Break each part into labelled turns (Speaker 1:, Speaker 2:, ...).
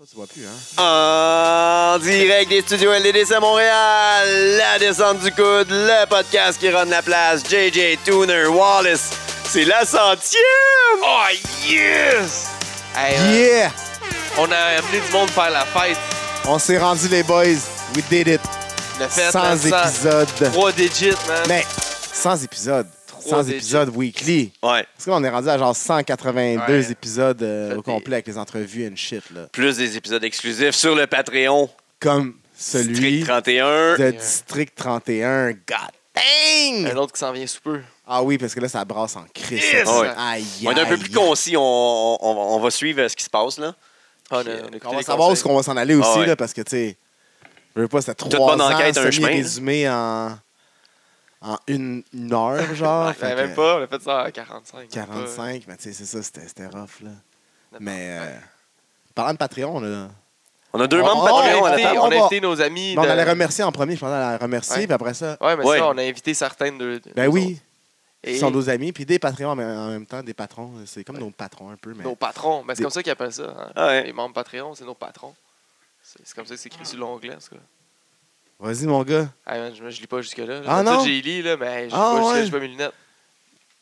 Speaker 1: Ça, tu vois plus, hein?
Speaker 2: En direct des studios LDDC Montréal, la descente du coude, le podcast qui rend la place, JJ Tuner Wallace. C'est la centième!
Speaker 3: Oh yes! Hey, euh,
Speaker 1: Yeah!
Speaker 3: On a amené du monde faire la fête.
Speaker 1: On s'est rendu, les boys. We did it.
Speaker 3: Le fait,
Speaker 1: Sans épisode.
Speaker 3: 3 digits, man.
Speaker 1: Mais, sans épisode.
Speaker 3: Trois
Speaker 1: Sans épisode weekly.
Speaker 2: Ouais,
Speaker 1: Parce qu'on est rendu à genre 182
Speaker 3: Ouais.
Speaker 1: épisodes euh,
Speaker 2: Faites
Speaker 1: au
Speaker 2: des-
Speaker 1: complet avec les entrevues and shit, là.
Speaker 2: plus des épisodes exclusifs sur le Patreon.
Speaker 1: Comme celui
Speaker 2: District 31.
Speaker 1: de District 31. God dang!
Speaker 3: Un autre qui s'en vient sous peu.
Speaker 1: Ah oui, parce que là, ça brasse en crise.
Speaker 3: Yes!
Speaker 1: Ah oui.
Speaker 3: Ouais.
Speaker 1: Aïe,
Speaker 2: On est un peu
Speaker 1: aïe.
Speaker 2: plus concis, on, on- on va suivre ce qui se passe là.
Speaker 3: Ah, a-
Speaker 1: On,
Speaker 3: a écouté
Speaker 1: va
Speaker 3: les
Speaker 1: savoir où est-ce
Speaker 3: conseils.
Speaker 1: qu'on va s'en aller aussi,
Speaker 2: Ah ouais.
Speaker 1: là, parce que, tu sais, je veux pas, c'était trois
Speaker 2: bonne
Speaker 1: ans,
Speaker 2: enquête a un chemin, là.
Speaker 1: semi-résumé en, en une, une heure, genre.
Speaker 3: Ouais,
Speaker 1: Fait
Speaker 3: même
Speaker 1: que
Speaker 3: pas, on a fait ça à 45.
Speaker 1: 45, mais tu sais, c'est ça, c'était c'était rough, là.
Speaker 3: Pas-
Speaker 1: Mais, euh, parlant de Patreon, là,
Speaker 2: On a deux
Speaker 1: On-
Speaker 2: membres
Speaker 1: on-
Speaker 2: Patreon
Speaker 3: on,
Speaker 2: à
Speaker 3: a
Speaker 2: la
Speaker 3: invité,
Speaker 2: table.
Speaker 1: on
Speaker 3: on a
Speaker 1: va-
Speaker 3: invité nos amis.
Speaker 1: ben, on
Speaker 3: de-
Speaker 1: allait remercier en premier, je pensais à la remercier,
Speaker 3: Ouais.
Speaker 1: puis après ça,
Speaker 3: Ouais, mais
Speaker 2: Ouais.
Speaker 3: ça, on a invité certaines de. de-
Speaker 1: ben
Speaker 3: nous
Speaker 1: oui,
Speaker 3: autres.
Speaker 1: ils
Speaker 3: Et
Speaker 1: sont nos amis, puis des Patreons, mais en même temps, des patrons, c'est comme nos patrons un peu, mais...
Speaker 3: nos patrons. Ben, c'est
Speaker 1: Des-
Speaker 3: comme ça qu'ils appellent ça. hein.
Speaker 2: Ah ouais.
Speaker 3: Les membres Patreon, c'est nos patrons. C'est c'est comme ça que c'est écrit sur l'onglet, en tout cas.
Speaker 1: Vas-y, mon gars.
Speaker 3: Ah, man, je, je lis pas jusque-là. là.
Speaker 1: Ah,
Speaker 3: D'habitude,
Speaker 1: non?
Speaker 3: J'ai lu, là, mais je lis
Speaker 1: Ah,
Speaker 3: pas
Speaker 1: ouais.
Speaker 3: jusque-là, j'ai pas mes lunettes.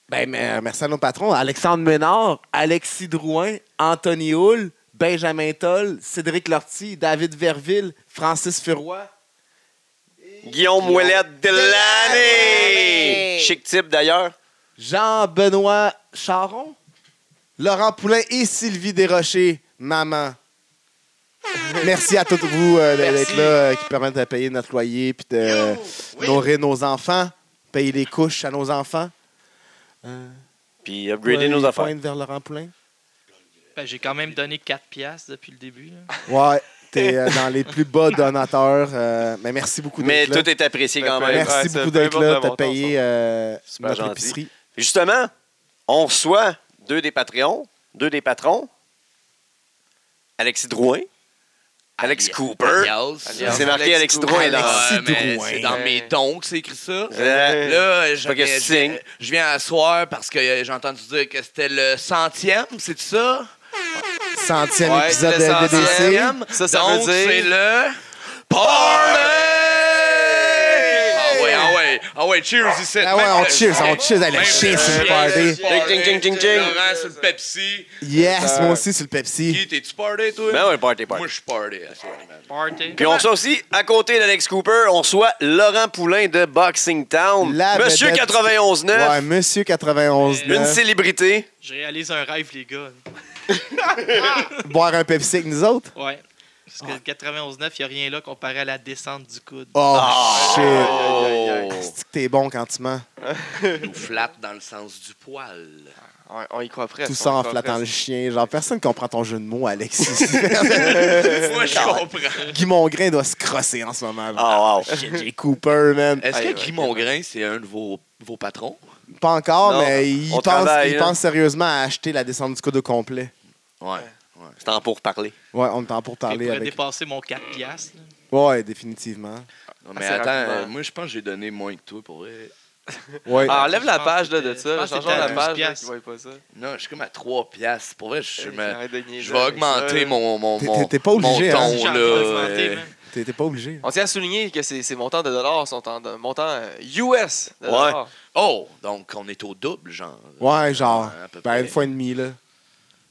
Speaker 1: Ben, mais, euh, merci à nos patrons. Alexandre Ménard, Alexis Drouin, Anthony Houle, Benjamin Toll, Cédric Lortie, David Verville, Francis Furoy.
Speaker 2: Guillaume Ouellette Delaney!
Speaker 1: Delaney.
Speaker 2: Chic type d'ailleurs.
Speaker 1: Jean-Benoît Charon, Laurent Poulain et Sylvie Desrochers, maman. Merci à tous vous euh, de-
Speaker 3: Merci.
Speaker 1: d'être là, euh, qui permettent de payer notre loyer puis de euh, nourrir nos enfants, payer les couches à nos enfants. Euh,
Speaker 2: Puis upgrader nos
Speaker 1: les
Speaker 2: affaires.
Speaker 1: pointes vers Laurent Poulain.
Speaker 4: Ben, j'ai quand même donné 4 piastres depuis le début. là.
Speaker 1: Ouais, t'es euh, dans les plus bas donateurs. euh, mais merci beaucoup
Speaker 2: Mais
Speaker 1: d'être là.
Speaker 2: tout est apprécié quand
Speaker 3: Mais-
Speaker 2: même.
Speaker 1: Merci
Speaker 3: Ouais, c'est
Speaker 1: beaucoup
Speaker 3: peu
Speaker 1: d'être
Speaker 3: importe
Speaker 1: là.
Speaker 3: le
Speaker 1: T'as
Speaker 3: montant,
Speaker 1: payé
Speaker 3: ça.
Speaker 1: euh,
Speaker 2: Super
Speaker 1: notre
Speaker 2: gentil.
Speaker 1: épicerie.
Speaker 2: Justement, on reçoit deux des Patreons, deux des patrons, Alexis Drouin, Alex
Speaker 5: Alias-
Speaker 2: Cooper.
Speaker 5: Alias.
Speaker 3: Alias.
Speaker 2: C'est marqué Alexis
Speaker 3: Alex
Speaker 2: Drouin dans.
Speaker 1: Alexis.
Speaker 5: Ouais, Ah, mais
Speaker 1: Drouin.
Speaker 5: c'est dans mes dons que c'est écrit ça.
Speaker 2: Euh,
Speaker 5: Là,
Speaker 2: pas que
Speaker 5: j'avais-
Speaker 2: tu signes.
Speaker 5: je je viens à soir parce que euh, j'ai entendu dire que c'était le centième, c'est ça?
Speaker 1: Centième
Speaker 3: Ouais,
Speaker 1: épisode
Speaker 3: le
Speaker 1: de DDC.
Speaker 3: centième. Ça, ça
Speaker 5: Donc,
Speaker 3: veut dire-
Speaker 5: c'est le... Party! Ah ouais, ah ouais, ah ouais, cheers ici.
Speaker 1: Ah ouais, on cheers, on cheers. Allez,
Speaker 5: Même
Speaker 1: cheers sur
Speaker 5: le
Speaker 1: le party.
Speaker 5: chien, le
Speaker 2: Ding, ding, ding, ding,
Speaker 5: party,
Speaker 2: ding.
Speaker 5: Laurent sur le Pepsi.
Speaker 1: Yes,
Speaker 3: Euh,
Speaker 1: moi aussi sur le Pepsi.
Speaker 5: Guy, t'es-tu party, toi?
Speaker 2: Ben ouais, party, party.
Speaker 5: Moi, je suis party, à soir, man.
Speaker 4: Party.
Speaker 2: Puis on reçoit aussi, à côté d'Alex Cooper, on reçoit Laurent Poulain de Boxing Town.
Speaker 1: La
Speaker 2: Monsieur
Speaker 1: vedette.
Speaker 2: 91.9,
Speaker 1: Ouais, monsieur 91
Speaker 2: une célébrité.
Speaker 4: Je réalise un rêve, les gars.
Speaker 1: Boire un Pepsi avec nous autres.
Speaker 4: Ouais. Parce que le
Speaker 1: Ah.
Speaker 4: 91.9, il n'y a rien là comparé à la descente du coude.
Speaker 1: Oh, shit.
Speaker 2: Oh!
Speaker 1: C'est que t'es bon quand tu mens.
Speaker 5: Nous flatte dans le sens du poil.
Speaker 3: Ouais, on y croit presque.
Speaker 1: Tout
Speaker 3: on
Speaker 1: ça
Speaker 3: y
Speaker 1: en
Speaker 3: croit
Speaker 1: flattant le
Speaker 3: presque.
Speaker 1: chien. Genre, personne comprend ton jeu de mots, Alexis.
Speaker 5: Moi, je comprends.
Speaker 1: Guy Mongrain doit se crosser en ce moment. là.
Speaker 2: Oh, wow.
Speaker 1: Shit, J'ai Cooper, man.
Speaker 5: Est-ce
Speaker 3: Aïe,
Speaker 5: que
Speaker 3: ouais.
Speaker 5: Guy Mongrain, c'est un de vos, vos patrons?
Speaker 1: Pas encore,
Speaker 2: Non,
Speaker 1: mais il
Speaker 2: on
Speaker 1: pense,
Speaker 2: travaille,
Speaker 1: il
Speaker 2: là.
Speaker 1: pense sérieusement à acheter la descente du coude au complet.
Speaker 5: Ouais.
Speaker 2: C'est en pour parler.
Speaker 1: Ouais, on est en pour
Speaker 4: Il
Speaker 1: parler
Speaker 4: pourrait
Speaker 1: avec.
Speaker 4: dépasser mon 4 piastres. là.
Speaker 1: Ouais, définitivement.
Speaker 5: Non, mais
Speaker 3: Assez
Speaker 5: attends,
Speaker 3: rapidement.
Speaker 5: euh, moi, je pense que j'ai donné moins que toi pour vrai.
Speaker 1: Ouais.
Speaker 3: Ah, enlève la
Speaker 4: Je pense que
Speaker 3: page là, de
Speaker 4: c'était- je
Speaker 3: ça.
Speaker 4: pense que
Speaker 3: Changeons
Speaker 4: c'était
Speaker 3: la
Speaker 4: à
Speaker 3: page.
Speaker 4: 12
Speaker 3: là,
Speaker 4: piastres.
Speaker 3: qu'ils voient pas ça.
Speaker 5: Non, je suis comme à 3 piastres. Pour vrai, je,
Speaker 3: Hey,
Speaker 5: me-
Speaker 3: arrête de niaiser
Speaker 5: je vais
Speaker 3: avec
Speaker 5: augmenter
Speaker 3: ça.
Speaker 5: mon, mon,
Speaker 1: T'es-
Speaker 5: mon,
Speaker 1: t'es pas obligé,
Speaker 5: mon
Speaker 1: hein.
Speaker 5: ton,
Speaker 4: J'ai envie
Speaker 5: là,
Speaker 4: d'augmenter,
Speaker 5: euh,
Speaker 4: man.
Speaker 1: T'es t'es pas obligé.
Speaker 3: On tient à souligner que ces, ces montants de dollars sont en de- montant euh, US. De
Speaker 2: Ouais.
Speaker 3: dollars.
Speaker 5: Oh, donc on est au double, genre.
Speaker 1: Ouais, genre,
Speaker 5: à peu
Speaker 1: ben,
Speaker 5: près.
Speaker 1: une fois et demie, là.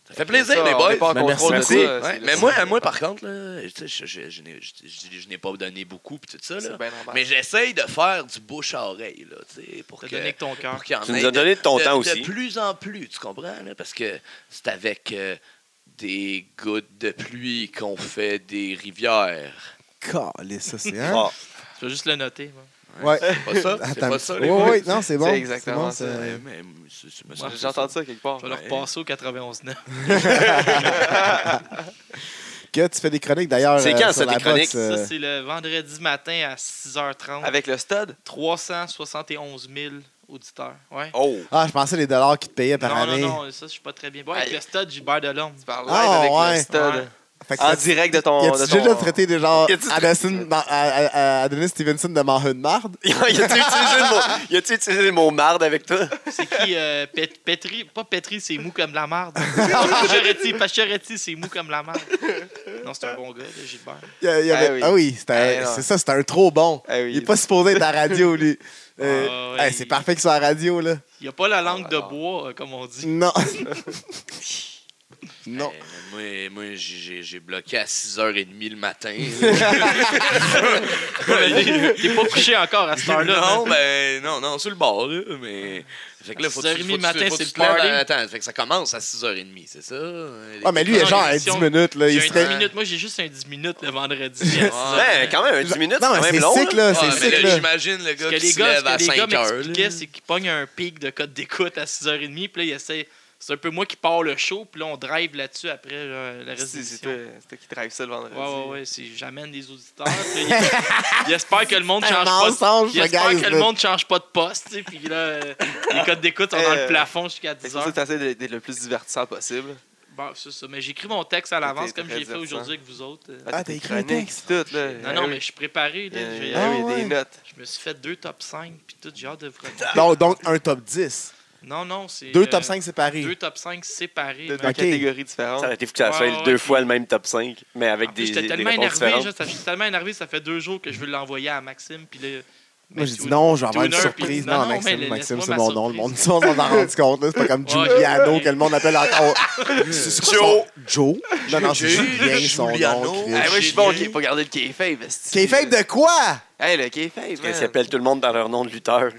Speaker 5: Ça fait plaisir,
Speaker 3: Ça,
Speaker 5: les
Speaker 3: on
Speaker 5: boys.
Speaker 3: est pas en
Speaker 1: Ben,
Speaker 3: contrôle
Speaker 2: merci.
Speaker 3: de
Speaker 2: Merci.
Speaker 3: ça,
Speaker 5: Ouais,
Speaker 3: c'est-
Speaker 5: mais
Speaker 3: c'est-
Speaker 5: moi, moi, par contre, là, tu sais, je, je- je n'ai- je- je- je n'ai pas donné beaucoup, pis tout ça,
Speaker 3: c'est
Speaker 5: là.
Speaker 3: bien normal.
Speaker 5: Mais j'essaye de faire du bouche à oreille, là, tu sais, pour
Speaker 4: T'as
Speaker 5: que.
Speaker 4: donné que ton cœur.
Speaker 5: pour qu'il y en
Speaker 2: Tu
Speaker 5: ait
Speaker 2: nous as
Speaker 5: de-
Speaker 2: donné de ton
Speaker 5: de,
Speaker 2: temps
Speaker 5: de
Speaker 2: aussi.
Speaker 5: plus en plus, tu comprends? là, parce que c'est avec euh, des gouttes de pluie qu'on fait des rivières.
Speaker 1: Calé, ça, c'est hein?
Speaker 2: Ah,
Speaker 4: Je vais juste le noter. moi.
Speaker 1: Ouais.
Speaker 5: C'est pas ça? C'est
Speaker 1: Attends.
Speaker 5: pas ça, les
Speaker 1: Ouais,
Speaker 5: boys?
Speaker 1: ouais, non, c'est bon.
Speaker 3: C'est exactement
Speaker 1: bon, c'est-
Speaker 3: ça.
Speaker 5: Ouais, mais c'est- c'est- me
Speaker 4: Ouais,
Speaker 5: semble
Speaker 3: J'ai entendu ça quelque part.
Speaker 4: Je vais le repasser au 91.9.
Speaker 1: Que tu fais des chroniques, d'ailleurs.
Speaker 2: C'est
Speaker 1: euh,
Speaker 2: quand,
Speaker 1: sur
Speaker 2: ça,
Speaker 1: la
Speaker 2: des chroniques?
Speaker 1: boxe, euh,
Speaker 4: Ça, c'est le vendredi matin à 6h30.
Speaker 3: Avec le stud.
Speaker 4: 371 000 auditeurs. Ouais.
Speaker 2: oh.
Speaker 1: Ah, je pensais les dollars qu'ils te payaient par
Speaker 4: non, non,
Speaker 1: année.
Speaker 4: non, ça, je suis pas très bien. Bon, avec
Speaker 3: Aïe.
Speaker 4: le stade Gilbert Delorme.
Speaker 3: Tu parles
Speaker 1: Ah,
Speaker 3: live avec
Speaker 1: ouais.
Speaker 3: le stud.
Speaker 4: Ouais.
Speaker 1: Fait que
Speaker 3: En
Speaker 1: ça-
Speaker 3: direct de
Speaker 1: Y
Speaker 3: ton.
Speaker 1: a-tu
Speaker 3: de ton-
Speaker 1: déjà traité de genre
Speaker 2: Y a-tu-
Speaker 1: Addison- ma- à- à- à Adonis Stevenson de marre de marde?
Speaker 2: Y a-tu utilisé le mot- y a-tu utilisé le mot marde avec toi?
Speaker 4: C'est qui euh, Pet- Petri Pas Petri, c'est mou comme la marde. Pachoretti, Pachoretti, c'est mou comme la marde. Non, c'est un bon gars, là, Gilbert.
Speaker 1: Y a- y avait-
Speaker 3: Ah oui.
Speaker 1: Ah oui, c'était un-
Speaker 3: Ah non.
Speaker 1: c'est ça, c'était un trop bon.
Speaker 3: Eh oui.
Speaker 1: Il est pas supposé être à la radio, lui. Euh,
Speaker 4: Ah ouais,
Speaker 1: hey,
Speaker 4: il-
Speaker 1: c'est parfait qu'il soit à la radio, là.
Speaker 4: Il a pas la langue
Speaker 3: Ah,
Speaker 4: de
Speaker 3: non.
Speaker 4: bois, euh, comme on dit.
Speaker 1: Non. non.
Speaker 5: Euh, moi, moi, j'ai- j'ai j'ai bloqué à 6h30 le matin.
Speaker 4: T'es pas couché encore à cette heure-là.
Speaker 5: non,
Speaker 4: man.
Speaker 5: ben, non, non, sur le bord, là, mais... Fait que là,
Speaker 4: À
Speaker 5: faut
Speaker 4: 6h30
Speaker 5: faut- faut-
Speaker 4: matin,
Speaker 5: faut-
Speaker 4: c'est
Speaker 5: faut-
Speaker 4: le party.
Speaker 5: faut- Attends, fait que ça commence à 6h30, c'est ça? Euh,
Speaker 1: Ah, mais lui, il est
Speaker 4: Non,
Speaker 1: genre à 10
Speaker 4: l'émission-
Speaker 1: minutes, là. Euh, Il
Speaker 4: J'ai un
Speaker 1: serait...
Speaker 4: 10 minutes. Moi, j'ai juste un 10 minutes le vendredi. à 6 heures.
Speaker 5: Ouais.
Speaker 2: Ouais, Ben, quand même, un 10 minutes,
Speaker 1: Non,
Speaker 2: c'est quand
Speaker 1: mais
Speaker 2: même
Speaker 1: c'est
Speaker 2: long.
Speaker 1: sick,
Speaker 2: là.
Speaker 1: là.
Speaker 5: Ah,
Speaker 1: C'est
Speaker 5: mais
Speaker 1: sick,
Speaker 5: là,
Speaker 1: là.
Speaker 5: J'imagine le
Speaker 4: Ce
Speaker 5: gars
Speaker 4: que
Speaker 5: qui
Speaker 4: les
Speaker 5: se
Speaker 4: gars, ce
Speaker 5: lève à
Speaker 4: que les gars
Speaker 5: 5h.
Speaker 4: m'expliquaient, c'est qu'ils pognent un pic de cote d'écoute à 6h30, puis là, ils essaient. C'est un peu moi qui pars le show, puis là, on drive là-dessus après euh, le
Speaker 3: C'est-
Speaker 4: reste de
Speaker 3: C'est
Speaker 4: l'émission.
Speaker 3: toi c'est toi qui drive ça le vendredi.
Speaker 4: Ouais, ouais, ouais. c'est- J'amène des auditeurs. puis là, ils- ils espèrent que le monde change
Speaker 1: Un
Speaker 4: pas de
Speaker 1: mensonge, le
Speaker 4: J'espère
Speaker 1: guys,
Speaker 4: que le
Speaker 1: là.
Speaker 4: monde change pas de poste, tu sais, puis là, euh, les codes d'écoute sont dans le
Speaker 3: Euh,
Speaker 4: plafond jusqu'à
Speaker 3: Fait que
Speaker 4: 10
Speaker 3: C'est pour ça
Speaker 4: heures.
Speaker 3: que t'essaies d'être d'être le plus divertissant possible.
Speaker 4: Bon, c'est ça. Mais j'écris mon texte à l'avance,
Speaker 3: T'es
Speaker 4: comme
Speaker 3: très
Speaker 4: j'ai fait
Speaker 3: divertissant.
Speaker 4: aujourd'hui avec vous autres. euh.
Speaker 1: Ah, t'as écrit un
Speaker 3: chroniques,
Speaker 1: texte.
Speaker 3: tout, là.
Speaker 4: Non, non, mais je suis
Speaker 3: Il
Speaker 4: préparé.
Speaker 3: y
Speaker 4: Là,
Speaker 3: a il
Speaker 4: J'ai- euh,
Speaker 3: y a eu
Speaker 1: Ah,
Speaker 3: des
Speaker 1: ouais.
Speaker 3: notes.
Speaker 4: Je me suis fait deux top 5, puis tout, j'ai hâte de vous raconter.
Speaker 1: Non, donc un top 10.
Speaker 4: Non, non, c'est...
Speaker 1: Deux
Speaker 4: euh,
Speaker 1: top 5 séparés.
Speaker 4: Deux top 5 séparés.
Speaker 3: De
Speaker 4: man.
Speaker 3: deux
Speaker 1: Ok.
Speaker 3: catégories
Speaker 2: Ça
Speaker 3: différentes.
Speaker 2: aurait été fou que ça soit
Speaker 4: Ouais, ouais,
Speaker 2: deux
Speaker 4: ouais.
Speaker 2: fois le même top 5, mais avec
Speaker 4: En plus,
Speaker 2: des,
Speaker 4: J'étais
Speaker 2: des
Speaker 4: tellement
Speaker 2: réponses
Speaker 4: énervé,
Speaker 2: différentes.
Speaker 4: genre, ça- j'étais tellement énervé, ça fait deux jours que je veux l'envoyer à Maxime, puis là...
Speaker 1: Moi,
Speaker 4: mais
Speaker 1: j'ai
Speaker 4: tu-
Speaker 1: dit non, je vais avoir une
Speaker 4: Tuner, puis-
Speaker 1: surprise.
Speaker 4: non,
Speaker 1: Non,
Speaker 4: non, mais
Speaker 1: Maxime,
Speaker 4: la-
Speaker 1: Maxime, c'est
Speaker 4: laisse-moi
Speaker 1: mon
Speaker 4: ma
Speaker 1: nom. Le monde,
Speaker 4: surprise.
Speaker 1: on s'en a rendu compte. là. C'est pas comme Giuliano
Speaker 4: Ouais.
Speaker 1: que le monde appelle encore. C'est quoi
Speaker 2: Joe.
Speaker 1: son- Joe? Non, non, c'est Julien, son
Speaker 5: Giuliano.
Speaker 1: nom.
Speaker 3: Ah,
Speaker 1: Chris.
Speaker 3: moi, je suis bon, ok, faut garder le K-Fave.
Speaker 1: T'es faible de quoi?
Speaker 3: Hey, le K-Fave,
Speaker 2: Parce
Speaker 3: man.
Speaker 2: qu'ils appellent tout le monde par leur nom de lutteur.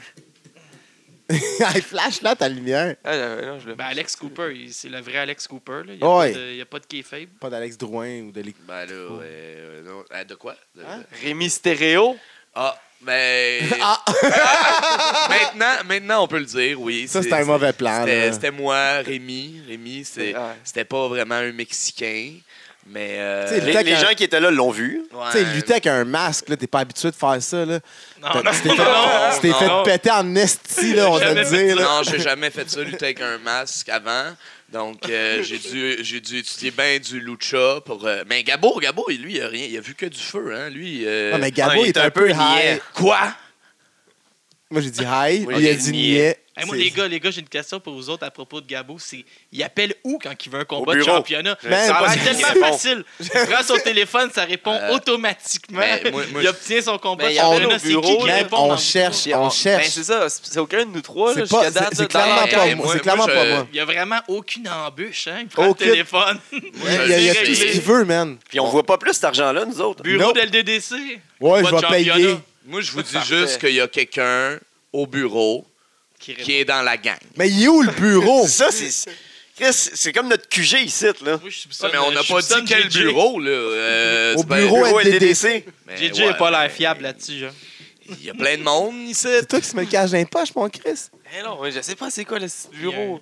Speaker 1: Hey, flash là ta lumière.
Speaker 3: Ah, là, non, je le.
Speaker 4: Ben, Alex Cooper, il- c'est le vrai Alex Cooper. Il n'y
Speaker 1: Ouais.
Speaker 4: a pas de K-Fab.
Speaker 1: Pas d'Alex Drouin ou de l'équipe.
Speaker 5: Ben là, ouais, euh, non. Ah, de quoi? De-
Speaker 3: Hein? Rémi Stéréo.
Speaker 5: Ah, mais...
Speaker 1: Ah!
Speaker 5: maintenant, maintenant, on peut le dire, oui.
Speaker 1: Ça,
Speaker 5: c'est-
Speaker 1: c'était un mauvais plan.
Speaker 5: c'était-
Speaker 1: là. Ah.
Speaker 5: C'était moi, Rémi. Rémi, c'est-
Speaker 3: Ouais.
Speaker 5: c'était pas vraiment un Mexicain, mais... euh,
Speaker 1: Tu sais,
Speaker 2: Les,
Speaker 1: Peut-être
Speaker 2: les
Speaker 1: un-
Speaker 2: gens qui étaient là l'ont vu.
Speaker 5: ouais.
Speaker 1: Tu sais, lutter avec un masque, là, t'es pas habitué de faire ça, là.
Speaker 4: Non,
Speaker 1: T'as-
Speaker 4: non,
Speaker 1: tu t'es
Speaker 4: non,
Speaker 1: fait,
Speaker 4: non,
Speaker 1: tu t'es
Speaker 5: non,
Speaker 1: fait
Speaker 4: Oh, non.
Speaker 1: péter en esti, là, on va
Speaker 4: Jamais
Speaker 1: le dire, là.
Speaker 5: Non, j'ai jamais fait ça, lutter avec un masque avant. Donc, euh, j'ai dû, j'ai dû étudier bien du lucha pour. euh, mais Gabo, Gabo, lui, il a rien. Il a vu que du feu, hein. Lui. euh,
Speaker 1: Ah, mais Gabo,
Speaker 5: ouais,
Speaker 1: il est un peu
Speaker 5: niais.
Speaker 1: high.
Speaker 5: Quoi?
Speaker 1: Moi, j'ai dit hi,
Speaker 5: Moi,
Speaker 1: il a
Speaker 5: j'ai
Speaker 1: dit
Speaker 5: dit
Speaker 1: niais.
Speaker 4: Hey, moi,
Speaker 1: C'est-
Speaker 4: les gars, les gars j'ai une question pour vous autres à propos de Gabo. C'est, il appelle où quand il veut un combat
Speaker 2: Au
Speaker 4: de
Speaker 2: bureau.
Speaker 4: championnat?
Speaker 1: Man,
Speaker 4: ça a
Speaker 1: pas
Speaker 4: l'air
Speaker 2: de-
Speaker 4: tellement
Speaker 2: Bon.
Speaker 4: facile. Il prend son téléphone, ça répond
Speaker 5: Euh,
Speaker 4: automatiquement.
Speaker 5: mais moi- moi,
Speaker 4: il
Speaker 5: je-
Speaker 4: obtient son combat
Speaker 3: Mais
Speaker 4: de
Speaker 3: il y en a
Speaker 4: championnat.
Speaker 3: au
Speaker 4: C'est qui
Speaker 3: bureau,
Speaker 4: qui
Speaker 3: là,
Speaker 4: répond?
Speaker 1: on
Speaker 4: dans le
Speaker 1: cherche.
Speaker 4: bureau?
Speaker 1: On cherche.
Speaker 3: Ben, c'est ça, c'est c'est aucun de nous trois, là.
Speaker 1: C'est pas-
Speaker 3: jusqu'à
Speaker 1: c'est-
Speaker 3: date,
Speaker 1: c'est
Speaker 3: là, dans
Speaker 1: clairement
Speaker 3: la-
Speaker 1: pas moi, c'est clairement
Speaker 5: je-
Speaker 1: pas moi.
Speaker 4: Il n'y a vraiment aucune embûche. Hein? Il prend
Speaker 1: Aucune.
Speaker 4: le téléphone.
Speaker 1: Il y a, il y a
Speaker 5: je-
Speaker 1: tout ce
Speaker 4: réglé.
Speaker 1: qu'il veut, man.
Speaker 2: Puis on voit pas plus cet argent-là, nous autres.
Speaker 4: Bureau
Speaker 1: Nope.
Speaker 4: de LDDC.
Speaker 1: Ouais, je
Speaker 4: Pas de
Speaker 1: vais payer.
Speaker 4: championnat.
Speaker 5: Moi, je vous dis
Speaker 3: Parfait.
Speaker 5: juste qu'il y a quelqu'un au bureau
Speaker 4: Qui répond.
Speaker 5: qui est dans la gang.
Speaker 1: Mais il est où le bureau?
Speaker 2: Ça, c'est. Chris, c'est comme notre QG ici, là.
Speaker 4: Moi, je soupçonne,
Speaker 5: Ouais, mais on
Speaker 4: euh,
Speaker 5: n'a
Speaker 4: je
Speaker 5: pas dit
Speaker 4: soupçonne
Speaker 5: quel
Speaker 4: JJ.
Speaker 5: bureau, là. euh,
Speaker 1: Au
Speaker 5: c'est bien-
Speaker 1: bureau,
Speaker 2: Bureau
Speaker 1: LDDC.
Speaker 2: LDDC.
Speaker 5: Mais
Speaker 4: JJ
Speaker 5: ouais,
Speaker 4: n'a pas
Speaker 5: mais
Speaker 4: l'air fiable là-dessus. hein.
Speaker 5: Il y a plein de monde ici.
Speaker 1: C'est toi qui se me cache dans les poches, mon Chris.
Speaker 3: Eh non, mais je sais pas c'est quoi le bureau.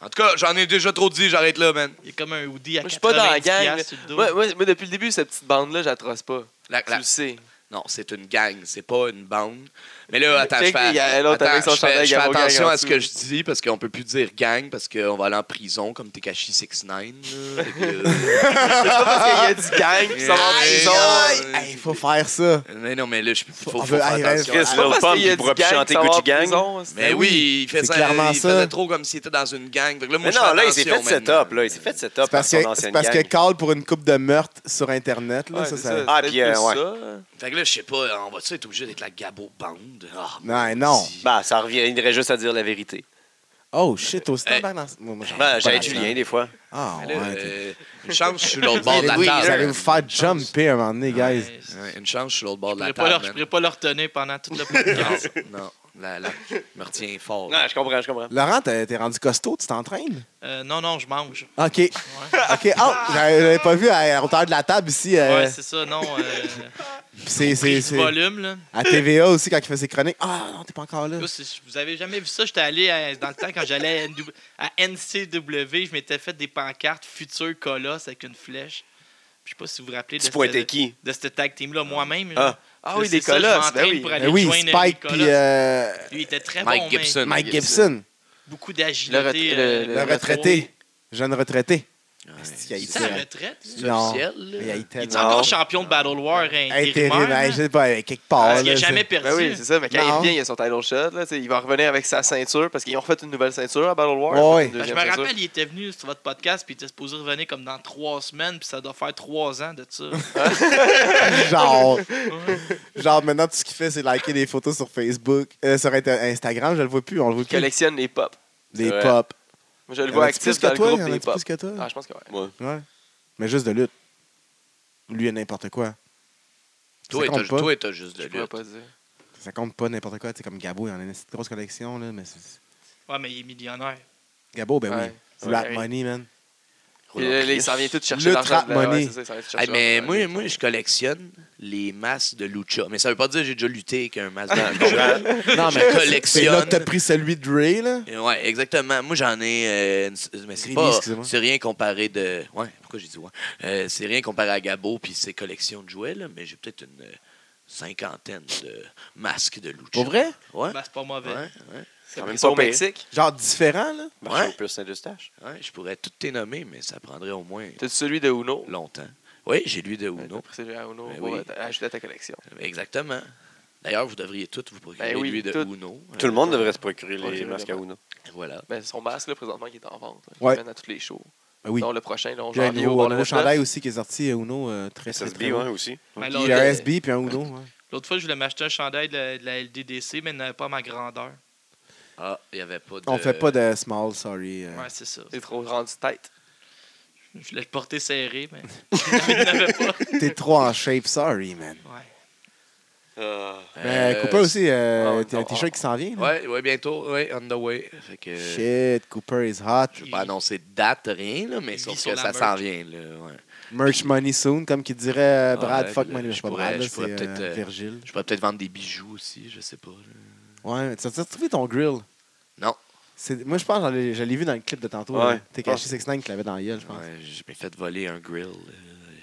Speaker 5: En tout cas, j'en ai déjà trop dit, j'arrête là, man.
Speaker 4: Il est comme un hoodie à
Speaker 3: Moi, je suis pas dans la
Speaker 4: 90
Speaker 3: gang.
Speaker 4: piastres sur le dos.
Speaker 3: Moi, moi- moi, depuis le début, cette petite bande-là, j'atroce pas.
Speaker 5: La-
Speaker 3: Tu
Speaker 5: la-
Speaker 3: le sais.
Speaker 5: Non, c'est une gang, c'est pas une bande. Mais là, attends, je fais,
Speaker 3: Check, il y a l'autre
Speaker 5: attends,
Speaker 3: avec son
Speaker 5: je fais-
Speaker 3: chandail,
Speaker 5: je fais
Speaker 3: il y a vos
Speaker 5: attention
Speaker 3: gangs en
Speaker 5: à ce que je
Speaker 3: dessous.
Speaker 5: dis parce qu'on peut plus dire gang parce qu'on va aller en prison comme Tekashi 69. euh,
Speaker 3: C'est pas parce qu'il y a du gang qui s'en va en
Speaker 5: Aïe,
Speaker 3: prison.
Speaker 5: aïe.
Speaker 1: Il faut faire ça.
Speaker 5: mais non, mais là, je
Speaker 1: On
Speaker 5: faut, faut
Speaker 1: veut-
Speaker 5: faire
Speaker 1: aïe,
Speaker 5: attention.
Speaker 2: aïe,
Speaker 5: à-
Speaker 2: aïe.
Speaker 3: C'est pas parce qu'il y
Speaker 2: Little
Speaker 3: a
Speaker 2: Pump, il pourra
Speaker 3: du
Speaker 2: plus
Speaker 3: gang
Speaker 2: chanter
Speaker 3: qui s'en va en
Speaker 2: Gucci Gang.
Speaker 3: prison, c'est-
Speaker 5: Mais Ben oui, il fait
Speaker 1: Ben c'est
Speaker 5: ça,
Speaker 1: clairement
Speaker 5: il
Speaker 1: ça.
Speaker 5: faisait trop comme s'il était dans une gang. Fait que là, moi,
Speaker 2: Mais
Speaker 5: je
Speaker 2: non,
Speaker 5: fais
Speaker 2: là, il s'est fait
Speaker 5: attention
Speaker 2: set
Speaker 5: maintenant.
Speaker 2: up, là. Il s'est fait set
Speaker 1: C'est
Speaker 2: up par
Speaker 1: parce, que,
Speaker 2: Ah, son
Speaker 1: c'est
Speaker 2: ancienne
Speaker 1: parce que
Speaker 2: gang.
Speaker 1: call pour une coupe de meurtre sur Internet, là,
Speaker 3: Ouais,
Speaker 1: ça,
Speaker 3: c'est
Speaker 1: ça-
Speaker 3: ça.
Speaker 2: Ah,
Speaker 3: C'est
Speaker 2: puis, euh,
Speaker 3: plus
Speaker 2: ouais.
Speaker 3: ça.
Speaker 5: Fait que là, je sais pas, on va-tu être obligé d'être la Gabo Bande? Ah,
Speaker 1: Non, non.
Speaker 5: si.
Speaker 2: Bah, ça reviendrait juste à dire la vérité.
Speaker 1: Oh shit, au stand
Speaker 5: Hey.
Speaker 1: dans... Moi, moi, j'en
Speaker 2: Ben,
Speaker 1: ai pas
Speaker 2: j'allais
Speaker 1: là-dedans.
Speaker 2: Julien, des fois.
Speaker 1: Ah, ouais.
Speaker 5: Mais là,
Speaker 1: t'es-
Speaker 5: euh, une chance, je suis l'autre
Speaker 1: vous,
Speaker 5: bord de la
Speaker 1: allez, vous allez vous
Speaker 5: table.
Speaker 1: faire jumper un moment donné, guys.
Speaker 4: Ouais, c'est-
Speaker 5: Ouais, Une chance, je suis l'autre bord de
Speaker 4: Je
Speaker 5: la
Speaker 4: pourrais pas leur-
Speaker 5: table.
Speaker 4: je
Speaker 5: man.
Speaker 4: pourrais pas le retenir pendant tout le podcast.
Speaker 5: Non, non, la, la, je me retiens fort.
Speaker 2: Non, je comprends, je comprends.
Speaker 1: Laurent, t'es t'es rendu costaud, tu t'entraînes?
Speaker 4: Euh, non, non, je mange.
Speaker 1: OK.
Speaker 4: Ouais,
Speaker 1: OK. Oh, j'avais j'avais pas vu à la hauteur de la table ici. euh,
Speaker 4: Ouais, c'est ça, non.
Speaker 1: puis
Speaker 4: Euh,
Speaker 1: c'est- c'est-
Speaker 4: prise
Speaker 1: c'est-
Speaker 4: du volume, là.
Speaker 1: À TVA aussi, quand il fait ses chroniques. Ah, non, t'es pas encore là.
Speaker 4: Là, c'est- Vous avez jamais vu ça? J'étais allé à- dans le temps quand j'allais à, NW à NCW, je m'étais fait des pancartes futur colosse avec une flèche. Je sais pas si vous vous rappelez de
Speaker 2: Tu pointais
Speaker 4: cette,
Speaker 2: qui?
Speaker 4: de cette tag team-là moi-même.
Speaker 2: Ah.
Speaker 4: là.
Speaker 3: Ah
Speaker 4: Là,
Speaker 3: oui,
Speaker 4: c'est
Speaker 3: des
Speaker 4: ça, je
Speaker 3: colosses. Ben
Speaker 4: m'entraîne
Speaker 3: oui.
Speaker 4: pour aller
Speaker 1: Ben oui,
Speaker 4: joindre
Speaker 1: Spike
Speaker 4: les
Speaker 1: puis
Speaker 4: colosses.
Speaker 1: euh,
Speaker 4: Lui, il était très
Speaker 5: Mike
Speaker 4: bon, mais
Speaker 5: Gibson.
Speaker 1: Mike Gibson,
Speaker 4: beaucoup
Speaker 3: Le ret-
Speaker 4: d'agilité.
Speaker 3: le-
Speaker 4: euh,
Speaker 3: le
Speaker 1: le retraité. Jeune retraité. Est-ce qu'il y a
Speaker 4: Il est
Speaker 1: eu-
Speaker 4: à la retraite. lui?
Speaker 5: C'est
Speaker 1: Non.
Speaker 5: officiel, là?
Speaker 1: Il y a eu
Speaker 4: Il est
Speaker 1: tellement.
Speaker 4: encore champion de Battle War hein,
Speaker 1: Intérim,
Speaker 4: intérimaire.
Speaker 1: hey, je sais pas, hey, quelque part.
Speaker 4: Parce qu'il
Speaker 1: là,
Speaker 4: a
Speaker 1: c'est-
Speaker 4: jamais perdu.
Speaker 3: Ben oui, Ah, c'est ça. Mais quand
Speaker 1: Non.
Speaker 3: il revient, il a son title shot. Là, tu sais, il va revenir avec sa ceinture parce qu'ils ont refait une nouvelle ceinture à Battle War.
Speaker 1: Ouais,
Speaker 3: ils ont
Speaker 1: ouais.
Speaker 3: fait une
Speaker 4: Ben, je
Speaker 3: deuxième
Speaker 4: me
Speaker 3: ceinture.
Speaker 4: rappelle, il était venu sur votre podcast, puis il était supposé revenir comme dans trois semaines, puis ça doit faire trois ans de ça.
Speaker 1: genre, genre, maintenant, tout ce qu'il fait, c'est liker des photos sur Facebook, euh, sur Inter- Instagram, je le vois plus, on le voit
Speaker 3: Il
Speaker 1: plus.
Speaker 3: collectionne les pop.
Speaker 1: Des
Speaker 2: Ouais.
Speaker 1: pop.
Speaker 3: Moi, je le
Speaker 1: Y en
Speaker 3: vois
Speaker 1: a-tu
Speaker 3: actif
Speaker 1: plus
Speaker 3: dans
Speaker 1: que
Speaker 3: le
Speaker 1: toi,
Speaker 3: groupe
Speaker 1: y en
Speaker 3: des
Speaker 1: a-tu
Speaker 3: pop.
Speaker 1: plus que toi.
Speaker 3: Ah, je pense que ouais.
Speaker 1: Ouais. Mais juste de lutte. Lui, il n'importe quoi.
Speaker 5: Toi,
Speaker 1: ça compte
Speaker 5: t'as-
Speaker 1: pas.
Speaker 5: toi, t'as juste de
Speaker 3: Je pourrais
Speaker 5: lutte.
Speaker 3: pas dire.
Speaker 1: Ça compte pas n'importe quoi. C'est comme Gabo, il en a une petite grosse collection. Là, mais c'est-
Speaker 4: Ouais, mais il est millionnaire.
Speaker 1: Gabo, ben
Speaker 3: Ouais.
Speaker 1: oui. Black
Speaker 3: Ouais.
Speaker 1: money, man.
Speaker 3: Puis là, là, il s'en vient tout chercher
Speaker 1: Le
Speaker 3: l'argent.
Speaker 1: trap
Speaker 3: de la- ouais,
Speaker 1: money.
Speaker 3: c'est ça, il s'en vient tout
Speaker 5: Hey,
Speaker 3: chercher
Speaker 5: mais
Speaker 3: l'argent de la-
Speaker 5: moi, moi, je collectionne les masques de lucha. Mais ça veut pas dire que j'ai déjà lutté avec un masque de
Speaker 3: Je comprends.
Speaker 5: lucha.
Speaker 1: Non,
Speaker 5: mais- Je collectionne.
Speaker 1: C'est là que t'as pris celui de Ray, là.
Speaker 5: Et Ouais, exactement. Moi, j'en ai. euh, une- mais c'est
Speaker 1: Gréby,
Speaker 5: pas.
Speaker 1: excusez-moi.
Speaker 5: C'est rien comparé de. Ouais, pourquoi j'ai dit ouais? Euh, c'est rien comparé à Gabo puis ses collections de jouets, là, mais j'ai peut-être une euh, cinquantaine de masques de lucha.
Speaker 1: Pour vrai?
Speaker 5: Ouais.
Speaker 4: Ben, c'est pas mauvais.
Speaker 5: Ouais, ouais.
Speaker 3: C'est
Speaker 2: quand
Speaker 3: quand
Speaker 2: même
Speaker 3: même
Speaker 2: pas
Speaker 3: au
Speaker 2: pire.
Speaker 3: Mexique.
Speaker 1: Genre différent, là.
Speaker 2: Marchand
Speaker 5: Ouais.
Speaker 2: plus Saint-Eustache.
Speaker 5: ouais, je pourrais tout nommer, mais ça prendrait au moins
Speaker 3: T'as celui de Uno.
Speaker 5: longtemps. Oui, j'ai lui de
Speaker 3: Ouais,
Speaker 5: Uno.
Speaker 3: t'as pris celui euh, à Uno
Speaker 5: Ben
Speaker 3: pour
Speaker 5: oui.
Speaker 3: euh, t- ajouter à ta collection.
Speaker 5: Exactement. D'ailleurs, vous devriez tous vous procurer
Speaker 3: Ben oui,
Speaker 5: lui de
Speaker 3: toutes.
Speaker 5: Uno.
Speaker 2: Tout le monde devrait se procurer
Speaker 3: Ouais,
Speaker 2: les
Speaker 3: c'est vrai,
Speaker 2: masques à Uno.
Speaker 5: Euh, Voilà.
Speaker 3: Ben, son masque, là, présentement, qui est en vente. Là,
Speaker 1: Ouais.
Speaker 3: Il mène à tous les shows.
Speaker 1: Ben oui.
Speaker 3: Dont le prochain, là, on
Speaker 1: Puis il y a un
Speaker 3: janvier au
Speaker 1: nouveau,
Speaker 3: Bord
Speaker 1: un
Speaker 3: de
Speaker 1: nouveau
Speaker 3: la
Speaker 1: chandail aussi qui est sorti, euh, Uno, euh, très, très,
Speaker 2: SSB,
Speaker 1: très
Speaker 2: ouais,
Speaker 1: bon.
Speaker 2: hein, aussi.
Speaker 4: Ben,
Speaker 1: Il
Speaker 4: l'autre-
Speaker 1: y a un SB puis un Uno. ouais.
Speaker 4: L'autre fois, je voulais m'acheter un chandail de la, de la LDDC, mais il n'avait pas ma grandeur.
Speaker 5: Ah, il n'y avait pas de.
Speaker 1: On fait pas de small, sorry. euh.
Speaker 4: Ouais, c'est ça.
Speaker 3: T'es trop rendu tête.
Speaker 4: Je voulais le porter serré, mais il n'avait pas.
Speaker 1: T'es trop en shape, sorry, man.
Speaker 4: Ouais.
Speaker 3: Ah.
Speaker 1: Mais ben, Cooper aussi, euh,
Speaker 3: ouais,
Speaker 1: t'as un
Speaker 3: non,
Speaker 1: t-shirt qui s'en vient. là.
Speaker 5: Ouais, euh, ouais, bientôt. Ouais, on the way. Fait que.
Speaker 1: Shit, Cooper is hot.
Speaker 5: Je vais pas annoncer de date, rien, là, mais
Speaker 4: Il
Speaker 5: sauf
Speaker 4: vit
Speaker 5: que
Speaker 4: sur
Speaker 5: ça
Speaker 4: la
Speaker 5: s'en vient. Là, ouais.
Speaker 1: Merch money soon, comme qui dirait euh, Brad.
Speaker 5: Ouais,
Speaker 1: fuck
Speaker 5: là,
Speaker 1: money, mais
Speaker 5: je
Speaker 1: c'est pas
Speaker 5: pourrais-
Speaker 1: Brad, là,
Speaker 5: je pourrais
Speaker 1: c'est
Speaker 5: peut-être,
Speaker 1: euh,
Speaker 5: euh,
Speaker 1: Virgile.
Speaker 5: Je pourrais peut-être vendre des bijoux aussi, je sais pas. là.
Speaker 1: Ouais, tu as trouvé ton grill?
Speaker 5: Non.
Speaker 1: C'est- Moi, je pense que j'en ai- je l'ai vu dans le clip de tantôt.
Speaker 2: Ouais.
Speaker 1: là. T'es caché 6ix9ine qui l'avait dans la gueule, je pense.
Speaker 5: Ouais, je m'ai fait voler un grill. là.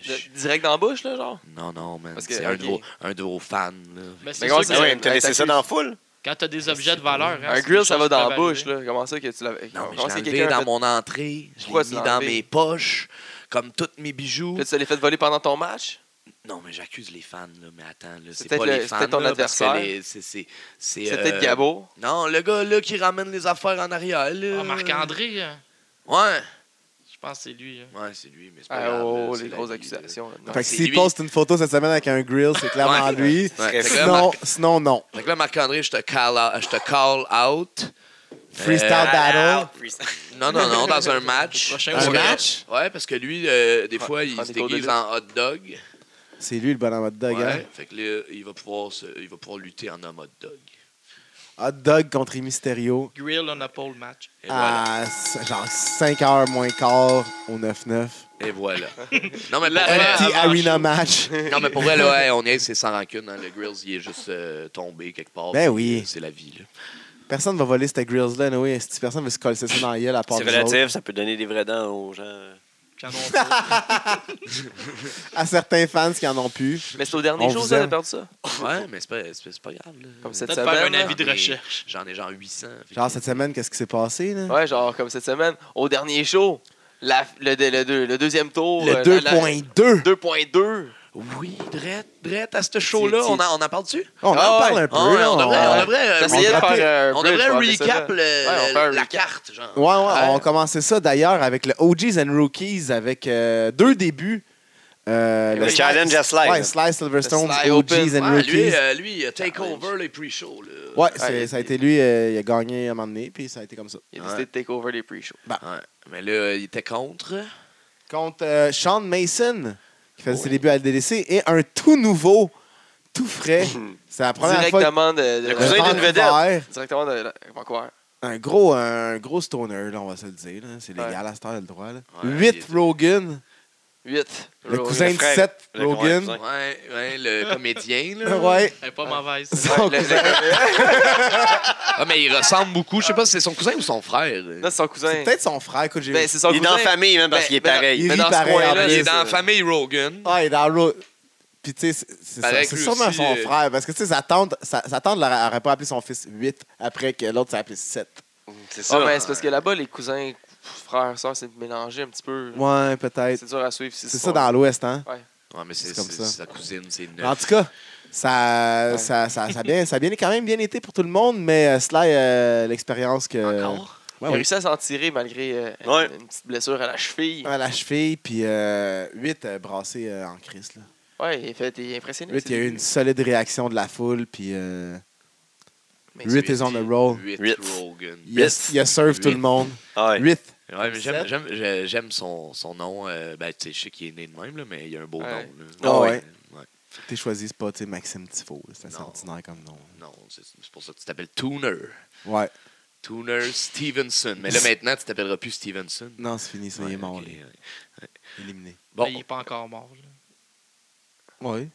Speaker 5: Je-
Speaker 3: Le- Direct dans la bouche, là, genre. Ah,
Speaker 5: Non, non, man.
Speaker 3: Parce que-
Speaker 5: C'est un, de
Speaker 3: ok.
Speaker 5: vos- un de vos fans.
Speaker 4: Mais
Speaker 5: Là.
Speaker 4: Ben, c'est
Speaker 3: Mais
Speaker 4: sûr
Speaker 3: comment
Speaker 4: que
Speaker 3: ça,
Speaker 2: Ah
Speaker 3: ouais,
Speaker 2: ouais, mais t'as
Speaker 3: mais
Speaker 2: laissé
Speaker 3: t'as
Speaker 2: ça dans la foule?
Speaker 4: quand t'as des objets de valeur. hein,
Speaker 3: Un
Speaker 4: c'est
Speaker 3: grill,
Speaker 4: des
Speaker 3: ça
Speaker 4: choses
Speaker 3: va
Speaker 4: qui
Speaker 3: dans la
Speaker 4: peuvent
Speaker 3: bouche,
Speaker 4: arriver.
Speaker 3: là. Comment ça que tu l'avais.
Speaker 5: Non, mais
Speaker 3: Comment
Speaker 5: je
Speaker 3: c'est
Speaker 5: l'ai
Speaker 3: que
Speaker 5: enlevé
Speaker 3: quelqu'un
Speaker 5: dans
Speaker 3: a fait-
Speaker 5: mon entrée. Je
Speaker 3: Pourquoi
Speaker 5: l'ai
Speaker 3: tu
Speaker 5: mis
Speaker 3: l'as
Speaker 5: dans
Speaker 3: enlevé?
Speaker 5: mes poches, comme tous mes bijoux.
Speaker 3: Là, tu te l'es fait voler pendant ton match?
Speaker 5: Non, mais j'accuse les fans, là. Mais attends, là, c'est
Speaker 3: peut-être
Speaker 5: pas
Speaker 3: le-
Speaker 5: les
Speaker 3: c'est
Speaker 5: fans.
Speaker 3: peut-être ton
Speaker 5: là, parce que
Speaker 3: adversaire.
Speaker 5: les- c'est- C'est c'est,
Speaker 3: C'est
Speaker 5: euh,
Speaker 3: peut-être Gabo.
Speaker 5: Non, le gars, là, qui ramène les affaires en arrière, là.
Speaker 4: Ah, Marc-André, hein,
Speaker 5: Ouais.
Speaker 4: je pense que c'est lui. hein.
Speaker 5: Ouais, c'est lui, mais c'est pas
Speaker 3: Ah,
Speaker 5: grave,
Speaker 3: oh,
Speaker 5: là, c'est
Speaker 3: les
Speaker 5: la
Speaker 3: grosses
Speaker 5: vie, là.
Speaker 3: accusations. là.
Speaker 1: Fait que
Speaker 5: c'est
Speaker 1: s'il
Speaker 5: lui.
Speaker 1: poste une photo cette semaine avec un grill, c'est clairement
Speaker 5: Ouais.
Speaker 1: lui.
Speaker 5: Ouais, fait que là,
Speaker 1: Sinon, sinon, non.
Speaker 5: Fait que là, Marc-André, je te call out. Je te call out.
Speaker 1: Freestyle
Speaker 5: Euh,
Speaker 3: Ah,
Speaker 1: battle.
Speaker 5: Non, non, non, dans un match.
Speaker 4: Prochain
Speaker 5: Parce
Speaker 1: Un
Speaker 5: que-
Speaker 1: match?
Speaker 5: Ouais, parce que lui, euh, des
Speaker 3: Prends-
Speaker 5: fois, il
Speaker 3: prends
Speaker 5: se
Speaker 3: des cours de
Speaker 5: déguise
Speaker 3: lutte.
Speaker 5: en hot dog.
Speaker 1: C'est lui le bonhomme hot dog. hein?
Speaker 5: Ouais, fait que là, il va pouvoir, se- il va pouvoir lutter en homme hot dog.
Speaker 1: Hot dog contre Mysterio.
Speaker 4: Grill, on a pas le match.
Speaker 5: Et
Speaker 3: Ah.
Speaker 1: À c- genre 5 heures moins quart au 9-9.
Speaker 5: voilà. Et voilà. non, mais pour
Speaker 1: Un
Speaker 5: vrai,
Speaker 1: petit
Speaker 5: avant-
Speaker 1: arena match.
Speaker 5: non, mais pour vrai, là, ouais, on est, c'est sans rancune. hein. Le Grills, il est juste euh, tombé quelque part.
Speaker 1: Ben
Speaker 5: C'est-
Speaker 1: oui.
Speaker 5: C'est la vie, là.
Speaker 1: Personne va voler cette grills-là, Noé. Si personne veut se coller ça dans la gueule à part
Speaker 2: C'est
Speaker 1: nous autres.
Speaker 2: relatif, ça peut donner des vrais dents aux gens.
Speaker 4: Puis en ont pas.
Speaker 1: À certains fans qui en ont plus.
Speaker 3: Mais c'est au
Speaker 1: On
Speaker 3: dernier jour,
Speaker 1: vous
Speaker 3: ça,
Speaker 1: aime.
Speaker 3: de perdu ça.
Speaker 5: Ouais, mais c'est pas, c'est- c'est pas grave, là.
Speaker 3: Comme cette
Speaker 4: Peut-être faire un
Speaker 3: semaine.
Speaker 4: avis de
Speaker 5: Mais-
Speaker 4: recherche.
Speaker 5: J'en ai genre 800. fait
Speaker 1: Genre
Speaker 5: que-
Speaker 1: cette semaine, qu'est-ce qui s'est passé? Là?
Speaker 3: là. Ouais, genre, comme cette semaine. Au dernier show, la- le, le- le deux- le deuxième tour.
Speaker 1: Le
Speaker 3: euh, la- la-
Speaker 1: 2.2.
Speaker 3: 2.2
Speaker 5: Oui, Drette, Drette, à ce show-là,
Speaker 3: C'est-
Speaker 5: on en, on en parle-tu?
Speaker 1: On en
Speaker 3: Ah ouais.
Speaker 1: parle un peu.
Speaker 5: Ah ouais,
Speaker 1: là,
Speaker 5: on devrait,
Speaker 1: on-
Speaker 5: on devrait, euh,
Speaker 3: J'essayais de
Speaker 5: recap-
Speaker 3: faire un
Speaker 5: on devrait
Speaker 3: bridge,
Speaker 5: recap le-
Speaker 3: Ouais, on fait un
Speaker 5: la
Speaker 3: recap.
Speaker 5: carte, genre.
Speaker 1: Ouais, ouais, on
Speaker 3: Ouais.
Speaker 1: a commencé ça d'ailleurs avec le OGs and Rookies avec euh, deux débuts. Euh,
Speaker 2: Le challenge à Sly,
Speaker 1: Ouais,
Speaker 2: là.
Speaker 1: Sly Silverstone,
Speaker 3: Le Sly
Speaker 1: OGs
Speaker 3: Open.
Speaker 1: and
Speaker 5: Ouais,
Speaker 1: Rookies.
Speaker 5: lui, euh, lui, il a take over les pre-shows. là.
Speaker 1: ouais, c'est-
Speaker 3: ouais,
Speaker 1: ça a été lui, euh, il a gagné à un moment donné, puis ça a été comme ça.
Speaker 3: Il a
Speaker 5: Ouais.
Speaker 3: décidé de take over les pre-shows.
Speaker 5: Ouais, Mais là, euh, il était contre.
Speaker 1: Contre euh, Sean Mason, qui faisait ses débuts à la LDDC, et un tout nouveau, tout frais. C'est la première fois.
Speaker 3: Directement de, de-
Speaker 2: Le
Speaker 1: que-
Speaker 2: cousin d'une vedette.
Speaker 1: Vancouver,
Speaker 3: Directement de la- Vancouver.
Speaker 1: Un gros, un gros stoner, là, on va se le dire. là. C'est légal à cette heure, le droit. Là.
Speaker 5: Ouais,
Speaker 1: Huit
Speaker 5: il
Speaker 1: Rogan,
Speaker 3: 8.
Speaker 1: le cousin de
Speaker 2: frère.
Speaker 1: Seth
Speaker 2: Le- ouais, le
Speaker 1: Rogan.
Speaker 2: cousin.
Speaker 5: Ouais, ouais, le comédien. Là.
Speaker 1: Ouais.
Speaker 4: Elle est pas mauvaise.
Speaker 1: Son
Speaker 3: Ouais, le-
Speaker 1: cousin.
Speaker 5: Ah, mais il ressemble beaucoup. Je sais pas si c'est son cousin ou son frère.
Speaker 3: Non, c'est son cousin.
Speaker 1: C'est peut-être son frère, écoute, j'ai
Speaker 3: Ben, c'est son
Speaker 2: Il est
Speaker 3: cousin.
Speaker 2: en famille, même, parce
Speaker 3: Ben,
Speaker 2: qu'il est
Speaker 3: ben,
Speaker 2: pareil.
Speaker 1: il
Speaker 3: Mais
Speaker 1: rit
Speaker 3: dans ce
Speaker 1: pareil,
Speaker 3: coin-là,
Speaker 1: en
Speaker 5: il est
Speaker 1: plus.
Speaker 5: dans la famille Rogan.
Speaker 1: Ah, il est dans Ro- Puis, tu sais, c'est- c'est ça-
Speaker 5: Paraît
Speaker 1: c'est
Speaker 5: que lui
Speaker 1: sûrement
Speaker 5: aussi,
Speaker 1: son
Speaker 5: euh,
Speaker 1: frère. Parce que, tu sais, sa tante, sa, sa tante n'aurait pas appelé son fils 8 après que l'autre s'appelait 7.
Speaker 2: C'est
Speaker 3: Ah,
Speaker 2: ça.
Speaker 3: mais c'est parce que là-bas, les cousins frère, sœur, c'est mélangé un petit peu.
Speaker 1: Ouais, peut-être.
Speaker 3: C'est dur à suivre.
Speaker 1: C'est ça dans l'Ouest, hein?
Speaker 5: Ouais, Ah, mais c'est
Speaker 1: C'est comme
Speaker 5: c'est-
Speaker 1: ça.
Speaker 5: c'est sa cousine, c'est neuf.
Speaker 1: En tout cas, ça,
Speaker 3: Ouais.
Speaker 1: ça, ça, ça a bien, ça a bien- quand même bien été pour tout le monde, mais euh, cela, euh, l'expérience que.
Speaker 3: Encore.
Speaker 1: Ouais,
Speaker 3: il a
Speaker 1: ouais.
Speaker 3: réussi à s'en tirer malgré euh, une-
Speaker 2: Ouais.
Speaker 3: une petite blessure à la cheville.
Speaker 1: à la cheville, puis 8 brassés euh, en crise. Là.
Speaker 3: Ouais, il a fait il est impressionné.
Speaker 1: 8, il y a eu une solide réaction de la foule, puis euh,
Speaker 3: Mais
Speaker 1: Ruth is on the roll.
Speaker 5: 8
Speaker 2: Huit.
Speaker 5: Rogan.
Speaker 1: Il a, il a serve tout
Speaker 5: Huit.
Speaker 1: le monde.
Speaker 2: Ouais.
Speaker 1: 8.
Speaker 5: Ouais, mais j'aime-
Speaker 1: Sept.
Speaker 5: j'aime j'ai- j'aime son, son nom. euh, ben, tu sais, je sais qu'il est né de même, là, mais il a un beau
Speaker 3: Ouais.
Speaker 5: nom. Là.
Speaker 1: Ah ouais.
Speaker 5: Ouais.
Speaker 1: T'es choisi, c'est pas tu sais, Maxime Tifo. là. C'est assez
Speaker 5: Non.
Speaker 1: ordinaire comme nom.
Speaker 5: Non, c'est c'est pour ça que tu t'appelles Tooner.
Speaker 1: Ouais.
Speaker 5: Tooner Stevenson. Mais là, maintenant, tu t'appelleras plus Stevenson.
Speaker 1: Non, c'est fini, ça. il
Speaker 5: Ouais,
Speaker 1: est mort,
Speaker 5: ok,
Speaker 1: lui.
Speaker 5: ouais.
Speaker 1: Éliminé.
Speaker 5: Bon,
Speaker 4: Mais il est pas encore mort. là.
Speaker 1: Oui.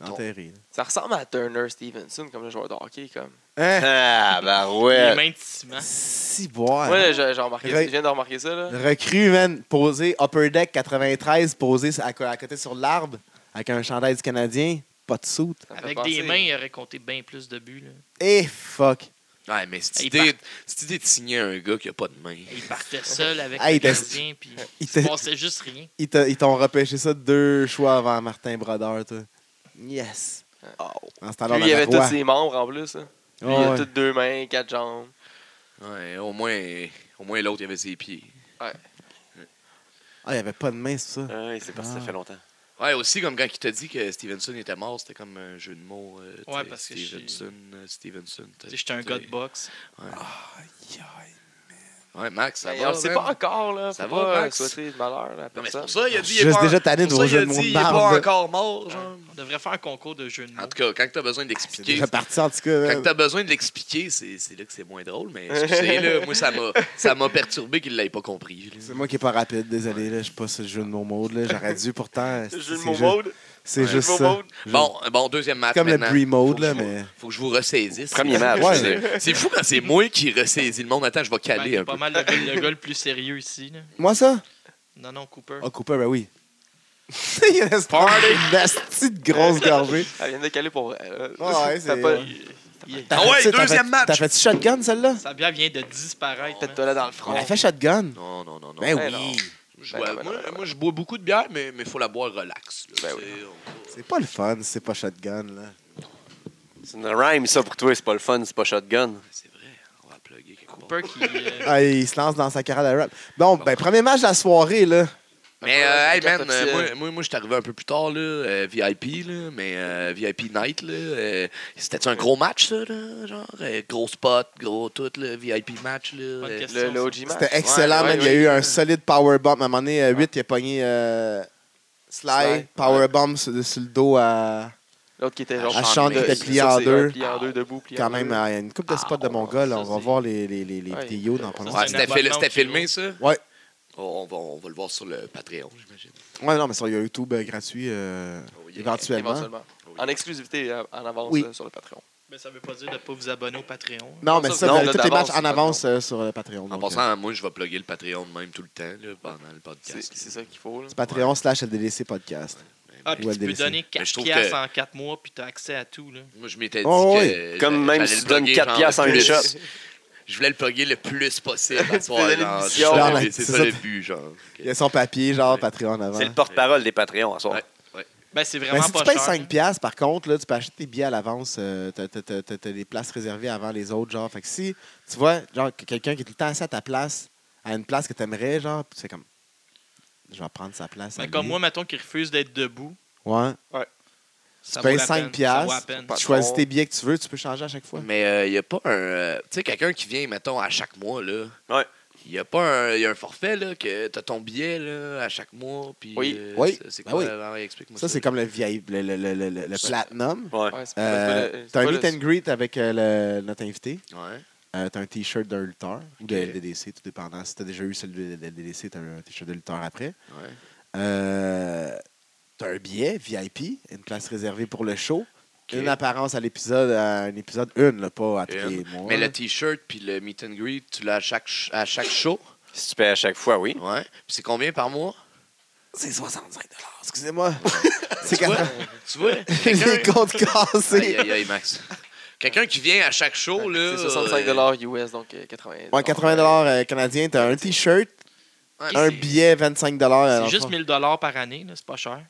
Speaker 5: Bon.
Speaker 1: Enterré. là.
Speaker 3: Ça ressemble à Turner Stevenson comme le joueur de hockey. Comme.
Speaker 1: Hein?
Speaker 2: Ah, bah
Speaker 4: Les
Speaker 2: ouais.
Speaker 4: mains de ciment.
Speaker 1: Si, boire.
Speaker 3: Moi, là, j'ai j'ai remarqué ça,
Speaker 1: Ray-
Speaker 3: je viens de remarquer ça. Là.
Speaker 1: Recrue, man, posé, upper deck 93, posé à, co- à côté sur l'arbre, avec un chandail du Canadien, pas de soute.
Speaker 3: Ça me fait
Speaker 4: Avec
Speaker 3: penser.
Speaker 4: des
Speaker 5: euh,
Speaker 4: mains, il aurait compté bien plus de buts. là.
Speaker 1: Et fuck.
Speaker 5: ouais, mais cette
Speaker 4: Il
Speaker 5: idée, cette idée de signer un gars qui a pas de main.
Speaker 4: Il partait seul avec
Speaker 1: Ah,
Speaker 4: le
Speaker 1: il était-
Speaker 4: gardien, puis
Speaker 1: Ils
Speaker 4: il
Speaker 1: te-
Speaker 4: se passait juste rien.
Speaker 1: Ils te- ils t'ont repêché ça deux choix avant Martin Brodeur, toi. Yes.
Speaker 3: Oh.
Speaker 1: En ce temps-là, on
Speaker 3: Lui, il avait
Speaker 1: avait
Speaker 3: tous
Speaker 1: roi.
Speaker 3: ses membres en plus. hein. Lui,
Speaker 1: Ouais,
Speaker 3: il a
Speaker 1: ouais.
Speaker 3: toutes deux mains, quatre jambes.
Speaker 5: Ouais, au moins, au moins l'autre, il avait ses pieds.
Speaker 1: Ah, il n'y avait pas de main, c'est ça.
Speaker 2: Ouais, Ah, c'est parce que ça fait longtemps.
Speaker 5: Ouais, aussi, comme quand il t'a dit que Stevenson était mort, c'était comme un jeu de mots. euh, tu
Speaker 4: Ouais,
Speaker 5: sais,
Speaker 4: parce que je-
Speaker 5: Stevenson, euh, Stevenson.
Speaker 4: Tu sais, J'étais un gars de boxe.
Speaker 5: Ouais, Max, ça
Speaker 4: Ben,
Speaker 3: Mais
Speaker 5: va.
Speaker 3: on le sait
Speaker 5: man?
Speaker 3: pas encore. Là.
Speaker 5: Ça
Speaker 3: Faut
Speaker 5: va,
Speaker 3: pas
Speaker 5: Max?
Speaker 3: souhaiter de malheur à la
Speaker 5: Non, mais c'est
Speaker 3: personne.
Speaker 5: pour ça, il a
Speaker 1: Je
Speaker 5: dit.
Speaker 1: suis juste déjà tanné de
Speaker 5: pour ça,
Speaker 1: vos
Speaker 5: il
Speaker 1: jeux
Speaker 5: a
Speaker 1: de mots
Speaker 5: dit,
Speaker 1: de
Speaker 5: il est pas
Speaker 1: marde.
Speaker 5: encore mort, genre.
Speaker 4: On devrait faire un concours de jeux de mots.
Speaker 5: En tout cas, quand t'as besoin
Speaker 1: Ah, C'est
Speaker 5: d'expliquer.
Speaker 1: déjà parti, en tout cas.
Speaker 5: Quand
Speaker 1: man.
Speaker 5: t'as besoin de l'expliquer, c'est c'est là que c'est moins drôle, mais excusez, là, moi, ça m'a- ça m'a perturbé qu'il l'ait pas compris. là.
Speaker 1: C'est moi qui est pas rapide, désolé, là, je suis pas sur le jeu de mon mode, là. J'aurais dû pourtant.
Speaker 3: Le jeu de
Speaker 1: c'est
Speaker 3: mon
Speaker 1: juste-
Speaker 3: mode.
Speaker 1: C'est
Speaker 5: Ouais.
Speaker 1: juste
Speaker 3: Mon
Speaker 1: ça.
Speaker 3: mode.
Speaker 5: Bon, bon, deuxième match
Speaker 1: Comme le
Speaker 5: maintenant.
Speaker 1: pre
Speaker 5: Faut
Speaker 1: mode,
Speaker 5: que
Speaker 1: là,
Speaker 5: je vous-
Speaker 1: mais.
Speaker 5: Faut que je vous ressaisisse.
Speaker 2: Premier match.
Speaker 1: Ouais.
Speaker 2: c'est-
Speaker 5: C'est fou quand c'est moi qui ressaisis le monde. Attends, je vais
Speaker 4: Ben,
Speaker 5: caler
Speaker 4: t'es
Speaker 5: un
Speaker 4: pas
Speaker 5: peu.
Speaker 4: mal le, le gars le plus sérieux ici. là.
Speaker 1: Moi, ça?
Speaker 4: Non, non, Cooper.
Speaker 1: Ah, Cooper, ben oui. il a
Speaker 3: Party!
Speaker 1: une astuce de grosse gorgée.
Speaker 3: Elle Ah, vient de caler pour vrai. là.
Speaker 1: Ouais, ouais,
Speaker 3: T'as
Speaker 1: c'est-
Speaker 3: pas-
Speaker 1: ouais.
Speaker 5: Ah ouais,
Speaker 1: T'as fait-
Speaker 5: deuxième match!
Speaker 1: T'as fait shotgun, celle-là?
Speaker 4: Sa bière vient de disparaître. hein. man.
Speaker 3: Tête-toi là dans le
Speaker 1: On
Speaker 3: front.
Speaker 1: a fait shotgun.
Speaker 5: Non, non, non, non.
Speaker 1: Ben
Speaker 3: Ben
Speaker 1: oui.
Speaker 5: Je
Speaker 3: Ben
Speaker 5: bois-
Speaker 3: non, ben
Speaker 5: moi,
Speaker 3: non, ben
Speaker 5: moi, je bois beaucoup de bière, mais il faut la boire relax. là,
Speaker 3: Ben
Speaker 5: tu sais, on-
Speaker 1: C'est pas le fun, c'est pas shotgun, là.
Speaker 2: C'est une rhyme, ça, pour toi. C'est pas le fun, c'est pas shotgun.
Speaker 5: C'est vrai, on va plugger quelque
Speaker 4: Cooper
Speaker 5: part.
Speaker 4: qui. euh,
Speaker 1: Ah, il se lance dans sa carrière de rap. Bon, ben, premier match de la soirée, là.
Speaker 5: Mais euh, hey, man,
Speaker 3: Officiel.
Speaker 5: euh, moi, moi, moi je suis arrivé un peu plus tard, là, euh, VIP, là, mais euh, VIP Night, là, euh, c'était-tu un gros match, ça, là, genre? euh, gros spot, gros tout, là, VIP match, là.
Speaker 4: Bonne
Speaker 5: euh,
Speaker 4: question.
Speaker 3: Le, le OG match.
Speaker 1: C'était excellent,
Speaker 3: Ouais,
Speaker 1: man.
Speaker 3: ouais,
Speaker 1: il y a
Speaker 3: ouais.
Speaker 1: eu un solide powerbomb. À un moment donné, 8, il a pogné euh, Sly,
Speaker 3: Sly,
Speaker 1: powerbomb sur, sur le dos à.
Speaker 3: L'autre qui était genre.
Speaker 5: À
Speaker 1: Sean qui
Speaker 3: de-
Speaker 1: était
Speaker 3: c'est
Speaker 1: plié
Speaker 3: ça,
Speaker 1: en
Speaker 3: c'est,
Speaker 1: deux.
Speaker 3: ouais, Plié en deux, debout, plié
Speaker 1: Quand
Speaker 3: en
Speaker 1: même,
Speaker 3: deux.
Speaker 1: euh, il y a une coupe de spots de
Speaker 4: Ah,
Speaker 1: mon gars, là. On
Speaker 4: ça,
Speaker 1: va
Speaker 4: c'est-
Speaker 1: voir les, les, les, les
Speaker 3: Ouais,
Speaker 1: vidéos dans pas
Speaker 4: ça,
Speaker 1: longtemps.
Speaker 5: ouais,
Speaker 4: c'est un
Speaker 5: c'était fil-
Speaker 4: abonnement
Speaker 5: c'était
Speaker 4: au kilo.
Speaker 5: filmé, ça? Oh,
Speaker 1: Ouais.
Speaker 5: On, on va, on va le voir sur le Patreon, j'imagine.
Speaker 1: Ouais, non, mais sur YouTube euh, gratuit, euh,
Speaker 5: Oh, yeah.
Speaker 1: éventuellement.
Speaker 3: Éventuellement. En exclusivité, euh, en avance
Speaker 1: Oui.
Speaker 3: euh, sur le Patreon.
Speaker 4: Mais ça veut pas dire de pas vous abonner au Patreon. hein.
Speaker 1: Non, mais
Speaker 3: Ça,
Speaker 1: ça,
Speaker 3: non,
Speaker 1: ben,
Speaker 3: là,
Speaker 1: tous les
Speaker 3: d'avance,
Speaker 1: matchs en
Speaker 3: c'est
Speaker 1: avance euh, sur euh, Patreon.
Speaker 5: En
Speaker 1: donc, euh,
Speaker 5: passant, moi, je vais plugger le Patreon de même tout le temps, là, pendant le
Speaker 3: C'est,
Speaker 5: podcast.
Speaker 3: c'est
Speaker 5: là.
Speaker 3: ça qu'il faut. Là.
Speaker 1: Patreon slash LDDC podcast.
Speaker 4: Ah, puis
Speaker 1: Ouais,
Speaker 4: tu peux
Speaker 1: DLC.
Speaker 4: donner
Speaker 5: Mais
Speaker 4: 4
Speaker 5: je trouve
Speaker 4: piastres
Speaker 5: que-
Speaker 4: en 4 mois, puis t'as accès à tout. Là.
Speaker 5: Moi, je m'étais dit
Speaker 1: Oh,
Speaker 5: que...
Speaker 2: Comme
Speaker 5: j'a-
Speaker 2: même
Speaker 5: j'allais
Speaker 2: si
Speaker 5: le
Speaker 2: tu donnes
Speaker 5: plugger,
Speaker 2: quatre
Speaker 5: genre,
Speaker 2: piastres en
Speaker 5: le
Speaker 2: une
Speaker 5: plus.
Speaker 2: shot.
Speaker 5: Je voulais le plugger le plus possible. à soir,
Speaker 3: faisais
Speaker 5: genre,
Speaker 3: l'émission.
Speaker 5: genre,
Speaker 1: Genre,
Speaker 5: c'est-
Speaker 1: c'est
Speaker 5: C'est
Speaker 1: ça.
Speaker 5: ça le but, genre.
Speaker 1: Il y a son papier, genre
Speaker 5: Ouais.
Speaker 1: Patreon en avant.
Speaker 2: C'est le porte-parole des Patreons, en soi.
Speaker 5: Ouais.
Speaker 4: Ben, c'est
Speaker 1: Ben,
Speaker 4: vraiment
Speaker 1: si tu
Speaker 4: pas
Speaker 1: payes
Speaker 4: cher.
Speaker 1: 5 piastres, par contre, là, tu peux acheter tes billets à l'avance. euh, t'as- t'as- T'as t'as- t'as des places réservées avant les autres, genre. Fait que si, tu vois, genre, que quelqu'un qui est tout le temps assis à ta place, à une place que t'aimerais, genre, pis c'est comme... Je vais prendre sa place. à
Speaker 4: Ben, comme
Speaker 1: lui.
Speaker 4: moi, mettons, qui refuse d'être debout.
Speaker 1: Ouais.
Speaker 4: Ça
Speaker 1: payes
Speaker 4: vaut la
Speaker 1: 5
Speaker 4: peine, Ça
Speaker 1: piastres.
Speaker 4: vaut la peine.
Speaker 3: Pas-
Speaker 1: Tu choisis tes billets que tu veux, tu peux changer à chaque fois.
Speaker 5: Mais il n'y a pas un. euh, tu sais, quelqu'un qui vient, mettons, à chaque mois, là.
Speaker 2: Ouais.
Speaker 5: Il n'y a pas un, y a un forfait, là, que tu as ton billet, là, à chaque mois. Puis,
Speaker 3: Oui.
Speaker 5: euh,
Speaker 1: Oui.
Speaker 5: C'est c'est
Speaker 1: Ben
Speaker 5: quoi,
Speaker 1: oui.
Speaker 5: alors, explique-moi ça.
Speaker 1: Ça, c'est comme le vieil... le, le, le, le- le- le platinum.
Speaker 2: Ouais.
Speaker 3: Ouais, c'est pas-
Speaker 1: Euh,
Speaker 3: c'est pas le-
Speaker 1: T'as
Speaker 3: c'est
Speaker 1: un
Speaker 3: pas
Speaker 1: meet
Speaker 3: le-
Speaker 1: and greet avec euh, le- notre invité.
Speaker 5: Ouais.
Speaker 1: Euh, t'as un t-shirt d'un lutteur ou de
Speaker 5: Ok.
Speaker 1: LDDC, tout dépendant. Si t'as déjà eu celui de LDDC, t'as un t-shirt de lutteur après.
Speaker 5: Ouais.
Speaker 1: Euh, t'as un billet VIP, une place réservée pour le show. Une apparence à l'épisode, à un épisode une, là, pas à tous les
Speaker 5: Une.
Speaker 1: mois.
Speaker 5: Mais le T-shirt puis le meet and greet, tu l'as à chaque, ch- à chaque show.
Speaker 2: Si tu payes à chaque fois, oui.
Speaker 5: Ouais. Puis c'est combien par mois?
Speaker 1: C'est 65 Excusez-moi. C'est
Speaker 5: Tu vois?
Speaker 1: quatre-
Speaker 5: tu vois?
Speaker 1: Les
Speaker 5: Quelqu'un-
Speaker 1: comptes
Speaker 5: Aïe,
Speaker 1: cassés.
Speaker 5: aïe, aïe, Max. Quelqu'un qui vient à chaque show,
Speaker 3: Ah,
Speaker 5: là. euh,
Speaker 3: C'est 65 dollars US, donc euh, 80
Speaker 1: Ouais, 80 dollars euh, canadiens, t'as un t-shirt,
Speaker 5: Ouais,
Speaker 1: un
Speaker 5: c'est-
Speaker 1: billet, 25 dollars.
Speaker 4: C'est juste 1000 par année, là, c'est pas cher.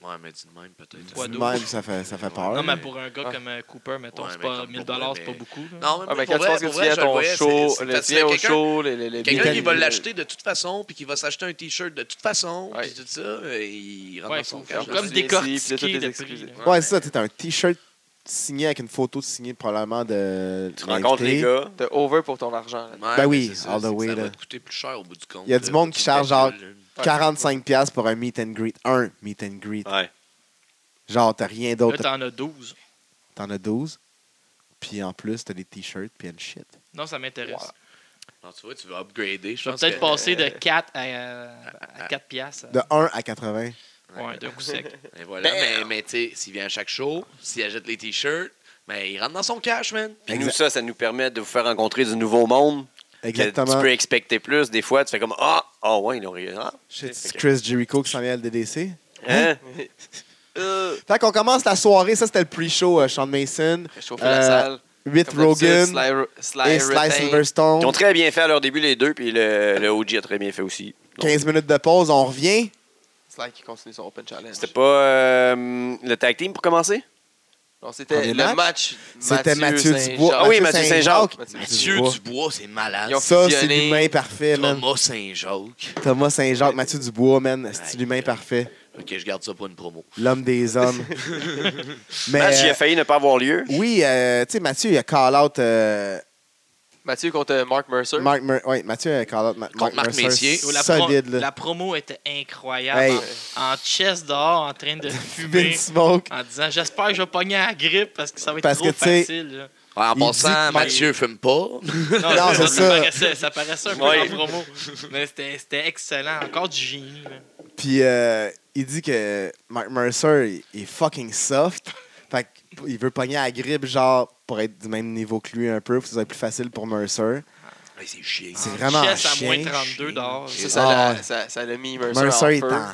Speaker 5: Ouais, mais dis de même, peut-être.
Speaker 4: Fois douze.
Speaker 1: Même, ça fait, ça fait peur.
Speaker 4: Non, mais
Speaker 5: Ouais.
Speaker 4: pour un gars
Speaker 1: Ah.
Speaker 3: Ouais.
Speaker 4: comme euh, Cooper, mettons,
Speaker 5: Ouais,
Speaker 4: c'est
Speaker 5: mais
Speaker 4: pas
Speaker 5: comme
Speaker 4: 1000
Speaker 5: pour moi,
Speaker 4: c'est
Speaker 5: mais-
Speaker 4: pas beaucoup. là.
Speaker 5: Non,
Speaker 3: Ah,
Speaker 5: mais
Speaker 3: mais
Speaker 5: pour
Speaker 3: quand
Speaker 5: vrai,
Speaker 3: tu
Speaker 5: pour
Speaker 3: penses que tu
Speaker 5: vrai,
Speaker 3: viens à
Speaker 5: je le
Speaker 3: ton
Speaker 5: voyais,
Speaker 3: show,
Speaker 5: c'est- c'est
Speaker 3: le
Speaker 5: parce que
Speaker 3: tien au
Speaker 5: quelqu'un-
Speaker 3: show, les, les, les
Speaker 5: Quelqu'un qui
Speaker 1: Italie.
Speaker 5: va l'acheter de toute façon, puis qui va s'acheter un t-shirt de toute façon,
Speaker 3: Ouais.
Speaker 5: puis tout ça, et il rentre
Speaker 4: Ouais,
Speaker 5: dans son
Speaker 4: faut-
Speaker 5: cash.
Speaker 4: faut comme
Speaker 3: des
Speaker 4: décortiquer le prix, là.
Speaker 1: Ouais, c'est ça, t'as un t-shirt signé avec une photo signée probablement de.
Speaker 2: Tu
Speaker 1: l'invité.
Speaker 2: rencontres les gars.
Speaker 3: T'as over pour ton argent. là.
Speaker 1: Ben oui, all the way,
Speaker 5: Ça va
Speaker 1: là.
Speaker 5: te coûter plus cher au bout du compte.
Speaker 1: Il y a du
Speaker 5: là,
Speaker 1: monde
Speaker 5: tu
Speaker 1: qui charge, genre,
Speaker 5: calcules, là.
Speaker 1: 45 pièces pour un meet and greet. Un meet and greet.
Speaker 2: Ouais.
Speaker 1: Genre, t'as rien
Speaker 4: Là,
Speaker 1: d'autre.
Speaker 4: t'en as 12.
Speaker 1: T'en as 12. Puis en plus, t'as des t-shirts, puis elle shit.
Speaker 4: Non, ça m'intéresse.
Speaker 3: Wow.
Speaker 5: Non, tu vois, tu vas upgrader. Je
Speaker 4: Je vais
Speaker 5: pense
Speaker 4: peut-être
Speaker 5: que-
Speaker 4: passer de 4 à, euh, à 4 piastres. euh,
Speaker 1: De 1 à 80.
Speaker 4: Ouais, d'un coup sec.
Speaker 5: Et ben voilà,
Speaker 1: Ben, euh,
Speaker 5: mais, mais tu sais, s'il vient à chaque show, s'il achète les t-shirts, ben, il rentre dans son cash, man.
Speaker 2: Puis
Speaker 1: Exact-
Speaker 2: nous, ça, ça nous permet de vous faire rencontrer du nouveau monde. que Tu
Speaker 1: Exactement.
Speaker 2: peux expecter plus. Des fois, tu fais comme Ah, ah ouais, ils ont ri- ah,
Speaker 1: Shit, C'est Chris Jericho qui s'en vient à LDDC.
Speaker 2: hein?
Speaker 3: Euh,
Speaker 1: Fait qu'on commence la soirée. Ça, c'était le pre-show. euh, Shawn Mason,
Speaker 3: Réchauffer
Speaker 1: Euh,
Speaker 3: la salle.
Speaker 1: With
Speaker 3: Comme d'habitude,
Speaker 1: Rogan
Speaker 3: Sly Ro- Sly
Speaker 1: et Sly
Speaker 3: Retain.
Speaker 1: Silverstone.
Speaker 2: Ils ont très bien fait à leur début, les deux, puis le, le OG a très bien fait aussi. Donc,
Speaker 1: 15 minutes de pause, on revient.
Speaker 3: Sly qui continue son Open Challenge.
Speaker 2: C'était pas euh, le tag team pour commencer?
Speaker 3: Non, c'était
Speaker 1: Premier
Speaker 3: le
Speaker 1: match?
Speaker 3: match.
Speaker 1: C'était Mathieu Dubois.
Speaker 3: Saint-Jean.
Speaker 2: Ah oui, Mathieu Saint-Jacques.
Speaker 1: Mathieu
Speaker 3: Mathieu
Speaker 5: Mathieu
Speaker 1: Dubois.
Speaker 5: Dubois, c'est malade.
Speaker 3: Ils ont
Speaker 1: Ça, c'est
Speaker 3: fusionné.
Speaker 1: l'humain parfait, man.
Speaker 5: Thomas Saint-Jacques.
Speaker 1: Thomas Saint-Jacques, Mathieu Dubois, man. C'est
Speaker 5: Ouais.
Speaker 1: l'humain parfait.
Speaker 5: Ok, je garde ça pour une promo.
Speaker 1: L'homme des hommes. Mais.
Speaker 2: match qui a
Speaker 1: euh,
Speaker 2: failli ne pas avoir lieu.
Speaker 1: Oui, euh, tu sais, Mathieu, il a call-out. euh,
Speaker 3: Mathieu contre euh, Mark Mercer.
Speaker 1: Mark Mer- ouais, Mathieu a call-out Ma-
Speaker 5: Contre Marc
Speaker 1: Mercer.
Speaker 5: Messier.
Speaker 4: Oh, la, pro-
Speaker 1: Solide, là.
Speaker 4: la promo était incroyable.
Speaker 1: Hey.
Speaker 4: En, en chest dehors, en train de
Speaker 1: Big
Speaker 4: fumer,
Speaker 1: Smoke.
Speaker 4: en disant J'espère que je vais pogner à la grippe parce que ça va être
Speaker 1: Parce
Speaker 4: trop
Speaker 1: que, tu sais,
Speaker 4: facile. là.
Speaker 5: Ouais, en
Speaker 1: Il dit
Speaker 5: passant,
Speaker 1: que-
Speaker 5: Mathieu fume pas.
Speaker 4: Non,
Speaker 1: Non, c'est ça.
Speaker 4: paraissait- ça paraissait un peu
Speaker 2: Ouais.
Speaker 4: en promo. Mais c'était c'était excellent. Encore du génie. là.
Speaker 1: Puis euh, il dit que Mark Mercer il est fucking soft. Fait qu'il veut pogner à la grippe, genre, pour être du même niveau que lui un peu. Ça va être plus facile pour Mercer.
Speaker 5: Ouais, c'est chier.
Speaker 1: C'est
Speaker 4: En
Speaker 1: vraiment
Speaker 4: chest à
Speaker 1: chien,
Speaker 4: moins 32 dehors.
Speaker 3: Ça,
Speaker 4: là.
Speaker 3: ça l'a-
Speaker 1: Ah ouais.
Speaker 3: ça- ça l'a mis Mercer,
Speaker 1: Mercer
Speaker 3: en
Speaker 1: est
Speaker 3: feu.
Speaker 1: en.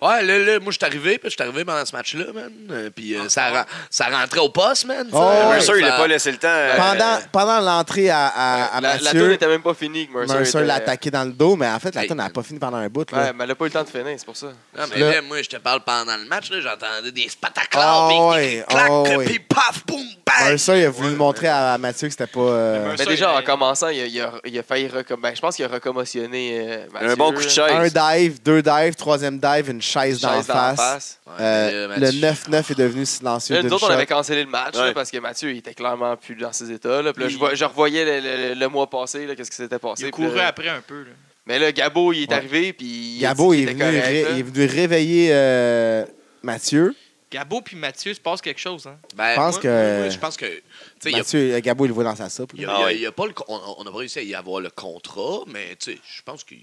Speaker 5: Ouais, là, là, moi, je suis arrivé, puis je suis arrivé pendant ce match-là, man. Euh, Puis euh, ça, ren- ça rentrait au poste, man.
Speaker 1: Ah. Oh, ouais.
Speaker 2: Bien sûr, il n'a
Speaker 5: a
Speaker 2: pas laissé le temps. euh,
Speaker 1: Pendant, pendant l'entrée à, à, à
Speaker 3: La, la tour
Speaker 1: Mathieu,
Speaker 3: n'était même pas finie que Mercer,
Speaker 1: Mercer
Speaker 3: était-
Speaker 1: l'a attaqué dans le dos, mais en fait, la
Speaker 5: Hey.
Speaker 1: tonne n'a pas fini pendant un bout.
Speaker 3: Ouais,
Speaker 1: Là.
Speaker 3: mais elle n'a pas eu le temps de finir, c'est pour ça.
Speaker 5: Non, Ah, mais
Speaker 1: Le-
Speaker 5: là, moi, je te parle pendant le match, là, j'entendais des
Speaker 1: Ah
Speaker 5: spataclars, puis
Speaker 1: ouais,
Speaker 5: des claques,
Speaker 1: ah ouais.
Speaker 5: puis paf, boum, bang!
Speaker 1: Mercer, il a voulu
Speaker 5: Ouais,
Speaker 1: montrer à, à Mathieu que c'était pas. euh,
Speaker 4: Mais
Speaker 3: Mais
Speaker 4: ça,
Speaker 3: déjà,
Speaker 4: il
Speaker 3: en
Speaker 4: a-
Speaker 3: commençant, il a, il a- il a failli recomm- ben, Je pense qu'il a recommotionné euh, Mathieu,
Speaker 2: Un bon coup de
Speaker 3: là.
Speaker 2: chaise.
Speaker 1: un dive, deux dives, troisième dive, une chaise,
Speaker 3: Chaise
Speaker 1: d'en
Speaker 3: dans la
Speaker 1: face.
Speaker 5: Ouais,
Speaker 1: Euh,
Speaker 5: là,
Speaker 1: le
Speaker 5: Mathieu-
Speaker 1: 9-9 est devenu silencieux.
Speaker 3: Là,
Speaker 1: d'une
Speaker 3: nous autres, on
Speaker 1: shot.
Speaker 3: avait cancellé le match là,
Speaker 2: Ouais.
Speaker 3: parce que Mathieu, il était clairement plus dans ses états. Là. Puis là, je,
Speaker 4: Il-
Speaker 3: vois- je revoyais le, le- le mois passé, là, qu'est-ce qui s'était
Speaker 4: Il
Speaker 3: passé.
Speaker 4: a
Speaker 3: puis
Speaker 4: couru
Speaker 3: là-
Speaker 4: après un peu. là.
Speaker 3: Mais là, Gabo, il est
Speaker 1: Ouais.
Speaker 3: arrivé. Puis il a
Speaker 1: Gabo
Speaker 3: dit
Speaker 1: est
Speaker 3: qu'il
Speaker 1: venu,
Speaker 3: était correct,
Speaker 1: ré-
Speaker 3: là.
Speaker 1: il est venu réveiller euh, Mathieu.
Speaker 4: Gabo puis Mathieu, se passe quelque chose. Hein?
Speaker 5: Ben,
Speaker 1: pense
Speaker 5: moi-
Speaker 1: que-
Speaker 5: moi, je pense que. tu sais, il y a-
Speaker 1: Mathieu, euh, Gabo, il le voit dans sa soupe.
Speaker 5: il y
Speaker 1: là.
Speaker 2: Ah
Speaker 5: a- il y a-
Speaker 2: ouais.
Speaker 5: il y a pas le con- on- On n'a pas réussi à y avoir le contrat, mais tu sais, je pense qu'il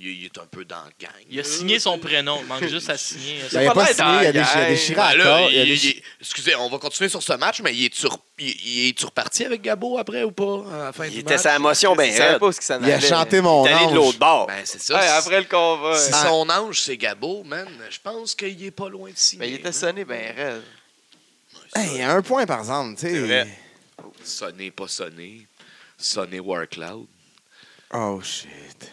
Speaker 5: il- il est un peu dans le gang.
Speaker 4: Il a signé son prénom. Il manque juste à signer. euh,
Speaker 1: Il n'avait
Speaker 3: pas
Speaker 1: pas
Speaker 3: l'air
Speaker 1: signé, il a
Speaker 3: dans la
Speaker 1: déch- il a
Speaker 3: gang.
Speaker 1: déchiré
Speaker 5: Ben
Speaker 1: à
Speaker 5: là,
Speaker 1: corps. il a
Speaker 5: il-
Speaker 1: déchiré-
Speaker 5: il- excusez, on va continuer sur ce match, mais il est-tu rep- il- il est-tu reparti avec Gabo après ou pas? À la fin
Speaker 2: Il
Speaker 5: du
Speaker 2: était
Speaker 5: match?
Speaker 2: sa motion bien
Speaker 3: Il savait
Speaker 2: raide.
Speaker 3: pas ce qui s'en
Speaker 1: Il a
Speaker 3: allait.
Speaker 1: chanté mon
Speaker 2: Il est allé de
Speaker 1: nom.
Speaker 2: l'autre bord.
Speaker 5: Ben, c'est ça.
Speaker 3: Ouais,
Speaker 5: si-
Speaker 3: après le combat.
Speaker 5: si
Speaker 3: ouais.
Speaker 5: son ange, c'est Gabo, man, je pense qu'il est pas loin de signer.
Speaker 3: Mais il était
Speaker 5: man.
Speaker 3: sonné, ben raide.
Speaker 1: Hey, un point par exemple, tu
Speaker 2: C'est
Speaker 1: sais.
Speaker 2: vrai.
Speaker 5: Sonné, pas sonné. Sonné War Cloud.
Speaker 1: Oh shit.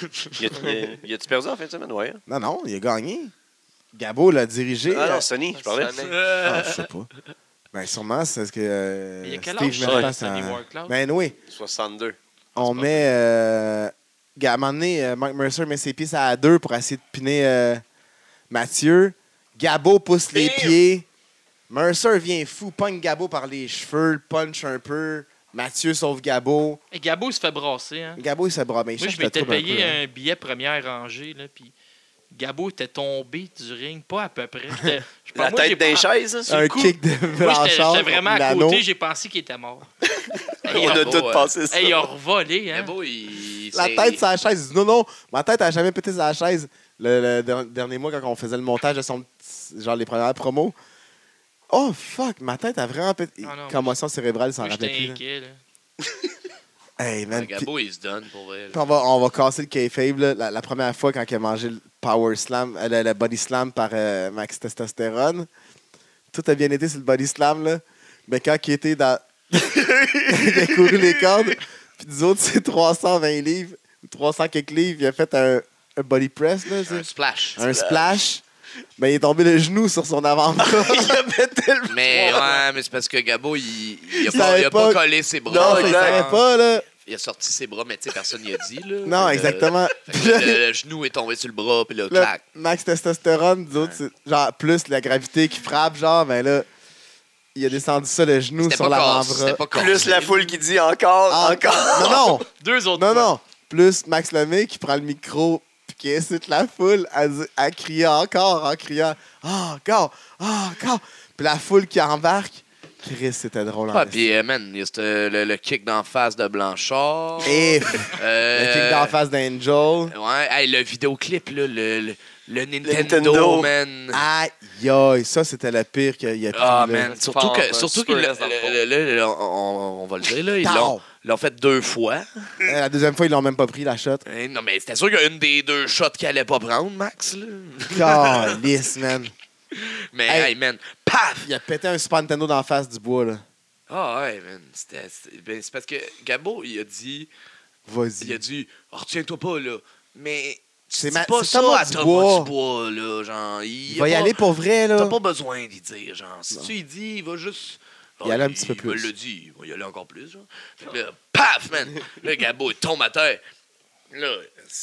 Speaker 2: Il a- il a- Il a-tu perdu en fin de semaine? Ouais. hein?
Speaker 1: Non, non, il a gagné. Gabo l'a dirigé.
Speaker 2: Ah
Speaker 1: euh,
Speaker 2: non, Sony, je parlais.
Speaker 3: Sonné.
Speaker 1: Ah, je sais pas. Ben sûrement, c'est ce que. euh,
Speaker 4: Il y a quel
Speaker 1: Steve
Speaker 4: âge,
Speaker 1: Melton,
Speaker 4: euh,
Speaker 1: c'est
Speaker 4: Sonny
Speaker 1: un-
Speaker 4: Warcloud?
Speaker 1: Ben oui,
Speaker 2: 62.
Speaker 1: on met. euh, gars, à un moment donné, euh, Mike Mercer met ses pieds à deux pour essayer de piner euh, Mathieu. Gabo pousse les pieds. Mercer vient fou, pogne Gabo par les cheveux, le punch un peu. Mathieu sauve Gabo.
Speaker 4: Et Gabo il se fait brasser. Hein?
Speaker 1: Gabo, il se bras. Mais
Speaker 4: Moi, je m'étais payé
Speaker 1: hein.
Speaker 4: un billet première rangée. Là, puis Gabo était tombé du ring, pas à peu près. J'étais- je pense-
Speaker 2: La
Speaker 4: Ben, moi,
Speaker 2: tête
Speaker 4: j'ai
Speaker 2: d'un
Speaker 4: pas-
Speaker 2: chaise? hein?
Speaker 4: un
Speaker 1: Un
Speaker 4: coup.
Speaker 1: kick de
Speaker 4: Moi, j'étais-
Speaker 1: Blanchard.
Speaker 4: j'étais vraiment à
Speaker 1: Nano.
Speaker 4: côté, j'ai pensé qu'il était mort.
Speaker 2: On a
Speaker 5: Gabo,
Speaker 2: tout
Speaker 5: euh,
Speaker 2: passé ça.
Speaker 4: Hey, il a revolé. Hein?
Speaker 5: Gabo, il.
Speaker 1: La
Speaker 5: c'est-
Speaker 1: tête sur la chaise. Il dit, Non, non, ma tête a jamais pété sur la chaise. Le, le der- dernier mois, quand on faisait le montage de son petit- genre les premières promos. Oh fuck, ma tête a vraiment pété.
Speaker 4: Ah non.
Speaker 1: Commotion cérébrale, ça en
Speaker 4: Moi,
Speaker 1: rappelle
Speaker 4: j'étais
Speaker 1: plus. là.
Speaker 4: inquiet. là.
Speaker 1: Hey man, puis-
Speaker 5: Gabo, il se donne pour vrai.
Speaker 1: puis on va, on va casser le kayfabe. là. La, la première fois, quand il a mangé le power slam, euh, le, le body slam par euh, Max Testosterone, tout a bien été sur le body slam, là. Mais quand il était dans. il a couru les cordes, puis nous autres, c'est 320 livres, 300 quelques livres, il a fait un, un body press, là,
Speaker 5: Un
Speaker 1: c'est-
Speaker 5: splash.
Speaker 1: un splash. Ben, il est tombé le genou sur son avant-bras.
Speaker 2: Il a fait tellement.
Speaker 5: Mais ouais, mais c'est parce que Gabo, il, il a,
Speaker 1: Il
Speaker 5: pas, il a
Speaker 1: savait pas
Speaker 5: pas
Speaker 1: que-
Speaker 5: collé ses bras.
Speaker 1: non, ça, il
Speaker 5: Genre,
Speaker 1: savait pas, là.
Speaker 5: Il a sorti ses bras, mais tu sais, personne n'y a dit. Là.
Speaker 1: Non,
Speaker 5: Fait que,
Speaker 1: exactement.
Speaker 5: euh, fait que là, le, le genou est tombé sur le bras, puis là,
Speaker 1: Le
Speaker 5: clac.
Speaker 1: max testostérone, nous autres, c'est genre, plus la gravité qui frappe, genre, ben là, il a descendu ça le genou
Speaker 5: C'était
Speaker 1: sur
Speaker 5: pas cassé.
Speaker 1: l'avant-bras.
Speaker 5: C'était pas cassé.
Speaker 2: Plus la foule qui dit encore,
Speaker 1: Ah,
Speaker 2: encore.
Speaker 1: Non,
Speaker 4: Deux autres.
Speaker 1: non, non,
Speaker 4: fois.
Speaker 1: non. Plus Max Lemay qui prend le micro puis qui incite la foule à, dire- à crier encore, en criant Ah, encore, Ah, encore. Puis la foule qui embarque. Chris, c'était drôle. en
Speaker 5: Ah,
Speaker 1: esti.
Speaker 5: puis, euh, man, il y a c'te- le, le kick d'en face de Blanchard.
Speaker 1: Et Eh. le
Speaker 5: Euh,
Speaker 1: kick d'en face d'Angel.
Speaker 5: Ouais, hey, le vidéoclip, là, le, le, le Nintendo,
Speaker 2: Nintendo.
Speaker 5: man.
Speaker 1: Aïe, aïe, ça c'était le pire qu'il y a pu.
Speaker 5: Ah,
Speaker 1: là.
Speaker 5: man. Surtout
Speaker 3: Super,
Speaker 5: que, surtout que
Speaker 3: super
Speaker 5: le-
Speaker 3: dans le fond.
Speaker 5: le- le- le- on, on va le dire, là, ils
Speaker 1: Tard.
Speaker 5: l'ont- ils l'ont fait deux fois.
Speaker 1: Euh, La deuxième fois, ils l'ont même pas pris, la shot.
Speaker 5: Hein, non, mais c'était sûr qu'il y a une des deux shots qu'elle allait pas prendre, Max. Là.
Speaker 1: Calice, man.
Speaker 5: Mais, hey,
Speaker 1: Hey.
Speaker 5: man, paf!
Speaker 1: Il a pété un Super Nintendo d'en face du bois, là.
Speaker 5: Ah, ouais, man. c'était- c'était- ben, c'est parce que Gabo, il a dit, il a
Speaker 1: Vas-y.
Speaker 5: dit, oh, retiens-toi pas, là. Mais
Speaker 1: C'est
Speaker 5: c'est
Speaker 1: ma-
Speaker 5: pas
Speaker 1: c'est
Speaker 5: ça
Speaker 1: Thomas
Speaker 5: à
Speaker 1: Dubois.
Speaker 5: Thomas Dubois, là. Genre, il,
Speaker 1: Il va y
Speaker 5: pas-
Speaker 1: aller pour vrai, là.
Speaker 5: T'as pas besoin d'y dire, genre. Si tu y dis, il va juste. oh,
Speaker 1: Il y allait un petit peu plus.
Speaker 5: Il me le dit, il va y aller encore plus, genre. Fait que là, paf, man! Le Gabo, il tombe à terre. Là,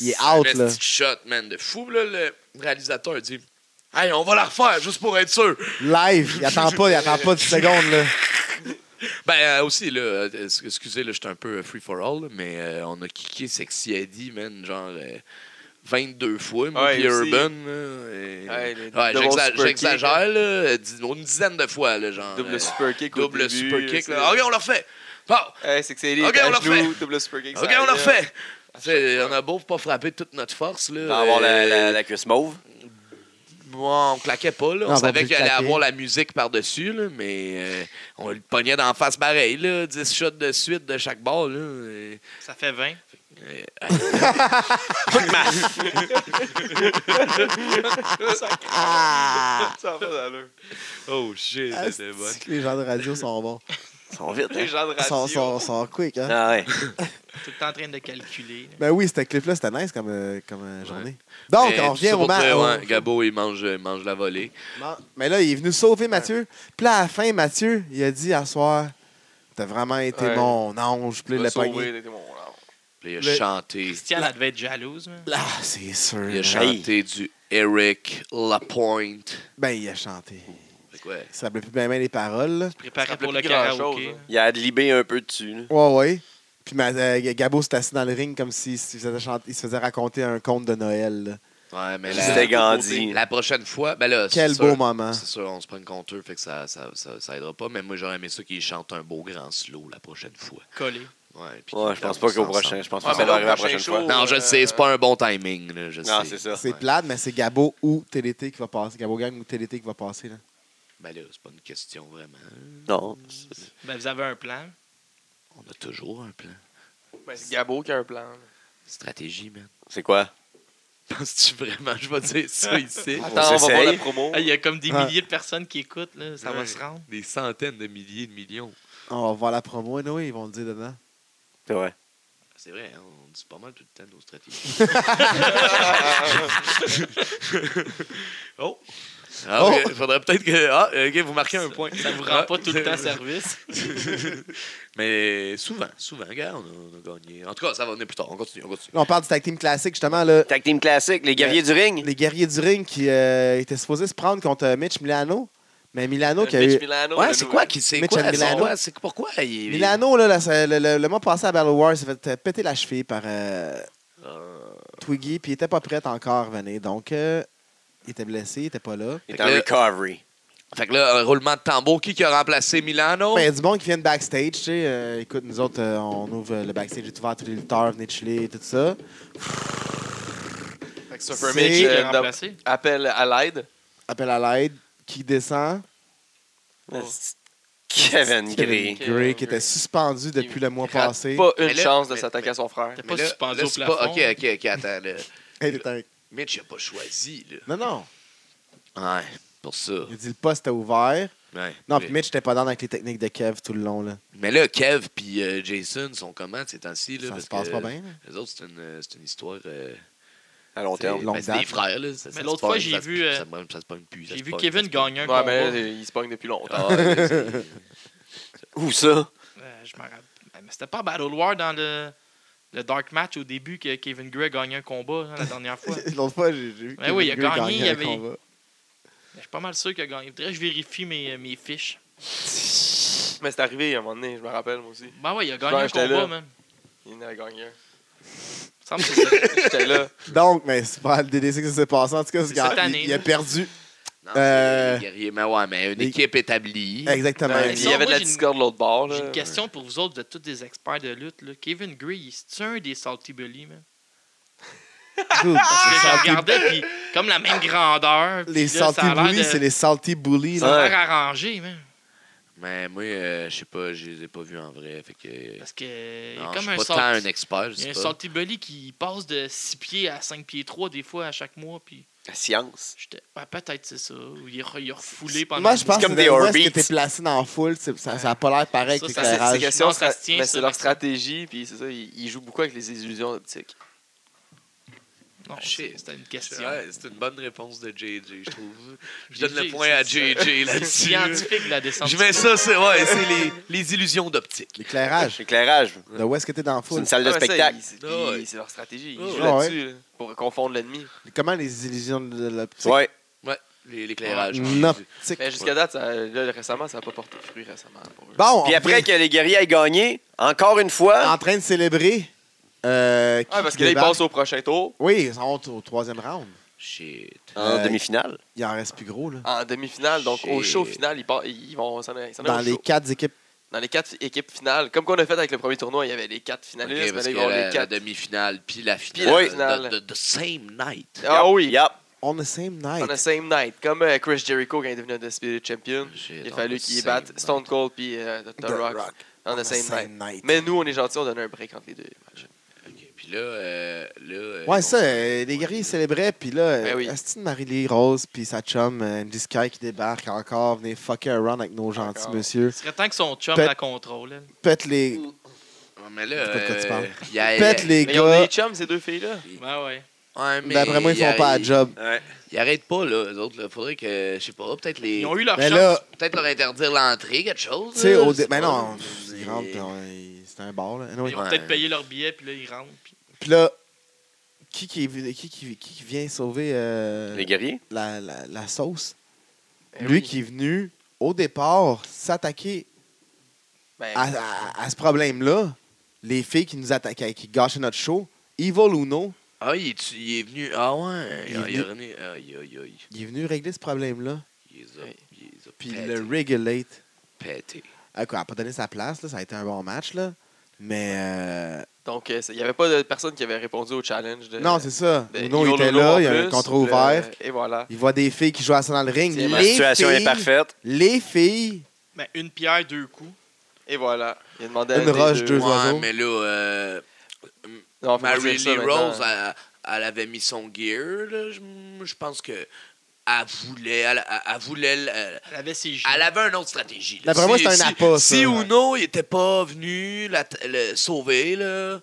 Speaker 1: Il est
Speaker 5: c'est un
Speaker 1: out,
Speaker 5: esti
Speaker 1: là.
Speaker 5: de shot, man, de fou, là. Le réalisateur dit, hey, on va la refaire, juste pour être sûr.
Speaker 1: Live, il attend pas, il attend pas 10 secondes, là.
Speaker 5: Ben, euh, aussi, là, euh, es- excusez, là, j'étais un peu euh, free for all, là, mais euh, on a kické Sexy Eddie, man, genre. euh, 22 fois, moi,
Speaker 3: Ouais,
Speaker 5: puis
Speaker 3: aussi.
Speaker 5: Urban. là, et-
Speaker 3: Ouais, le
Speaker 5: Ouais,
Speaker 3: double
Speaker 5: j'exa-
Speaker 3: super kick.
Speaker 5: j'exagère, là, dix- une dizaine de fois, là, genre. euh,
Speaker 3: Double super kick. au
Speaker 5: Double
Speaker 3: début,
Speaker 5: super kick.
Speaker 3: c'est-
Speaker 5: Là. OK, on le refait. Bon,
Speaker 3: Hey, c'est que c'est les
Speaker 5: Ok, on le refait.
Speaker 3: double super kick.
Speaker 5: OK,
Speaker 3: ça
Speaker 5: on le
Speaker 3: arrive.
Speaker 5: refait. Tu sais, On a beau pas frapper toute notre force. Là,
Speaker 2: Dans avoir la,
Speaker 5: euh,
Speaker 2: la, la cuisse mauve.
Speaker 5: bon, on claquait pas. Là. On
Speaker 1: Non, on
Speaker 5: savait
Speaker 1: peut
Speaker 5: qu'il allait
Speaker 1: claquer.
Speaker 5: avoir la musique par-dessus, là, mais euh, on le pognait d'en face pareil. Là, 10 shots de suite de chaque ball. Là, et-
Speaker 4: Ça fait 20.
Speaker 5: et-
Speaker 1: Ah!
Speaker 3: Ça va pas d'allure.
Speaker 5: oh shit, c'était bon.
Speaker 1: Asti que Les gens de radio sont bons.
Speaker 2: Ils sont vite, hein?
Speaker 3: Les gens de
Speaker 1: Ils sont, sont,
Speaker 3: radio.
Speaker 1: sont quick, hein.
Speaker 2: Ah ouais.
Speaker 4: Tout le temps en train de calculer. là.
Speaker 1: Ben oui, ce clip-là, c'était nice comme, euh, comme euh, journée. Donc,
Speaker 5: Mais
Speaker 1: on
Speaker 5: tout
Speaker 1: revient
Speaker 5: ça
Speaker 1: au
Speaker 5: pour dire,
Speaker 1: match.
Speaker 5: ouais, Gabo, il mange, il mange la volée.
Speaker 1: Mais là, il est venu sauver Mathieu. Puis là, à la fin, Mathieu, il a dit à soir, t'as vraiment été
Speaker 3: Ouais.
Speaker 1: mon ange. Puis là, il
Speaker 3: M'a
Speaker 1: l'a
Speaker 3: sauvé,
Speaker 1: pogné.
Speaker 3: t'es mon ange.
Speaker 5: Puis il a
Speaker 1: Le-
Speaker 5: chanté.
Speaker 4: Christiane, elle devait être jalouse. man.
Speaker 1: Là, Ah, c'est sûr. hein.
Speaker 5: Il a
Speaker 1: là.
Speaker 5: chanté du Eric Lapointe.
Speaker 1: Ben, il a chanté.
Speaker 5: Fait que, ouais.
Speaker 1: Il se rappelait plus bien bien les paroles, là.
Speaker 4: Préparée
Speaker 3: Ça
Speaker 4: pour le
Speaker 3: rappelle plus grand-chose,
Speaker 4: karaoké.
Speaker 3: hein.
Speaker 2: Il a libé un peu dessus. là.
Speaker 1: Ouais, ouais. Puis ma- euh, Gabo s'est assis dans le ring comme s'il se faisait, chanter- il se faisait raconter un conte de Noël. là.
Speaker 5: Ouais, mais la-
Speaker 2: C'était Gandhi.
Speaker 5: La prochaine fois, ben là,
Speaker 1: Quel
Speaker 5: c'est
Speaker 1: beau
Speaker 5: sûr-
Speaker 1: moment.
Speaker 5: C'est sûr, on se prend contre eux, fait que ça, ça, ça, ça aidera pas. Mais moi, j'aurais aimé ça qu'ils chantent un beau grand slow la prochaine fois.
Speaker 4: Collé.
Speaker 5: Ouais, puis
Speaker 2: Ouais,
Speaker 5: qu'ils
Speaker 2: je pense
Speaker 5: dansent
Speaker 2: pas qu'au
Speaker 5: ensemble.
Speaker 2: prochain. Je pense
Speaker 3: Ouais,
Speaker 2: pas que ça va
Speaker 3: mais là,
Speaker 2: arriver la
Speaker 3: au prochain
Speaker 2: prochaine fois.
Speaker 3: show,
Speaker 5: Non, je le sais, c'est pas un bon timing. Là, je
Speaker 2: Non,
Speaker 5: sais.
Speaker 2: c'est ça.
Speaker 1: C'est
Speaker 5: euh, Ouais.
Speaker 1: plate, mais c'est Gabo ou TDT qui va passer. Gabo Gang ou TDT qui va passer. Là.
Speaker 5: Ben là, c'est pas une question vraiment.
Speaker 2: Non.
Speaker 4: Ben, vous avez un plan.
Speaker 5: On a toujours un plan.
Speaker 3: Ben, c'est Gabo qui a un plan.
Speaker 5: Stratégie, man.
Speaker 2: C'est quoi?
Speaker 5: Penses-tu vraiment, je vais dire ça ici?
Speaker 3: Attends, on va voir
Speaker 2: s'essaye.
Speaker 3: la promo.
Speaker 4: Ah, Il y a comme des
Speaker 1: Ouais.
Speaker 4: milliers de personnes qui écoutent. Là. Ça va se rendre.
Speaker 5: Des centaines de milliers de millions.
Speaker 1: On va voir la promo, anyway, ils vont le dire dedans.
Speaker 2: C'est vrai.
Speaker 5: C'est vrai, hein, on dit pas mal tout le temps nos stratégies. oh! Ah,
Speaker 1: Oh!
Speaker 5: ok, faudrait peut-être que. Ah, ok, vous marquez un point.
Speaker 4: Ça vous rend
Speaker 5: Ah.
Speaker 4: pas tout le temps service.
Speaker 5: Mais souvent, souvent, regarde, on a, on a gagné. En tout cas, ça va venir plus tard. On continue, on continue.
Speaker 1: Là, on parle du tag team classique, justement. Là,
Speaker 2: Tag Team Classique, les guerriers du ring.
Speaker 1: les guerriers du ring qui euh, étaient supposés se prendre contre euh, Mitch Milano. Mais
Speaker 5: Euh,
Speaker 1: Milano qui a eu.
Speaker 3: Mitch Milano,
Speaker 5: Ouais,
Speaker 3: le
Speaker 5: c'est
Speaker 3: nouvel.
Speaker 5: quoi qui c'est
Speaker 1: Mitch
Speaker 5: quoi,
Speaker 1: and
Speaker 5: c'est
Speaker 1: Milano.
Speaker 5: quoi, c'est pourquoi il
Speaker 1: Milano, là, la- le, le- le mois passé à Battle War, s'est fait euh, péter la cheville par euh, Twiggy, puis il était pas prêt encore à revenir. Donc, euh, il était blessé, il était pas là.
Speaker 2: Il
Speaker 5: Fait
Speaker 2: est
Speaker 5: que
Speaker 2: en
Speaker 5: là-
Speaker 2: recovery.
Speaker 5: Fait que là, un roulement de tambour, qui, qui a remplacé Milano?
Speaker 1: Ben, Il y a du monde qui vient de backstage. Tu sais, euh, écoute, nous autres, euh, on ouvre euh, le backstage, est ouvert à tous les lutteurs, venez chiller, tout ça.
Speaker 3: Fait que Surfer
Speaker 1: C'est-
Speaker 3: Mitch,
Speaker 4: Qui
Speaker 3: euh,
Speaker 4: l'a remplacé?
Speaker 3: appelle à l'aide.
Speaker 1: Appel à l'aide, qui descend. Kevin
Speaker 2: Kevin Gray.
Speaker 1: Gray, qui était suspendu depuis le mois
Speaker 3: Rate
Speaker 1: passé.
Speaker 3: Pas
Speaker 5: Mais
Speaker 3: une
Speaker 5: là-
Speaker 3: chance de
Speaker 5: mais-
Speaker 3: s'attaquer à son frère.
Speaker 4: T'es
Speaker 5: Mais
Speaker 4: pas
Speaker 5: là-
Speaker 4: suspendu
Speaker 5: là,
Speaker 4: au
Speaker 5: c'est pas-
Speaker 4: plafond.
Speaker 5: Ok, ok, ok, attends. Là.
Speaker 1: Il était un-
Speaker 5: Mitch, il a pas choisi, là.
Speaker 1: Non, non.
Speaker 5: Ouais, pour ça.
Speaker 1: Il a dit le poste était ouvert.
Speaker 5: Ouais.
Speaker 1: Non,
Speaker 5: mais,
Speaker 1: puis Mitch n'était pas dans avec les techniques de Kev tout le long. Là.
Speaker 5: mais là, Kev puis euh, Jason sont comment ces temps-ci? là,
Speaker 1: Ça
Speaker 5: parce
Speaker 1: se passe
Speaker 5: que
Speaker 1: pas bien. là.
Speaker 5: Les autres, c'est une, euh, c'est une histoire. euh,
Speaker 2: à long
Speaker 5: tu sais,
Speaker 2: terme.
Speaker 1: Longue
Speaker 5: ben, c'est
Speaker 1: date.
Speaker 5: des frères, là. ça-
Speaker 4: Mais
Speaker 5: ça se
Speaker 4: l'autre fois,
Speaker 5: pogne,
Speaker 4: j'ai
Speaker 5: ça se-
Speaker 4: vu, euh,
Speaker 5: ça se pogne- ça se pogne plus, ça
Speaker 4: J'ai
Speaker 5: se
Speaker 4: vu
Speaker 5: pogne,
Speaker 4: Kevin
Speaker 5: ça se
Speaker 4: gagner un
Speaker 3: Ouais,
Speaker 4: combat.
Speaker 3: mais là, il se pogne depuis longtemps.
Speaker 5: pogne. Ah, ouais, c'est-
Speaker 2: Où ça?
Speaker 4: Euh, je m'en rappelle. Mais c'était pas Battle War dans le, le Dark Match au début que Kevin Gray a gagné un combat hein, la dernière fois.
Speaker 1: L'autre fois, j'ai j'ai vu.
Speaker 4: Ben oui, il a
Speaker 1: Kevin Gray
Speaker 4: gagné,
Speaker 1: gagner
Speaker 4: il
Speaker 1: un
Speaker 4: avait-
Speaker 1: combat.
Speaker 4: Mais Je suis pas mal sûr qu'il a gagné. Faudrait que je vérifie mes, euh, mes fiches.
Speaker 3: Mais c'est arrivé à un moment donné, je me rappelle, moi aussi.
Speaker 4: Ben ouais, il a
Speaker 3: Ouais,
Speaker 4: gagné
Speaker 3: j'étais
Speaker 4: un combat,
Speaker 3: là.
Speaker 4: man.
Speaker 3: Il en a gagné un.
Speaker 4: Il me semble que c'est ça.
Speaker 3: J'étais là.
Speaker 1: Donc, mais c'est pas le DDC que ça s'est passé. En tout cas, ce
Speaker 4: C'est
Speaker 1: gars-
Speaker 4: cette année,
Speaker 1: il, il a
Speaker 4: là.
Speaker 1: perdu.
Speaker 5: Non,
Speaker 1: Euh,
Speaker 5: c'est des guerriers, mais ouais, mais une
Speaker 1: les-
Speaker 5: équipe établie.
Speaker 1: Exactement.
Speaker 3: Ouais,
Speaker 4: mais
Speaker 3: puis
Speaker 4: ça,
Speaker 3: il y avait de
Speaker 4: moi,
Speaker 3: la
Speaker 4: j'ai une-
Speaker 3: discorde de l'autre bord. là.
Speaker 4: J'ai une question pour vous autres. Vous êtes tous des experts de lutte. Là. Kevin Gray, c'est un des Salty Bully, man.
Speaker 1: Dude,
Speaker 4: Parce que je regardais, puis comme la même grandeur.
Speaker 1: Ah,
Speaker 4: puis
Speaker 1: les
Speaker 4: là,
Speaker 1: salty
Speaker 4: ça a l'air
Speaker 1: bullies,
Speaker 4: de-
Speaker 1: c'est les salty bullies.
Speaker 4: Ça
Speaker 1: là.
Speaker 4: a l'air arrangé, man.
Speaker 5: Mais moi, euh, je sais pas, je les ai pas vus en vrai. Fait que.
Speaker 4: Parce que il y a
Speaker 5: non, je
Speaker 4: comme
Speaker 5: suis
Speaker 4: un
Speaker 5: pas tant un
Speaker 4: salty.
Speaker 5: expert, je
Speaker 4: Il y a
Speaker 5: sais
Speaker 4: un
Speaker 5: pas.
Speaker 4: salty bully qui passe de 6 pieds à 5 pieds 3 des fois à chaque mois. Puis
Speaker 2: La science.
Speaker 4: j'étais. Ah, peut-être c'est ça. Ou il a, il a refoulé pendant.
Speaker 1: Moi, je pense que
Speaker 2: comme
Speaker 1: c'est
Speaker 2: des
Speaker 1: où est-ce que
Speaker 2: Orbeez.
Speaker 1: t'es placé dans la foule. c'est- Ça n'a pas l'air pareil
Speaker 4: Ça,
Speaker 1: avec
Speaker 4: ça,
Speaker 3: C'est- C'est
Speaker 1: l'éclairage.
Speaker 3: question,
Speaker 4: Non, ça se tient,
Speaker 3: mais
Speaker 4: ça,
Speaker 3: c'est leur
Speaker 4: ça.
Speaker 3: stratégie, puis c'est ça, ils, ils jouent beaucoup avec les illusions optiques.
Speaker 4: Non,
Speaker 5: Shit.
Speaker 4: c'est- c'était une question.
Speaker 5: Ouais, c'est une bonne réponse de JJ, je trouve. Je
Speaker 4: JJ,
Speaker 5: donne le point à
Speaker 4: c'est ça.
Speaker 5: JJ
Speaker 4: C'est
Speaker 5: là-dessus.
Speaker 4: scientifique, la descente.
Speaker 5: Je mets ça, c'est ouais, c'est les, les illusions d'optique.
Speaker 1: L'éclairage.
Speaker 2: L'éclairage.
Speaker 1: De où est-ce que t'es dans la
Speaker 2: C'est
Speaker 1: foule.
Speaker 2: une salle de
Speaker 3: Ouais, Ah, ça,
Speaker 2: spectacle.
Speaker 3: ils- c'est-
Speaker 5: Ah ouais.
Speaker 3: ils- C'est leur stratégie.
Speaker 5: Ah
Speaker 3: Ils jouent
Speaker 1: ouais.
Speaker 3: là-dessus là, pour confondre l'ennemi.
Speaker 1: Comment les illusions de l'optique?
Speaker 2: Ouais.
Speaker 5: Les- Ah, L'éclairage.
Speaker 1: Une
Speaker 5: puis-
Speaker 1: optique.
Speaker 3: Mais jusqu'à date, ça- là, récemment, ça n'a pas porté fruit récemment. pour eux.
Speaker 1: Bon,
Speaker 2: Puis
Speaker 1: on
Speaker 2: après
Speaker 1: est
Speaker 2: que les guerriers aient gagné, encore une fois,
Speaker 1: en train de célébrer. euh, qui
Speaker 3: Ouais, parce que là, ils
Speaker 1: débarque.
Speaker 3: passent au prochain tour.
Speaker 1: Oui, ils sont au troisième round.
Speaker 5: Shit.
Speaker 2: en
Speaker 1: Euh,
Speaker 2: demi-finale.
Speaker 1: Il en reste plus gros, là.
Speaker 3: En demi-finale, donc au
Speaker 5: Shit.
Speaker 3: show final, ils, par- ils vont s'en aller- s'en aller
Speaker 1: Dans
Speaker 3: au
Speaker 1: les
Speaker 3: show.
Speaker 1: quatre équipes.
Speaker 3: Dans les quatre équipes finales. Comme qu'on a fait avec le premier tournoi, il y avait les quatre
Speaker 5: Ok,
Speaker 3: finalistes, mais
Speaker 5: parce
Speaker 3: là,
Speaker 5: que
Speaker 3: ils vont
Speaker 5: la,
Speaker 3: les
Speaker 5: la
Speaker 3: quatre.
Speaker 5: demi-finale, puis la
Speaker 3: la
Speaker 5: finale.
Speaker 3: finale.
Speaker 5: The, the- the same night.
Speaker 3: Ah oui,
Speaker 2: Yep.
Speaker 1: On the same night.
Speaker 3: on the same night. Comme euh, Chris Jericho quand il est devenu Undisputed Champion.
Speaker 5: Ah, Shit,
Speaker 3: Il a
Speaker 5: on
Speaker 3: fallu
Speaker 5: the
Speaker 3: qu'il
Speaker 5: same
Speaker 3: batte
Speaker 5: night.
Speaker 3: Stone Cold puis euh, The
Speaker 1: The
Speaker 3: Rock
Speaker 1: Rock.
Speaker 3: on the same night.
Speaker 1: night.
Speaker 3: Mais nous, on est gentils, on donne un break entre les deux matchs.
Speaker 5: Ok, Puis là, euh, là. euh,
Speaker 1: Ouais,
Speaker 5: on-
Speaker 1: ça, euh, les guerriers célébraient, puis là,
Speaker 3: Ben oui.
Speaker 1: euh, Astine Marie-Lee Rose, puis sa chum, euh, Andy Sky qui débarque encore, venez fucker around avec nos gentils
Speaker 3: Encore.
Speaker 1: monsieur.
Speaker 4: Il serait temps que son chum
Speaker 1: Peut-
Speaker 4: la contrôle. elle.
Speaker 1: Pète les,
Speaker 5: Ouais, mais
Speaker 1: Je
Speaker 5: là.
Speaker 1: sais pas de quoi tu
Speaker 5: euh,
Speaker 1: parles.
Speaker 5: il y a-
Speaker 1: pète les
Speaker 3: Mais ils ont
Speaker 1: gars.
Speaker 3: des chums, ces deux filles-là.
Speaker 4: Ben ouais.
Speaker 5: Ouais, mais
Speaker 1: D'après moi, ils
Speaker 5: il
Speaker 1: font pas la
Speaker 5: y-
Speaker 1: job.
Speaker 5: Ils arrêtent pas, là, eux autres. Là. Faudrait que, je sais pas, peut-être les...
Speaker 4: Ils ont eu leur
Speaker 1: Mais
Speaker 4: chance.
Speaker 1: ben là,
Speaker 5: peut-être leur interdire l'entrée, quelque chose.
Speaker 1: tu sais,
Speaker 5: là,
Speaker 1: au
Speaker 5: je sais
Speaker 1: dé- Mais
Speaker 5: pas,
Speaker 1: non,
Speaker 5: mais-
Speaker 1: ils rentrent, puis on- ils- c'est un bar, là. Anyway.
Speaker 4: Ils ont
Speaker 5: Ouais.
Speaker 4: peut-être payé leur billet, puis là, ils rentrent. puis-
Speaker 1: Puis là, qui qui, est venu- qui, qui, qui qui vient sauver euh,
Speaker 2: Les guerriers.
Speaker 1: la, la, la sauce?
Speaker 3: Eh
Speaker 1: Lui
Speaker 3: oui.
Speaker 1: qui est venu, au départ, s'attaquer
Speaker 3: Ben,
Speaker 1: à, à- à ce problème-là, les filles qui nous attaquaient, qui gâchaient notre show, Evil ou non,
Speaker 5: Ah, il est, il est venu... Ah ouais,
Speaker 1: Il est
Speaker 5: il, est
Speaker 1: venu-
Speaker 5: venu... Aïe, aïe, aïe.
Speaker 1: il est venu régler ce problème-là.
Speaker 5: Il les a,
Speaker 3: Oui.
Speaker 5: il les a
Speaker 1: puis
Speaker 5: pété,
Speaker 1: le regulate. Euh,
Speaker 5: pété.
Speaker 1: Elle n'a pas donné sa place, là, ça a été un bon match, là. mais euh,
Speaker 3: donc, euh, ça- il n'y avait pas de personne qui avait répondu au challenge.
Speaker 2: Euh,
Speaker 3: De,
Speaker 1: non, c'est ça.
Speaker 2: ben,
Speaker 3: de
Speaker 1: Uno il
Speaker 3: Evil
Speaker 1: était
Speaker 3: Uno en
Speaker 1: là, il y a un
Speaker 3: plus,
Speaker 1: contrat
Speaker 3: puis là,
Speaker 1: ouvert.
Speaker 3: Et voilà.
Speaker 1: Il voit des filles qui jouent à ça dans le ring.
Speaker 3: C'est-
Speaker 1: Les
Speaker 3: ma
Speaker 2: La situation
Speaker 1: filles,
Speaker 2: est parfaite.
Speaker 1: Les filles,
Speaker 4: Ben, une pierre, deux coups.
Speaker 3: Et voilà. Il a demandé à
Speaker 1: une
Speaker 3: des
Speaker 1: roche,
Speaker 3: deux.
Speaker 1: deux
Speaker 5: Ouais,
Speaker 1: oiseaux.
Speaker 5: mais là, euh,
Speaker 3: Non, faut pas
Speaker 5: Mary
Speaker 3: dire ça
Speaker 5: Lee
Speaker 3: maintenant.
Speaker 5: Rose, hein, elle, elle avait mis son gear, là. Je, je pense que... Elle voulait... Elle, elle- elle voulait... le-
Speaker 4: Elle avait ses joues.
Speaker 5: Elle avait une autre stratégie. là.
Speaker 1: D'après moi,
Speaker 5: Si-
Speaker 1: c'est un
Speaker 5: si-
Speaker 1: appât, ça.
Speaker 5: Si Uno n'était pas venu la, t- le sauver, là, euh,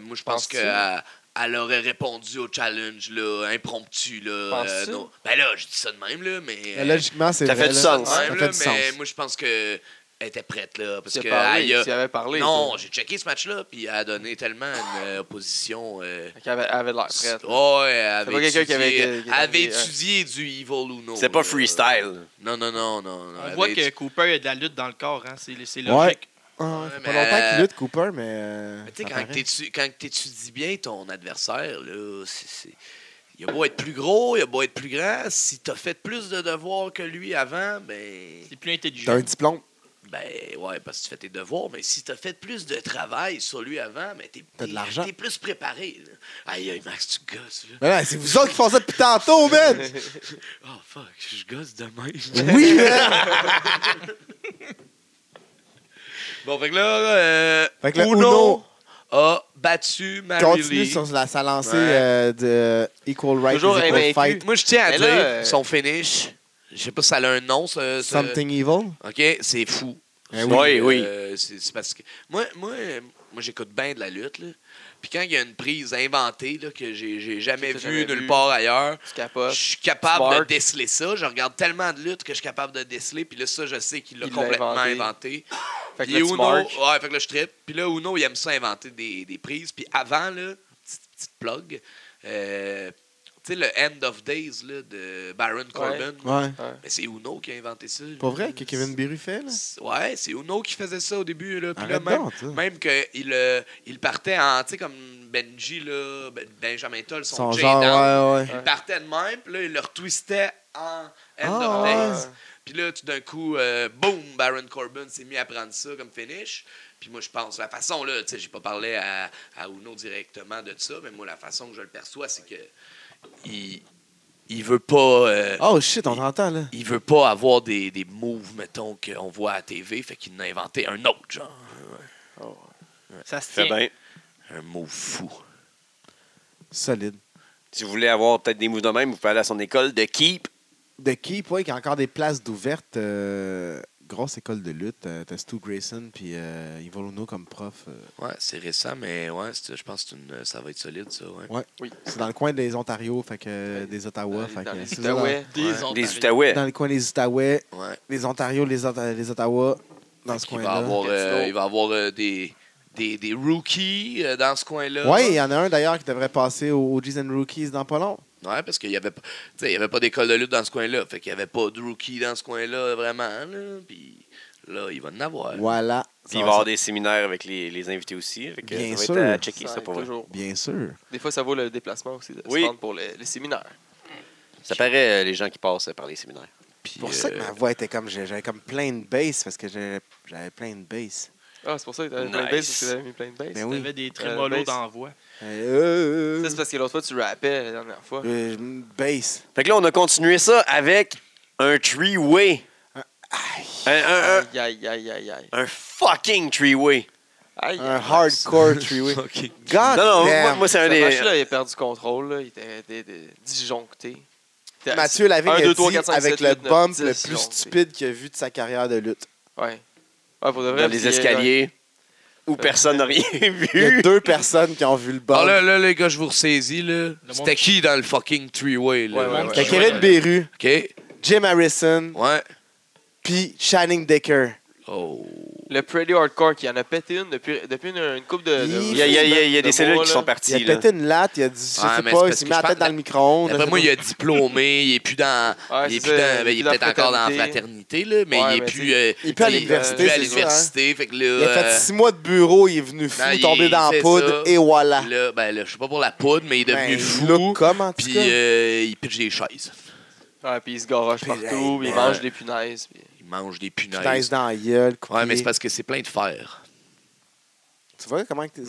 Speaker 5: moi, je pense
Speaker 3: Penses-tu?
Speaker 5: qu'elle elle aurait répondu au challenge là, impromptu. Là, euh,
Speaker 3: Penses-tu?
Speaker 5: non. Ben là, je dis ça de même, là, mais.
Speaker 1: Mais Logiquement, c'est
Speaker 2: Euh, Ça
Speaker 1: vrai.
Speaker 2: fait du
Speaker 1: là.
Speaker 2: sens.
Speaker 1: Ça
Speaker 5: même,
Speaker 1: fait
Speaker 5: là,
Speaker 1: du
Speaker 5: mais
Speaker 1: sens.
Speaker 5: moi, je pense qu'elle était prête. Là, parce
Speaker 3: Tu
Speaker 5: que,
Speaker 3: as parlé,
Speaker 5: elle y a-
Speaker 3: tu y avais parlé.
Speaker 5: non,
Speaker 3: tu-
Speaker 5: j'ai checké ce match-là, puis elle a donné tellement une euh, opposition. euh,
Speaker 3: Fait qu'elle avait- elle avait l'air prête.
Speaker 5: Ouais, elle
Speaker 3: pas
Speaker 5: avait
Speaker 3: quelqu'un qui avait-
Speaker 5: étudié,
Speaker 3: qui était
Speaker 5: elle avait
Speaker 3: arrivé, hein.
Speaker 5: étudié du Evil Uno.
Speaker 2: C'est pas
Speaker 5: là.
Speaker 2: freestyle.
Speaker 5: Non, non, non, non. non,
Speaker 4: On
Speaker 5: elle
Speaker 4: voit
Speaker 5: avait
Speaker 4: que Cooper a de la lutte dans le corps. Hein. C'est c'est
Speaker 1: Ouais.
Speaker 4: logique.
Speaker 1: Ah, ça fait pas
Speaker 5: mais-
Speaker 1: longtemps qu'il lutte, Cooper, mais. euh,
Speaker 5: Mais tu sais,
Speaker 1: ça
Speaker 5: quand
Speaker 1: paraît.
Speaker 5: t'étu- quand t'étudies bien ton adversaire, là, c'est- c'est- il a beau être plus gros, il a beau être plus grand, si t'as fait plus de devoirs que lui avant, ben,
Speaker 4: C'est plus intelligent.
Speaker 1: T'as un diplôme,
Speaker 5: ben ouais, parce que tu fais tes devoirs, mais si t'as fait plus de travail sur lui avant, ben t'es
Speaker 1: T'as de
Speaker 5: t'es-
Speaker 1: l'argent.
Speaker 5: t'es plus préparé. là. Aïe, aïe, Max, tu gosses, là.
Speaker 1: Mais non, c'est vous autres qui font ça depuis tantôt, man!
Speaker 5: Oh fuck, je gosse demain.
Speaker 1: Oui, man!
Speaker 5: bon, fait que là, euh,
Speaker 1: Fait que là,
Speaker 5: Uno,
Speaker 1: Uno-
Speaker 5: a battu Mary
Speaker 1: Continue
Speaker 5: Lee.
Speaker 1: sur la, sa lancée
Speaker 5: Ouais.
Speaker 1: euh, de Equal Right, is
Speaker 3: Toujours
Speaker 1: Equal
Speaker 3: invaincu.
Speaker 1: Fight.
Speaker 5: Moi, je tiens à
Speaker 3: Mais
Speaker 5: dire,
Speaker 3: là, euh,
Speaker 5: son finish, Je sais pas si ça a un nom, ce. ce-
Speaker 1: Something Evil.
Speaker 5: OK, c'est fou.
Speaker 1: Eh
Speaker 2: oui. Oui,
Speaker 5: euh, c'est c'est parce que moi, moi, moi j'écoute bien de la lutte. Là. Puis quand il y a une prise inventée là, que j'ai j'ai jamais
Speaker 3: Que t'as
Speaker 5: vue
Speaker 3: jamais
Speaker 5: nulle
Speaker 3: vue.
Speaker 5: part ailleurs,
Speaker 3: Tu
Speaker 5: je
Speaker 3: capotes.
Speaker 5: suis capable de
Speaker 3: Smart.
Speaker 5: déceler ça. Je regarde tellement de luttes que je suis capable de déceler. Puis là, ça, je sais qu'il l'a
Speaker 3: Il l'a
Speaker 5: complètement
Speaker 3: inventé.
Speaker 5: inventé.
Speaker 3: Fait que
Speaker 5: Puis
Speaker 3: là, tu
Speaker 5: Uno, oh.
Speaker 3: marques.
Speaker 5: ouais, fait que là, je trippe. Puis là, Uno, il aime ça inventer des, des prises. Puis avant, là, petite, petite plug, euh, tu sais, le End of Days là, de Baron Corbin,
Speaker 1: Ouais.
Speaker 5: mais c'est Uno qui a inventé ça. lui.
Speaker 1: Pas vrai que Kevin Beru fait, là?
Speaker 5: C'est- Ouais, c'est Uno qui faisait ça au début. Là. Puis là,
Speaker 1: Arrête
Speaker 5: même,
Speaker 1: donc, ça.
Speaker 5: même qu'il il partait en, tu sais, comme Benji, là, Ben- Benjamin Toll, son,
Speaker 1: Son
Speaker 5: J
Speaker 1: genre,
Speaker 5: down.
Speaker 1: ouais, ouais.
Speaker 5: Il partait de même, puis là, il le retwistait en End
Speaker 1: Ah,
Speaker 5: of Days.
Speaker 1: ouais.
Speaker 5: Puis là, tout d'un coup, euh, boum, Baron Corbin s'est mis à prendre ça comme finish. Puis moi, je pense, la façon, là, tu sais, j'ai pas parlé à, à Uno directement de ça, mais moi, la façon que je le perçois, c'est que il, il veut pas... euh,
Speaker 1: Oh shit, on t'entend, là.
Speaker 5: il veut pas avoir des, des moves, mettons, qu'on voit à la TV, fait qu'il en a inventé un autre, genre.
Speaker 4: Ça se
Speaker 2: Fait
Speaker 4: tient.
Speaker 2: bien.
Speaker 5: Un move fou.
Speaker 1: Solide.
Speaker 2: Si vous voulez avoir peut-être des moves de même, vous pouvez aller à son école de keep.
Speaker 1: De Keep, ouais, qui a encore des places d'ouvertes. euh, grosse école de lutte. euh, T'as Stu Grayson puis euh, Evil Uno comme prof. euh.
Speaker 5: Ouais, c'est récent, mais ouais, c'est- je pense que c'est une- ça va être solide, ça, ouais.
Speaker 1: c'est dans le coin des Ontario, fait que euh, des Ottawa. fait que,
Speaker 3: Dans les
Speaker 1: si vous êtes dans-
Speaker 3: Outaouais.
Speaker 4: Des Ontariens.
Speaker 2: Des Outaouais.
Speaker 1: Dans le coin des Outaouais,
Speaker 5: Ouais.
Speaker 1: les Ontario, les, Ota- les Ottawa, dans ce
Speaker 5: Il va
Speaker 1: coin-là.
Speaker 5: avoir, euh,
Speaker 3: Let's go.
Speaker 5: il va avoir euh, des, des, des rookies euh, dans ce coin-là.
Speaker 1: Ouais, il y en a un d'ailleurs qui devrait passer aux OGs and Rookies dans pas long.
Speaker 5: Ouais, parce qu'il n'y avait, pas- tu sais, il y avait pas d'école de lutte dans ce coin-là. Fait qu'il n'y avait pas de rookies dans ce coin-là, vraiment. Là. Puis là, il va en avoir.
Speaker 1: Voilà.
Speaker 2: Puis il va y avoir des séminaires avec les, les invités aussi. Fait que
Speaker 1: Bien
Speaker 2: ça
Speaker 1: sûr.
Speaker 2: va être à checker,
Speaker 3: Ça
Speaker 2: ça,
Speaker 3: aide
Speaker 2: pour vrai.
Speaker 3: toujours.
Speaker 1: Bien sûr.
Speaker 3: Des fois, ça vaut le déplacement aussi de se
Speaker 2: Oui.
Speaker 3: rendre pour les, les séminaires.
Speaker 2: Ça paraît euh, les gens qui passent euh, par les séminaires.
Speaker 5: Puis,
Speaker 1: pour ça que
Speaker 5: euh,
Speaker 1: ma voix était comme. j'ai- J'avais comme plein de bass parce que j'avais j'avais plein de bass.
Speaker 3: Ah, c'est pour ça que t'avais plein de
Speaker 2: Nice.
Speaker 3: bases parce que t'avais mis plein de bases.
Speaker 1: Ben oui.
Speaker 4: T'avais des
Speaker 3: Euh,
Speaker 4: trémolos
Speaker 3: ben,
Speaker 4: d'envoi.
Speaker 1: Euh,
Speaker 3: Ça, c'est parce que l'autre fois, tu rappais la dernière fois.
Speaker 1: euh, bass.
Speaker 2: Fait que là, on a continué ça avec un three-way. Un,
Speaker 1: Euh.
Speaker 2: un, un-
Speaker 3: Aïe, aïe, aïe, aïe, aïe.
Speaker 2: un fucking three-way.
Speaker 3: Aïe,
Speaker 1: Un hardcore three-way.
Speaker 5: ok.
Speaker 1: God
Speaker 2: non, non, moi,
Speaker 1: damn.
Speaker 2: moi, c'est un
Speaker 3: Ce
Speaker 2: des.
Speaker 3: match-là, il a perdu contrôle. là. Il était était- était disjoncté. C'était-
Speaker 1: Mathieu Lavigne
Speaker 3: Un,
Speaker 1: a
Speaker 3: deux, trois,
Speaker 1: dit
Speaker 3: quatre, cinq,
Speaker 1: avec
Speaker 3: sept,
Speaker 1: le
Speaker 3: huit, neuf,
Speaker 1: bump
Speaker 3: dix,
Speaker 1: le
Speaker 3: si
Speaker 1: plus
Speaker 3: on fait.
Speaker 1: stupide qu'il a vu de sa carrière de lutte.
Speaker 3: Ouais. Ouais, pour de vrai.
Speaker 2: dans les
Speaker 3: puis, euh,
Speaker 2: escaliers où personne n'a rien
Speaker 1: Il y a
Speaker 2: vu.
Speaker 1: deux personnes qui ont vu le
Speaker 5: Ah, là,
Speaker 1: bump.
Speaker 5: là, les gars, je vous ressaisis, là.
Speaker 4: monde
Speaker 5: C'était qui dans le fucking three-way, là?
Speaker 3: Ouais, ouais, ouais.
Speaker 1: T'as Kevin Beru,
Speaker 5: OK?
Speaker 1: Jim Harrison,
Speaker 5: Ouais.
Speaker 1: puis Shining Decker.
Speaker 5: Oh.
Speaker 3: Le Pretty Hardcore qui en a pété une depuis, depuis une, une coupe de, de-
Speaker 2: Il y a, il y a- il y a- il y a des
Speaker 3: de
Speaker 2: cellules
Speaker 3: mois,
Speaker 2: qui
Speaker 3: là.
Speaker 2: sont
Speaker 1: Il a
Speaker 2: parties. là.
Speaker 1: pété une latte, il a dit, je sais
Speaker 5: Ouais, mais c'est
Speaker 1: pas, il
Speaker 5: parce
Speaker 1: s'est
Speaker 5: que
Speaker 1: mis la
Speaker 5: je
Speaker 1: tête
Speaker 5: parle-
Speaker 1: dans le micro-ondes.
Speaker 5: Après
Speaker 1: je
Speaker 5: moi,
Speaker 1: sais
Speaker 5: il est diplômé, il est plus dans.
Speaker 3: Ouais,
Speaker 5: il est,
Speaker 3: c'est ça,
Speaker 5: plus dans- ben, il est
Speaker 3: dans la
Speaker 5: peut-être encore dans la
Speaker 3: fraternité.
Speaker 5: fraternité, là, mais
Speaker 3: Ouais, ben,
Speaker 5: il est
Speaker 3: mais
Speaker 5: plus.
Speaker 3: tu-
Speaker 5: euh,
Speaker 1: il est plus à
Speaker 5: il est
Speaker 1: l'université,
Speaker 5: plus à
Speaker 1: c'est ça,
Speaker 5: l'université, fait que là.
Speaker 1: pas. Il a fait six mois de bureau, il est venu fou,
Speaker 5: euh, non, il-
Speaker 1: tombé dans la
Speaker 5: c'est
Speaker 1: poudre,
Speaker 5: ça.
Speaker 1: et voilà.
Speaker 5: euh, là, ben, là, je sais pas pour la poudre, mais il est devenu
Speaker 1: Ben,
Speaker 5: fou.
Speaker 1: look comme, en tout
Speaker 5: Puis
Speaker 1: cas.
Speaker 5: euh, il pitche des chaises.
Speaker 3: Ouais, puis il se garoche
Speaker 1: Puis,
Speaker 3: partout,
Speaker 1: hey,
Speaker 2: ben,
Speaker 3: puis il
Speaker 5: ouais.
Speaker 3: mange des punaises. puis-
Speaker 5: Il mange des
Speaker 1: Putain, il
Speaker 5: punaises.
Speaker 1: se dans la gueule,
Speaker 5: Ouais, mais c'est
Speaker 1: couplé.
Speaker 5: parce que c'est plein de fer.
Speaker 1: Tu vois comment que t'es...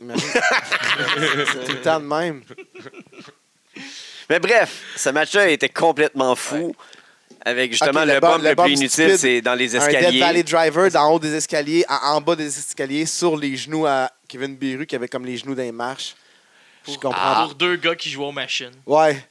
Speaker 1: Imagine. C'est tout le temps de même.
Speaker 2: Mais bref, ce match-là était complètement fou. Avec justement
Speaker 1: Ok,
Speaker 2: le,
Speaker 1: le
Speaker 2: bump
Speaker 1: bomb-
Speaker 2: le,
Speaker 1: le
Speaker 2: plus
Speaker 1: bomb
Speaker 2: inutile,
Speaker 1: stupide.
Speaker 2: c'est dans les
Speaker 1: Un Dead
Speaker 2: escaliers.
Speaker 1: Valley Driver d'en haut des escaliers, à- en bas des escaliers, sur les genoux à Kevin Biru qui avait comme les genoux dans les marches. Je comprends.
Speaker 5: Ah.
Speaker 4: Pour deux gars qui jouent aux machines.
Speaker 1: Ouais.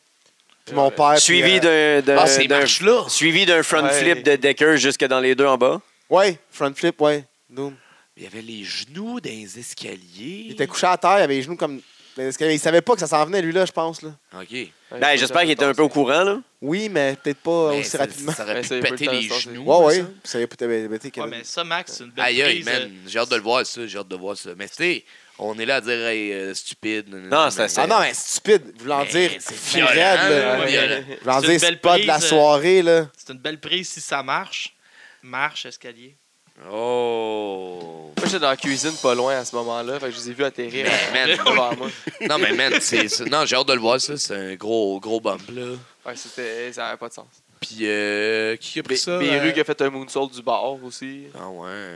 Speaker 1: Puis mon père. puis,
Speaker 2: Suivi
Speaker 1: euh,
Speaker 2: d'un d'un-
Speaker 5: Ah, ces
Speaker 2: d'un-
Speaker 5: marches-là!
Speaker 2: suivi d'un front
Speaker 3: Ouais.
Speaker 2: flip de Decker jusque dans les deux en bas.
Speaker 1: Ouais, front flip, ouais. Doom.
Speaker 5: Il y avait les genoux dans les escaliers.
Speaker 1: Il était couché à terre, il avait les genoux comme. dans les escaliers. Il savait pas que ça s'en venait, lui-là, je pense. Là.
Speaker 5: OK.
Speaker 3: Ouais,
Speaker 2: Ben,
Speaker 3: ça,
Speaker 2: J'espère
Speaker 3: ça
Speaker 2: qu'il était un
Speaker 3: passe.
Speaker 2: peu au courant. Là.
Speaker 1: Oui, mais peut-être pas
Speaker 5: Mais
Speaker 1: aussi
Speaker 5: Ben, ça-
Speaker 1: rapidement.
Speaker 5: Ça aurait
Speaker 3: Mais ça,
Speaker 5: pu
Speaker 3: il peut
Speaker 5: péter
Speaker 3: le
Speaker 5: les
Speaker 3: temps de hein.
Speaker 5: genoux.
Speaker 1: ouais, ouais.
Speaker 5: ça.
Speaker 1: Ça avait peut-être. ben, tu sais,
Speaker 4: Ouais,
Speaker 1: Kevin-
Speaker 4: mais ça, Max, c'est une belle
Speaker 5: Aïe, aïe,
Speaker 4: prise. euh,
Speaker 5: man. J'ai hâte de le voir, ça. J'ai hâte de voir ça. Mais tu sais, on est là à dire, hey, euh, stupide.
Speaker 2: Non, ça- ça-
Speaker 1: Ah non, mais stupide. Voulant
Speaker 5: Mais
Speaker 1: dire.
Speaker 5: c'est
Speaker 1: plus
Speaker 5: violent,
Speaker 1: raide, là.
Speaker 5: là,
Speaker 1: Ouais.
Speaker 5: violent.
Speaker 1: Voulant
Speaker 4: C'est une
Speaker 1: dire,
Speaker 4: belle
Speaker 1: c'est pas de la
Speaker 4: prise, euh.
Speaker 1: soirée, là.
Speaker 4: C'est une belle prise si ça marche. Marche, escalier.
Speaker 5: Oh.
Speaker 3: Moi, j'étais dans la cuisine pas loin à ce moment-là, fait que je les ai vus atterrir
Speaker 5: Mais,
Speaker 3: à-
Speaker 2: Ben,
Speaker 5: man.
Speaker 3: devant moi.
Speaker 5: Non, mais man, c'est. c'est- Non, j'ai hâte de le voir, ça. C'est un gros, gros bump, là.
Speaker 3: Ouais, c'était, ça n'avait pas de sens.
Speaker 5: Puis, euh, qui a
Speaker 2: Ben,
Speaker 5: pris
Speaker 3: Bé-
Speaker 5: ça?
Speaker 3: Beru
Speaker 5: euh?
Speaker 3: qui a fait un moonsault du bar aussi.
Speaker 5: Ah, ouais.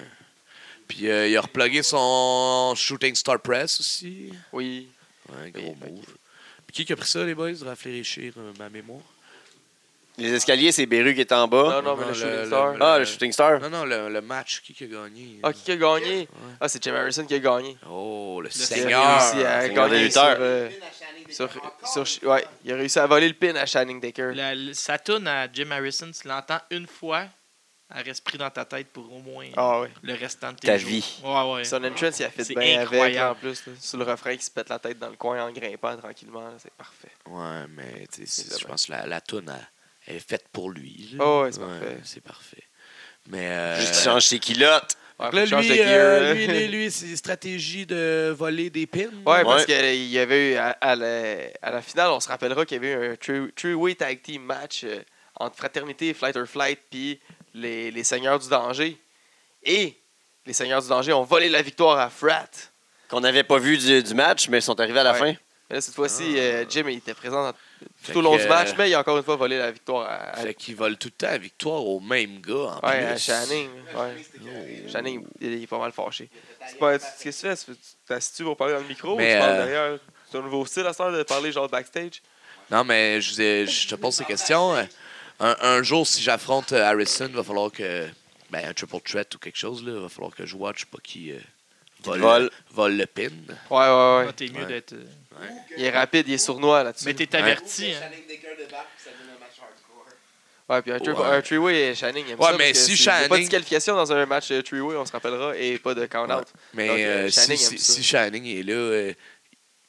Speaker 5: Puis, euh, il a replugué son Shooting Star Press aussi.
Speaker 3: Oui.
Speaker 5: Ouais,
Speaker 3: Oui,
Speaker 5: gros
Speaker 3: fait
Speaker 5: move. Puis, qui a pris ça, les boys? Rafraîchir euh, ma mémoire.
Speaker 2: Les escaliers, c'est Beru qui est en bas.
Speaker 3: Non, Ah, non, mais
Speaker 5: Non,
Speaker 3: le
Speaker 5: le-
Speaker 3: Shooting Star.
Speaker 5: le-
Speaker 2: ah, le Shooting Star.
Speaker 5: Non, non, le, le match, qui qui a gagné?
Speaker 3: Ah, qui a gagné
Speaker 5: Ouais.
Speaker 3: Ah, c'est Jim Harrison qui a gagné.
Speaker 5: Oh, le,
Speaker 3: Il
Speaker 5: Seigneur!
Speaker 3: a réussi à
Speaker 2: Seigneur des
Speaker 3: gagner sur,
Speaker 2: lutteurs.
Speaker 3: euh, sur- sur- ouais, il a réussi à voler le pin à Shining Decker.
Speaker 4: La, le- sa toune à Jim Harrison, tu l'entends une fois, elle reste prise dans ta tête pour au moins
Speaker 3: Ah ouais.
Speaker 4: le restant de tes
Speaker 2: Ta
Speaker 4: jours.
Speaker 2: vie.
Speaker 4: Ouais, ouais.
Speaker 3: Son entrance, il a fait
Speaker 4: C'est
Speaker 3: bien avec, là, en
Speaker 4: incroyable.
Speaker 3: plus. là. Sur le refrain qui se pète la tête dans le coin en grimpant tranquillement, là, c'est parfait.
Speaker 1: Ouais, mais.
Speaker 5: Mais tu sais,
Speaker 3: C'est
Speaker 5: c'est- je pense que la, la toune, elle, elle est faite pour lui. là.
Speaker 3: Oh, ouais, c'est
Speaker 1: Ouais.
Speaker 3: parfait.
Speaker 5: C'est parfait. Mais. euh,
Speaker 2: Juste qu'il change ses culottes.
Speaker 3: Ouais,
Speaker 5: là,
Speaker 3: faut changer de
Speaker 5: lui,
Speaker 3: gear,
Speaker 5: euh,
Speaker 3: là.
Speaker 5: lui, lui, lui, c'est stratégie de voler des pins.
Speaker 3: Ouais, parce
Speaker 2: Ouais.
Speaker 3: qu'il y avait eu, à, à la, à la finale, on se rappellera qu'il y avait eu un three- three-way tag team match euh, entre Fraternité, Flight or Flight, puis les, les Seigneurs du Danger. Et les Seigneurs du Danger ont volé la victoire à Frat.
Speaker 2: Qu'on n'avait pas vu du, du match, mais ils sont arrivés à la
Speaker 3: Ouais.
Speaker 2: fin.
Speaker 3: Mais là, cette fois-ci, euh, Jim il était présent dans-
Speaker 5: Ah. Fait
Speaker 3: tout au long
Speaker 5: que- euh,
Speaker 3: du match, mais il a encore une fois volé la victoire à, à-
Speaker 5: Fait qu'il vole tout le temps la victoire au même gars. En
Speaker 3: ouais, à
Speaker 5: plus.
Speaker 3: Channing. Ouais. Channing, il, il est pas mal fâché. C'est pas- Qu'est-ce que tu fais? Tu t'assieds-tu pour parler dans le micro ou
Speaker 5: Mais,
Speaker 3: tu parles
Speaker 5: euh,
Speaker 3: derrière? C'est un nouveau style à ce temps de parler genre backstage?
Speaker 5: Non, mais je, vous ai- je te pose ces questions. Un, un jour, si j'affronte euh, Harrison, il va falloir que. Ben, un triple threat ou quelque chose, là. Il va falloir que je watch pas qui euh, vole,
Speaker 2: vole.
Speaker 5: vole le pin.
Speaker 3: Ouais, ouais, ouais.
Speaker 4: Ah, T'es mieux
Speaker 5: Ouais.
Speaker 4: d'être. euh,
Speaker 3: Il est rapide, il est sournois là-dessus.
Speaker 4: Mais t'es averti. hein.
Speaker 3: Ouais, puis un, three-
Speaker 5: Ouais.
Speaker 3: un three-way, Shanning.
Speaker 5: Ouais, mais si
Speaker 3: Il n'y a pas de
Speaker 5: Channing-
Speaker 3: disqualification dans un match euh, three-way, on se rappellera, et pas de count-out.
Speaker 5: Ouais. Mais
Speaker 3: Donc, euh,
Speaker 5: euh, si,
Speaker 3: Channing aime
Speaker 5: si,
Speaker 3: ça.
Speaker 5: si Channing est là, euh,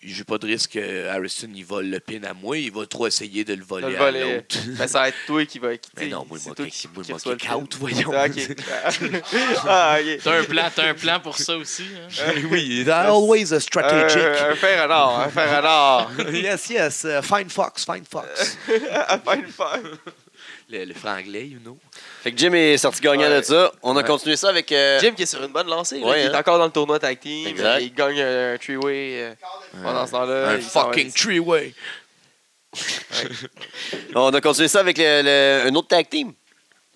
Speaker 5: j'ai pas de risque que Harrison il vole le pin à moi, il va trop essayer de le voler,
Speaker 3: De le voler,
Speaker 5: à
Speaker 3: euh,
Speaker 5: l'autre.
Speaker 3: Ben, ça va être toi qui va quitter.
Speaker 5: Mais non, moi,
Speaker 3: c'est
Speaker 5: moi,
Speaker 3: toi
Speaker 5: kick- moi,
Speaker 3: qui
Speaker 5: moi,
Speaker 3: reçois le
Speaker 5: kick
Speaker 3: pin.
Speaker 5: out, voyons.
Speaker 3: Ah, ok. ah, ok.
Speaker 4: T'as un plan, t'as un plan pour ça aussi. hein.
Speaker 5: oui, there's always a strategic.
Speaker 3: Euh, Un, un fer à l'or, un fer à l'or.
Speaker 5: yes, yes, uh, fine fox, fine fox.
Speaker 3: Euh. À faire une fer.
Speaker 5: le, le franglais, you know.
Speaker 2: Fait que Jim est sorti gagnant
Speaker 3: Ouais.
Speaker 2: de ça. On a
Speaker 5: Ouais.
Speaker 2: continué ça avec. euh,
Speaker 3: Jim qui est sur une bonne lancée. là,
Speaker 2: Ouais,
Speaker 3: il est
Speaker 2: hein.
Speaker 3: encore dans le tournoi tag team. euh,
Speaker 2: Exact.
Speaker 3: Il gagne un, un three-way euh, pendant ce temps-là.
Speaker 5: un
Speaker 3: il s'en va-
Speaker 5: fucking three-way.
Speaker 2: On a continué ça avec le, le- un autre tag team.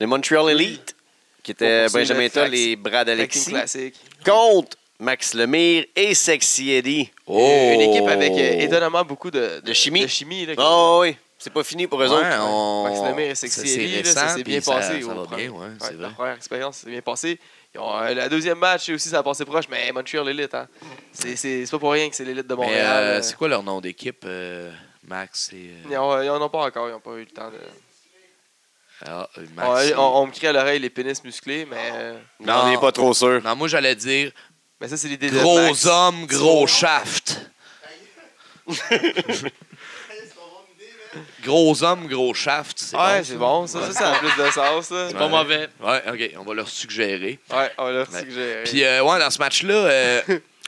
Speaker 2: Le Montreal Elite. Qui était
Speaker 3: Pour poursuivre
Speaker 2: Benjamin
Speaker 3: le
Speaker 2: Toll
Speaker 3: tag-
Speaker 2: et Brad
Speaker 3: tag team
Speaker 2: Alexis.
Speaker 3: classique.
Speaker 2: Contre Max Lemire et Sexy Eddie.
Speaker 5: Oh!
Speaker 3: Une équipe avec euh, étonnamment beaucoup de,
Speaker 2: De chimie.
Speaker 3: De chimie là, qui-
Speaker 2: Oh oui, c'est pas fini pour eux
Speaker 5: Ouais,
Speaker 2: autres.
Speaker 5: on-
Speaker 3: Max Lemire et Sexy
Speaker 5: ça, c'est
Speaker 3: Ellie, là,
Speaker 5: récent,
Speaker 3: ça s'est bien
Speaker 5: puis ça-
Speaker 3: passé
Speaker 5: Ça
Speaker 3: au
Speaker 5: va
Speaker 3: premier.
Speaker 5: bien, ouais,
Speaker 3: Ouais,
Speaker 5: c'est
Speaker 3: la
Speaker 5: vrai.
Speaker 3: première expérience s'est bien passée. Ils ont, euh, la deuxième match aussi, ça a passé proche, mais Montreal l'élite. Hein. C'est, c'est, c'est pas pour rien que c'est l'élite de
Speaker 5: Mais
Speaker 3: Montréal.
Speaker 5: euh,
Speaker 3: euh.
Speaker 5: c'est quoi leur nom d'équipe, euh, Max et. euh,
Speaker 3: Ils, ont, euh, ils en ont pas encore, ils n'ont pas eu le temps de.
Speaker 5: ah, euh, Max
Speaker 3: On,
Speaker 5: et-
Speaker 3: on- on me crie à l'oreille les pénis musclés, mais, euh,
Speaker 2: Mais on n'est pas trop sûr.
Speaker 5: Non, moi j'allais dire
Speaker 3: mais ça, c'est l'idée de.
Speaker 5: gros
Speaker 3: Max.
Speaker 5: homme, gros shaft. gros homme, gros shaft. C'est
Speaker 3: Ouais,
Speaker 5: bon,
Speaker 3: c'est bon, ça, ça, ça a plus de sens. là.
Speaker 4: C'est pas
Speaker 5: Ouais.
Speaker 4: mauvais.
Speaker 5: ça? Ouais, ok, on va leur suggérer.
Speaker 3: Ouais, on l'a
Speaker 5: Ouais.
Speaker 3: suggéré.
Speaker 5: Puis, euh, ouais, dans ce match-là, euh,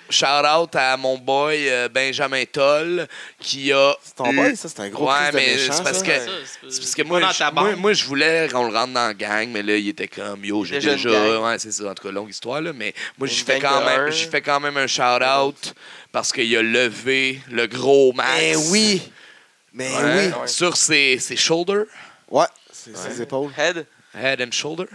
Speaker 5: shout out à mon boy euh, Benjamin Toll qui a.
Speaker 1: C'est
Speaker 2: Mm.
Speaker 1: ton boy, ça, c'est un gros
Speaker 5: Ouais,
Speaker 1: ouais,
Speaker 5: mais
Speaker 1: mais de méchant,
Speaker 5: c'est parce
Speaker 1: ça.
Speaker 5: que-
Speaker 4: Ça,
Speaker 5: C'est parce que moi,
Speaker 4: Euh, pas dans
Speaker 5: je-
Speaker 4: ta
Speaker 5: moi,
Speaker 4: bande.
Speaker 5: moi, je voulais qu'on le rentre dans la gang, mais là, il était comme yo, j'ai
Speaker 3: Déjà
Speaker 5: déjà.
Speaker 3: une gang.
Speaker 5: Ouais, c'est ça, en tout cas, longue histoire, là. Mais moi,
Speaker 3: Une
Speaker 5: j'y fais,
Speaker 3: gang
Speaker 5: quand
Speaker 3: de
Speaker 5: même-
Speaker 3: un.
Speaker 5: j'y fais quand même un shout-out parce qu'il a levé le gros Max.
Speaker 1: Mais Eh oui! Mais
Speaker 5: Ouais,
Speaker 1: Eh oui!
Speaker 3: oui.
Speaker 5: Sur ses, ses shoulders,
Speaker 1: Ouais, c'est ses épaules.
Speaker 3: Head,
Speaker 5: head and shoulder.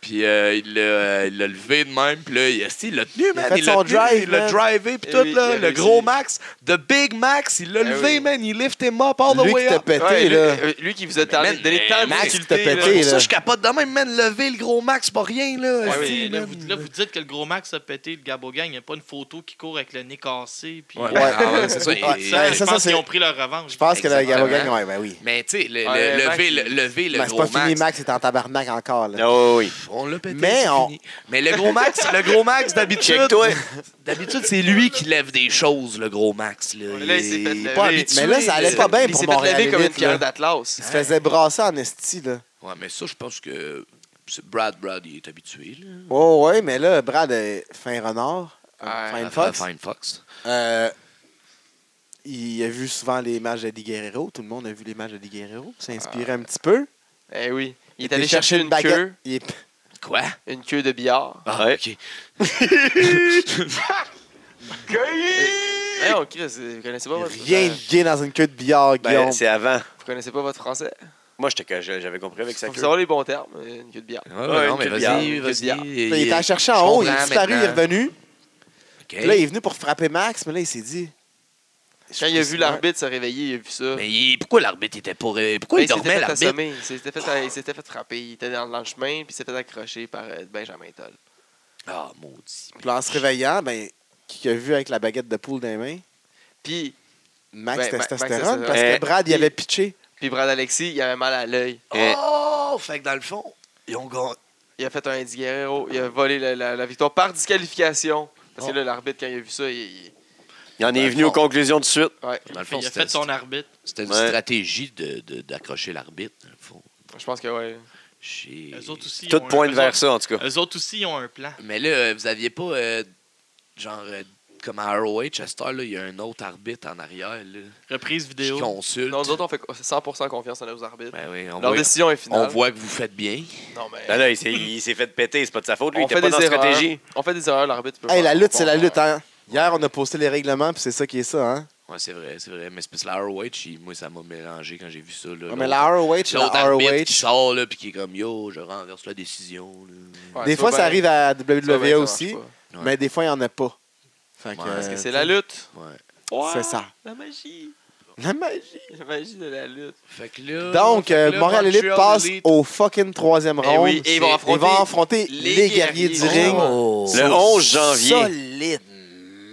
Speaker 5: Puis euh, il l'a il l'a levé de même, puis là, il, si, il l'a tenu, man.
Speaker 1: fait
Speaker 5: l'a
Speaker 1: son
Speaker 5: tenu,
Speaker 1: drive,
Speaker 5: Il l'a
Speaker 1: man.
Speaker 5: drivé,
Speaker 3: Eh
Speaker 5: puis tout,
Speaker 3: oui, il
Speaker 5: là.
Speaker 3: a
Speaker 5: Le
Speaker 3: réussi.
Speaker 5: gros Max, the big Max, il l'a
Speaker 3: Eh
Speaker 5: levé,
Speaker 3: oui.
Speaker 5: man. Il lift him up all the
Speaker 1: Lui
Speaker 5: way
Speaker 1: qui t'a
Speaker 5: up.
Speaker 1: pété,
Speaker 3: Ouais, lui,
Speaker 1: là.
Speaker 3: euh, lui qui vous a
Speaker 5: Mais man,
Speaker 3: donné donné
Speaker 5: mais
Speaker 3: tant de
Speaker 1: Max,
Speaker 3: difficultés,
Speaker 1: il t'a
Speaker 3: là.
Speaker 5: C'est
Speaker 1: pété,
Speaker 5: pour ça
Speaker 1: là.
Speaker 5: que je capote de même, man. Lever le gros Max, pas rien, là.
Speaker 4: Ouais,
Speaker 5: esti,
Speaker 4: mais là,
Speaker 5: man.
Speaker 4: vous, là, vous dites que le gros Max a pété le Gabo Gang. Il n'y a pas une photo qui court avec le nez cassé. Puis
Speaker 5: Ouais.
Speaker 1: Ouais.
Speaker 5: Ah ouais, c'est ça.
Speaker 1: Ouais,
Speaker 5: Et-
Speaker 4: Ça,
Speaker 1: Ouais,
Speaker 4: je
Speaker 1: ça, ça,
Speaker 4: pense
Speaker 1: c'est-
Speaker 4: qu'ils ont pris leur revanche.
Speaker 1: Je pense que le
Speaker 5: Exactement.
Speaker 1: Gabo Gang, ouais, ben oui.
Speaker 5: Mais tu sais, le- le-
Speaker 3: Ouais, Max,
Speaker 5: lever,
Speaker 3: il-
Speaker 5: le, lever le
Speaker 1: Ben, c'est
Speaker 5: gros
Speaker 1: pas fini,
Speaker 5: Max.
Speaker 1: Max est en tabarnak encore, là.
Speaker 2: Oh, oui.
Speaker 5: On l'a pété.
Speaker 1: Mais
Speaker 5: c'est
Speaker 1: on-
Speaker 5: fini. Mais le gros Max, le gros Max d'habitude.
Speaker 2: Check-toi.
Speaker 5: D'habitude, c'est lui qui lève des choses, le gros Max. Là,
Speaker 3: Là, il s'est fait lever.
Speaker 5: pas
Speaker 3: Mais
Speaker 5: habitué,
Speaker 1: là, ça allait
Speaker 5: là.
Speaker 1: pas bien
Speaker 3: Il
Speaker 1: pour
Speaker 3: s'est fait
Speaker 1: Montréal
Speaker 3: lever comme une
Speaker 1: Elite, là.
Speaker 3: pierre d'Atlas.
Speaker 1: Il se faisait brasser en esti, là.
Speaker 5: Ouais, mais ça, je pense que c'est Brad, Brad, il est habitué. Là.
Speaker 1: Oh, ouais, mais là, Brad, euh, fin renard, euh,
Speaker 3: Ouais,
Speaker 1: fin fox.
Speaker 5: Fine Fox.
Speaker 1: Euh, il a vu souvent les matchs de Di Guerrero. Tout le monde a vu les matchs de Di Guerrero. S'est inspiré un petit peu.
Speaker 3: Eh oui. Il est
Speaker 1: était
Speaker 3: allé chercher une queue,
Speaker 1: Il est-
Speaker 5: Quoi?
Speaker 3: une queue de billard.
Speaker 5: Ah,
Speaker 2: Ouais.
Speaker 5: ok.
Speaker 3: Eh, on crie, c'est- vous connaissez pas votre
Speaker 1: Rien
Speaker 3: euh,
Speaker 1: de gay dans une queue de billard, Guillaume.
Speaker 2: Ben, c'est avant.
Speaker 3: Vous connaissez pas votre français?
Speaker 2: Moi, j'étais que- j'avais compris avec sa
Speaker 3: Faut
Speaker 2: queue.
Speaker 3: savoir les bons termes, euh, une queue de billard.
Speaker 5: Ouais, ouais, non, mais
Speaker 2: une
Speaker 5: vas-y,
Speaker 3: queue de
Speaker 5: vas-y.
Speaker 3: bière.
Speaker 1: Là, il était à chercher en
Speaker 5: oh,
Speaker 1: haut, il est disparu, il est revenu. Là, il est venu pour frapper Max, mais là, il s'est dit
Speaker 3: Quand il a vu l'arbitre se réveiller, il a vu ça.
Speaker 5: Mais il- pourquoi l'arbitre était pour. euh, Pourquoi
Speaker 3: Ben,
Speaker 5: il dormait,
Speaker 3: s'était fait
Speaker 5: l'arbitre?
Speaker 3: assommer. Il s'était fait, il s'était fait frapper. Il était dans, dans le chemin, puis il s'est fait accrocher par euh, Benjamin Toll.
Speaker 5: Ah, maudit.
Speaker 1: Puis en se réveillant, ben, qui a vu avec la baguette de poule dans les mains?
Speaker 3: Puis,
Speaker 1: Max
Speaker 3: Ben, Ma- Max
Speaker 1: Testostérone,
Speaker 3: Testostérone.
Speaker 1: parce
Speaker 2: Euh,
Speaker 1: que Brad, il
Speaker 3: il-
Speaker 1: avait pitché.
Speaker 3: puis Brad Alexis, il avait mal à l'œil.
Speaker 2: Eh.
Speaker 5: Oh! Fait que dans le fond, ils ont gagné.
Speaker 3: Il a fait un Eddie Guerrero. Il a volé la, la- la victoire par disqualification. Parce que là, l'arbitre, quand il a vu ça, il. il-
Speaker 2: Il en
Speaker 5: Ben,
Speaker 2: est venu aux
Speaker 5: fort.
Speaker 2: conclusions tout de suite.
Speaker 3: Ouais,
Speaker 5: Dans le fond,
Speaker 4: Il a
Speaker 5: c'était
Speaker 4: fait son arbitre.
Speaker 5: c'était une
Speaker 2: Ouais.
Speaker 5: stratégie de- de- d'accrocher l'arbitre, dans le fond.
Speaker 3: je pense que ouais.
Speaker 5: Chez-
Speaker 4: Eux autres aussi. ils
Speaker 2: Tout
Speaker 4: ont un-
Speaker 2: pointe
Speaker 4: eux
Speaker 2: vers
Speaker 4: autres-
Speaker 2: ça, en tout cas.
Speaker 4: Eux autres aussi, ils ont un plan.
Speaker 5: Mais là, euh, vous aviez pas, euh, genre, euh, comme à ROH, à cette heure, là, il y a un autre arbitre en arrière, là,
Speaker 4: Reprise
Speaker 5: qui
Speaker 4: vidéo.
Speaker 5: consulte.
Speaker 3: Non, nous autres, on fait 100% confiance à nos arbitres.
Speaker 5: Ben oui, on,
Speaker 3: Leur
Speaker 5: voit,
Speaker 3: décision est finale.
Speaker 5: on voit que vous faites bien.
Speaker 3: Non, mais.
Speaker 2: Non, non, Ben il s'est- il s'est fait péter, c'est pas de sa faute, lui, il
Speaker 3: on
Speaker 2: était
Speaker 3: fait
Speaker 2: pas
Speaker 3: des
Speaker 2: dans la
Speaker 3: erreurs.
Speaker 2: stratégie.
Speaker 3: On fait des erreurs, l'arbitre. peut
Speaker 1: Hey,
Speaker 3: pas-
Speaker 1: la lutte, c'est la
Speaker 3: bon,
Speaker 1: lutte.
Speaker 3: ouais.
Speaker 1: Hein? Hier, on a posté les règlements, puis c'est ça qui est ça. Hein?
Speaker 5: Ouais, c'est vrai, c'est vrai. Mais c'est parce que la ROH, il- moi, ça m'a mélangé quand j'ai vu ça. Là,
Speaker 1: Ouais, mais la ROH,
Speaker 5: L'autre
Speaker 1: la
Speaker 5: arbitre qui
Speaker 1: ROH.
Speaker 5: sort, là, puis qui est comme, yo, je renverse la décision. là.
Speaker 3: Ouais,
Speaker 1: hein. Des fois,
Speaker 3: vas
Speaker 1: ça
Speaker 3: bien-
Speaker 1: arrive à
Speaker 3: tu vas bien,
Speaker 1: WWE
Speaker 3: ça
Speaker 1: aussi,
Speaker 3: marche pas.
Speaker 5: pas.
Speaker 1: mais des fois, il n'y en a pas. Fait que,
Speaker 5: Ouais, parce
Speaker 3: Parce que
Speaker 1: euh,
Speaker 3: c'est la lutte.
Speaker 5: Ouais.
Speaker 1: C'est ça.
Speaker 3: La magie.
Speaker 1: La magie.
Speaker 3: La magie de la lutte.
Speaker 5: Fait que là.
Speaker 1: Donc,
Speaker 5: fait
Speaker 1: euh,
Speaker 5: que là,
Speaker 1: Montréal Elite
Speaker 5: Montreal
Speaker 1: passe
Speaker 5: Elite-
Speaker 1: au fucking troisième
Speaker 3: Eh
Speaker 1: round.
Speaker 3: oui, et ils vont
Speaker 1: C'est-
Speaker 3: affronter
Speaker 1: affronter
Speaker 3: les
Speaker 1: les, guerriers du
Speaker 3: guerriers.
Speaker 1: ring.
Speaker 5: Oh.
Speaker 2: Le 11 janvier.
Speaker 1: Solide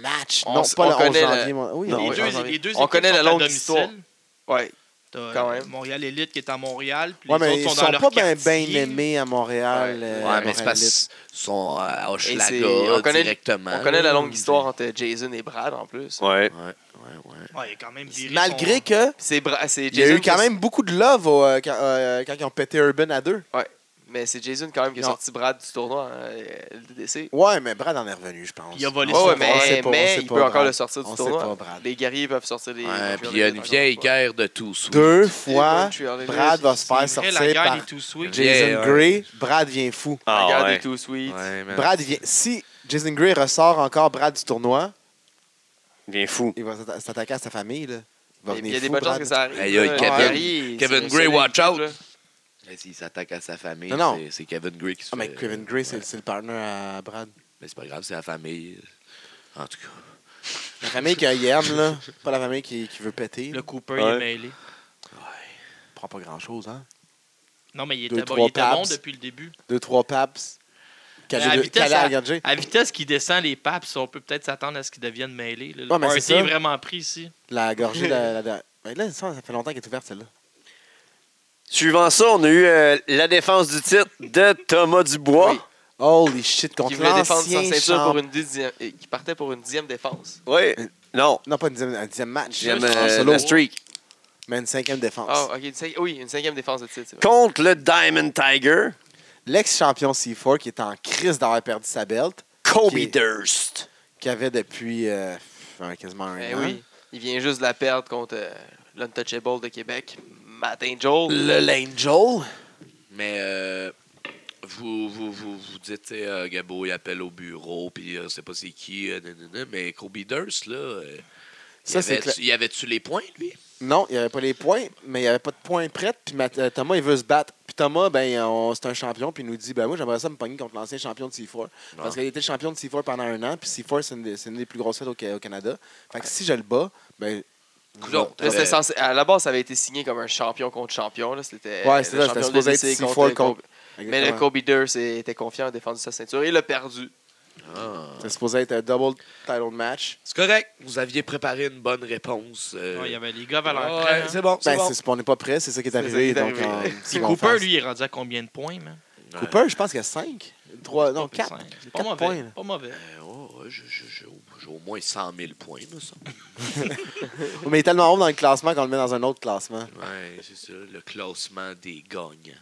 Speaker 1: match.
Speaker 3: On
Speaker 1: non,
Speaker 3: s- on
Speaker 1: pas le 11
Speaker 3: connaît le-
Speaker 1: janvier. moi. Oui,
Speaker 3: Non,
Speaker 1: on-
Speaker 4: Les
Speaker 3: oui,
Speaker 4: deux,
Speaker 3: on s'en
Speaker 4: les deux
Speaker 3: On
Speaker 4: équipes
Speaker 3: connaît
Speaker 4: sont
Speaker 3: la
Speaker 4: à
Speaker 3: longue
Speaker 4: domicile.
Speaker 3: histoire. Ouais.
Speaker 4: T'as
Speaker 3: Quand
Speaker 4: euh,
Speaker 3: même.
Speaker 4: Montréal Elite qui est à Montréal. Puis
Speaker 1: Ouais,
Speaker 4: les
Speaker 1: mais
Speaker 4: autres
Speaker 1: ils
Speaker 4: sont
Speaker 1: sont
Speaker 4: dans
Speaker 1: pas
Speaker 4: leur
Speaker 1: bien
Speaker 4: quartier.
Speaker 1: aimés à Montréal.
Speaker 3: Ouais.
Speaker 1: euh,
Speaker 5: Ouais, mais
Speaker 1: Montréal
Speaker 5: c'est parce
Speaker 1: Elite.
Speaker 5: qu'ils sont euh, à
Speaker 3: c'est-
Speaker 5: Hochelaga
Speaker 3: on connaît-
Speaker 5: directement.
Speaker 3: On connaît la
Speaker 5: là.
Speaker 3: longue histoire entre Jason et Brad en plus.
Speaker 2: Ouais.
Speaker 5: Ouais, ouais, ouais.
Speaker 4: Ouais, il a quand même viré
Speaker 1: Malgré
Speaker 4: son-
Speaker 1: que
Speaker 3: Puis C'est Bra- c'est
Speaker 1: il y a
Speaker 3: Jason
Speaker 1: eu
Speaker 3: qui
Speaker 1: quand même beaucoup de love au, euh, quand, euh, quand ils ont pété Urban à deux.
Speaker 3: Mais c'est Jason quand même qui a
Speaker 1: Non.
Speaker 3: sorti Brad du tournoi euh, LDDC.
Speaker 1: Ouais, mais Brad en est revenu, je pense.
Speaker 4: Il a volé
Speaker 3: Ouais, ouais,
Speaker 4: son
Speaker 1: on
Speaker 3: mais,
Speaker 1: sait pas, on
Speaker 3: mais
Speaker 1: sait
Speaker 3: il
Speaker 1: pas,
Speaker 3: peut encore
Speaker 1: Brad.
Speaker 3: le sortir du
Speaker 1: On sait pas,
Speaker 3: tournoi.
Speaker 1: Brad.
Speaker 3: Les guerriers peuvent sortir des.
Speaker 5: Ouais, puis il y a une vieille guerre de tous.
Speaker 1: Deux
Speaker 3: Fois.
Speaker 1: fois, Brad va se faire
Speaker 4: C'est vrai,
Speaker 1: sortir
Speaker 4: La guerre
Speaker 1: par
Speaker 4: est tout sweet.
Speaker 5: J'ai- Yeah,
Speaker 1: Jason
Speaker 5: ouais.
Speaker 1: Gray. Brad vient fou.
Speaker 3: La guerre
Speaker 2: Ah, ouais.
Speaker 3: des Too Sweet.
Speaker 1: Brad vient. Si Jason Gray ressort encore Brad du tournoi,
Speaker 2: Bien fou.
Speaker 1: il va s'atta- s'attaquer à sa famille. Là. Il va
Speaker 3: Mais Il
Speaker 1: venir
Speaker 3: y a des
Speaker 1: fou,
Speaker 3: bonnes chances
Speaker 1: Brad.
Speaker 3: que ça arrive.
Speaker 5: Aïe, aïe,
Speaker 3: là.
Speaker 5: Kevin-
Speaker 3: Les guerriers,
Speaker 5: Kevin
Speaker 3: c'est-
Speaker 5: Gray,
Speaker 3: c'est les
Speaker 5: watch
Speaker 3: équipes,
Speaker 5: out.
Speaker 3: là.
Speaker 5: Mais S'il s'attaque à sa famille,
Speaker 1: Non, non.
Speaker 5: c'est- c'est Kevin Gray qui se
Speaker 1: Ah, mais
Speaker 5: fait-
Speaker 1: Kevin Gray, c'est
Speaker 5: Ouais.
Speaker 1: c'est le partner à Brad.
Speaker 5: Mais c'est pas grave, c'est la famille. En tout cas.
Speaker 1: La famille qu'il aime, là. Pas la famille qui, qui veut péter.
Speaker 4: Le
Speaker 1: Il
Speaker 4: Cooper, il
Speaker 2: Ouais.
Speaker 4: est mêlé.
Speaker 1: prend pas grand-chose, hein.
Speaker 4: Non, mais il
Speaker 1: Deux,
Speaker 4: était, bon,
Speaker 1: trois
Speaker 4: il était bon
Speaker 1: paps.
Speaker 4: depuis le début.
Speaker 1: Deux, trois paps.
Speaker 4: Mais
Speaker 1: Calais
Speaker 4: à
Speaker 1: de-
Speaker 4: vitesse,
Speaker 1: Calais à
Speaker 4: à-
Speaker 1: regarder.
Speaker 4: À vitesse qu'il descend les papes, on peut peut-être s'attendre à ce qu'ils deviennent mêlés. là. Le
Speaker 1: Ouais, mais c'est
Speaker 4: party
Speaker 1: ça.
Speaker 4: est vraiment pris ici.
Speaker 1: La gorgée, la, la, la- Ben là, ça, ça fait longtemps qu'elle est ouverte, celle-là.
Speaker 2: Suivant ça, on a eu euh, la défense du titre de Thomas Dubois.
Speaker 3: Oui.
Speaker 1: Holy shit,
Speaker 3: Qui
Speaker 1: contre
Speaker 3: voulait défendre sa
Speaker 1: l'ancien
Speaker 3: ceinture pour
Speaker 1: champion.
Speaker 3: une dixième. et Qui partait pour une dixième défense.
Speaker 2: Oui. Euh, Non.
Speaker 1: Non, pas une dixième, un dixième match.
Speaker 2: J'aime
Speaker 1: En
Speaker 2: euh,
Speaker 1: solo,
Speaker 2: la streak.
Speaker 1: mais une cinquième défense.
Speaker 3: Ah, ok. une cinqui- Oui, une cinquième défense de titre. c'est vrai.
Speaker 2: Contre le Diamond Tiger,
Speaker 1: L'ex-champion C4 qui est en crise d'avoir perdu sa belt,
Speaker 2: Kobe
Speaker 1: Qui-
Speaker 2: Durst.
Speaker 1: qu'il avait depuis euh, un- quasiment un
Speaker 3: Eh
Speaker 1: an.
Speaker 3: oui. Il vient juste de la perdre contre euh, l'Untouchable de Québec, Matt Angel.
Speaker 5: Le l'Angel. Mais euh, vous, vous, vous, vous dites, euh, Gabo, il appelle au bureau, puis euh, c'est pas c'est qui, euh, nanana, mais Kobe Durst, là, euh,
Speaker 1: Ça,
Speaker 5: il
Speaker 1: c'est
Speaker 5: avait-tu- il avait-tu les points, lui?
Speaker 1: Non, il n'y avait pas les points, mais il n'y avait pas de points prêts. Puis Matt- euh, Thomas, il veut se battre. Puis Thomas, ben, on- c'est un champion, puis il nous dit ben, Moi, j'aimerais ça me pogner contre l'ancien champion de C4. Parce qu'il était champion de C4 pendant un an, puis C4, c'est une, des- c'est une des plus grosses fêtes au, Ca- au Canada. Fait que si je le bats, ben.
Speaker 5: Coudon, euh,
Speaker 3: Là, c'était
Speaker 5: t'avais-
Speaker 3: censé- à la base, ça avait été signé comme un champion contre champion. Là. C'était,
Speaker 1: Ouais, c'est
Speaker 3: le
Speaker 1: ça, c'était
Speaker 3: champion
Speaker 1: supposé
Speaker 3: LDC
Speaker 1: être six
Speaker 3: contre
Speaker 1: fois le
Speaker 3: Kobe.
Speaker 1: contre-
Speaker 3: Mais le Kobe Durst était confiant, a défendu sa ceinture. Il l'a perdu.
Speaker 5: Ah.
Speaker 1: C'est supposé être un double title match.
Speaker 5: C'est correct, vous aviez préparé une bonne réponse. euh.
Speaker 4: Ouais, Il y avait les gars à
Speaker 5: Ouais,
Speaker 4: leur train, hein.
Speaker 5: c'est bon, c'est
Speaker 1: Ben,
Speaker 5: bon.
Speaker 1: c'est- on n'est pas prêt, c'est ça qui est
Speaker 3: C'est ça
Speaker 1: arrivé.
Speaker 3: qui est
Speaker 1: donc,
Speaker 3: arrivé.
Speaker 1: euh,
Speaker 3: Puis
Speaker 1: si on
Speaker 4: Cooper,
Speaker 1: fasse-
Speaker 4: lui, il est rendu à combien de points, man?
Speaker 5: Ouais.
Speaker 1: Cooper, je pense qu'il y a 5. 3, non, 4.
Speaker 4: Cinq. Pas
Speaker 1: 4
Speaker 4: mauvais.
Speaker 1: points. là.
Speaker 4: Pas mauvais.
Speaker 5: Euh, ouais, ouais, j'ai- j'ai j'ai au- j'ai au moins 100 000 points, là, ça.
Speaker 1: Mais il est tellement haut dans le classement qu'on le met dans un autre classement.
Speaker 5: Ouais, c'est ça, le classement des gagnants.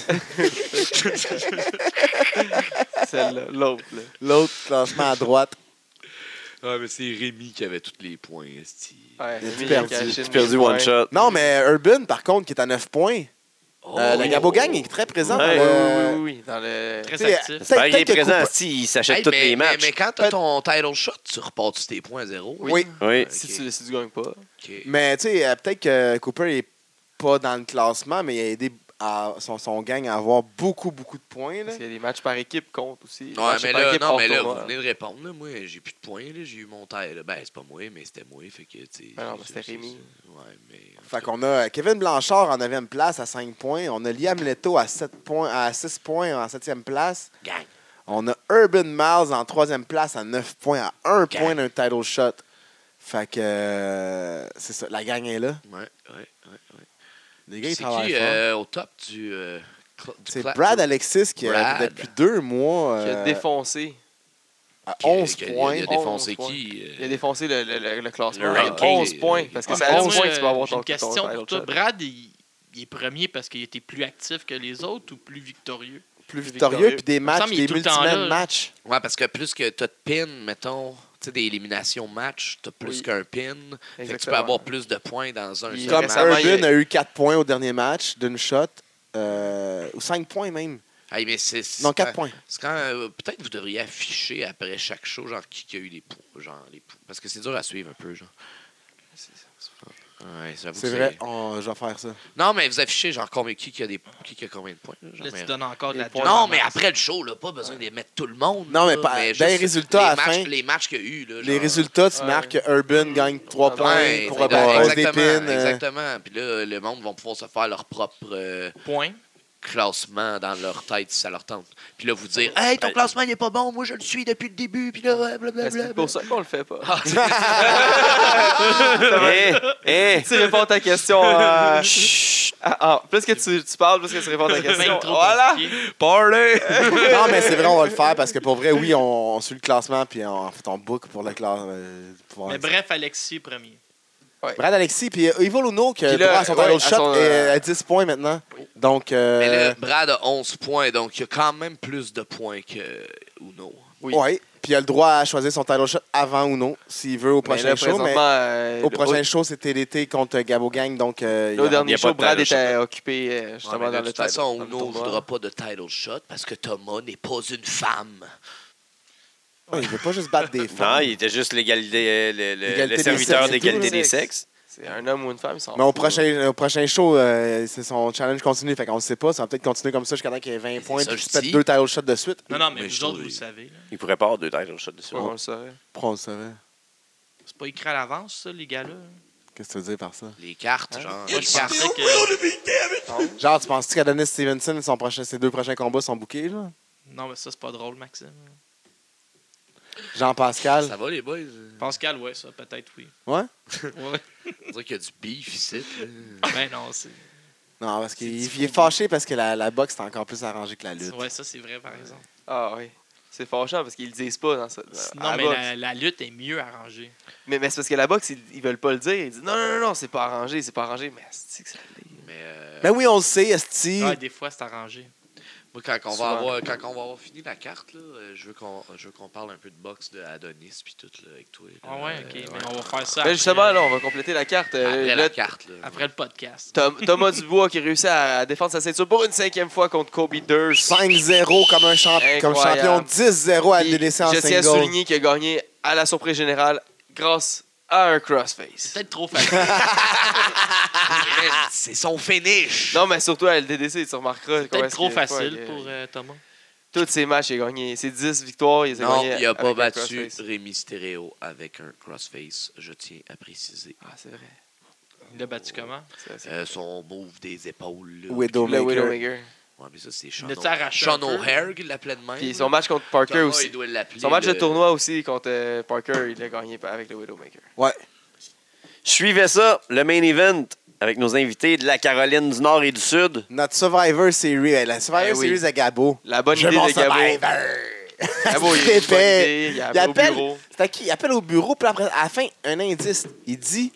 Speaker 3: Celle-là, l'autre. là.
Speaker 1: L'autre classement à droite.
Speaker 5: Ah, mais c'est Rémi qui avait tous les points, esti.
Speaker 3: Ouais,
Speaker 1: Il a tout
Speaker 3: Rémi,
Speaker 1: perdu.
Speaker 3: caché
Speaker 2: J'ai
Speaker 3: une
Speaker 2: perdu
Speaker 3: mille
Speaker 2: one shot.
Speaker 1: Non, mais Urban, par contre, qui est à 9 points.
Speaker 5: Oh!
Speaker 1: Euh, le Gabo Gang est très présent.
Speaker 2: Ouais.
Speaker 1: dans le-
Speaker 3: points. Oui, oui, oui. Dans le...
Speaker 4: Très
Speaker 1: Tu sais,
Speaker 4: actif.
Speaker 1: peut-être-
Speaker 2: Ben, il est
Speaker 1: peut-être que
Speaker 2: présent,
Speaker 1: Cooper-
Speaker 2: si, il
Speaker 5: Hey,
Speaker 2: s'achète tous
Speaker 5: mais,
Speaker 2: les
Speaker 5: mais-
Speaker 2: matchs.
Speaker 5: mais quand t'as ton title shot, tu repars tous tes points à zéro.
Speaker 1: Euh, Oui.
Speaker 2: Oui.
Speaker 5: Ok,
Speaker 3: Si, tu, si tu gagnes pas.
Speaker 5: ok.
Speaker 1: Mais tu sais, euh, peut-être que Cooper est pas dans le classement, mais il a aidé à- son, son gang à avoir beaucoup, beaucoup de points. là.
Speaker 3: Parce que les matchs par équipe comptent aussi. Les
Speaker 5: Ouais,
Speaker 3: matchs
Speaker 5: mais
Speaker 3: par
Speaker 5: là,
Speaker 3: équipe
Speaker 5: non,
Speaker 3: hors
Speaker 5: mais là, vous
Speaker 3: tournoi.
Speaker 1: hein.
Speaker 5: venez de répondre. Là. Moi, j'ai plus de points. là. J'ai eu mon taille. là. Ben, c'est pas moi, mais c'était moi. Fait que, tu sais,
Speaker 3: Ah non, mais
Speaker 5: c'est-
Speaker 3: c'était
Speaker 5: c'est-
Speaker 3: Rémi.
Speaker 5: c'est- Ouais, mais. en
Speaker 1: Fait
Speaker 5: tout cas,
Speaker 1: qu'on a euh, Kevin Blanchard en 9e place à 5 points. On a Liam Leto à, 7 points, à 6 points en 7e place.
Speaker 5: Gang.
Speaker 1: On a Urban Miles en 3e place à 9 points, à 1
Speaker 5: Gang.
Speaker 1: point d'un title shot. Fait que euh, c'est ça, la gang est là.
Speaker 5: Ouais, ouais, ouais. ouais.
Speaker 1: Les gars,
Speaker 5: C'est
Speaker 1: ils travaillent
Speaker 5: qui
Speaker 1: fort.
Speaker 5: euh, au top du. euh, cl- du
Speaker 1: c'est
Speaker 5: cla-
Speaker 1: Brad Alexis qui, a,
Speaker 5: Brad.
Speaker 1: depuis deux mois,
Speaker 3: Qui a
Speaker 1: euh,
Speaker 3: défoncé.
Speaker 1: à
Speaker 5: euh, qui-
Speaker 1: 11
Speaker 5: qui-
Speaker 1: points.
Speaker 5: Il a
Speaker 3: 11
Speaker 5: défoncé qui euh?
Speaker 3: Il a défoncé le, le, le, le classement.
Speaker 5: Le
Speaker 3: à
Speaker 5: ranking.
Speaker 3: 11 points. Parce que
Speaker 4: Ouais,
Speaker 3: c'est
Speaker 4: mais
Speaker 3: à 11
Speaker 4: moi,
Speaker 3: points que tu peux avoir
Speaker 4: j'ai
Speaker 3: ton
Speaker 4: une question
Speaker 3: ton
Speaker 4: pour
Speaker 3: title
Speaker 4: toi.
Speaker 3: shot.
Speaker 4: Brad, il, il est premier parce qu'il était plus actif que les autres ou plus victorieux?
Speaker 1: plus
Speaker 3: victorieux.
Speaker 1: victorieux, puis des matchs,
Speaker 4: semble, il est
Speaker 1: des
Speaker 4: tout le temps là,
Speaker 1: multi-man
Speaker 4: là.
Speaker 1: matchs.
Speaker 5: Ouais, parce que plus que t'as de pins, mettons, tu sais, des éliminations match, t'as plus
Speaker 3: Oui.
Speaker 5: qu'un pin. Fait que tu peux
Speaker 3: Exactement.
Speaker 5: avoir plus de points dans un
Speaker 3: Il-
Speaker 5: seul
Speaker 1: Comme
Speaker 5: match.
Speaker 3: récemment, il
Speaker 1: Urban
Speaker 3: y a-
Speaker 1: a eu 4 points au dernier match d'une shot, euh, ou 5 points même.
Speaker 5: Hey, mais c'est-
Speaker 1: Non,
Speaker 5: c'est
Speaker 1: 4
Speaker 5: quand-
Speaker 1: points.
Speaker 5: c'est quand, euh, Peut-être vous devriez afficher après chaque show, genre, qui, qui a eu les points. Genre, les points. Parce que c'est dur à suivre un peu, genre. Ouais, j'avoue
Speaker 1: C'est
Speaker 5: que
Speaker 1: vrai, on- je vais faire ça.
Speaker 5: Non, mais vous affichez, genre, combien, qui, qui a des, qui, qui a combien de points. là, genre,
Speaker 4: Là, tu
Speaker 5: mais-
Speaker 4: donnes encore de la job
Speaker 5: non,
Speaker 4: à
Speaker 5: mais
Speaker 4: Max.
Speaker 5: après le show, là, pas besoin de les mettre tout le monde.
Speaker 1: Non, mais
Speaker 5: là,
Speaker 1: pas-
Speaker 5: juste
Speaker 1: dans les résultats à la
Speaker 5: les matchs,
Speaker 1: fin,
Speaker 5: Les matchs qu'il y a eu, là,
Speaker 1: Les
Speaker 5: genre.
Speaker 1: résultats, tu
Speaker 3: Ouais.
Speaker 1: marques que Urban gagne 3
Speaker 3: Ouais,
Speaker 1: points
Speaker 5: Ouais,
Speaker 1: pour
Speaker 5: exactement,
Speaker 1: avoir des pins.
Speaker 5: exactement,
Speaker 1: euh,
Speaker 5: exactement. Puis là, le monde va pouvoir se faire leur propre euh,
Speaker 4: Point.
Speaker 5: classement dans leur tête si ça leur tente. Puis là, vous dire Hey, ton classement, il est pas bon, moi, je le suis depuis le début. Puis là, ouais,
Speaker 3: Mais C'est
Speaker 5: blablabla.
Speaker 3: pour ça qu'on le fait pas.
Speaker 5: Ah, c'est-
Speaker 2: Eh, eh,
Speaker 3: tu réponds à ta question. euh, ah, ah, plus que tu, tu parles, plus que tu réponds à ta question.
Speaker 4: Même trop
Speaker 3: Voilà.
Speaker 4: compliqué.
Speaker 2: party!
Speaker 1: non, mais c'est vrai, on va le faire parce que pour vrai, oui, on, on suit le classement puis on, en fait, on book pour le euh, classement.
Speaker 4: Mais bref, Alexis est premier.
Speaker 1: Brad Alexis puis euh, Evil Uno qui a
Speaker 3: Puis là,
Speaker 1: droit à son
Speaker 3: ouais,
Speaker 1: title
Speaker 3: à
Speaker 1: shot
Speaker 3: son,
Speaker 1: est
Speaker 3: euh,
Speaker 1: à 10 points maintenant. Donc, euh,
Speaker 5: Mais là, Brad a 11 points, donc il y a quand même plus de points que Uno.
Speaker 3: oui.
Speaker 1: ouais, puis il a le droit à choisir son title shot avant ou non s'il veut au prochain
Speaker 3: Mais là,
Speaker 1: show. Mais
Speaker 3: présentement, euh,
Speaker 1: au
Speaker 3: le-
Speaker 1: prochain show, c'était l'été contre Gabo Gang. Donc, euh, il y
Speaker 3: Là, Au
Speaker 1: a-
Speaker 3: dernier
Speaker 2: a pas
Speaker 3: show,
Speaker 2: de
Speaker 3: Brad
Speaker 2: title
Speaker 3: était occupé euh,
Speaker 5: Ouais,
Speaker 3: justement
Speaker 5: Ah, mais
Speaker 3: dans
Speaker 5: de
Speaker 3: le
Speaker 5: toute
Speaker 3: title-
Speaker 5: façon,
Speaker 3: dans le
Speaker 5: Uno ne
Speaker 3: tournoi.
Speaker 5: voudra pas de title shot parce que Thomas n'est pas une femme.
Speaker 1: Ouais, il veut pas juste battre des
Speaker 2: Non,
Speaker 1: femmes.
Speaker 2: il était juste l'égalité, euh, le, le-
Speaker 1: L'égalité
Speaker 2: le
Speaker 1: des
Speaker 2: serviteur
Speaker 1: sexes et
Speaker 2: d'égalité
Speaker 3: tout,
Speaker 2: des
Speaker 3: là.
Speaker 2: sexes.
Speaker 3: C'est un homme ou une femme, ils sont.
Speaker 1: Mais au prochain, au prochain show, euh, c'est son challenge continu. Fait qu'on le sait pas. Ça va peut-être continuer comme ça jusqu'à temps qu'il y ait 20 points
Speaker 5: ça,
Speaker 1: puis
Speaker 5: je
Speaker 1: qu'il se pète
Speaker 5: dis.
Speaker 1: deux title shots de suite.
Speaker 4: Non, non, mais,
Speaker 5: Mais je
Speaker 4: vous autres,
Speaker 5: trouve-
Speaker 4: vous le savez. là.
Speaker 2: Il pourrait pas avoir deux titles shots
Speaker 4: Oh.
Speaker 2: dessus.
Speaker 3: On le saurait.
Speaker 1: Pourquoi on le savait?
Speaker 4: C'est pas écrit à l'avance, ça, les gars-là.
Speaker 1: Qu'est-ce que tu veux dire par ça?
Speaker 5: Les cartes,
Speaker 3: Hein?
Speaker 5: genre.
Speaker 4: Moi,
Speaker 5: les
Speaker 4: je
Speaker 5: cartes.
Speaker 4: pensais que...
Speaker 1: Genre, tu penses-tu qu'Adonis Stevenson, son prochain, ses deux prochains combats sont bouqués, là?
Speaker 4: Non, mais ça, c'est pas drôle, Maxime.
Speaker 1: Jean-Pascal.
Speaker 5: Ça va, les boys?
Speaker 4: Pascal, ouais, ça, peut-être, oui.
Speaker 1: Ouais?
Speaker 4: Ouais.
Speaker 5: On dirait qu'il y a du beef ici. là.
Speaker 4: ben non, c'est...
Speaker 1: Non, parce qu'il
Speaker 4: C'est du
Speaker 1: il est fâché parce que la, la boxe est encore plus arrangée que la lutte.
Speaker 4: Ouais, ça, c'est vrai, par exemple.
Speaker 3: Ah oui. C'est fâchant parce qu'ils le disent pas dans ça.
Speaker 4: Non, mais la, la lutte est mieux arrangée.
Speaker 3: mais, mais c'est parce que la boxe, ils, ils veulent pas le dire. Ils disent non, non, non, non, c'est pas arrangé, c'est pas arrangé. Mais c'est que ça l'est.
Speaker 5: Mais euh,
Speaker 1: Ben oui, on le sait, Esti.
Speaker 4: Ouais, des fois, c'est arrangé.
Speaker 5: moi, quand on,
Speaker 3: souvent.
Speaker 5: va avoir, quand on va avoir fini la carte, là, euh, je veux qu'on je veux qu'on parle un peu de boxe de Adonis puis tout là, avec toi. là.
Speaker 4: Ah ouais, ok.
Speaker 5: Euh,
Speaker 4: Mais on va faire ça
Speaker 3: Mais Ben,
Speaker 4: après, euh,
Speaker 3: justement, là, on va compléter la carte. Euh,
Speaker 5: Après
Speaker 3: là,
Speaker 5: la carte. Là.
Speaker 4: après le podcast.
Speaker 3: Tom- Thomas Dubois qui réussit à, à défendre sa ceinture pour une cinquième fois contre Kobe Durst.
Speaker 1: 5-0 comme un champ- comme
Speaker 3: Incroyable.
Speaker 1: champion, 10-0 à
Speaker 3: Puis,
Speaker 1: l'UDC en
Speaker 3: Je tiens
Speaker 1: single.
Speaker 3: à souligner qu'il a gagné à la surprise générale grâce à un
Speaker 4: C'est
Speaker 3: crossface.
Speaker 4: peut-être trop facile.
Speaker 5: Man, C'est son finish.
Speaker 3: Non, mais surtout à LDDC, tu remarqueras.
Speaker 4: C'est
Speaker 3: comment
Speaker 4: peut-être
Speaker 3: est-ce
Speaker 4: trop
Speaker 3: qu'il- quoi,
Speaker 4: facile
Speaker 3: il-
Speaker 4: pour euh, Thomas.
Speaker 3: Tous ses matchs, il a gagné. Ses 10 victoires, il les a
Speaker 5: Non,
Speaker 3: gagnées
Speaker 5: il n'a pas
Speaker 3: avec un
Speaker 5: battu
Speaker 3: crossface.
Speaker 5: Rémi Stéréo avec un crossface, je tiens à préciser.
Speaker 3: Ah, c'est vrai.
Speaker 4: Il l'a battu comment
Speaker 3: C'est- c'est-
Speaker 5: Euh, son move des épaules. Là,
Speaker 3: Le
Speaker 1: Widowmaker.
Speaker 3: Widowmaker.
Speaker 5: Ouais, mais ça, c'est Sean,
Speaker 4: Il l'a-tu
Speaker 5: O-
Speaker 4: arraché
Speaker 5: Sean
Speaker 4: un peu?
Speaker 5: O'Hare qui l'appelait de même.
Speaker 3: Puis
Speaker 5: là.
Speaker 3: son match contre Parker
Speaker 5: Thomas,
Speaker 3: aussi.
Speaker 5: Hein, il doit l'appeler,
Speaker 3: Son match
Speaker 5: le-
Speaker 3: de tournoi aussi contre euh, Parker, il l'a gagné pa- avec le Widowmaker.
Speaker 1: Ouais.
Speaker 2: Je suivais ça, le main event, avec nos invités de la Caroline du Nord et du Sud.
Speaker 1: Notre Survivor Series. eh, La Survivor
Speaker 3: Eh oui.
Speaker 1: Series à Gabo.
Speaker 3: La bonne
Speaker 1: Je
Speaker 3: idée
Speaker 1: m'en
Speaker 3: de Gabo.
Speaker 1: Survivor.
Speaker 3: Gabo, il
Speaker 1: C'est
Speaker 3: a une bonne
Speaker 1: fait.
Speaker 3: idée, il a
Speaker 1: Il
Speaker 3: appelé au
Speaker 1: appelle,
Speaker 3: bureau.
Speaker 1: c'est à qui? Il appelle au bureau, puis après, à la fin, un indice. Il dit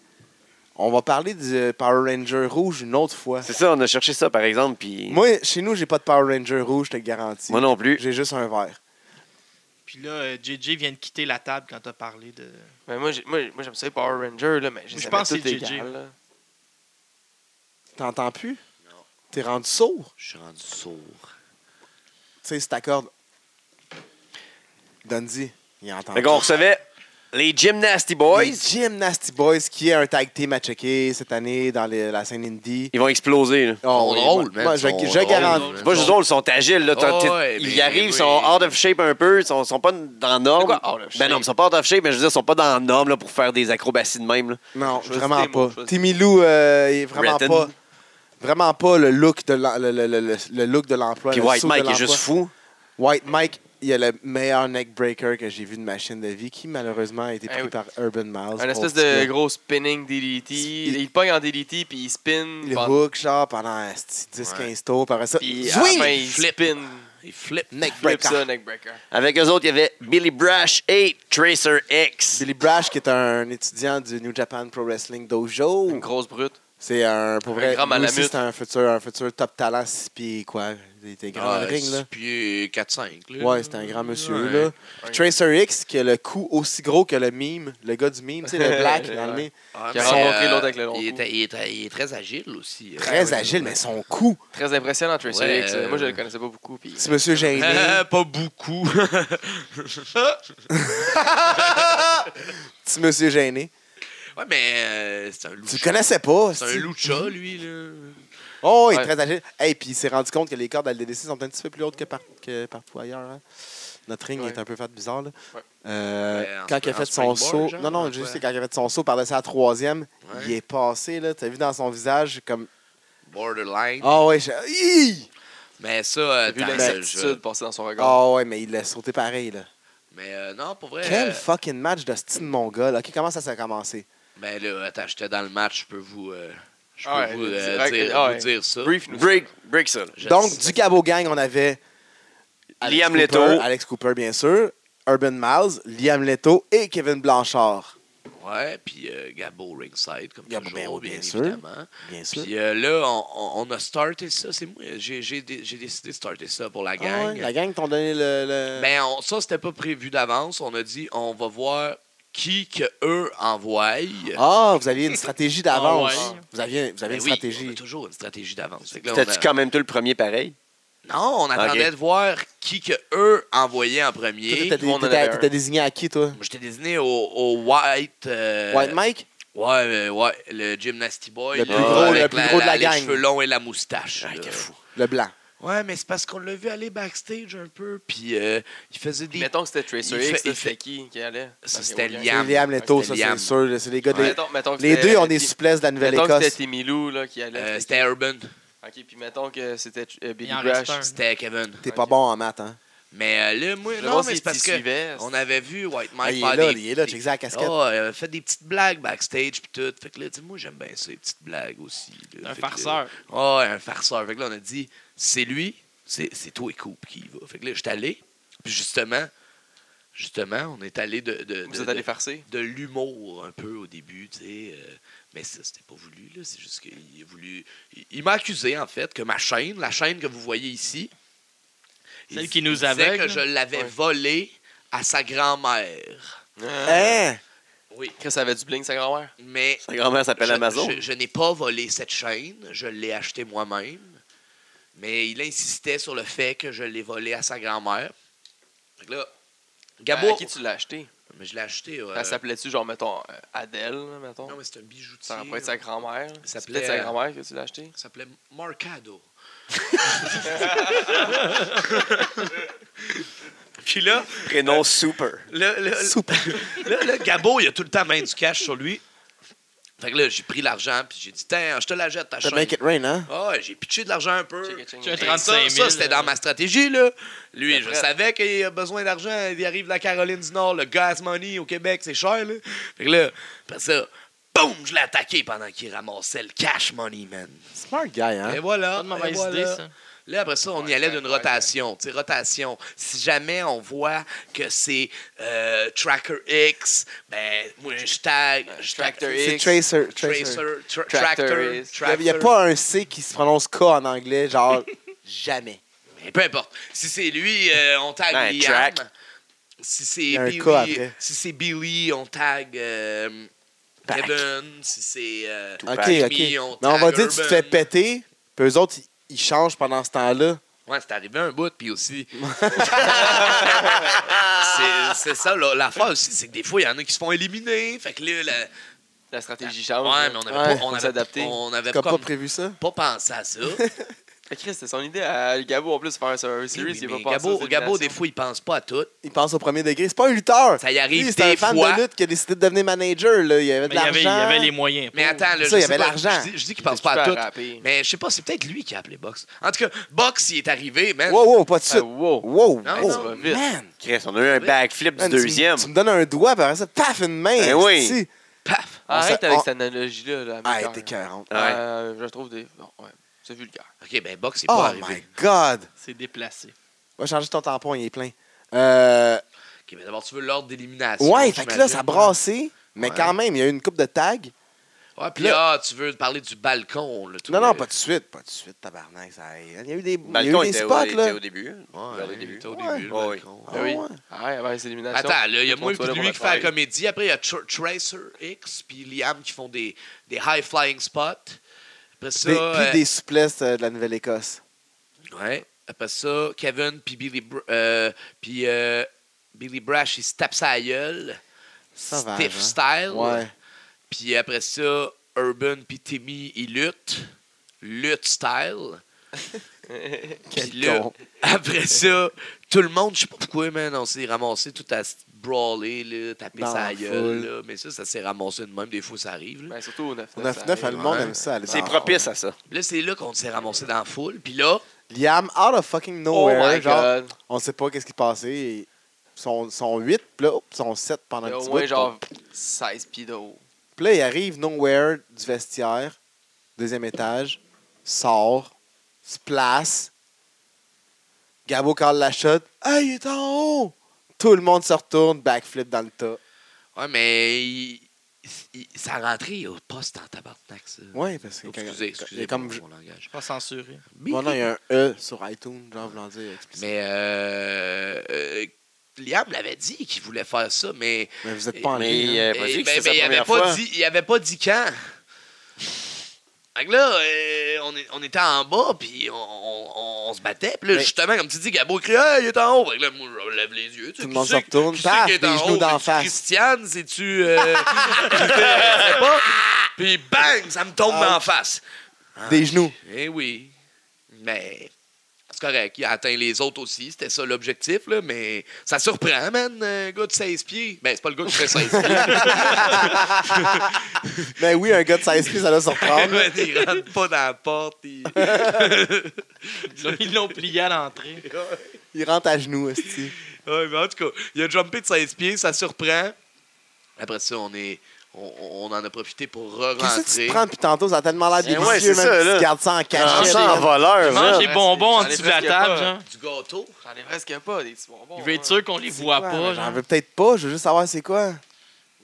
Speaker 1: On va parler du Power Ranger rouge une autre fois.
Speaker 2: C'est ça, on a cherché ça, par exemple, puis moi,
Speaker 1: Moi, chez nous, j'ai pas de Power Ranger rouge, je te le garantis.
Speaker 2: non plus.
Speaker 1: J'ai juste un verre.
Speaker 4: Puis là, euh, JJ vient de quitter la table quand t'as parlé de.
Speaker 3: Mais moi, j'ai- moi, moi j'aime ça les Power Rangers, là, mais je les
Speaker 4: pense
Speaker 3: avais
Speaker 4: que c'est
Speaker 3: toutes
Speaker 4: JJ.
Speaker 3: égales, là.
Speaker 1: T'entends plus?
Speaker 5: Non.
Speaker 1: T'es rendu sourd?
Speaker 5: Je suis rendu sourd.
Speaker 1: Tu sais, c'est ta corde. Dundee, il entend.
Speaker 2: Fait qu'on recevait Les Gymnasty Boys,
Speaker 1: Les Gymnasty Boys, qui est un tag team à checker cette année dans les- la scène indie.
Speaker 2: ils vont exploser.
Speaker 3: Ah,
Speaker 2: là.
Speaker 1: Oh, oui,
Speaker 2: Ils sont drôles,
Speaker 1: moi-
Speaker 2: man.
Speaker 1: moi,
Speaker 2: Ils
Speaker 1: je-
Speaker 2: sont
Speaker 1: je
Speaker 2: drôles.
Speaker 1: garantis.
Speaker 2: C'est pas juste drôles, ils sont agiles. Là. T'as-
Speaker 5: Oh,
Speaker 2: t'es-
Speaker 5: ouais,
Speaker 2: ils
Speaker 5: mais
Speaker 2: y arrivent, ils sont
Speaker 5: oui.
Speaker 2: hors of shape un peu, ils sont, sont pas dans norme.
Speaker 3: quoi, out of
Speaker 2: Ben non,
Speaker 3: shape?
Speaker 2: ils sont pas hors of shape, mais je veux dire, ils sont pas dans norme là, pour faire des acrobaties de même. là.
Speaker 1: Non,
Speaker 3: Choisis
Speaker 1: vraiment
Speaker 3: tes mots,
Speaker 1: pas.
Speaker 3: choisis.
Speaker 1: Timmy Lou euh, il est vraiment
Speaker 2: Breton.
Speaker 1: pas. Vraiment pas le look de l'em- le, le- le- le- le look de l'emploi.
Speaker 2: Puis
Speaker 1: le
Speaker 2: White
Speaker 1: saut de
Speaker 2: Mike est
Speaker 1: l'emploi.
Speaker 2: juste fou.
Speaker 1: White Mike, il a le meilleur neck breaker que j'ai vu de ma chaîne de vie, qui malheureusement a été
Speaker 3: Eh
Speaker 1: pris
Speaker 3: oui.
Speaker 1: par Urban Miles.
Speaker 3: Un espèce
Speaker 1: Old school.
Speaker 3: de gros spinning DDT.
Speaker 1: Il-
Speaker 3: Il pogne en DDT, puis il spin.
Speaker 1: Le
Speaker 3: pendant-
Speaker 1: hook, genre, pendant 10-15 tours, par ça.
Speaker 3: Puis à la
Speaker 1: swing!
Speaker 3: fin, il
Speaker 5: Flip.
Speaker 3: spin.
Speaker 5: Ils flippent.
Speaker 1: Neck
Speaker 3: Flip
Speaker 1: breaker.
Speaker 3: ça, neckbreaker.
Speaker 2: Avec eux autres, il y avait Billy Brash et Tracer X.
Speaker 1: Billy Brash, qui est un étudiant du New Japan Pro Wrestling Dojo.
Speaker 3: Une grosse brute.
Speaker 1: C'est un, pour
Speaker 3: Un
Speaker 1: vrai,
Speaker 3: grand
Speaker 1: lui aussi,
Speaker 3: malamute.
Speaker 1: c'est un futur, un futur top talent, 6 pieds, quoi. Il était grand
Speaker 5: ah,
Speaker 1: dans le ring, là.
Speaker 5: Puis 4-5.
Speaker 1: Ouais, c'était un grand monsieur,
Speaker 5: Ouais.
Speaker 1: là. Puis Tracer X, qui a le cou aussi gros que le mime, le gars du mime, tu sais, le black, dans le nez.
Speaker 5: Ah,
Speaker 3: Qui a
Speaker 5: mais,
Speaker 3: rencontré l'autre avec le long cou.
Speaker 5: il, était- il était- il est très agile aussi.
Speaker 1: Très
Speaker 5: Euh,
Speaker 1: agile, mais son cou.
Speaker 3: Très impressionnant, Tracy
Speaker 5: Ouais,
Speaker 3: X.
Speaker 5: euh,
Speaker 3: Moi, je le connaissais pas beaucoup. Puis...
Speaker 1: Petit monsieur gêné.
Speaker 5: Euh, pas beaucoup.
Speaker 1: Petit monsieur gêné.
Speaker 5: ouais, mais euh, c'est un
Speaker 1: Tu le
Speaker 5: loup.
Speaker 1: connaissais pas.
Speaker 5: C'est un
Speaker 1: c'est-
Speaker 5: loucha, lui. Là.
Speaker 1: Oh, il est
Speaker 3: Ouais.
Speaker 1: très agile. Et puis il s'est rendu compte que les cordes à LDDC sont un petit peu plus hautes que, par- que partout ailleurs. hein. Notre ring
Speaker 3: Ouais.
Speaker 1: est un peu fait bizarre. là.
Speaker 3: Ouais.
Speaker 1: Euh,
Speaker 5: Ouais, Ben,
Speaker 1: quand
Speaker 5: en
Speaker 1: il a
Speaker 5: spring-
Speaker 1: fait
Speaker 5: en
Speaker 1: son
Speaker 5: springboard,
Speaker 1: saut.
Speaker 5: genre,
Speaker 1: non, non,
Speaker 5: ouais.
Speaker 1: juste que quand il a fait son saut par-dessus la troisième,
Speaker 5: Ouais.
Speaker 1: il est passé. là. T'as vu dans son visage comme.
Speaker 5: Borderline.
Speaker 1: Ah ouais, je- Hi!
Speaker 5: Mais ça, euh,
Speaker 3: J'ai vu
Speaker 5: t'as-
Speaker 3: l'incertitude passer dans son regard.
Speaker 1: Ah ouais, mais il l'a sauté pareil. là.
Speaker 5: je- Mais euh, non, pour vrai.
Speaker 1: Quel
Speaker 5: euh,
Speaker 1: fucking match de style mongol. Ok, comment ça, ça a commencé?
Speaker 5: Ben là, attends, j'étais dans le match, je peux vous, euh, je peux
Speaker 3: Ouais,
Speaker 5: vous, euh,
Speaker 3: direct,
Speaker 5: dire,
Speaker 3: ouais.
Speaker 5: vous dire
Speaker 1: Ah.
Speaker 5: ça.
Speaker 3: Brief nous.
Speaker 2: Break, break ça. là.
Speaker 5: Je-
Speaker 1: Donc, du Cabo Gang, on avait.
Speaker 2: Liam
Speaker 1: Cooper,
Speaker 2: Leto.
Speaker 1: Alex Cooper, bien sûr. Urban Miles, Liam Leto et Kevin Blanchard.
Speaker 5: Ouais, puis euh, Gabo Ringside, comme
Speaker 1: Gabo, ben
Speaker 5: toujours,
Speaker 1: oui,
Speaker 5: bien,
Speaker 1: bien sûr.
Speaker 5: évidemment.
Speaker 1: Bien sûr.
Speaker 5: Puis euh, là, on, on- on a starté ça, c'est moi, j'ai j'ai dé- j'ai décidé de starter ça pour la
Speaker 1: Ah ouais,
Speaker 5: gang.
Speaker 1: la gang t'ont donné le. le-
Speaker 5: Ben, on- ça, c'était pas prévu d'avance. On a dit, on va voir qui que eux envoient.
Speaker 1: Ah, vous aviez une stratégie d'avance.
Speaker 4: Ah ouais.
Speaker 1: Vous aviez, vous aviez
Speaker 5: Ben
Speaker 1: une
Speaker 5: oui, on a
Speaker 1: stratégie.
Speaker 5: toujours une stratégie d'avance. Fait que là, on
Speaker 2: T'as-tu
Speaker 5: a-
Speaker 2: quand même tout le premier pareil?
Speaker 5: Non, on attendait
Speaker 2: Ok.
Speaker 5: de voir qui que eux envoyaient en
Speaker 1: Toi,
Speaker 5: premier.
Speaker 1: t'étais-
Speaker 3: tout le monde en
Speaker 1: T'étais
Speaker 3: avait un.
Speaker 1: t'étais désigné à qui, toi
Speaker 5: Moi, J'étais désigné au, au White... euh,
Speaker 1: White Mike
Speaker 5: Ouais, euh, ouais, le gymnasty boy.
Speaker 1: Le plus
Speaker 5: là,
Speaker 1: gros- le
Speaker 5: avec
Speaker 1: plus gros de la gang. Ah,
Speaker 5: Les cheveux longs et la moustache. là.
Speaker 1: Le blanc.
Speaker 5: Ouais, mais c'est parce qu'on l'a vu aller backstage un peu, puis euh, il faisait des...
Speaker 3: Mettons que c'était Tracer
Speaker 5: Il
Speaker 3: X,
Speaker 5: fait-
Speaker 3: c'était
Speaker 5: il fait-
Speaker 3: qui qui allait.
Speaker 5: Ça,
Speaker 3: Ok,
Speaker 5: c'était
Speaker 3: ok.
Speaker 5: Liam.
Speaker 1: C'est Liam Leto,
Speaker 5: C'était
Speaker 1: ça,
Speaker 5: Liam.
Speaker 1: c'est sûr. là, C'est les gars des-
Speaker 3: Mettons- mettons que
Speaker 1: Les
Speaker 3: c'était-
Speaker 1: deux ont des
Speaker 3: Ti-
Speaker 1: souplesses de la
Speaker 3: Mettons que
Speaker 1: Nouvelle-Écosse.
Speaker 3: c'était Timmy Lou là, qui allait.
Speaker 5: Euh,
Speaker 3: c'était
Speaker 5: c'était Urban,
Speaker 3: qui? Ok, puis mettons que c'était euh, Billy
Speaker 4: en
Speaker 3: Brash.
Speaker 4: reste un.
Speaker 5: c'était Kevin.
Speaker 1: T'es pas
Speaker 3: Ok.
Speaker 1: bon en maths, hein
Speaker 5: Mais euh, là, moi,
Speaker 3: Je
Speaker 5: non,
Speaker 3: vois
Speaker 5: mais
Speaker 3: s'il
Speaker 5: c'est parce
Speaker 3: t'y
Speaker 5: que
Speaker 3: suivait.
Speaker 5: on avait vu White Mike
Speaker 1: Ah, Il
Speaker 5: faire
Speaker 1: est là,
Speaker 5: des...
Speaker 1: il est là,
Speaker 5: des-
Speaker 1: check la casquette.
Speaker 5: Oh, euh, fait des petites blagues backstage, puis tout. Fait que là, tu sais, moi, j'aime bien ça, les petites blagues aussi. là.
Speaker 4: Un
Speaker 5: Fait que là-
Speaker 4: farceur.
Speaker 5: Ah, ouais, un farceur. Fait que là, on a dit, c'est lui, c'est c'est toi et Coupe qui y va. Fait que là, j'étais allé, puis justement, justement, on est allé de, de,
Speaker 3: Vous
Speaker 5: de-
Speaker 3: êtes allé
Speaker 5: de-
Speaker 3: farcer?
Speaker 5: de l'humour un peu au début, tu sais. euh, mais ça, c'était pas voulu, là. C'est juste qu'il a voulu. il- Il m'a accusé, en fait, que ma chaîne, la chaîne que vous voyez ici,
Speaker 4: Celle
Speaker 5: il-
Speaker 4: qui
Speaker 5: il
Speaker 4: nous
Speaker 5: disait
Speaker 4: aveugle,
Speaker 5: que je l'avais
Speaker 3: Ouais.
Speaker 5: volée à sa grand-mère.
Speaker 1: Hein
Speaker 5: Oui.
Speaker 3: Chris avait du bling, sa grand-mère.
Speaker 5: Mais
Speaker 2: Sa grand-mère s'appelle
Speaker 5: je,
Speaker 2: Amazon.
Speaker 5: je- je n'ai pas volé cette chaîne, je l'ai achetée moi-même. Mais il insistait sur le fait que je l'ai volée à sa grand-mère. Fait que là, Ben, Gabo,
Speaker 3: À qui tu l'as acheté?
Speaker 5: mais je l'ai acheté. euh,
Speaker 3: Elle s'appelait-tu, genre, mettons, euh, Adèle, là, mettons?
Speaker 5: Non, mais c'est un bijoutier.
Speaker 3: Ça aurait pas été sa grand-mère. là. C'est
Speaker 5: s'appelait,
Speaker 3: peut-être sa
Speaker 5: euh,
Speaker 3: grand-mère que tu l'as acheté.
Speaker 5: Il s'appelait Marcado. Puis là,
Speaker 2: Prénom Super.
Speaker 5: le, le- le- là, le Gabo, il a tout le temps main du cash sur lui. Fait que là, j'ai pris l'argent, puis j'ai dit, tiens, je te la jette, ta
Speaker 1: T'as
Speaker 5: chaîne.
Speaker 1: make it rain, hein
Speaker 5: Ah, j'ai pitché de l'argent un peu.
Speaker 3: Check it, check it.
Speaker 4: Tu as
Speaker 5: Mais
Speaker 4: 35 000,
Speaker 5: Ben, ça, ça, c'était
Speaker 4: euh,
Speaker 5: dans ma stratégie, là. Lui,
Speaker 3: C'est
Speaker 5: je
Speaker 3: vrai.
Speaker 5: savais qu'il a besoin d'argent. Il arrive de la Caroline du Nord, le gas money au Québec, c'est cher, là. Fait que là, après ça, boum, je l'ai attaqué pendant qu'il ramassait le cash money, man.
Speaker 1: Smart guy, hein
Speaker 5: Et voilà.
Speaker 4: Pas de mauvaise
Speaker 5: et voilà.
Speaker 4: idée, ça.
Speaker 5: Là, après ça, on y allait d'une rotation. Tu sais, rotation. Si jamais on voit que c'est euh, Tracker X, ben, moi, je tag. Je tag-
Speaker 3: Tractor
Speaker 1: C'est
Speaker 3: X.
Speaker 1: Tracer.
Speaker 5: Tracer.
Speaker 1: Tracer.
Speaker 5: tra-
Speaker 3: Tractor
Speaker 5: Tractor.
Speaker 3: X.
Speaker 1: Il n'y a pas un C qui se prononce K en anglais, genre jamais.
Speaker 5: Mais Ben, peu importe. Si c'est lui, euh, on tag
Speaker 2: Ben,
Speaker 5: Liam.
Speaker 2: track.
Speaker 5: Si
Speaker 1: y a
Speaker 5: c'est
Speaker 1: un
Speaker 5: Billy,
Speaker 1: cas après.
Speaker 5: si c'est Billy, on tag euh,
Speaker 1: Pac.
Speaker 5: Kevin. Si c'est euh,
Speaker 1: Ok,
Speaker 2: Pac,
Speaker 1: ok.
Speaker 5: me, on
Speaker 1: Non, on va
Speaker 5: tag
Speaker 1: dire que tu te
Speaker 5: Urban.
Speaker 1: fais péter, puis eux autres, ils, ils changent pendant ce temps-là.
Speaker 5: Ouais, c'est arrivé un bout, puis aussi. c'est, c'est ça, la- l'affaire aussi, c'est que des fois, il y en a qui se font éliminer. Fait que là, la-
Speaker 3: La stratégie change.
Speaker 5: ouais,
Speaker 3: là.
Speaker 5: mais on
Speaker 1: Ouais,
Speaker 5: avait pas, on
Speaker 3: Ah faut
Speaker 5: avait-
Speaker 3: s'adapter.
Speaker 5: On avait
Speaker 1: T'as pas
Speaker 5: comme
Speaker 1: prévu ça?
Speaker 5: pas pensé à ça.
Speaker 3: Ah, Chris, c'était son idée à Gabo en plus de faire un series.
Speaker 5: Oui,
Speaker 3: il va
Speaker 5: mais
Speaker 3: pas
Speaker 5: Gabo, Gabo, des fois, il pense pas à tout.
Speaker 1: Il pense au premier degré. C'est pas un lutteur!
Speaker 5: Ça y
Speaker 1: Lui,
Speaker 5: arrive
Speaker 1: c'est un
Speaker 5: des
Speaker 1: fan
Speaker 5: fois.
Speaker 1: de lutte qui a décidé de devenir manager. Là. Il y avait
Speaker 4: Mais
Speaker 1: de
Speaker 4: il y
Speaker 1: l'argent.
Speaker 4: avait, il y avait les moyens.
Speaker 5: Mais attends,
Speaker 1: Ça,
Speaker 5: là, je
Speaker 1: il y
Speaker 5: sais
Speaker 1: avait
Speaker 5: pas,
Speaker 1: l'argent.
Speaker 5: Je dis, je dis qu'il pense pas à tout. Mais je sais pas, c'est peut-être lui qui a appelé Box. En tout cas, Box, il est arrivé, man.
Speaker 1: Wow, wow, pas de suite.
Speaker 3: Ah, wow.
Speaker 1: Wow!
Speaker 5: Non,
Speaker 1: wow.
Speaker 3: ça va vite.
Speaker 1: Man!
Speaker 2: Chris, on a eu un backflip du
Speaker 1: Man, Ben, tu me-
Speaker 2: deuxième.
Speaker 1: Tu, me donnes un doigt, puis après ça, paf, une main.
Speaker 2: Ben oui.
Speaker 1: esti.
Speaker 5: Paf!
Speaker 3: Arrête
Speaker 1: On-
Speaker 3: avec cette analogie-là. Là,
Speaker 1: Ah,
Speaker 3: meilleure.
Speaker 1: t'es 40.
Speaker 2: Ouais.
Speaker 3: Euh, Je trouve des. Bon, ouais. C'est vulgaire.
Speaker 5: OK, ben Box, il est
Speaker 1: Oh
Speaker 5: pas
Speaker 1: my
Speaker 5: arrivé.
Speaker 1: God!
Speaker 4: C'est déplacé.
Speaker 1: Va changer ton tampon, il est plein. Euh,
Speaker 5: OK, mais d'abord, tu veux l'ordre d'élimination.
Speaker 1: ouais, fait que là, ça
Speaker 5: j'imagine.
Speaker 1: a brassé, mais
Speaker 5: Ouais.
Speaker 1: quand même, il y a eu une coupe de tag.
Speaker 5: Ouais, puis
Speaker 1: Là-
Speaker 5: ah, tu veux parler du balcon, là. tout
Speaker 1: Non,
Speaker 5: le-
Speaker 1: non, pas de suite, pas de suite, tabarnak. ça- Il y a eu des, il y a eu
Speaker 2: Balcon
Speaker 1: des
Speaker 2: était,
Speaker 1: spots,
Speaker 2: au, était
Speaker 1: là.
Speaker 2: au début.
Speaker 5: Ouais,
Speaker 2: vers le début.
Speaker 5: t'es au
Speaker 1: Ouais.
Speaker 5: début, le
Speaker 2: Ouais, ouais.
Speaker 5: balcon.
Speaker 1: Ah
Speaker 3: Ben oui.
Speaker 1: ouais.
Speaker 3: Arrête avant les éliminations.
Speaker 5: Attends, là, il y a moi
Speaker 3: Retourne-toi
Speaker 5: puis
Speaker 3: là pour
Speaker 5: lui qui fait la
Speaker 3: travailler.
Speaker 5: comédie. Après, il y a Tr- Tracer X puis Liam qui font des, des high-flying spots. Après ça...
Speaker 1: Des-
Speaker 5: euh,
Speaker 1: Puis des souplesses euh, de la Nouvelle-Écosse.
Speaker 5: Ouais. Après ça, Kevin puis Billy, Br- euh, puis, euh, Billy Brash, il se tape sa gueule.
Speaker 1: Sauvage,
Speaker 5: Stiff
Speaker 1: hein?
Speaker 5: style.
Speaker 1: Ouais.
Speaker 5: Puis après ça, Urban puis Timmy, ils luttent. Lutte style. Puis
Speaker 1: Quel
Speaker 5: là,
Speaker 1: con.
Speaker 5: après ça, tout le monde, je sais pas pourquoi, man, on s'est ramassé tout à se brawler, là, taper
Speaker 1: Dans
Speaker 5: sa
Speaker 1: la
Speaker 5: gueule.
Speaker 1: foule.
Speaker 5: là. Mais ça, ça s'est ramassé de même. Des fois, ça arrive. Là,
Speaker 3: Ben, surtout au 9-9.
Speaker 1: 9-9, le monde aime ça. aller
Speaker 2: C'est
Speaker 1: dans-
Speaker 2: propice à ça.
Speaker 5: Là, c'est là qu'on s'est ramassé dans la foule. Puis là,
Speaker 1: Liam, out of fucking
Speaker 3: Oh
Speaker 1: nowhere.
Speaker 3: my
Speaker 1: genre,
Speaker 3: god.
Speaker 1: on sait pas qu'est-ce qui passait. et Son, son 8, puis là, oups, son 7 pendant
Speaker 3: Il y a
Speaker 1: un
Speaker 3: Au
Speaker 1: petit
Speaker 3: moins,
Speaker 1: bout.
Speaker 3: genre 16 pieds de haut.
Speaker 1: Puis là, il arrive nowhere du vestiaire, deuxième étage, sort, se place. Gabo Carl la shot. Ah, il est en haut! Tout le monde se retourne, backflip dans le tas.
Speaker 5: ouais, mais il, il- sa rentrée au poste en tabarnak, ça.
Speaker 1: Ouais, parce que.
Speaker 5: Oh,
Speaker 1: quand-
Speaker 5: excusez,
Speaker 1: quand-
Speaker 5: excusez
Speaker 1: comme
Speaker 5: pour
Speaker 1: je-
Speaker 5: mon langage.
Speaker 4: Pas censuré.
Speaker 1: Bon, non, il y a un E sur iTunes, genre, voulant dire explicite.
Speaker 5: Mais euh, euh, Liam l'avait dit qu'il voulait faire ça, mais
Speaker 1: Mais, vous êtes pas en
Speaker 2: mais,
Speaker 1: ligne. hein.
Speaker 2: euh, Il avait pas dit
Speaker 5: Eh
Speaker 2: que
Speaker 5: ben,
Speaker 2: c'était
Speaker 5: ben,
Speaker 2: sa
Speaker 5: il avait
Speaker 2: première
Speaker 5: pas
Speaker 2: fois.
Speaker 5: dit, il avait pas dit quand. Fait que là, euh, on, est- on était en bas, puis on, on- on se battait. Puis là,
Speaker 1: Mais-
Speaker 5: justement, comme tu dis, Gabo crie Ah, il est en haut! Fait que là, moi, je lève les yeux.
Speaker 1: Tout
Speaker 5: tu sais,
Speaker 1: le
Speaker 5: qui
Speaker 1: monde
Speaker 5: c'est
Speaker 1: se
Speaker 5: qui-
Speaker 1: retourne,
Speaker 5: qui c'est
Speaker 1: paf,
Speaker 5: qui est
Speaker 1: les
Speaker 5: en
Speaker 1: genoux
Speaker 5: haut?
Speaker 1: d'en
Speaker 5: C'est-tu
Speaker 1: face.
Speaker 5: Christiane, c'est-tu. euh, je sais pas. Puis bang, ça me tombe
Speaker 1: Ouch.
Speaker 5: en face.
Speaker 1: hein. Des genoux.
Speaker 5: Eh oui. Mais c'est correct. Il a atteint les autres aussi. C'était ça l'objectif, là. Mais ça surprend, man. Un gars de 16 pieds. Ben, c'est pas le gars qui fait 16 pieds.
Speaker 1: Mais oui, un gars de 16 pieds, ça doit surprendre. là.
Speaker 5: Mais il rentre pas dans la porte. il-
Speaker 4: Ils l'ont- Ils l'ont plié à l'entrée.
Speaker 1: Il rentre à genoux, esti.
Speaker 5: Ouais, mais en tout cas, il a jumpé de 16 pieds. Ça surprend. Après ça, on est. On, on en a profité pour
Speaker 1: Qu'est-ce que tu
Speaker 5: re-rentrer.
Speaker 1: te prends, puis tantôt, ça a tellement l'air
Speaker 2: Eh
Speaker 1: délicieux,
Speaker 2: ouais, c'est
Speaker 1: même
Speaker 2: ça,
Speaker 1: si
Speaker 2: là.
Speaker 1: tu gardes ça en
Speaker 2: Prends
Speaker 1: cachette.
Speaker 2: ça en
Speaker 1: là.
Speaker 2: voleur,
Speaker 4: Mange
Speaker 2: là.
Speaker 4: les bonbons en
Speaker 3: J'en ai
Speaker 4: dessous de la
Speaker 3: presque
Speaker 4: table,
Speaker 3: pas.
Speaker 4: genre.
Speaker 5: Du gâteau.
Speaker 3: J'en ai presque pas des petits bonbons.
Speaker 4: Il veut être
Speaker 3: hein.
Speaker 4: sûr qu'on les voit
Speaker 1: Ouais, J'en
Speaker 4: pas, genre.
Speaker 1: veux peut-être pas, je veux juste savoir c'est quoi.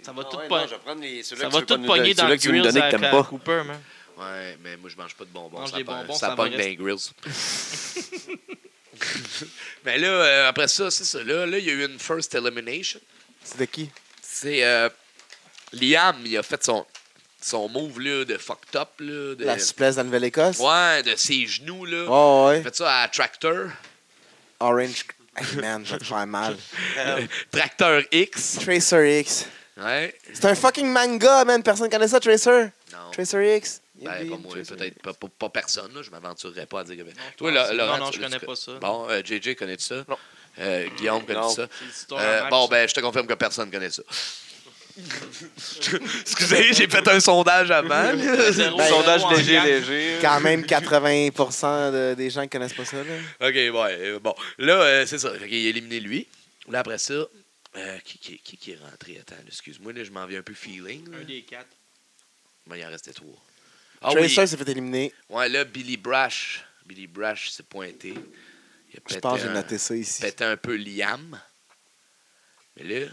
Speaker 4: Ça va
Speaker 2: Ah
Speaker 4: tout
Speaker 2: ouais,
Speaker 4: pogner.
Speaker 2: non, je vais prendre les- ceux-là
Speaker 4: Ça
Speaker 2: que
Speaker 4: va
Speaker 2: tu veux
Speaker 4: tout
Speaker 2: pas
Speaker 4: pogner
Speaker 2: nous-
Speaker 4: dans
Speaker 2: ceux-là
Speaker 4: le
Speaker 2: que tu veux me
Speaker 4: grills
Speaker 2: donner que
Speaker 4: à,
Speaker 2: t'aimes
Speaker 4: à
Speaker 2: pas.
Speaker 4: Cooper, man.
Speaker 5: Ouais, mais moi, je mange pas de bonbons.
Speaker 4: Mange
Speaker 5: ça
Speaker 4: des
Speaker 5: pogne-
Speaker 4: bonbons,
Speaker 5: ça
Speaker 4: ça
Speaker 5: pogne
Speaker 4: va
Speaker 5: dans les grills. mais là, euh, après ça, c'est ça. Là, là, il y a eu une first elimination.
Speaker 1: C'est de qui?
Speaker 5: C'est euh, Liam, il a fait son, son move là, de fucked up. Là, de,
Speaker 1: La souplesse de la Nouvelle-Écosse?
Speaker 5: ouais, de ses genoux. Là.
Speaker 1: Ouais, ouais.
Speaker 5: Il a fait ça à Tractor.
Speaker 1: Orange. Hey, man, je vais te faire mal.
Speaker 5: Tractor X.
Speaker 1: Tracer X.
Speaker 5: Ouais.
Speaker 1: C'est un fucking manga, man. Personne connaît ça, Tracer.
Speaker 5: Non.
Speaker 1: Tracer X.
Speaker 5: Ben,
Speaker 1: Yippee,
Speaker 5: pas moi,
Speaker 1: Tracer
Speaker 5: peut-être pas, pas- pas personne, là, je m'aventurerais pas à dire que.
Speaker 4: pense-
Speaker 5: Lo-
Speaker 4: non,
Speaker 5: Laurent,
Speaker 4: non,
Speaker 5: tu-
Speaker 4: je connais
Speaker 5: tu-
Speaker 4: pas ça.
Speaker 5: Bon, euh, JJ, connais-tu ça?
Speaker 3: Non.
Speaker 5: Euh, Guillaume, connais-tu
Speaker 2: Non.
Speaker 5: ça?
Speaker 4: C'est l'histoire
Speaker 5: Euh,
Speaker 4: d'un match,
Speaker 5: bon,
Speaker 4: ça.
Speaker 5: ben, je te confirme que personne connaît ça. Excusez, j'ai fait un sondage avant.
Speaker 4: Zéro,
Speaker 1: Ben,
Speaker 4: zéro
Speaker 3: Sondage
Speaker 4: en
Speaker 3: léger,
Speaker 4: gamme.
Speaker 3: léger.
Speaker 1: X. Quand même 80% de- des gens qui connaissent pas ça, là.
Speaker 5: OK, ouais. euh, bon, là, euh, c'est ça. Fait qu'il a éliminé lui. Là, après ça, euh, qui, qui, qui, qui est rentré? Attends, là, excuse-moi, là, je m'en viens un peu feeling. là.
Speaker 4: Un des quatre.
Speaker 5: Mais il en restait trois. Ah oui,
Speaker 1: Tracer s'est fait éliminer.
Speaker 5: ouais, là, Billy Brash. Billy Brash s'est pointé. Il a
Speaker 1: Je
Speaker 5: pété
Speaker 1: pense que j'ai
Speaker 5: un-
Speaker 1: noté ça ici.
Speaker 5: pété un peu Liam. Mais là...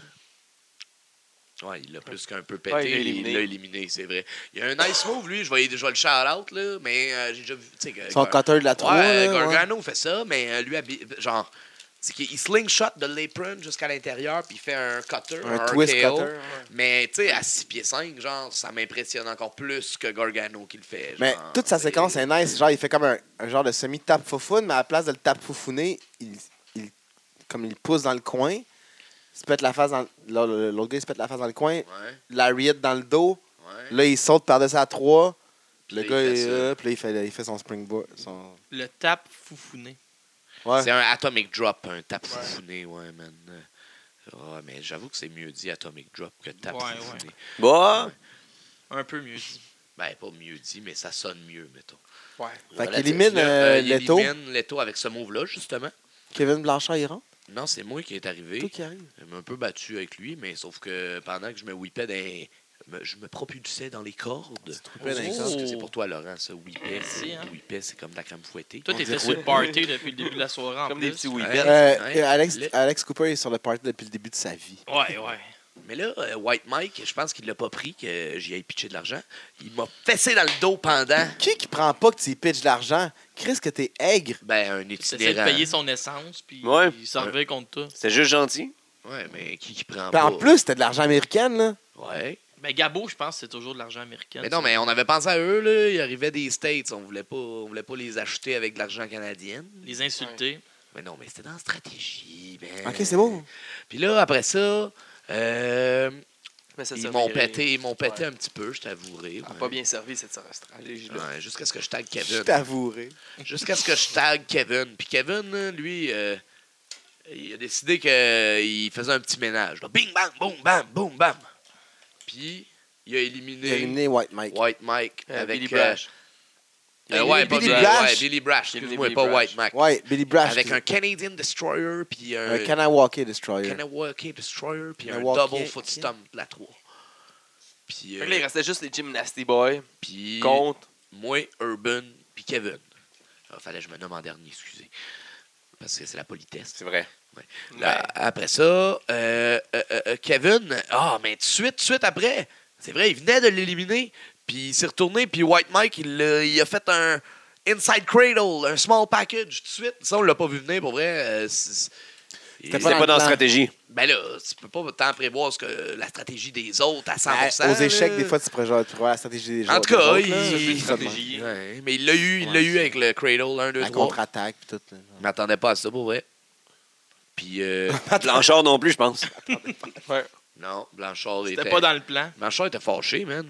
Speaker 5: Ouais, il l'a plus qu'un peu pété.
Speaker 3: Ouais, il l'a
Speaker 5: il
Speaker 3: éliminé.
Speaker 5: l'a éliminé, c'est vrai. Il a un nice move, lui. Je vais, je vais le shout-out, là. Mais euh, j'ai déjà vu... tu sais que-
Speaker 1: Son cutter de la 3,
Speaker 5: Ouais,
Speaker 1: là, ouais.
Speaker 5: Gargano fait ça, mais euh, lui, habi- genre, C'est qu'il slingshot de l'apron jusqu'à l'intérieur, puis il fait un cutter,
Speaker 1: Un
Speaker 5: un,
Speaker 1: twist
Speaker 5: RKO.
Speaker 1: cutter, ouais.
Speaker 5: Mais tu sais, à 6 pieds 5, genre, ça m'impressionne encore plus que Gargano qui le fait.
Speaker 1: Mais
Speaker 5: genre,
Speaker 1: toute sa
Speaker 5: t'sais.
Speaker 1: séquence est nice. Genre, il fait comme un, un genre de semi-tap foufoune, mais à la place de le tap foufouner, il, il- comme il pousse dans le coin, il se pète la face dans le- l'autre l'autre gars, il se pète la face dans le coin,
Speaker 5: Ouais,
Speaker 1: lariat dans le dos.
Speaker 5: ouais.
Speaker 1: Là, il saute par-dessus à trois. Puis le
Speaker 5: Là, il
Speaker 1: gars,
Speaker 5: fait
Speaker 1: il, est
Speaker 5: ça.
Speaker 1: là, puis là, il fait, il fait son springboard. Son...
Speaker 4: Le tap foufouné.
Speaker 1: Ouais.
Speaker 5: C'est un Atomic Drop, un tap foufouné, ouais, man. Ouais, mais j'avoue que c'est mieux dit Atomic Drop que tap
Speaker 4: Ouais,
Speaker 5: foufouné.
Speaker 2: Bon,
Speaker 4: Un peu mieux dit.
Speaker 5: Ben, pas mieux dit, mais ça sonne mieux, mettons.
Speaker 4: Ouais.
Speaker 1: Fait
Speaker 5: Relatif.
Speaker 1: qu'il élimine,
Speaker 5: Là,
Speaker 1: euh,
Speaker 5: il
Speaker 1: Leto.
Speaker 5: élimine Leto avec ce move-là, justement.
Speaker 1: Kevin Blanchard, il rentre.
Speaker 5: Non, c'est moi qui est arrivé.
Speaker 1: Toi qui arrive.
Speaker 5: Je m'ai un peu battu avec lui, mais sauf que pendant que je me whippais des. me- Je me propulsais dans les cordes.
Speaker 1: Tu te whippais dans les
Speaker 5: Je
Speaker 1: cordes.
Speaker 5: pense que c'est pour toi, Laurent, ça. Whippais,
Speaker 4: Merci,
Speaker 5: c'est
Speaker 4: hein.
Speaker 5: whippais, c'est comme de la crème fouettée.
Speaker 4: Toi,
Speaker 1: On
Speaker 4: t'étais
Speaker 1: dirait-
Speaker 4: sur le party depuis le début de la soirée en
Speaker 3: Comme des
Speaker 4: plus.
Speaker 3: petits
Speaker 5: Ouais.
Speaker 3: weebets.
Speaker 1: Euh,
Speaker 5: Ouais.
Speaker 1: Alex,
Speaker 5: Le-
Speaker 1: Alex Cooper est sur le party depuis le début de sa vie.
Speaker 4: Ouais, ouais.
Speaker 5: Mais là, euh, White Mike, je pense qu'il l'a pas pris, que j'y ai pitché de l'argent. Il m'a fessé dans le dos pendant.
Speaker 1: Qui qui prend pas que tu y pitches de l'argent? Chris, que t'es aigre.
Speaker 5: Ben, un
Speaker 4: T'essayais de
Speaker 5: itinérant.
Speaker 4: payer son essence, puis
Speaker 2: Ouais.
Speaker 4: il s'en revient contre toi.
Speaker 2: c'est juste gentil.
Speaker 5: Ouais, mais qui, qui prend
Speaker 1: Puis
Speaker 5: pas?
Speaker 1: en plus, t'as de l'argent américain, là.
Speaker 5: Ouais.
Speaker 4: Ben, Gabo, je pense que c'est toujours de l'argent américain.
Speaker 5: Mais non, mais on avait pensé à eux, là. Ils arrivaient des States. On voulait pas, on voulait pas les acheter avec de l'argent canadien.
Speaker 4: Les insulter.
Speaker 5: Mais non, mais c'était dans la stratégie, man.
Speaker 1: Ok, c'est bon.
Speaker 5: Puis là, après ça, euh,
Speaker 3: Mais ça
Speaker 5: ils
Speaker 3: servirait-
Speaker 5: m'ont pété, ils m'ont pété
Speaker 3: Ouais.
Speaker 5: un petit peu, je t'avouerai.
Speaker 3: Ah,
Speaker 5: ouais.
Speaker 3: Pas bien servi cette stratégie-là.
Speaker 5: Ouais, jusqu'à ce que je tag
Speaker 1: Je
Speaker 5: Kevin.
Speaker 1: t'avouerai.
Speaker 5: Jusqu'à ce que je tag Kevin. Puis Kevin, hein, lui, euh, il a décidé qu'il faisait un petit ménage. là. Bing, bang, boum, bam, boum, bam. Puis, il a éliminé,
Speaker 1: J'ai éliminé White Mike.
Speaker 5: White Mike
Speaker 3: Euh,
Speaker 5: avec...
Speaker 3: Billy
Speaker 5: euh,
Speaker 3: Brash.
Speaker 5: euh,
Speaker 1: Billy-
Speaker 5: ouais, pas
Speaker 1: Billy
Speaker 5: Billy
Speaker 1: Brash.
Speaker 5: Brash. Ouais, Billy Brash, excuse-moi,
Speaker 3: Billy
Speaker 5: pas
Speaker 3: Brash.
Speaker 5: White Mike.
Speaker 1: Ouais, Billy Brash.
Speaker 5: Avec un Canadian Destroyer, puis un...
Speaker 1: un Kanawake Destroyer.
Speaker 5: Kanawake Destroyer, puis un
Speaker 1: Kanawake,
Speaker 5: double foot
Speaker 1: ok.
Speaker 5: stomp, la 3. Puis,
Speaker 3: Fait
Speaker 5: euh,
Speaker 3: que là, il restait juste les Gymnasty Boys
Speaker 5: puis
Speaker 3: contre.
Speaker 5: moi, Urban, puis Kevin. Ah, fallait que je me nomme en dernier, excusez. Parce que c'est la politesse.
Speaker 2: vrai.
Speaker 5: Là, Après ça, euh, euh, euh, euh, Kevin, ah, mais tout de suite, tout de suite après, c'est vrai, il venait de l'éliminer, puis il s'est retourné, puis White Mike, il, l'a- il a fait un inside cradle, un small package, tout de suite. Ça, on l'a pas vu venir, pour vrai. euh, c'est-
Speaker 1: C'était
Speaker 2: C'était
Speaker 1: Pas
Speaker 2: pas
Speaker 1: dans
Speaker 2: dans
Speaker 1: le
Speaker 2: la
Speaker 1: plan.
Speaker 2: stratégie.
Speaker 5: ben là, tu peux pas tant prévoir ce que la stratégie des autres à 100
Speaker 1: Ah, Aux échecs,
Speaker 5: là.
Speaker 1: des fois, tu pourrais genre, tu vois la stratégie des gens.
Speaker 5: En tout cas,
Speaker 1: des autres, là.
Speaker 5: il-
Speaker 1: Je fais
Speaker 5: il-
Speaker 1: ça de
Speaker 3: stratégie.
Speaker 5: Ouais, mais il l'a eu, il l'a eu avec le Cradle 1,
Speaker 1: même.
Speaker 5: 2,
Speaker 1: La
Speaker 5: 3.
Speaker 1: contre-attaque, puis tout. là.
Speaker 5: Je m'attendais pas à ça pour vrai. Puis, euh,
Speaker 2: Blanchard non plus, je pense.
Speaker 5: non, Blanchard était.
Speaker 4: C'était pas dans le plan.
Speaker 5: Blanchard était fâché, man.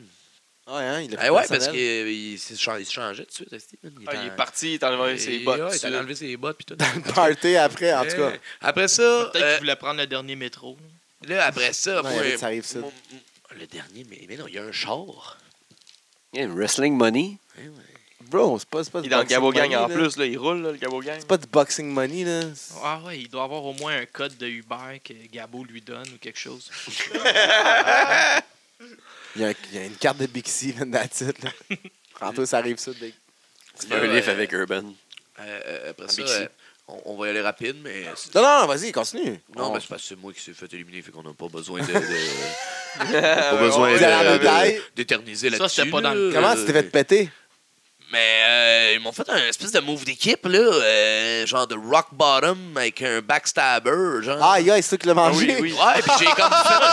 Speaker 1: Ouais, hein, il a
Speaker 5: Eh
Speaker 1: fait
Speaker 5: ouais,
Speaker 1: personnel.
Speaker 5: parce qu'il il s'est chang- il se changeait tout de suite. esti, man.
Speaker 3: Ah, il
Speaker 5: en-
Speaker 3: est parti, il t'a enlevé ses
Speaker 5: il-
Speaker 3: bottes.
Speaker 5: ouais,
Speaker 3: tout
Speaker 5: il
Speaker 3: de
Speaker 5: a
Speaker 3: suite.
Speaker 5: enlevé ses bottes, puis tout.
Speaker 1: Le party après, en tout cas.
Speaker 5: Eh, Après ça,
Speaker 4: Peut-être
Speaker 5: euh,
Speaker 4: qu'il voulait prendre le dernier métro.
Speaker 5: là, après ça,
Speaker 1: Non, il y
Speaker 5: moi,
Speaker 1: avait que ça arrive, ça.
Speaker 5: Ah, mon- mon- le dernier, mais, mais non, il y a un char.
Speaker 2: Yeah, Wrestling Money.
Speaker 5: Eh ouais.
Speaker 1: Bro, c'est pas, c'est pas
Speaker 3: Il
Speaker 1: du
Speaker 3: est dans le
Speaker 1: boxing
Speaker 3: Gabo Gang
Speaker 1: money,
Speaker 3: en
Speaker 1: là.
Speaker 3: plus, là, il roule, là, le Gabo Gang.
Speaker 1: C'est pas du boxing money, là. C'est-
Speaker 4: Ah ouais, il doit avoir au moins un code de Uber que Gabo lui donne ou quelque chose.
Speaker 1: Il y, a, il y a une carte de Bixi, là, that's it, là. Tantôt, ça arrive, ça. dès-
Speaker 2: C'est un
Speaker 5: Là,
Speaker 2: livre
Speaker 5: euh,
Speaker 2: avec Urban.
Speaker 5: Euh, euh,
Speaker 1: Ah,
Speaker 5: après
Speaker 2: Un
Speaker 5: ça,
Speaker 2: Bixi.
Speaker 5: euh, on, on va y aller rapide, mais c'est-
Speaker 1: Non, non, non, vas-y, continue.
Speaker 5: Non,
Speaker 1: On-
Speaker 5: mais c'est parce que c'est moi qui s'est fait éliminer, fait qu'on n'a pas besoin de. de-
Speaker 3: pas
Speaker 5: besoin
Speaker 1: Vous avez la
Speaker 5: de-
Speaker 1: médaille.
Speaker 5: d'éterniser
Speaker 4: Ça,
Speaker 5: là-dessus.
Speaker 4: c'était pas dans le-
Speaker 5: là.
Speaker 1: Comment tu t'es fait péter?
Speaker 5: Mais euh, ils m'ont fait un espèce de move d'équipe, là. euh, genre de rock bottom avec un backstabber. Genre.
Speaker 1: Ah, yeah, c'est toi qui l'as
Speaker 3: Ah
Speaker 1: mangé.
Speaker 3: oui, oui.
Speaker 5: Ouais, puis j'ai comme fait,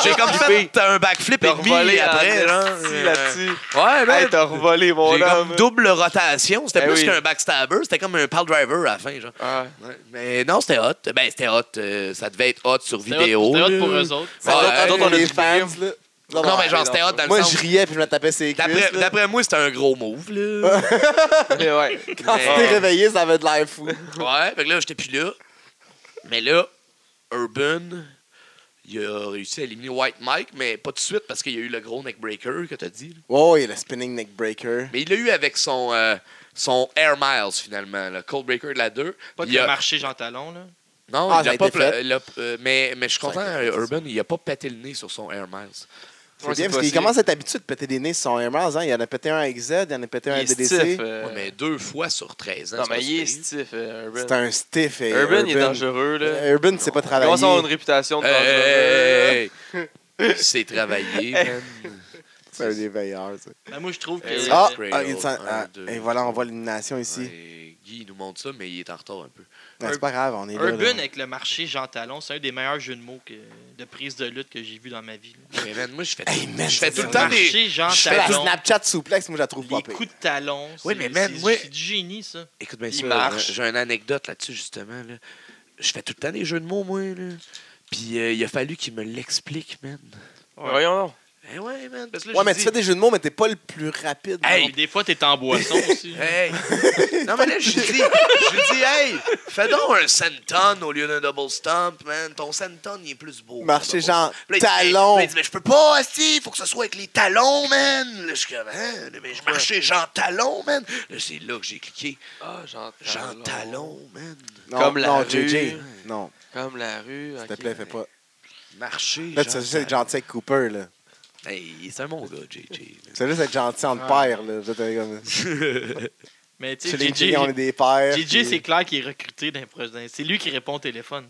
Speaker 5: j'ai, j'ai comme fait un backflip et
Speaker 3: T'as
Speaker 5: demi
Speaker 3: revolé
Speaker 5: après,
Speaker 3: après,
Speaker 5: genre.
Speaker 3: là-dessus.
Speaker 5: Ouais,
Speaker 3: Hey,
Speaker 5: ben,
Speaker 3: t'as revolé, mon
Speaker 5: j'ai comme
Speaker 3: homme.
Speaker 5: double rotation. C'était
Speaker 3: Eh
Speaker 5: plus
Speaker 3: oui.
Speaker 5: qu'un backstabber, c'était comme un pal driver à la fin, genre.
Speaker 3: Ah,
Speaker 5: Mais non, c'était hot. Ben, c'était hot. euh, ça devait être hot sur
Speaker 4: C'était
Speaker 5: vidéo.
Speaker 4: hot- c'était hot
Speaker 5: là.
Speaker 4: pour eux autres.
Speaker 1: Ça
Speaker 5: Ouais.
Speaker 1: doit être
Speaker 3: Nous autres, on a
Speaker 1: les
Speaker 3: du
Speaker 1: fans,
Speaker 3: game.
Speaker 1: là.
Speaker 5: Non, mais genre, c'était hot dans le
Speaker 1: Moi,
Speaker 5: sens-
Speaker 1: je riais, puis je me tapais ses cuisses.
Speaker 5: D'après,
Speaker 1: là.
Speaker 5: d'après moi, c'était un gros move, là.
Speaker 3: mais ouais.
Speaker 1: Quand tu t'es réveillé, ça avait de l'air fou.
Speaker 5: ouais, fait que là, j'étais plus là. Mais là, Urban, il a réussi à éliminer White Mike, mais pas tout de suite parce qu'il y a eu le gros neckbreaker que t'as dit. là.
Speaker 1: Oh, il y a le spinning neck breaker.
Speaker 5: Mais il l'a eu avec son, euh, son Air Miles, finalement, le Cold Breaker de la 2.
Speaker 4: Pas
Speaker 5: Il
Speaker 4: de
Speaker 5: a-
Speaker 4: marché Jean Talon, là.
Speaker 5: Non,
Speaker 1: Ah,
Speaker 5: il
Speaker 1: ça a
Speaker 5: a pas.
Speaker 1: été fait.
Speaker 5: pla- il a- euh, mais, mais je suis
Speaker 1: Ça a
Speaker 5: content, euh,
Speaker 1: été fait,
Speaker 5: Urban, il a pas pété le nez sur son Air Miles.
Speaker 1: C'est
Speaker 3: Ouais,
Speaker 1: bien
Speaker 3: c'est
Speaker 1: parce qu'il
Speaker 3: possible.
Speaker 1: commence à être habitué de péter des nez sur son Hermès. Hein. Il en a pété un avec Z, il en a pété un
Speaker 3: Il est
Speaker 1: avec DDC.
Speaker 3: stiff. euh,
Speaker 5: Ouais, mais deux fois sur 13 ans.
Speaker 3: Non,
Speaker 5: c'est
Speaker 3: mais
Speaker 5: pas
Speaker 3: il est
Speaker 5: si pire.
Speaker 3: stiff, euh, Urban.
Speaker 1: C'est un stiff. eh,
Speaker 3: Urban, il est dangereux, là.
Speaker 1: Urban, ne sait pas
Speaker 3: Il commence à avoir une
Speaker 1: travailler.
Speaker 3: réputation de dangereux.
Speaker 5: Hey, hey, hey. C'est travaillé, man.
Speaker 1: C'est un des veilleurs. ça.
Speaker 4: Ben, moi, je trouve que.
Speaker 3: Eh oui.
Speaker 1: Ah,
Speaker 5: Cradle,
Speaker 1: ah, il est-
Speaker 5: un,
Speaker 1: ah,
Speaker 5: deux.
Speaker 1: et voilà, on voit l'illumination ici.
Speaker 5: Ouais, Guy, il nous montre ça, mais il est en retard un peu.
Speaker 1: Non, c'est pas grave, on est là.
Speaker 4: Urban
Speaker 1: là.
Speaker 4: avec le marché Jean Talon, c'est un des meilleurs jeux de mots que, de prise de lutte que j'ai vu dans ma vie. là.
Speaker 5: Mais man, moi, je fais,
Speaker 1: Hey, man,
Speaker 5: je fais
Speaker 1: c'est
Speaker 5: tout le
Speaker 1: ça.
Speaker 5: temps des.
Speaker 4: marché Jean
Speaker 5: je fais
Speaker 1: La
Speaker 4: Talon.
Speaker 1: Snapchat souplex, moi, je la trouve pas
Speaker 4: Les
Speaker 1: pire.
Speaker 4: coups de talon, c'est
Speaker 5: Oui, mais man,
Speaker 4: c'est-
Speaker 5: moi-
Speaker 4: c'est du génie, ça.
Speaker 5: Écoute bien
Speaker 3: Il
Speaker 5: ça, hein.
Speaker 3: marche.
Speaker 5: j'ai- j'ai une anecdote là-dessus, justement. là. Je fais tout le temps des jeux de mots, moi. Là. Puis euh, il a fallu qu'il me l'explique, man.
Speaker 3: Mais Voyons donc.
Speaker 5: Ben ouais, man. Parce que là,
Speaker 1: Ouais,
Speaker 5: je
Speaker 1: mais
Speaker 5: dis-
Speaker 1: tu fais des jeux de mots, mais t'es pas le plus rapide.
Speaker 5: Hey!
Speaker 4: Puis Des fois, t'es en boisson aussi.
Speaker 5: Hey! non, mais là, je lui dis, je lui dis, hey, fais donc un senton au lieu d'un double stomp, man. Ton senton, il est plus beau.
Speaker 1: Marché
Speaker 5: Double
Speaker 1: genre
Speaker 5: Puis là, il dit, hey,
Speaker 1: talon.
Speaker 5: là, il dit, mais je peux pas, il faut que ce soit avec les talons, man. Là, je suis comme, hein, mais je marchais genre talon, man. Là, c'est là que j'ai cliqué.
Speaker 3: Ah, Jean
Speaker 5: Genre talon, man.
Speaker 1: Non,
Speaker 3: Comme la
Speaker 1: non,
Speaker 3: rue.
Speaker 1: JJ. Non,
Speaker 3: Comme la rue.
Speaker 1: s'il te plaît, fais pas.
Speaker 5: Marché.
Speaker 1: Là, tu sais, c'est gentil avec Cooper, là.
Speaker 5: Hey, c'est un bon gars, JJ. man.
Speaker 1: C'est juste être gentil en père, là. Vous êtes comme-
Speaker 4: Mais tu
Speaker 1: Chez
Speaker 4: sais,
Speaker 1: les
Speaker 4: JJ,
Speaker 1: filles, on est des pères.
Speaker 4: JJ,
Speaker 1: puis- euh,
Speaker 4: c'est clair qu'il est recruté d'un C'est lui qui répond au téléphone.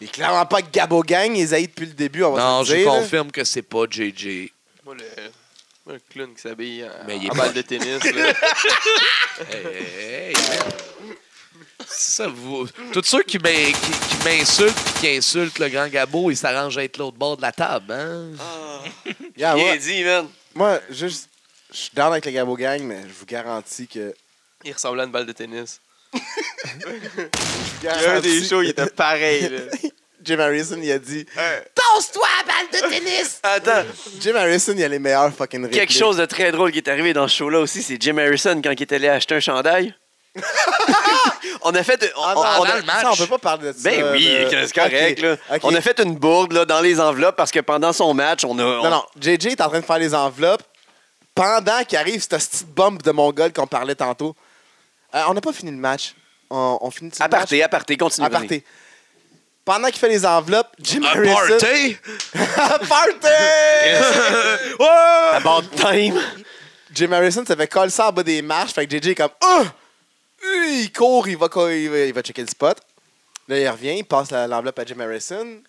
Speaker 1: Il est clairement pas Gabo Gang, ils haït depuis le début, on va
Speaker 5: Non,
Speaker 1: se le
Speaker 5: je
Speaker 1: dire. là.
Speaker 5: confirme que c'est pas JJ.
Speaker 3: Moi, le, moi, le clown qui s'habille en,
Speaker 5: Mais il est
Speaker 3: en
Speaker 5: pas-
Speaker 3: balle de tennis. là.
Speaker 5: Hey, hey, hey, man. Ça vous. Tous ceux qui m'in- qui- qui m'insultent et qui insultent le grand Gabo, ils s'arrangent à être l'autre bord de la table, hein?
Speaker 3: Ah,
Speaker 1: Yeah,
Speaker 3: bien
Speaker 1: moi,
Speaker 3: dit, man.
Speaker 1: moi, juste, je suis down avec le Gabo Gang, mais je vous garantis que.
Speaker 3: Il ressemblait à une balle de tennis.
Speaker 1: je vous
Speaker 3: L'un des
Speaker 1: garantis-
Speaker 3: shows, il était pareil. là.
Speaker 1: Jim Harrison, il a dit
Speaker 3: Hey.
Speaker 1: Tosse-toi, balle de tennis
Speaker 2: Attends,
Speaker 1: Jim Harrison, il a les meilleurs fucking répliques.
Speaker 2: quelque chose de très drôle qui est arrivé dans ce show-là aussi, c'est Jim Harrison quand il est allé acheter un chandail. on a fait. on-
Speaker 1: Ah,
Speaker 2: on-
Speaker 1: non,
Speaker 2: on a-
Speaker 1: non, ça, on peut pas parler de ça.
Speaker 2: Ben oui,
Speaker 1: de-
Speaker 2: c'est correct.
Speaker 1: Ok,
Speaker 2: là.
Speaker 1: ok.
Speaker 2: On a fait une bourde là, dans les enveloppes parce que pendant son match, on a. on-
Speaker 1: Non, non, JJ est en train de faire les enveloppes pendant qu'il arrive cette petite bombe de Mongol qu'on parlait tantôt. Euh, on n'a pas fini le match. On, on finit le match.
Speaker 2: Aparté, aparté, continue.
Speaker 1: Aparté. Pendant qu'il fait les enveloppes, Jim
Speaker 5: Un
Speaker 1: Harrison...
Speaker 5: party?
Speaker 1: Aparté!
Speaker 2: À bord de time.
Speaker 1: Jim Harrison s'est fait coller ça en bas des marches. Fait que JJ est comme Ah! Euh, Il court, il va, co- il va, il va checker le spot. Là, il revient, il passe la- l'enveloppe à Jim Harrison.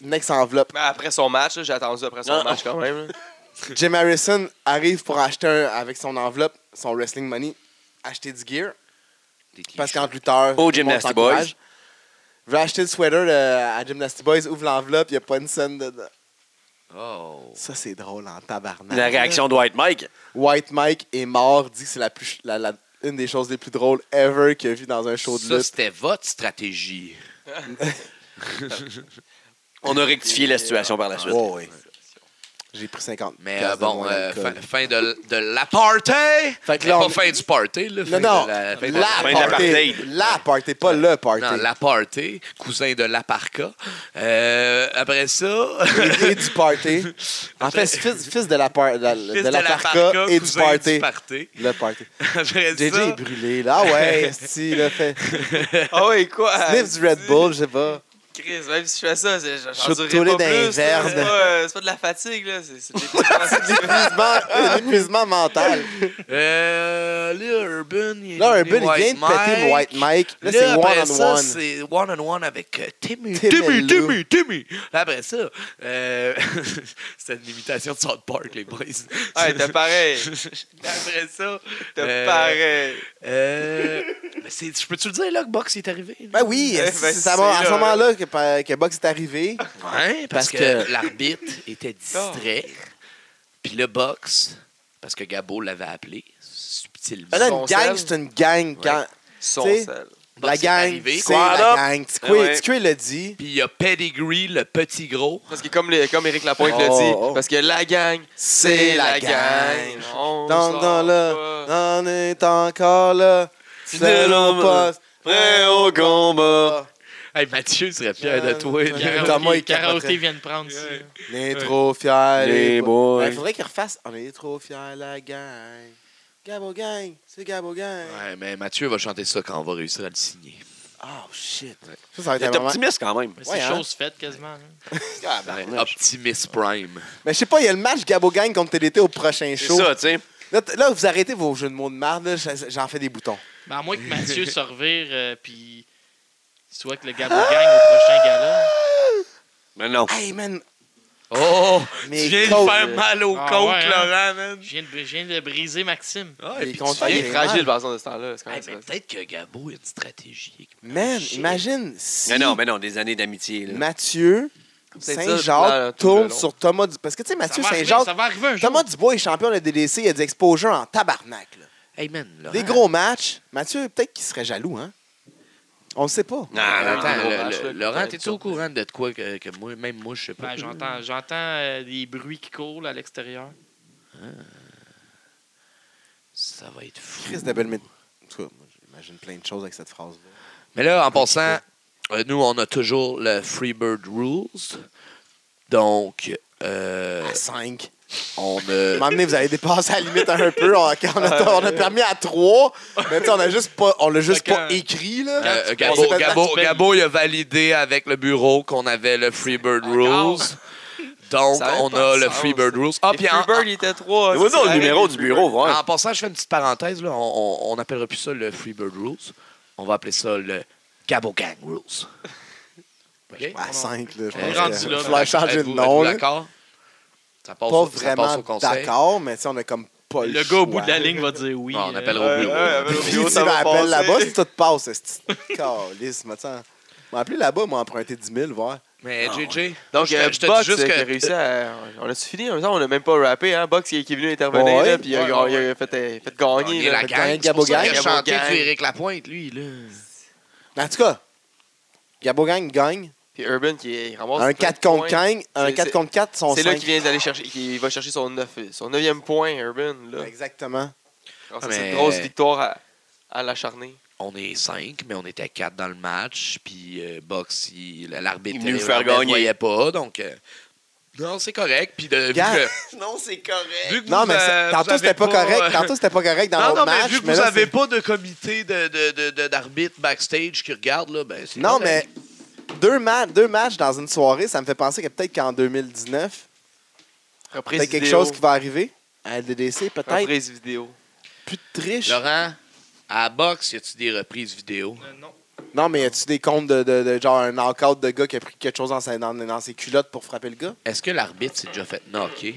Speaker 1: Next enveloppe.
Speaker 3: Mais après son match, là, j'ai attendu après son
Speaker 2: Ah.
Speaker 3: match quand même. là.
Speaker 1: Jim Harrison arrive pour acheter un, avec son enveloppe, son wrestling money, acheter du gear. Parce qu'en plus tard,
Speaker 2: Au
Speaker 1: tout le monde
Speaker 2: Gymnasty
Speaker 1: s'encourage. Veut acheter le sweater euh, à Gymnasty Boys, ouvre l'enveloppe, il n'y a pas une scène dedans.
Speaker 5: Oh.
Speaker 1: Ça, c'est drôle en tabarnak.
Speaker 2: La réaction de White Mike.
Speaker 1: White Mike est mort, dit que c'est la plus, la- la- une des choses les plus drôles ever qu'il a vu dans un show de
Speaker 5: Ça,
Speaker 1: lutte.
Speaker 5: c'était votre stratégie.
Speaker 2: On a rectifié la situation par la suite.
Speaker 1: Oh, oui. J'ai pris 50.
Speaker 5: Mais
Speaker 1: piastres
Speaker 5: euh,
Speaker 1: de
Speaker 5: bon,
Speaker 1: moins
Speaker 5: euh, fin,
Speaker 1: d'alcool.
Speaker 5: fin de, l- de la party!
Speaker 1: Fait que
Speaker 5: Mais
Speaker 1: là, on-
Speaker 5: pas fin du party, là.
Speaker 1: Non,
Speaker 5: fin
Speaker 1: non,
Speaker 5: de
Speaker 1: la,
Speaker 5: la- fin
Speaker 2: fin
Speaker 5: de
Speaker 2: de la
Speaker 1: party.
Speaker 2: party.
Speaker 1: La party, pas le party.
Speaker 5: Non, la party, cousin de la parka. Euh, après ça,
Speaker 1: et du party. En fait, fils, fils de la, par, de la,
Speaker 5: fils
Speaker 1: de la parka et du
Speaker 5: cousin
Speaker 1: party.
Speaker 5: du party.
Speaker 1: Le party.
Speaker 5: Après
Speaker 1: JJ
Speaker 5: ça,
Speaker 1: est brûlé, là. Ah ouais, si, là, fait.
Speaker 3: Ah ouais, quoi?
Speaker 1: Sniff du Red Bull, je sais pas.
Speaker 3: Chris, même si je fais ça, c'est- j'en
Speaker 1: Shoot
Speaker 3: durerai
Speaker 1: tourner
Speaker 3: pas
Speaker 1: dans les
Speaker 3: plus. là.
Speaker 1: verbes.
Speaker 3: C'est pas, euh, c'est pas de la fatigue, là. C'est c'est des
Speaker 1: Épuisement, épuisement mental.
Speaker 5: euh, là, Urban, il est
Speaker 1: Là,
Speaker 5: devenu
Speaker 1: Urban, il vient de péter White Mike. Là, c'est
Speaker 5: après ça,
Speaker 1: one-on-one.
Speaker 5: c'est one-on-one avec euh, Timmy.
Speaker 1: Tim
Speaker 5: Timmy,
Speaker 1: Ellou.
Speaker 5: Timmy, Timmy. Là, après ça, euh, c'était une imitation de South Park, les boys.
Speaker 3: Ouais, t'es pareil.
Speaker 5: après ça,
Speaker 3: T'es
Speaker 5: euh,
Speaker 3: pareil.
Speaker 5: euh, mais c'est- je peux-tu le dire, là, que Box est arrivé? là?
Speaker 1: Ben oui,
Speaker 3: Eh,
Speaker 1: c'est
Speaker 3: ben,
Speaker 1: c'est à,
Speaker 3: c'est
Speaker 1: à ce
Speaker 3: là.
Speaker 1: moment-là que, pa- que Box est arrivé.
Speaker 5: Ouais,
Speaker 1: Parce
Speaker 5: parce, que,
Speaker 1: que-
Speaker 5: l'arbitre était distrait. Puis le box, parce que Gabo l'avait appelé subtilement.
Speaker 1: Ben là,
Speaker 3: Son
Speaker 1: une gang,
Speaker 3: sel.
Speaker 1: c'est une gang. Quand
Speaker 3: Son
Speaker 1: T'sais,
Speaker 3: sel.
Speaker 5: Box
Speaker 1: la
Speaker 5: est
Speaker 1: gang,
Speaker 5: arrivé.
Speaker 1: c'est
Speaker 2: Squad
Speaker 1: la
Speaker 2: up.
Speaker 1: gang.
Speaker 3: Ah ouais.
Speaker 1: Tikwe l'a dit.
Speaker 5: Puis il y a Pedigree, le petit gros.
Speaker 3: Parce que comme, les, comme Eric Lapointe l'a
Speaker 1: Oh,
Speaker 3: dit,
Speaker 1: oh.
Speaker 3: parce que la gang,
Speaker 1: C'est la gang.
Speaker 3: On
Speaker 1: Dans,
Speaker 3: sort
Speaker 1: dans
Speaker 3: pas.
Speaker 1: là, on est encore là. C'est
Speaker 2: Fidèle
Speaker 1: le poste.
Speaker 2: Prêt au combat.
Speaker 5: Hey, Mathieu serait fier de toi.
Speaker 1: Ouais.
Speaker 5: là.
Speaker 1: Thomas, il hein. capoterait.
Speaker 4: Karaoke, karaoké vient de prendre ça.
Speaker 1: On est trop fiers.
Speaker 2: Les
Speaker 1: pas-
Speaker 2: boys.
Speaker 1: Ben, faudrait qu'ils refassent. On est trop fiers, la gang. Gabo Gang, c'est Gabo Gang.
Speaker 5: Ouais, mais Mathieu va chanter ça quand on va réussir à le signer.
Speaker 1: Oh shit. Ça, ça va être
Speaker 2: T'es
Speaker 1: un moment-
Speaker 2: optimiste quand même.
Speaker 4: Mais
Speaker 1: Ouais,
Speaker 4: C'est
Speaker 1: hein.
Speaker 4: chose faite quasiment. hein.
Speaker 5: Ouais, Optimus Prime.
Speaker 1: Mais je sais pas, il y a le match Gabo Gang contre TDT au prochain
Speaker 2: C'est
Speaker 1: show.
Speaker 2: ça, tu sais.
Speaker 1: Là, t- là, vous arrêtez vos jeux de mots de marde. là, j'- J'en fais des boutons.
Speaker 4: Ben, à moins que Mathieu se revire, euh, puis soit que le Gabo gagne au prochain gala.
Speaker 2: Mais non.
Speaker 1: Hey man,
Speaker 5: Oh!
Speaker 1: Mais
Speaker 5: tu viens
Speaker 1: Colt,
Speaker 5: de faire
Speaker 3: euh,
Speaker 5: mal au
Speaker 4: ah
Speaker 5: côte,
Speaker 4: ouais, hein?
Speaker 5: Laurent, man.
Speaker 4: Je viens de, je viens de briser Maxime.
Speaker 5: Ah,
Speaker 1: Il est
Speaker 5: puis tu
Speaker 1: content,
Speaker 5: viens-
Speaker 3: Il
Speaker 1: Ouais.
Speaker 3: est fragile, par exemple, de ce temps-là. C'est quand
Speaker 5: Hey,
Speaker 3: même
Speaker 5: mais
Speaker 3: ça.
Speaker 5: peut-être que Gabo a une stratégie.
Speaker 1: Man,
Speaker 5: Shit.
Speaker 1: imagine si
Speaker 2: Mais non, mais non, des années d'amitié. là.
Speaker 1: Mathieu
Speaker 3: C'est ça, le plan, là,
Speaker 1: Saint-Jacques
Speaker 3: tout le
Speaker 1: tourne
Speaker 3: long.
Speaker 1: sur Thomas Dubois. Parce que, tu sais, Mathieu
Speaker 4: ça, va arriver, ça
Speaker 1: Saint-Jacques,
Speaker 4: va arriver un jour.
Speaker 1: Thomas Dubois est champion de DDC, il a des exposures en tabarnak. là.
Speaker 5: Hey, man, Laurent.
Speaker 1: Des gros matchs. Mathieu, peut-être qu'il serait jaloux, hein? On le sait pas.
Speaker 2: Non,
Speaker 5: Ah,
Speaker 2: non,
Speaker 5: attends,
Speaker 2: non,
Speaker 3: gros
Speaker 5: le-
Speaker 3: match,
Speaker 5: le-
Speaker 3: là,
Speaker 5: Laurent,
Speaker 3: peut-être
Speaker 5: t'es-tu
Speaker 3: ça.
Speaker 5: au courant de quoi que, que moi, même moi, je sais
Speaker 4: Ouais,
Speaker 5: pas.
Speaker 4: Ben, j'entends j'entends euh, des bruits qui courent là, à l'extérieur.
Speaker 5: Ça va être fou.
Speaker 1: Chris de belle mé- En tout cas, moi, j'imagine plein de choses avec cette phrase-là.
Speaker 5: Mais là, en passant, euh, nous, on a toujours le Freebird Rules. Donc, euh,
Speaker 1: À 5.
Speaker 5: on
Speaker 1: À
Speaker 5: euh,
Speaker 1: un
Speaker 5: a.
Speaker 1: moment donné, vous allez dépasser la limite un peu. On, on a, on a permis à 3. Mais tu sais, on a juste pas, on l'a juste
Speaker 4: Fait que,
Speaker 1: pas écrit, là.
Speaker 5: Euh,
Speaker 4: Quand tu-
Speaker 5: Gabo,
Speaker 1: on s'est fait-
Speaker 5: Gabo-
Speaker 4: tu payes.
Speaker 5: Gabo, il a validé avec le bureau qu'on avait le Freebird
Speaker 3: Encore.
Speaker 5: Rules. Donc,
Speaker 3: Ça avait
Speaker 5: on
Speaker 3: pas
Speaker 5: a
Speaker 3: de
Speaker 5: le
Speaker 3: sens.
Speaker 5: Freebird Rules. Ah,
Speaker 3: Et
Speaker 5: puis en,
Speaker 3: Freebird, il était 3.
Speaker 2: Mais Moi, le numéro du bureau, voir.
Speaker 5: en passant, je fais une petite parenthèse. Là, on- on n'appellera plus ça le Freebird Rules. On va appeler ça le Gabo Gang Rules. Ben, OK?
Speaker 1: À 5, là. Je
Speaker 5: On est
Speaker 1: pense
Speaker 4: rendu
Speaker 1: que-
Speaker 4: là,
Speaker 1: il
Speaker 4: mais
Speaker 1: faudrait changer de
Speaker 5: Êtes-vous-
Speaker 1: nom.
Speaker 5: êtes-vous
Speaker 1: là.
Speaker 5: D'accord? Ça passe,
Speaker 1: Pas
Speaker 5: au- ça passe
Speaker 1: vraiment
Speaker 5: au conseil.
Speaker 1: d'accord, mais tu sais, on a comme pas le
Speaker 4: Le gars au bout
Speaker 1: choix.
Speaker 4: de la ligne va dire oui.
Speaker 5: Non, on
Speaker 4: euh,
Speaker 5: appellera
Speaker 3: Ouais,
Speaker 5: au bureau.
Speaker 3: ouais, appelle au
Speaker 1: Puis
Speaker 3: bureau,
Speaker 1: tu
Speaker 3: ça va
Speaker 1: m'appelles
Speaker 3: passer.
Speaker 1: là-bas, si tout passe. c'est- Calisse, m'attends. M'a appelé là-bas, m'a emprunté 10 000, voir.
Speaker 5: Mais JJ,
Speaker 3: Donc,
Speaker 5: je
Speaker 3: euh,
Speaker 5: te- je te
Speaker 3: Box,
Speaker 5: dis juste
Speaker 3: euh, qui a
Speaker 5: que
Speaker 3: réussi à. On a-tu fini en même temps? On n'a même pas rappé, hein? Box qui est qui est venu intervenir,
Speaker 1: Ouais.
Speaker 3: là, puis il a-
Speaker 4: Ouais,
Speaker 3: il a-
Speaker 4: ouais,
Speaker 3: il a fait euh, fait gagner.
Speaker 5: gagner
Speaker 3: là.
Speaker 5: la
Speaker 1: le
Speaker 5: gang.
Speaker 1: Gabo
Speaker 5: c'est pour ça qu'il
Speaker 3: Gang.
Speaker 5: a chanté
Speaker 3: Gabo
Speaker 5: du
Speaker 3: Gang.
Speaker 5: Éric Lapointe, lui. Là.
Speaker 1: En tout cas, Gabo Gang gagne.
Speaker 3: Puis Urban qui est- il ramasse
Speaker 1: Un
Speaker 3: plein de
Speaker 1: 4 contre
Speaker 3: points.
Speaker 1: 4, un
Speaker 3: C'est-
Speaker 1: 4 contre 4, son
Speaker 3: C'est là
Speaker 1: 5.
Speaker 3: qu'il vient d'aller chercher, qu'il va chercher son 9 son neuvième point, Urban. Là.
Speaker 1: Exactement.
Speaker 3: Alors, ça,
Speaker 5: Ah,
Speaker 3: C'est
Speaker 5: mais-
Speaker 3: une grosse victoire à, à l'acharné.
Speaker 5: On est cinq, mais on était quatre dans le match. Puis euh, Box, il- l'arbitre
Speaker 2: Il voulait nous
Speaker 5: euh,
Speaker 2: faire
Speaker 5: l'arbitre
Speaker 2: gagner.
Speaker 5: voyait pas. Donc, euh, non, c'est correct. Puis de, vu
Speaker 1: Gars,
Speaker 5: que,
Speaker 2: Non, c'est correct.
Speaker 5: vu que
Speaker 1: Non,
Speaker 5: vous,
Speaker 1: mais c'est-
Speaker 5: euh, vous
Speaker 1: tantôt,
Speaker 5: avez
Speaker 1: c'était pas correct.
Speaker 5: euh,
Speaker 1: Tantôt, c'était pas correct dans
Speaker 5: non,
Speaker 1: l'autre
Speaker 5: non, mais
Speaker 1: match.
Speaker 5: vu que
Speaker 1: mais
Speaker 5: vous
Speaker 1: là,
Speaker 5: n'avez
Speaker 1: c'est-
Speaker 5: pas de comité de- de- de- de- d'arbitre backstage qui regarde, là, ben c'est
Speaker 1: Non, mais
Speaker 5: correct.
Speaker 1: deux, ma- deux matchs dans une soirée, ça me fait penser que peut-être qu'en 2019,
Speaker 3: Reprise
Speaker 1: peut-être quelque
Speaker 3: vidéo.
Speaker 1: chose qui va arriver à LDDC, peut-être.
Speaker 3: Reprise vidéo.
Speaker 1: Plus de triche.
Speaker 5: Laurent, à Box, y a-tu des reprises vidéo?
Speaker 4: euh, non.
Speaker 1: Non, mais y a-tu des comptes de, de- de genre un knock-out de gars qui a pris quelque chose dans, sa- dans- dans ses culottes pour frapper le gars?
Speaker 5: Est-ce que l'arbitre s'est déjà fait knocker?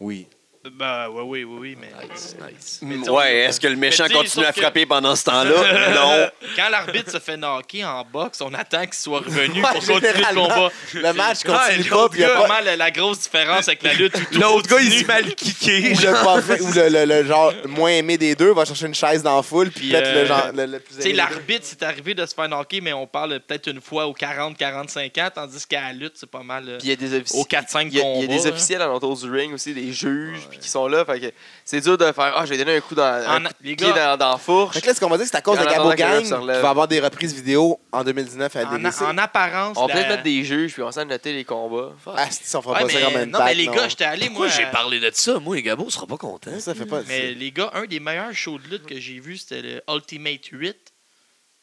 Speaker 1: Oui.
Speaker 3: Bah,
Speaker 4: Ben, ouais, oui, oui, oui, mais.
Speaker 5: Nice, nice.
Speaker 4: Mais
Speaker 2: Mm,
Speaker 4: t'sais,
Speaker 2: Ouais,
Speaker 4: on-
Speaker 2: est-ce que le méchant
Speaker 4: t'sais,
Speaker 2: continue
Speaker 4: sauf
Speaker 2: à
Speaker 4: que-
Speaker 2: frapper pendant ce temps-là? Non.
Speaker 4: Quand l'arbitre se fait knocker en boxe, on attend qu'il soit revenu
Speaker 1: Ouais,
Speaker 4: pour continuer le
Speaker 1: généralement.
Speaker 4: combat.
Speaker 1: Le match continue
Speaker 4: C'est
Speaker 1: pas, puis y a pas-
Speaker 4: vraiment la, la grosse différence avec la lutte. où tout continue.
Speaker 5: mal kické.
Speaker 1: ou le, pas fait- ou le, le- le genre moins aimé des deux va chercher une chaise dans la foule puis
Speaker 4: Puis,
Speaker 1: pète le,
Speaker 4: euh,
Speaker 1: genre, le, le plus
Speaker 4: Tu sais,
Speaker 1: aimé. des deux.
Speaker 4: l'arbitre, c'est arrivé de se faire knocker, mais on parle peut-être une fois aux 40, 45 ans, tandis qu'à la lutte, c'est pas mal euh,
Speaker 3: Puis il y a des officiers.
Speaker 4: aux 4-5
Speaker 3: Il y, a, il y a
Speaker 4: combats,
Speaker 3: des
Speaker 4: là.
Speaker 3: officiels alentour du ring aussi, des juges puis qui sont là. Fait que c'est dur de faire Ah, je vais donner un coup dans un
Speaker 4: En-
Speaker 3: coup de
Speaker 4: les
Speaker 3: pied dans,
Speaker 4: gars-
Speaker 3: dans la fourche.
Speaker 1: Fait que là, ce qu'on va dire, c'est à cause
Speaker 3: En
Speaker 1: de Gabo
Speaker 3: attendant que le
Speaker 1: Gang
Speaker 3: ref
Speaker 1: qui
Speaker 3: se relève.
Speaker 1: va avoir des reprises vidéo en 2019 à
Speaker 4: En,
Speaker 1: DDC.
Speaker 4: en apparence,
Speaker 3: On peut
Speaker 4: la-
Speaker 3: peut mettre des juges puis on s'en noter les combats.
Speaker 1: Ah, si, on fera
Speaker 4: Ouais,
Speaker 1: pas ça
Speaker 4: mais,
Speaker 1: quand même
Speaker 4: non, mais les gars, j'étais allé, moi.
Speaker 5: Moi, j'ai
Speaker 4: à-
Speaker 5: parlé de ça. Moi, et Gabo, on sera pas content.
Speaker 1: Ça fait pas...
Speaker 4: Mais les gars, un des meilleurs shows de lutte que j'ai vu, c'était le Ultimate 8.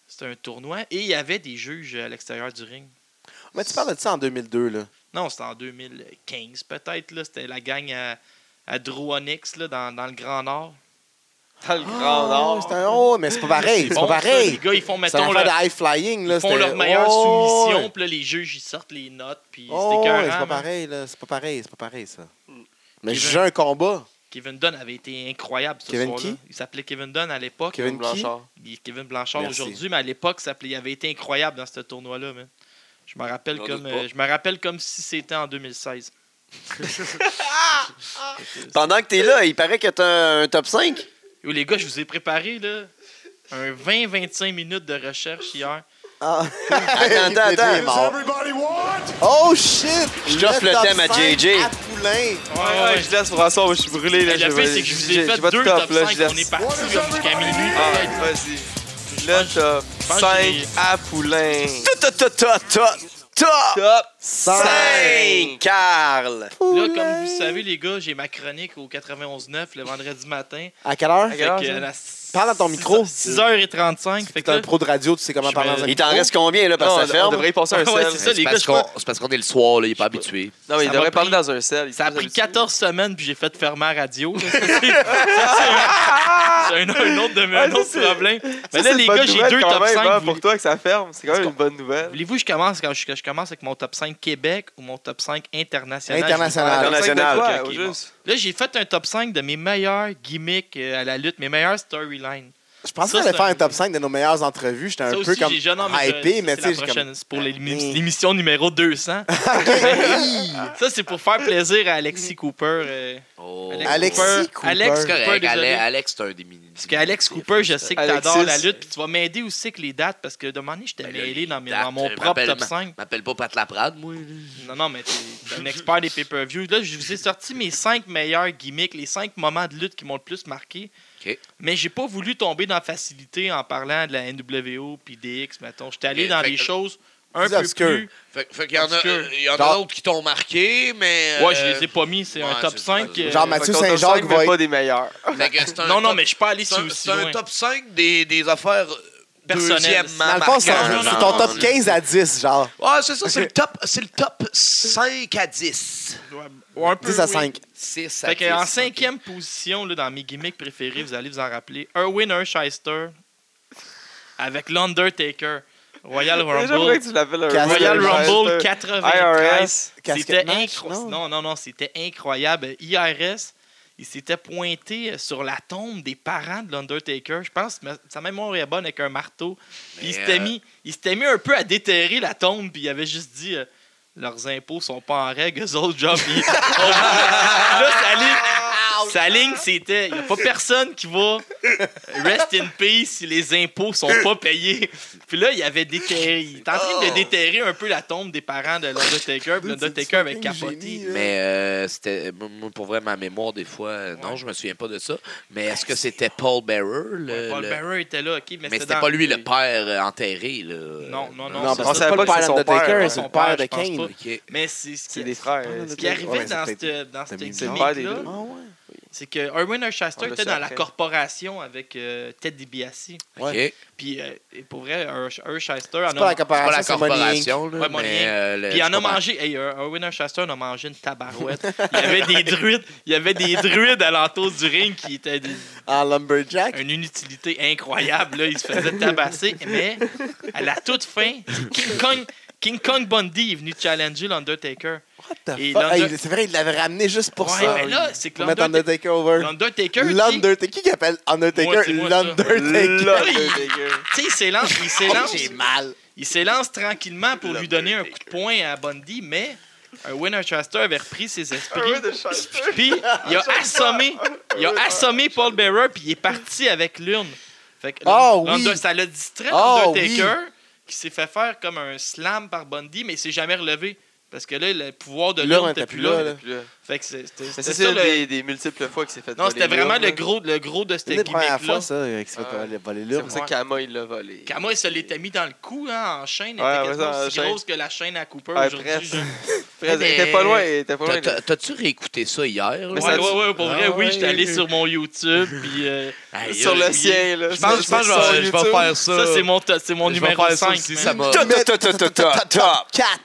Speaker 4: C'était un tournoi et il y avait des juges à l'extérieur du ring.
Speaker 1: Mais tu parles de ça en 2002, là.
Speaker 4: Non, c'était en 2015 peut-être. là. C'était la gang à, à Drew Onyx là, dans, dans le Grand Nord.
Speaker 3: Dans le grand nord.
Speaker 1: Oh, c'est un- oh, mais c'est pas pareil, c'est
Speaker 4: Ah, Bon,
Speaker 1: pas
Speaker 4: ça,
Speaker 1: pareil.
Speaker 4: les gars, ils
Speaker 1: C'est
Speaker 4: font,
Speaker 1: un
Speaker 4: mettons,
Speaker 1: affaire
Speaker 4: leur,
Speaker 1: de high flying, là.
Speaker 4: ils font
Speaker 1: c'était-
Speaker 4: leur meilleure
Speaker 1: Oh,
Speaker 4: soumission.
Speaker 1: ouais.
Speaker 4: Puis là, les juges, ils sortent les notes. Puis
Speaker 1: Oh,
Speaker 4: c'était
Speaker 1: ouais,
Speaker 4: écœurant,
Speaker 1: c'est pas
Speaker 4: man.
Speaker 1: pareil, là. C'est pas pareil, c'est pas pareil, ça. Mais
Speaker 4: Kevin-
Speaker 1: j'ai un combat.
Speaker 4: Kevin Dunn avait été incroyable ce
Speaker 1: Kevin
Speaker 4: soir-là.
Speaker 1: qui?
Speaker 4: Il s'appelait Kevin Dunn à l'époque.
Speaker 1: Kevin qui?
Speaker 3: Blanchard.
Speaker 4: Il est Kevin Blanchard
Speaker 1: Merci.
Speaker 4: aujourd'hui, mais à l'époque, ça s'appelait- il avait été incroyable dans ce tournoi-là. man. Je me rappelle
Speaker 2: J'en
Speaker 4: comme
Speaker 2: doute pas.
Speaker 4: euh, je me rappelle comme si c'était en 2016.
Speaker 2: Pendant que t'es là, il paraît que t'as un top 5.
Speaker 4: Yo, les gars, je vous ai préparé là, un 20-25 minutes de recherche hier.
Speaker 1: Ah.
Speaker 2: Attends, attends,
Speaker 1: Il est mort. Oh shit!
Speaker 2: Je t'offre le
Speaker 1: top
Speaker 2: thème à
Speaker 1: 5
Speaker 2: JJ.
Speaker 1: à Poulain.
Speaker 4: Ouais,
Speaker 3: Ouais, je laisse pour asseoir, moi, je suis brûlé. Là,
Speaker 4: La
Speaker 3: je
Speaker 4: fin,
Speaker 3: vais-
Speaker 4: c'est que je vous
Speaker 3: j'ai-
Speaker 4: ai
Speaker 3: j'ai
Speaker 4: fait
Speaker 3: pas de
Speaker 4: deux
Speaker 3: top,
Speaker 4: top,
Speaker 3: là, je
Speaker 4: 5,
Speaker 3: laisse-
Speaker 4: on est parti comme jusqu'à minuit.
Speaker 3: Ah, vas-y. Le top
Speaker 4: pense
Speaker 3: 5
Speaker 4: que
Speaker 3: à Poulain.
Speaker 2: Top, top, top, top, top
Speaker 3: Top
Speaker 2: 5, Carl.
Speaker 4: Là, comme vous savez, les gars, j'ai ma chronique au 91.9 le vendredi matin.
Speaker 1: À quelle heure?
Speaker 3: À
Speaker 4: Fait
Speaker 3: quelle heure,
Speaker 4: que, euh,
Speaker 3: ça?
Speaker 4: à
Speaker 1: Parle dans ton micro.
Speaker 4: 6h35. Fait
Speaker 1: T'es
Speaker 4: que là,
Speaker 1: un pro de radio, tu sais comment
Speaker 4: Je
Speaker 1: parler
Speaker 4: me-
Speaker 1: dans un
Speaker 2: Il t'en reste combien, là, parce
Speaker 3: Non,
Speaker 2: que
Speaker 3: on,
Speaker 2: ça ferme?
Speaker 3: on devrait y passer un
Speaker 4: Ouais,
Speaker 3: sel.
Speaker 4: c'est ça.
Speaker 5: C'est
Speaker 4: les
Speaker 5: parce
Speaker 4: gars, je
Speaker 5: qu'on- c'est parce qu'on est le soir, là, il est pas habitué.
Speaker 3: Non, mais
Speaker 4: Ça
Speaker 3: il
Speaker 4: m'a
Speaker 3: devrait parler
Speaker 4: pris-
Speaker 3: dans un sel.
Speaker 4: ça a pris
Speaker 3: Vous
Speaker 4: 14 semaines, puis j'ai fait fermer la radio. là. Ça, C'est ça, c'est un, un autre, de,
Speaker 3: Ah,
Speaker 4: un
Speaker 3: ça,
Speaker 4: autre
Speaker 3: c'est-
Speaker 4: problème.
Speaker 3: Ça,
Speaker 4: Mais
Speaker 3: c'est
Speaker 4: là,
Speaker 3: une
Speaker 4: les
Speaker 3: bonne
Speaker 4: gars, j'ai
Speaker 3: nouvelle
Speaker 4: deux
Speaker 3: quand
Speaker 4: top
Speaker 3: même,
Speaker 4: 5.
Speaker 3: hein,
Speaker 4: Vous-
Speaker 3: Pour toi, que ça ferme, c'est quand
Speaker 4: C'est
Speaker 3: même une bonne nouvelle.
Speaker 4: Voulez-vous que je commence quand je, que je commence avec mon top 5 Québec ou mon top 5 international?
Speaker 1: International.
Speaker 3: Top cinq de
Speaker 2: International,
Speaker 3: quoi,
Speaker 4: ok,
Speaker 3: au
Speaker 4: bon.
Speaker 3: juste?
Speaker 4: Là, j'ai fait un top 5 de mes meilleurs gimmicks euh, à la lutte, mes meilleurs storylines.
Speaker 1: Je pensais
Speaker 4: Ça,
Speaker 1: qu'on allait
Speaker 4: c'est
Speaker 1: faire
Speaker 4: un-
Speaker 1: un top 5 de nos meilleures entrevues. J'étais
Speaker 4: Ça
Speaker 1: un
Speaker 4: aussi,
Speaker 1: peu comme
Speaker 4: j'ai jeune homme, mais ça,
Speaker 1: hypé,
Speaker 4: ça,
Speaker 1: mais tu
Speaker 4: c'est la
Speaker 1: sais, j'ai
Speaker 4: prochaine,
Speaker 1: comme. Ah,
Speaker 4: c'est pour l'émi-
Speaker 1: Mm.
Speaker 4: l'émission numéro 200. ça, c'est pour faire plaisir à Alexis Cooper. euh,
Speaker 5: Oh.
Speaker 1: Alexis
Speaker 5: Alex,
Speaker 1: Cooper.
Speaker 4: Alex
Speaker 5: c'est
Speaker 4: Cooper,
Speaker 5: correct.
Speaker 4: désolé.
Speaker 5: Ale- Alex, c'est un des mini.
Speaker 4: Parce qu'Alex Cooper, je sais que t'adores
Speaker 3: Alexis.
Speaker 4: la lutte, puis tu vas m'aider aussi avec les dates, parce que de moment donné, j'étais
Speaker 5: Ben là,
Speaker 4: mêlé
Speaker 5: les
Speaker 4: dans, mes-
Speaker 5: dates,
Speaker 4: dans mon
Speaker 5: je
Speaker 4: propre
Speaker 5: m'appelle
Speaker 4: top
Speaker 5: ma-
Speaker 4: 5.
Speaker 5: M'appelle pas Pat Laprade, moi. là.
Speaker 4: Non, non, mais t'es t'es un expert des pay-per-views. Là, je vous ai sorti mes cinq meilleurs gimmicks, les cinq moments de lutte qui m'ont le plus marqué.
Speaker 5: OK.
Speaker 4: Mais j'ai pas voulu tomber dans la facilité en parlant de la NWO puis DX, mettons. J'étais allé
Speaker 5: OK,
Speaker 4: dans
Speaker 5: fait
Speaker 4: des
Speaker 5: que-
Speaker 4: choses un
Speaker 1: Plus
Speaker 4: peu
Speaker 1: obscur.
Speaker 4: plus...
Speaker 5: Fait, fait qu'il y en a,
Speaker 4: Parce que-
Speaker 5: euh, il y en a
Speaker 1: Genre-
Speaker 5: d'autres qui t'ont marqué, mais.
Speaker 4: Ouais, je
Speaker 5: euh,
Speaker 4: les ai pas mis, c'est un
Speaker 5: ouais,
Speaker 4: top
Speaker 5: c'est-
Speaker 4: 5.
Speaker 5: c'est-
Speaker 4: euh,
Speaker 1: Genre, Mathieu
Speaker 3: Fait qu'on top
Speaker 1: Saint-Jacques
Speaker 3: cinq,
Speaker 1: va
Speaker 3: mais
Speaker 1: être-
Speaker 3: pas des meilleurs.
Speaker 5: fait que c'est un
Speaker 4: Non, non,
Speaker 5: top-
Speaker 4: mais je suis pas allé
Speaker 5: C'est un,
Speaker 4: si aussi
Speaker 5: c'est un
Speaker 4: loin.
Speaker 5: top 5 des, des affaires euh,
Speaker 4: Personnelles.
Speaker 1: Dans
Speaker 5: deuxièmement
Speaker 1: le fond, c'est
Speaker 5: marquantes.
Speaker 1: un-
Speaker 4: non,
Speaker 1: c'est
Speaker 4: non,
Speaker 1: ton
Speaker 4: non,
Speaker 1: top
Speaker 4: non.
Speaker 1: 15 à 10, genre.
Speaker 5: Ah, c'est ça, c'est le top, c'est le top 5 à 10.
Speaker 4: Ou un peu,
Speaker 1: 10 à
Speaker 4: oui.
Speaker 1: 5.
Speaker 5: 6 à
Speaker 4: Fait
Speaker 5: 10.
Speaker 4: que en cinquième position, là, dans mes gimmicks préférés, vous allez vous en rappeler, Erwin Ersheister avec l'Undertaker, Royal
Speaker 3: Déjà, pourquoi
Speaker 4: Rumble.
Speaker 3: que tu l'appelles un
Speaker 1: Castle
Speaker 4: Royal Rumble
Speaker 3: Chester?
Speaker 4: 93.
Speaker 3: IRS.
Speaker 1: Casquette
Speaker 4: C'était
Speaker 1: match,
Speaker 4: incroyable.
Speaker 1: non?
Speaker 4: Non, non, non, c'était incroyable. IRS, il s'était pointé euh, sur la tombe des parents de l'Undertaker. Je pense que sa mémoire est bonne avec un marteau. Puis il
Speaker 5: Mais,
Speaker 4: s'était
Speaker 5: euh,
Speaker 4: mis, il s'était mis un peu à déterrer la tombe, puis il avait juste dit euh, leurs impôts sont pas en règle, eux autres jobs. ils- là, sa ligne, sa ligne, c'était il n'y a pas personne qui va rest in peace si les impôts sont pas payés. Puis là, il avait déterré. Il était en train de
Speaker 5: Oh.
Speaker 4: déterrer un peu la tombe des parents de l'Undertaker. Puis
Speaker 1: Dude,
Speaker 4: l'Undertaker
Speaker 1: c'est
Speaker 4: avait
Speaker 1: fucking
Speaker 4: capoté.
Speaker 1: génie, là.
Speaker 5: Mais euh, c'était. moi, moi, Pour vrai, ma mémoire, des fois, euh, non,
Speaker 4: Ouais.
Speaker 5: je me souviens pas de ça. Mais est-ce que c'était Paul Bearer? Le,
Speaker 4: Ouais, Paul
Speaker 5: le-
Speaker 4: Bearer était là, ok, mais,
Speaker 5: Mais
Speaker 4: c'était
Speaker 5: c'était
Speaker 4: dans-
Speaker 5: pas lui le père euh, enterré, là.
Speaker 4: Non, non, non,
Speaker 1: Non,
Speaker 4: c'est
Speaker 1: parce que
Speaker 4: ça.
Speaker 1: c'est pas le
Speaker 3: On savait pas que
Speaker 1: père
Speaker 3: c'est son père,
Speaker 1: d'Undertaker,
Speaker 4: ouais.
Speaker 1: c'est
Speaker 4: Son
Speaker 1: le
Speaker 4: père,
Speaker 1: père de
Speaker 4: je pense
Speaker 1: Kane.
Speaker 4: pas.
Speaker 5: OK.
Speaker 4: Mais c'est ce
Speaker 3: C'est
Speaker 4: qui,
Speaker 3: des frères. euh,
Speaker 1: Ce
Speaker 4: ce qui arrivait
Speaker 1: Ouais,
Speaker 4: dans
Speaker 1: c'est
Speaker 4: cette, dans cette
Speaker 1: c'est
Speaker 3: C'est le
Speaker 1: Mick
Speaker 3: père des
Speaker 4: gimmick-là,
Speaker 3: deux.
Speaker 1: Ah ouais.
Speaker 4: c'est que Erwin Ershester
Speaker 3: On le
Speaker 4: était
Speaker 3: sait
Speaker 4: dans la
Speaker 3: après.
Speaker 4: corporation avec euh, Ted DiBiase.
Speaker 5: OK.
Speaker 1: Ouais.
Speaker 4: Puis, euh, et pour vrai, Ersh- Ershester
Speaker 1: C'est pas la
Speaker 4: en a,
Speaker 5: C'est pas la
Speaker 1: corporation, c'est Money Inc.
Speaker 5: corporation, là.
Speaker 4: Ouais, Money
Speaker 5: mais,
Speaker 4: Inc.
Speaker 5: euh, le-
Speaker 4: puis il en
Speaker 5: je
Speaker 4: a
Speaker 5: comprends.
Speaker 4: mangé. Hey, euh, Erwin Ershester en a mangé une tabarouette. Il y avait des druides, il y avait des druides à l'entour du ring qui étaient des-
Speaker 1: En Lumberjack.
Speaker 4: une inutilité incroyable. Là. Il se faisait tabasser. Mais à la toute fin, King Kong, King Kong Bundy est venu challenger l'Undertaker.
Speaker 1: What the fuck?
Speaker 4: Et
Speaker 1: Hey,
Speaker 4: l'Under-
Speaker 1: C'est vrai, il l'avait ramené juste pour
Speaker 4: ouais,
Speaker 1: ça.
Speaker 4: mais là, c'est que
Speaker 1: Pour mettre
Speaker 4: l'Undert-
Speaker 1: Undertaker over.
Speaker 4: l'Undertaker. qui-
Speaker 1: L'Undertaker. Qui qui appelle
Speaker 4: Moi,
Speaker 1: Undertaker
Speaker 4: c'est moi, ça.
Speaker 1: L'Undertaker.
Speaker 4: Là, tu sais, il s'élance, il s'élance,
Speaker 1: J'ai mal.
Speaker 4: il s'élance tranquillement pour lui donner un coup de poing à Bundy, mais un Winchester avait repris ses esprits.
Speaker 3: Erwin de Chester.
Speaker 4: Puis il a assommé, il a assommé Paul Bearer puis il est parti avec l'urne. Fait que
Speaker 1: Ah
Speaker 4: l'Under-
Speaker 1: oui.
Speaker 4: ça l'a distrait
Speaker 1: Ah
Speaker 4: Undertaker qui s'est fait faire comme un slam par Bundy mais il s'est jamais relevé parce que là le pouvoir de l'urne n'était plus là.
Speaker 1: là.
Speaker 3: Puis là,
Speaker 4: Fait que c'est- c'était
Speaker 3: Mais
Speaker 4: c'était
Speaker 3: c'est
Speaker 4: ça
Speaker 3: ça
Speaker 4: le-
Speaker 3: des des multiples fois qu'il s'est fait
Speaker 4: Non, c'était
Speaker 3: voler
Speaker 4: vraiment
Speaker 3: l'urne,
Speaker 4: le
Speaker 3: là.
Speaker 4: gros le gros de
Speaker 1: C'est
Speaker 4: cette
Speaker 1: une des premières
Speaker 4: gimmick là.
Speaker 1: fois, ça, euh, qu'il s'est
Speaker 3: Ah.
Speaker 1: fait voler
Speaker 3: C'est
Speaker 1: l'urne.
Speaker 3: pour ça que Kama, il l'a volé.
Speaker 4: Kama, il se l'était mis dans le cou, hein, en chaîne. Elle
Speaker 3: Ouais,
Speaker 4: était
Speaker 3: ouais,
Speaker 4: quasiment
Speaker 3: ça, en
Speaker 4: aussi
Speaker 3: chaîne.
Speaker 4: grosse que la chaîne à Cooper
Speaker 3: Ouais,
Speaker 4: aujourd'hui.
Speaker 3: presque.
Speaker 4: je-
Speaker 3: Frère,
Speaker 5: Mais-
Speaker 3: t'es pas loin, t'es pas
Speaker 5: T'as-
Speaker 3: loin.
Speaker 5: t'as- T'as-tu réécouté ça hier?
Speaker 4: Ouais,
Speaker 5: là?
Speaker 3: ça-
Speaker 4: ouais, ouais, pour vrai,
Speaker 1: Ah
Speaker 4: oui,
Speaker 1: ouais.
Speaker 4: j'étais allé sur mon YouTube, puis euh,
Speaker 5: Aïe,
Speaker 3: Sur
Speaker 5: aïe.
Speaker 3: le sien, là.
Speaker 5: Je pense, je pense que je vais- je vais faire ça.
Speaker 4: ça, c'est mon, to- c'est mon
Speaker 5: Je vais
Speaker 4: numéro
Speaker 5: faire ça
Speaker 4: 5.
Speaker 5: aussi, ça m'a-
Speaker 1: Mais- Top 4.
Speaker 2: 4,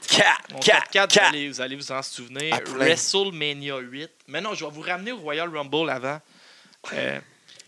Speaker 4: Mon
Speaker 2: 4,
Speaker 4: top 4, vous
Speaker 2: 4.
Speaker 4: allez, vous allez vous en souvenir.
Speaker 1: À plein.
Speaker 4: WrestleMania 8. Mais non, je vais vous ramener au Royal Rumble avant. Euh,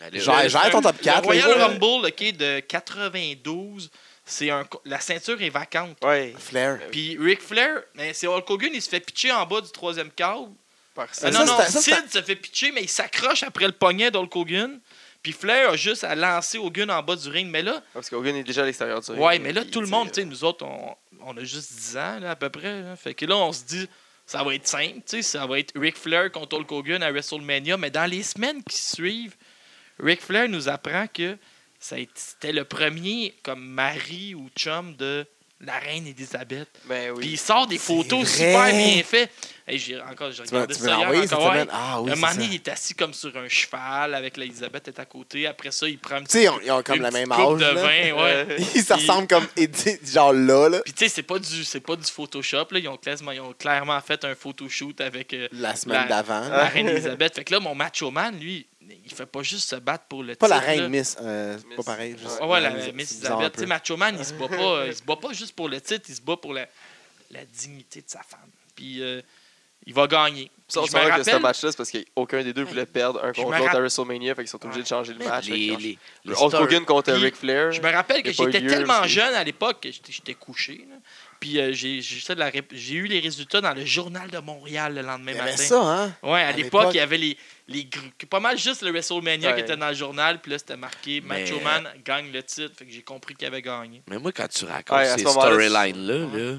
Speaker 5: Allez,
Speaker 1: Gère gère ton top 4.
Speaker 4: le Royal Rumble ok, de 92, c'est un co- la ceinture est vacante.
Speaker 3: Ouais.
Speaker 1: Flair.
Speaker 4: Puis Ric Flair, mais c'est Hulk Hogan, il se fait pitcher en bas du troisième câble.
Speaker 3: Par
Speaker 4: Ah
Speaker 1: Ça,
Speaker 4: non, non,
Speaker 1: c'est- ça, c'est-
Speaker 4: Sid se fait pitcher, mais il s'accroche après le poignet d'Hulk Hogan. Puis Flair a juste à lancer Hogan en bas du ring. Mais là,
Speaker 3: Parce qu'Hogan est déjà à l'extérieur du ring.
Speaker 4: ouais, mais là, tout le
Speaker 3: Puis,
Speaker 1: euh,
Speaker 4: monde, tu
Speaker 3: t'sais,
Speaker 4: sais, nous autres, on, on a juste 10 ans, là, à peu près. là. Fait que là, on se dit, ça va être simple, tu sais, ça va être Ric Flair contre Hulk Hogan à WrestleMania. Mais dans les semaines qui suivent, Ric Flair nous apprend que ça a été- c'était le premier, comme mari ou chum de la reine Elisabeth.
Speaker 3: Ben
Speaker 4: Puis il
Speaker 3: oui.
Speaker 4: sort des photos
Speaker 1: vrai.
Speaker 4: super bien faites. Hey, j'ai encore, j'ai
Speaker 1: Tu m'as
Speaker 4: regardé
Speaker 1: tu
Speaker 4: ça
Speaker 1: m'as
Speaker 4: hier
Speaker 1: envoyé cette
Speaker 4: encore, ouais.
Speaker 1: semaine. Ah oui,
Speaker 4: Un
Speaker 1: c'est
Speaker 4: moment
Speaker 1: ça.
Speaker 4: donné, il est assis comme sur un cheval avec l'Elisabeth est à côté. Après ça, il prend une
Speaker 1: Tu sais, ils ont- ils ont comme
Speaker 4: une
Speaker 1: le
Speaker 4: petite
Speaker 1: même
Speaker 4: coupe
Speaker 1: âge. là.
Speaker 4: de vin, ouais.
Speaker 1: Ils se ressemblent comme Eddie, genre là, là.
Speaker 4: Puis tu sais, c'est pas du c'est pas du Photoshop là, ils ont clairement ils ont clairement fait un photoshoot avec euh,
Speaker 1: La semaine
Speaker 4: La-
Speaker 1: d'avant.
Speaker 4: la reine Elisabeth. Fait que là mon macho man lui, il fait pas juste se battre pour le
Speaker 1: Pas la
Speaker 4: titre, Ah, là.
Speaker 1: reine Miss, euh, c'est pas
Speaker 3: Miss.
Speaker 1: pareil. juste-
Speaker 4: Ah ouais, la,
Speaker 1: c'est
Speaker 4: Miss
Speaker 1: bizarre un
Speaker 4: Elizabeth.
Speaker 1: peu.
Speaker 4: Tu sais, Macho Man, il se bat pas, euh, il se bat pas juste pour le titre, il se bat pour la, la dignité de sa femme. Puis euh, il va gagner. Puis
Speaker 3: Ça, on
Speaker 4: je
Speaker 3: saura
Speaker 4: me
Speaker 3: que ce
Speaker 4: rappelle,
Speaker 3: match-là, c'est parce qu'aucun des deux voulait perdre un
Speaker 4: Je me
Speaker 3: contre l'autre à
Speaker 4: rappelle-
Speaker 3: WrestleMania, fait qu'ils sont obligés de changer le match. fait
Speaker 5: les,
Speaker 3: que-
Speaker 5: les, les
Speaker 3: Hulk
Speaker 5: stars.
Speaker 3: Hogan contre
Speaker 4: Puis,
Speaker 3: Ric Flair.
Speaker 4: je me rappelle que
Speaker 3: Il y a pas
Speaker 4: j'étais
Speaker 3: eu lieu,
Speaker 4: tellement
Speaker 3: aussi.
Speaker 4: jeune à l'époque que j'étais- j'étais couché. là. Puis euh, j'ai j'ai fait de la rép- j'ai eu les résultats dans le journal de Montréal le lendemain
Speaker 1: Il y avait
Speaker 4: matin.
Speaker 1: ça, hein?
Speaker 4: Ouais, à,
Speaker 1: À
Speaker 4: l'époque,
Speaker 1: l'époque.
Speaker 4: il y avait les, les gr- pas mal juste le WrestleMania qui
Speaker 3: Ouais.
Speaker 4: était dans le journal, puis là c'était marqué
Speaker 5: Mais-
Speaker 4: Macho Man gagne le titre, fait que j'ai compris qu'il avait gagné.
Speaker 5: Mais moi, quand tu racontes
Speaker 3: Ouais, à ce
Speaker 5: ces
Speaker 3: moment-là, tu-
Speaker 5: storylines-là, là,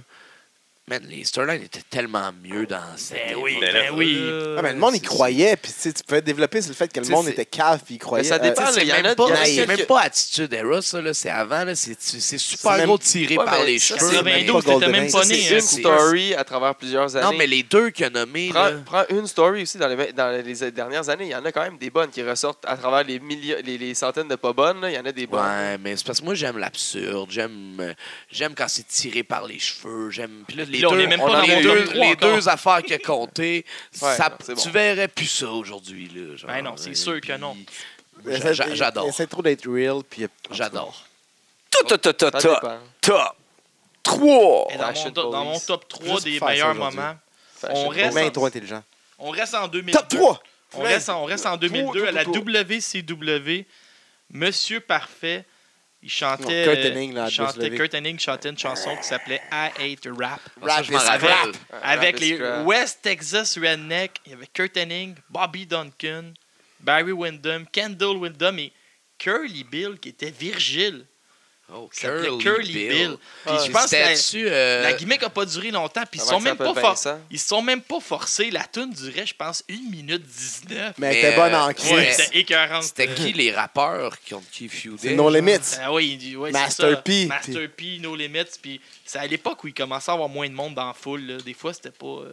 Speaker 5: man, les storylines étaient tellement mieux dans cette
Speaker 4: oui, ben
Speaker 5: époque-là. Là,
Speaker 4: oui.
Speaker 1: Ah, mais le monde y
Speaker 5: Euh, c'est-
Speaker 1: croyait, puis tu sais, tu pouvais développer sur le fait que le
Speaker 5: Tu sais,
Speaker 1: monde
Speaker 5: c'est-
Speaker 1: était cave, puis il croyait.
Speaker 3: ça dépend,
Speaker 1: euh,
Speaker 5: C'est
Speaker 3: Il y en a-
Speaker 5: même, pas-
Speaker 3: il y en a
Speaker 5: c'est
Speaker 3: quelques-
Speaker 5: même pas Attitude Era, ça, là, c'est avant, là, c'est c'est super
Speaker 1: même-
Speaker 5: gros tiré
Speaker 3: Ouais,
Speaker 5: par
Speaker 3: mais
Speaker 5: les
Speaker 3: ça,
Speaker 5: cheveux.
Speaker 3: c'est
Speaker 5: mais-
Speaker 4: 92,
Speaker 1: pas
Speaker 4: t'étais
Speaker 1: Golden
Speaker 4: même pas
Speaker 5: Age,
Speaker 4: né.
Speaker 5: c'est
Speaker 4: hein.
Speaker 3: une
Speaker 5: c'est-
Speaker 3: story à travers plusieurs années.
Speaker 5: Non, mais les deux qu'il a nommés, là,
Speaker 3: Prends, prends une story aussi dans les, dans les dernières années. Il y en a quand même des bonnes qui ressortent à travers les, millions, les, les centaines de pas bonnes. là, Il y en a des bonnes.
Speaker 5: Ouais, mais c'est parce que moi j'aime l'absurde, j'aime euh, j'aime quand c'est tiré par les cheveux, j'aime puis là les
Speaker 4: Puis là, on
Speaker 5: deux,
Speaker 4: est même pas
Speaker 5: a
Speaker 4: dans
Speaker 5: les,
Speaker 4: mon top
Speaker 5: deux
Speaker 4: trois
Speaker 5: les
Speaker 4: encore.
Speaker 5: deux affaires qui a compté, ça,
Speaker 3: non, c'est bon.
Speaker 5: tu verrais plus ça aujourd'hui là. genre.
Speaker 4: Ben non, c'est
Speaker 5: Et
Speaker 4: sûr que
Speaker 5: puis,
Speaker 4: non.
Speaker 5: j'a- j'a- J'adore,
Speaker 1: Essaie trop d'être real, puis. euh, en tout cas.
Speaker 5: j'adore.
Speaker 2: Top, top, top,
Speaker 3: Ça
Speaker 2: top,
Speaker 3: dépend.
Speaker 2: top. 3.
Speaker 4: Et dans,
Speaker 3: Fashion
Speaker 4: mon top, dans
Speaker 3: Police.
Speaker 4: mon top 3
Speaker 1: Juste pour
Speaker 4: des
Speaker 1: faire ça
Speaker 4: meilleurs
Speaker 1: aujourd'hui.
Speaker 4: moments,
Speaker 3: Fashion
Speaker 1: Les
Speaker 4: reste-
Speaker 3: Police.
Speaker 1: mains trop intelligent.
Speaker 4: on reste en 2002.
Speaker 1: Top 3!
Speaker 4: On reste, en, on reste en 2002 à la WCW. Monsieur Parfait, il chantait,
Speaker 1: Non, Kurt
Speaker 4: euh,
Speaker 1: Hennig, là, à
Speaker 4: il chantait,
Speaker 1: WCW.
Speaker 4: Kurt Hennig chantait une chanson qui s'appelait I Hate Rap.
Speaker 5: Ça, je m'en
Speaker 1: Rap is
Speaker 5: rappelle.
Speaker 1: rap.
Speaker 3: Ouais,
Speaker 4: avec
Speaker 3: Rap
Speaker 4: les
Speaker 3: is Crap.
Speaker 4: West Texas Redneck, il y avait Kurt Hennig, Bobby Duncan, Barry Windham, Kendall Windham et Curly Bill qui était Virgile.
Speaker 5: Oh,
Speaker 4: qui s'appelait
Speaker 5: Curly, Bill.
Speaker 4: Puis
Speaker 3: Ah,
Speaker 4: je pense que la,
Speaker 5: C'était-tu, euh,
Speaker 4: la gimmick n'a pas duré longtemps. Puis ils
Speaker 3: Avant que
Speaker 4: sont même
Speaker 3: Ah ça
Speaker 4: pas
Speaker 3: s'appelle
Speaker 4: for-
Speaker 3: Vincent.
Speaker 4: ils sont même pas forcés. La tune durait, je pense, 1 minute 19.
Speaker 1: Mais elle
Speaker 5: Mais,
Speaker 1: était bonne
Speaker 5: euh,
Speaker 1: en
Speaker 5: ouais,
Speaker 1: crise.
Speaker 4: Ouais, c'était écœurant.
Speaker 5: c'était qui les rappeurs qui ont qui feudé?
Speaker 1: C'est No Limits.
Speaker 4: Ah oui, il dit- ouais, c'est
Speaker 1: Master
Speaker 4: ça.
Speaker 1: P,
Speaker 4: Master P, No Limits. Puis c'est à l'époque où il commençait à avoir moins de monde dans la foule. là. Des fois, c'était pas, euh,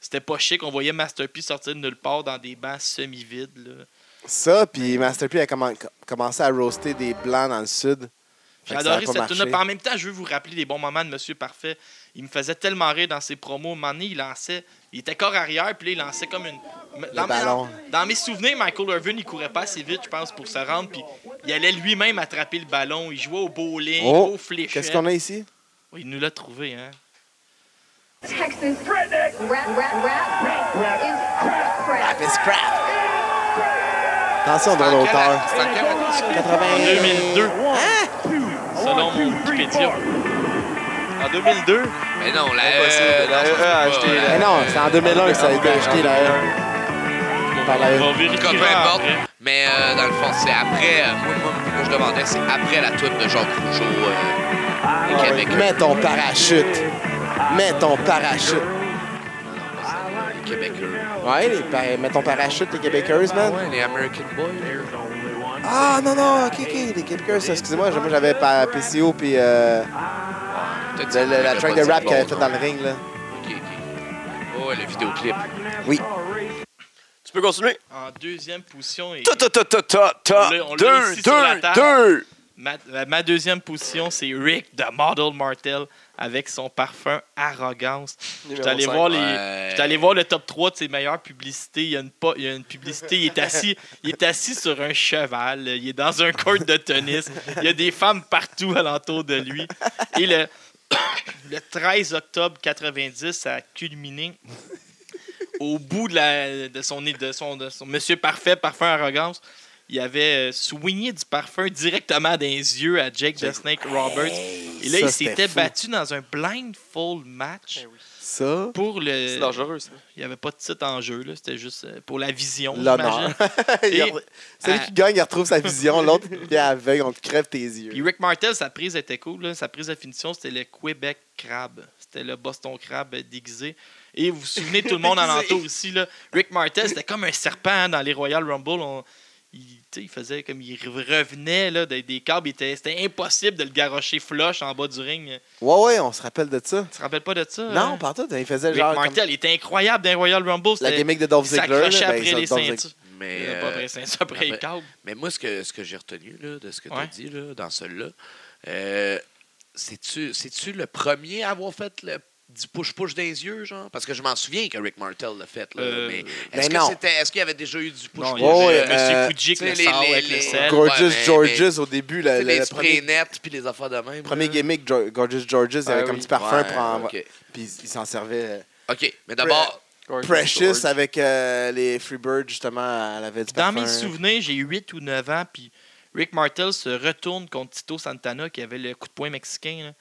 Speaker 4: c'était pas chic. On voyait Master P sortir de nulle part dans des bancs semi-vides. là.
Speaker 1: Ça, puis Master P a commen- commencé à roaster des blancs dans le sud.
Speaker 4: J'ai
Speaker 1: Fait que ça a
Speaker 4: adoré
Speaker 1: pas
Speaker 4: cette
Speaker 1: marché.
Speaker 4: tune-là. Puis En même temps, je veux vous rappeler les bons moments de Monsieur Parfait. Il me faisait tellement rire dans ses promos. Un moment donné, il lançait. Il était corps arrière, puis là, il lançait comme une. Dans, mes-
Speaker 1: ballon.
Speaker 4: dans mes souvenirs, Michael Irvin, il courait pas assez vite, je pense, pour se rendre. Puis il allait lui-même attraper le ballon. Il jouait au bowling, il jouait
Speaker 1: Oh,
Speaker 4: au fléchette.
Speaker 1: qu'est-ce qu'on a ici?
Speaker 4: Oui, il nous l'a trouvé, hein.
Speaker 6: Texas redneck rap rap rap rap is crap crap.
Speaker 1: Rap is crap! Attention, dans l'auteur.
Speaker 5: C'est en quelle-
Speaker 1: 80...
Speaker 4: 2002. Selon mon Wikipédia.
Speaker 3: En 2002,
Speaker 5: Mais non, la
Speaker 3: Impossible.
Speaker 5: euh,
Speaker 3: La
Speaker 5: non,
Speaker 3: E
Speaker 5: ça,
Speaker 3: a
Speaker 5: c'est
Speaker 3: acheté
Speaker 5: pas,
Speaker 3: la-
Speaker 5: euh,
Speaker 1: Mais non, c'est en 2001 que ça a été
Speaker 4: ben,
Speaker 1: acheté, là. Par la-
Speaker 4: On va vérifier
Speaker 5: Comme peu importe.
Speaker 4: après.
Speaker 5: Mais euh, dans le fond, c'est après. euh, moi, moi, moi, je demandais, c'est après la toune de Jean Rougeau. Euh,
Speaker 1: Ah,
Speaker 5: le Québec.
Speaker 1: Mets ton parachute. Mets ton parachute.
Speaker 5: Le Québec.
Speaker 1: Ouais, les pa- mets ton parachute, les Québécoises,
Speaker 5: Ah
Speaker 1: man.
Speaker 5: ouais, les American Boys.
Speaker 1: Ah, non, non, ok, ok, les Québécoises, excusez-moi, moi j'avais pas PCO puis euh,
Speaker 5: T'as dit
Speaker 1: le- le- la
Speaker 5: que
Speaker 1: track
Speaker 5: pas
Speaker 1: de
Speaker 5: dit
Speaker 1: rap
Speaker 5: bon
Speaker 1: qu'elle avait fait
Speaker 5: nom.
Speaker 1: dans le ring, là.
Speaker 5: Ok, ok. Ouais, le vidéoclip.
Speaker 1: Oui.
Speaker 2: Tu peux continuer.
Speaker 4: En deuxième position est.
Speaker 2: Top, top, top, top, top,
Speaker 4: On l'a- on
Speaker 2: top.
Speaker 4: l'a
Speaker 2: 2,
Speaker 4: ici sur la
Speaker 2: 2,
Speaker 4: table.
Speaker 2: 2.
Speaker 4: Ma, euh, ma deuxième position, c'est Rick de Model Martel avec son parfum Arrogance. J'étais allé,
Speaker 3: Numéro
Speaker 4: voir
Speaker 3: cinq.
Speaker 4: les,
Speaker 5: ouais.
Speaker 4: j'étais allé voir le top 3 de ses meilleures publicités. Il y a une, po- il y a une publicité, il est, assis, il est assis sur un cheval, il est dans un court de tennis, il y a des femmes partout alentour de lui. Et le, le 13 octobre 90, ça a culminé au bout de, la, de, son, de, son, de son Monsieur Parfait, Parfum Arrogance. Il avait euh, soigné du parfum directement dans les yeux à Jake the Snake Roberts. Et là,
Speaker 1: ça, c'était
Speaker 4: il s'était
Speaker 1: fou.
Speaker 4: battu dans un blindfold match
Speaker 1: Ça,
Speaker 4: pour
Speaker 3: C'est
Speaker 4: le.
Speaker 3: dangereux, ça.
Speaker 4: Il n'y avait pas de titre en jeu, là. c'était juste euh, pour la vision.
Speaker 1: l'honneur.
Speaker 4: j'imagine.
Speaker 1: Il
Speaker 4: Et-
Speaker 1: re- Celui qui gagne, il retrouve sa vision, l'autre, il est aveugle, on te crève tes
Speaker 4: Puis
Speaker 1: yeux.
Speaker 4: Rick Martel, sa prise était cool. là. Sa prise de finition, c'était le Québec Crab. C'était le Boston Crab euh, déguisé. Et vous vous souvenez, tout le monde alentour ici, là, Rick Martel, c'était comme un serpent hein, dans les Royal Rumble. On- Il, tu sais, il faisait comme il revenait là, des, des câbles. Il était- C'était impossible de le garrocher flush en bas du ring.
Speaker 1: Ouais, ouais, on se rappelle de ça.
Speaker 4: Tu te rappelles pas de ça?
Speaker 1: Non,
Speaker 4: hein?
Speaker 1: par tout, il faisait
Speaker 4: Rick
Speaker 1: genre comme
Speaker 4: Martel, il était incroyable dans les Royal Rumble.
Speaker 1: la
Speaker 4: c'était-
Speaker 1: gimmick de Dolph
Speaker 4: il
Speaker 1: Ziggler. là,
Speaker 4: s'accrochait
Speaker 1: ben,
Speaker 4: après
Speaker 1: ça,
Speaker 4: les
Speaker 1: Dolph Ziggler.
Speaker 4: ceintures.
Speaker 5: Mais,
Speaker 4: Euh, pas
Speaker 5: euh,
Speaker 4: après les ceintures, après les
Speaker 5: après-
Speaker 4: câbles.
Speaker 5: mais moi, ce que, ce que j'ai retenu là, de ce que
Speaker 4: Ouais.
Speaker 5: tu as dit là, dans celui-là, euh, c'est-tu c'est-tu le premier à avoir fait le du push-push dans les yeux, genre? Parce que je m'en souviens que Rick Martel l'a fait, là.
Speaker 4: Euh,
Speaker 5: mais
Speaker 1: ben
Speaker 5: est-ce que
Speaker 1: non.
Speaker 5: c'était, est-ce qu'il y avait déjà eu du
Speaker 4: Non,
Speaker 5: push-push?
Speaker 4: il y avait
Speaker 1: ouais,
Speaker 4: Monsieur
Speaker 1: euh,
Speaker 4: Fuji avec
Speaker 5: tu
Speaker 4: le
Speaker 5: sais,
Speaker 4: sang,
Speaker 5: les-
Speaker 4: avec
Speaker 5: les-
Speaker 4: le sel.
Speaker 5: Gros-
Speaker 1: Gorgeous
Speaker 5: Ouais, mais-
Speaker 1: Georges, au début, le,
Speaker 5: Tu sais,
Speaker 1: le-
Speaker 5: les
Speaker 1: le
Speaker 5: sprays
Speaker 1: premier,
Speaker 5: nets puis les affaires de même.
Speaker 1: premier
Speaker 5: là?
Speaker 1: gimmick, Jo- Gorgeous Georges, il y
Speaker 3: Ah
Speaker 1: avait comme
Speaker 3: oui.
Speaker 1: petit parfum,
Speaker 5: Ouais,
Speaker 1: pour en-
Speaker 5: OK.
Speaker 1: puis il s'en servait. euh,
Speaker 5: OK, mais d'abord,
Speaker 3: Gorgeous
Speaker 1: Precious
Speaker 3: George.
Speaker 1: avec euh, les Freebirds, justement, elle avait du
Speaker 4: Dans
Speaker 1: parfum.
Speaker 4: mes souvenirs, j'ai 8 ou 9 ans, puis Rick Martel se retourne contre Tito Santana qui avait le coup de poing mexicain. là.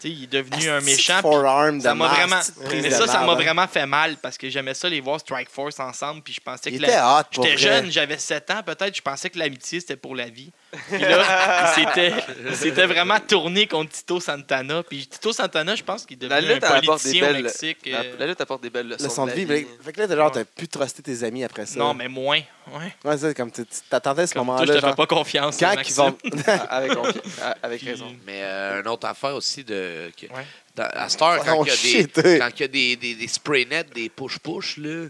Speaker 4: Tu sais, il est devenu un méchant. puis
Speaker 1: Forearm de
Speaker 4: Ça m'a
Speaker 1: marde,
Speaker 4: vraiment,
Speaker 1: petite prise
Speaker 4: mais
Speaker 1: de
Speaker 4: ça, ça
Speaker 1: marde,
Speaker 4: m'a
Speaker 1: hein.
Speaker 4: vraiment fait mal parce que j'aimais ça les voir Strike Force ensemble, puis je pensais que
Speaker 1: Il
Speaker 4: la-
Speaker 1: était hot, pour
Speaker 4: J'étais
Speaker 1: vrai.
Speaker 4: jeune, j'avais 7 ans peut-être, je pensais que l'amitié c'était pour la vie. Puis là, il s'était- il s'était vraiment tourné contre Tito Santana. Puis Tito Santana, je pense qu'il est
Speaker 3: La
Speaker 4: devenu
Speaker 3: lutte
Speaker 4: un
Speaker 3: apporte des
Speaker 4: politicien au
Speaker 3: belles-
Speaker 4: Mexique.
Speaker 3: La,
Speaker 4: euh,
Speaker 3: la lutte apporte des belles leçons.
Speaker 1: Leçon de vie.
Speaker 3: la vie.
Speaker 1: mais- Fait que là, t'as genre, t'as pu truster tes amis après ça.
Speaker 4: Non, mais moins. Ouais.
Speaker 1: Ouais, c'est comme tu tu t'attendais à ce
Speaker 4: Comme toi, je te
Speaker 1: moment-là.
Speaker 4: fais
Speaker 1: genre,
Speaker 4: pas confiance.
Speaker 1: Quand ils
Speaker 4: Maxime.
Speaker 1: vont.
Speaker 3: Ah, avec, confi- ah, avec
Speaker 4: Puis-
Speaker 3: raison.
Speaker 5: mais euh, une autre affaire aussi de. que-
Speaker 4: Ouais.
Speaker 5: dans- à cette heure, quand
Speaker 1: Oh,
Speaker 5: il y a des-
Speaker 1: shit, hey.
Speaker 5: quand il y a des, des, des spray nets, des push-push, là.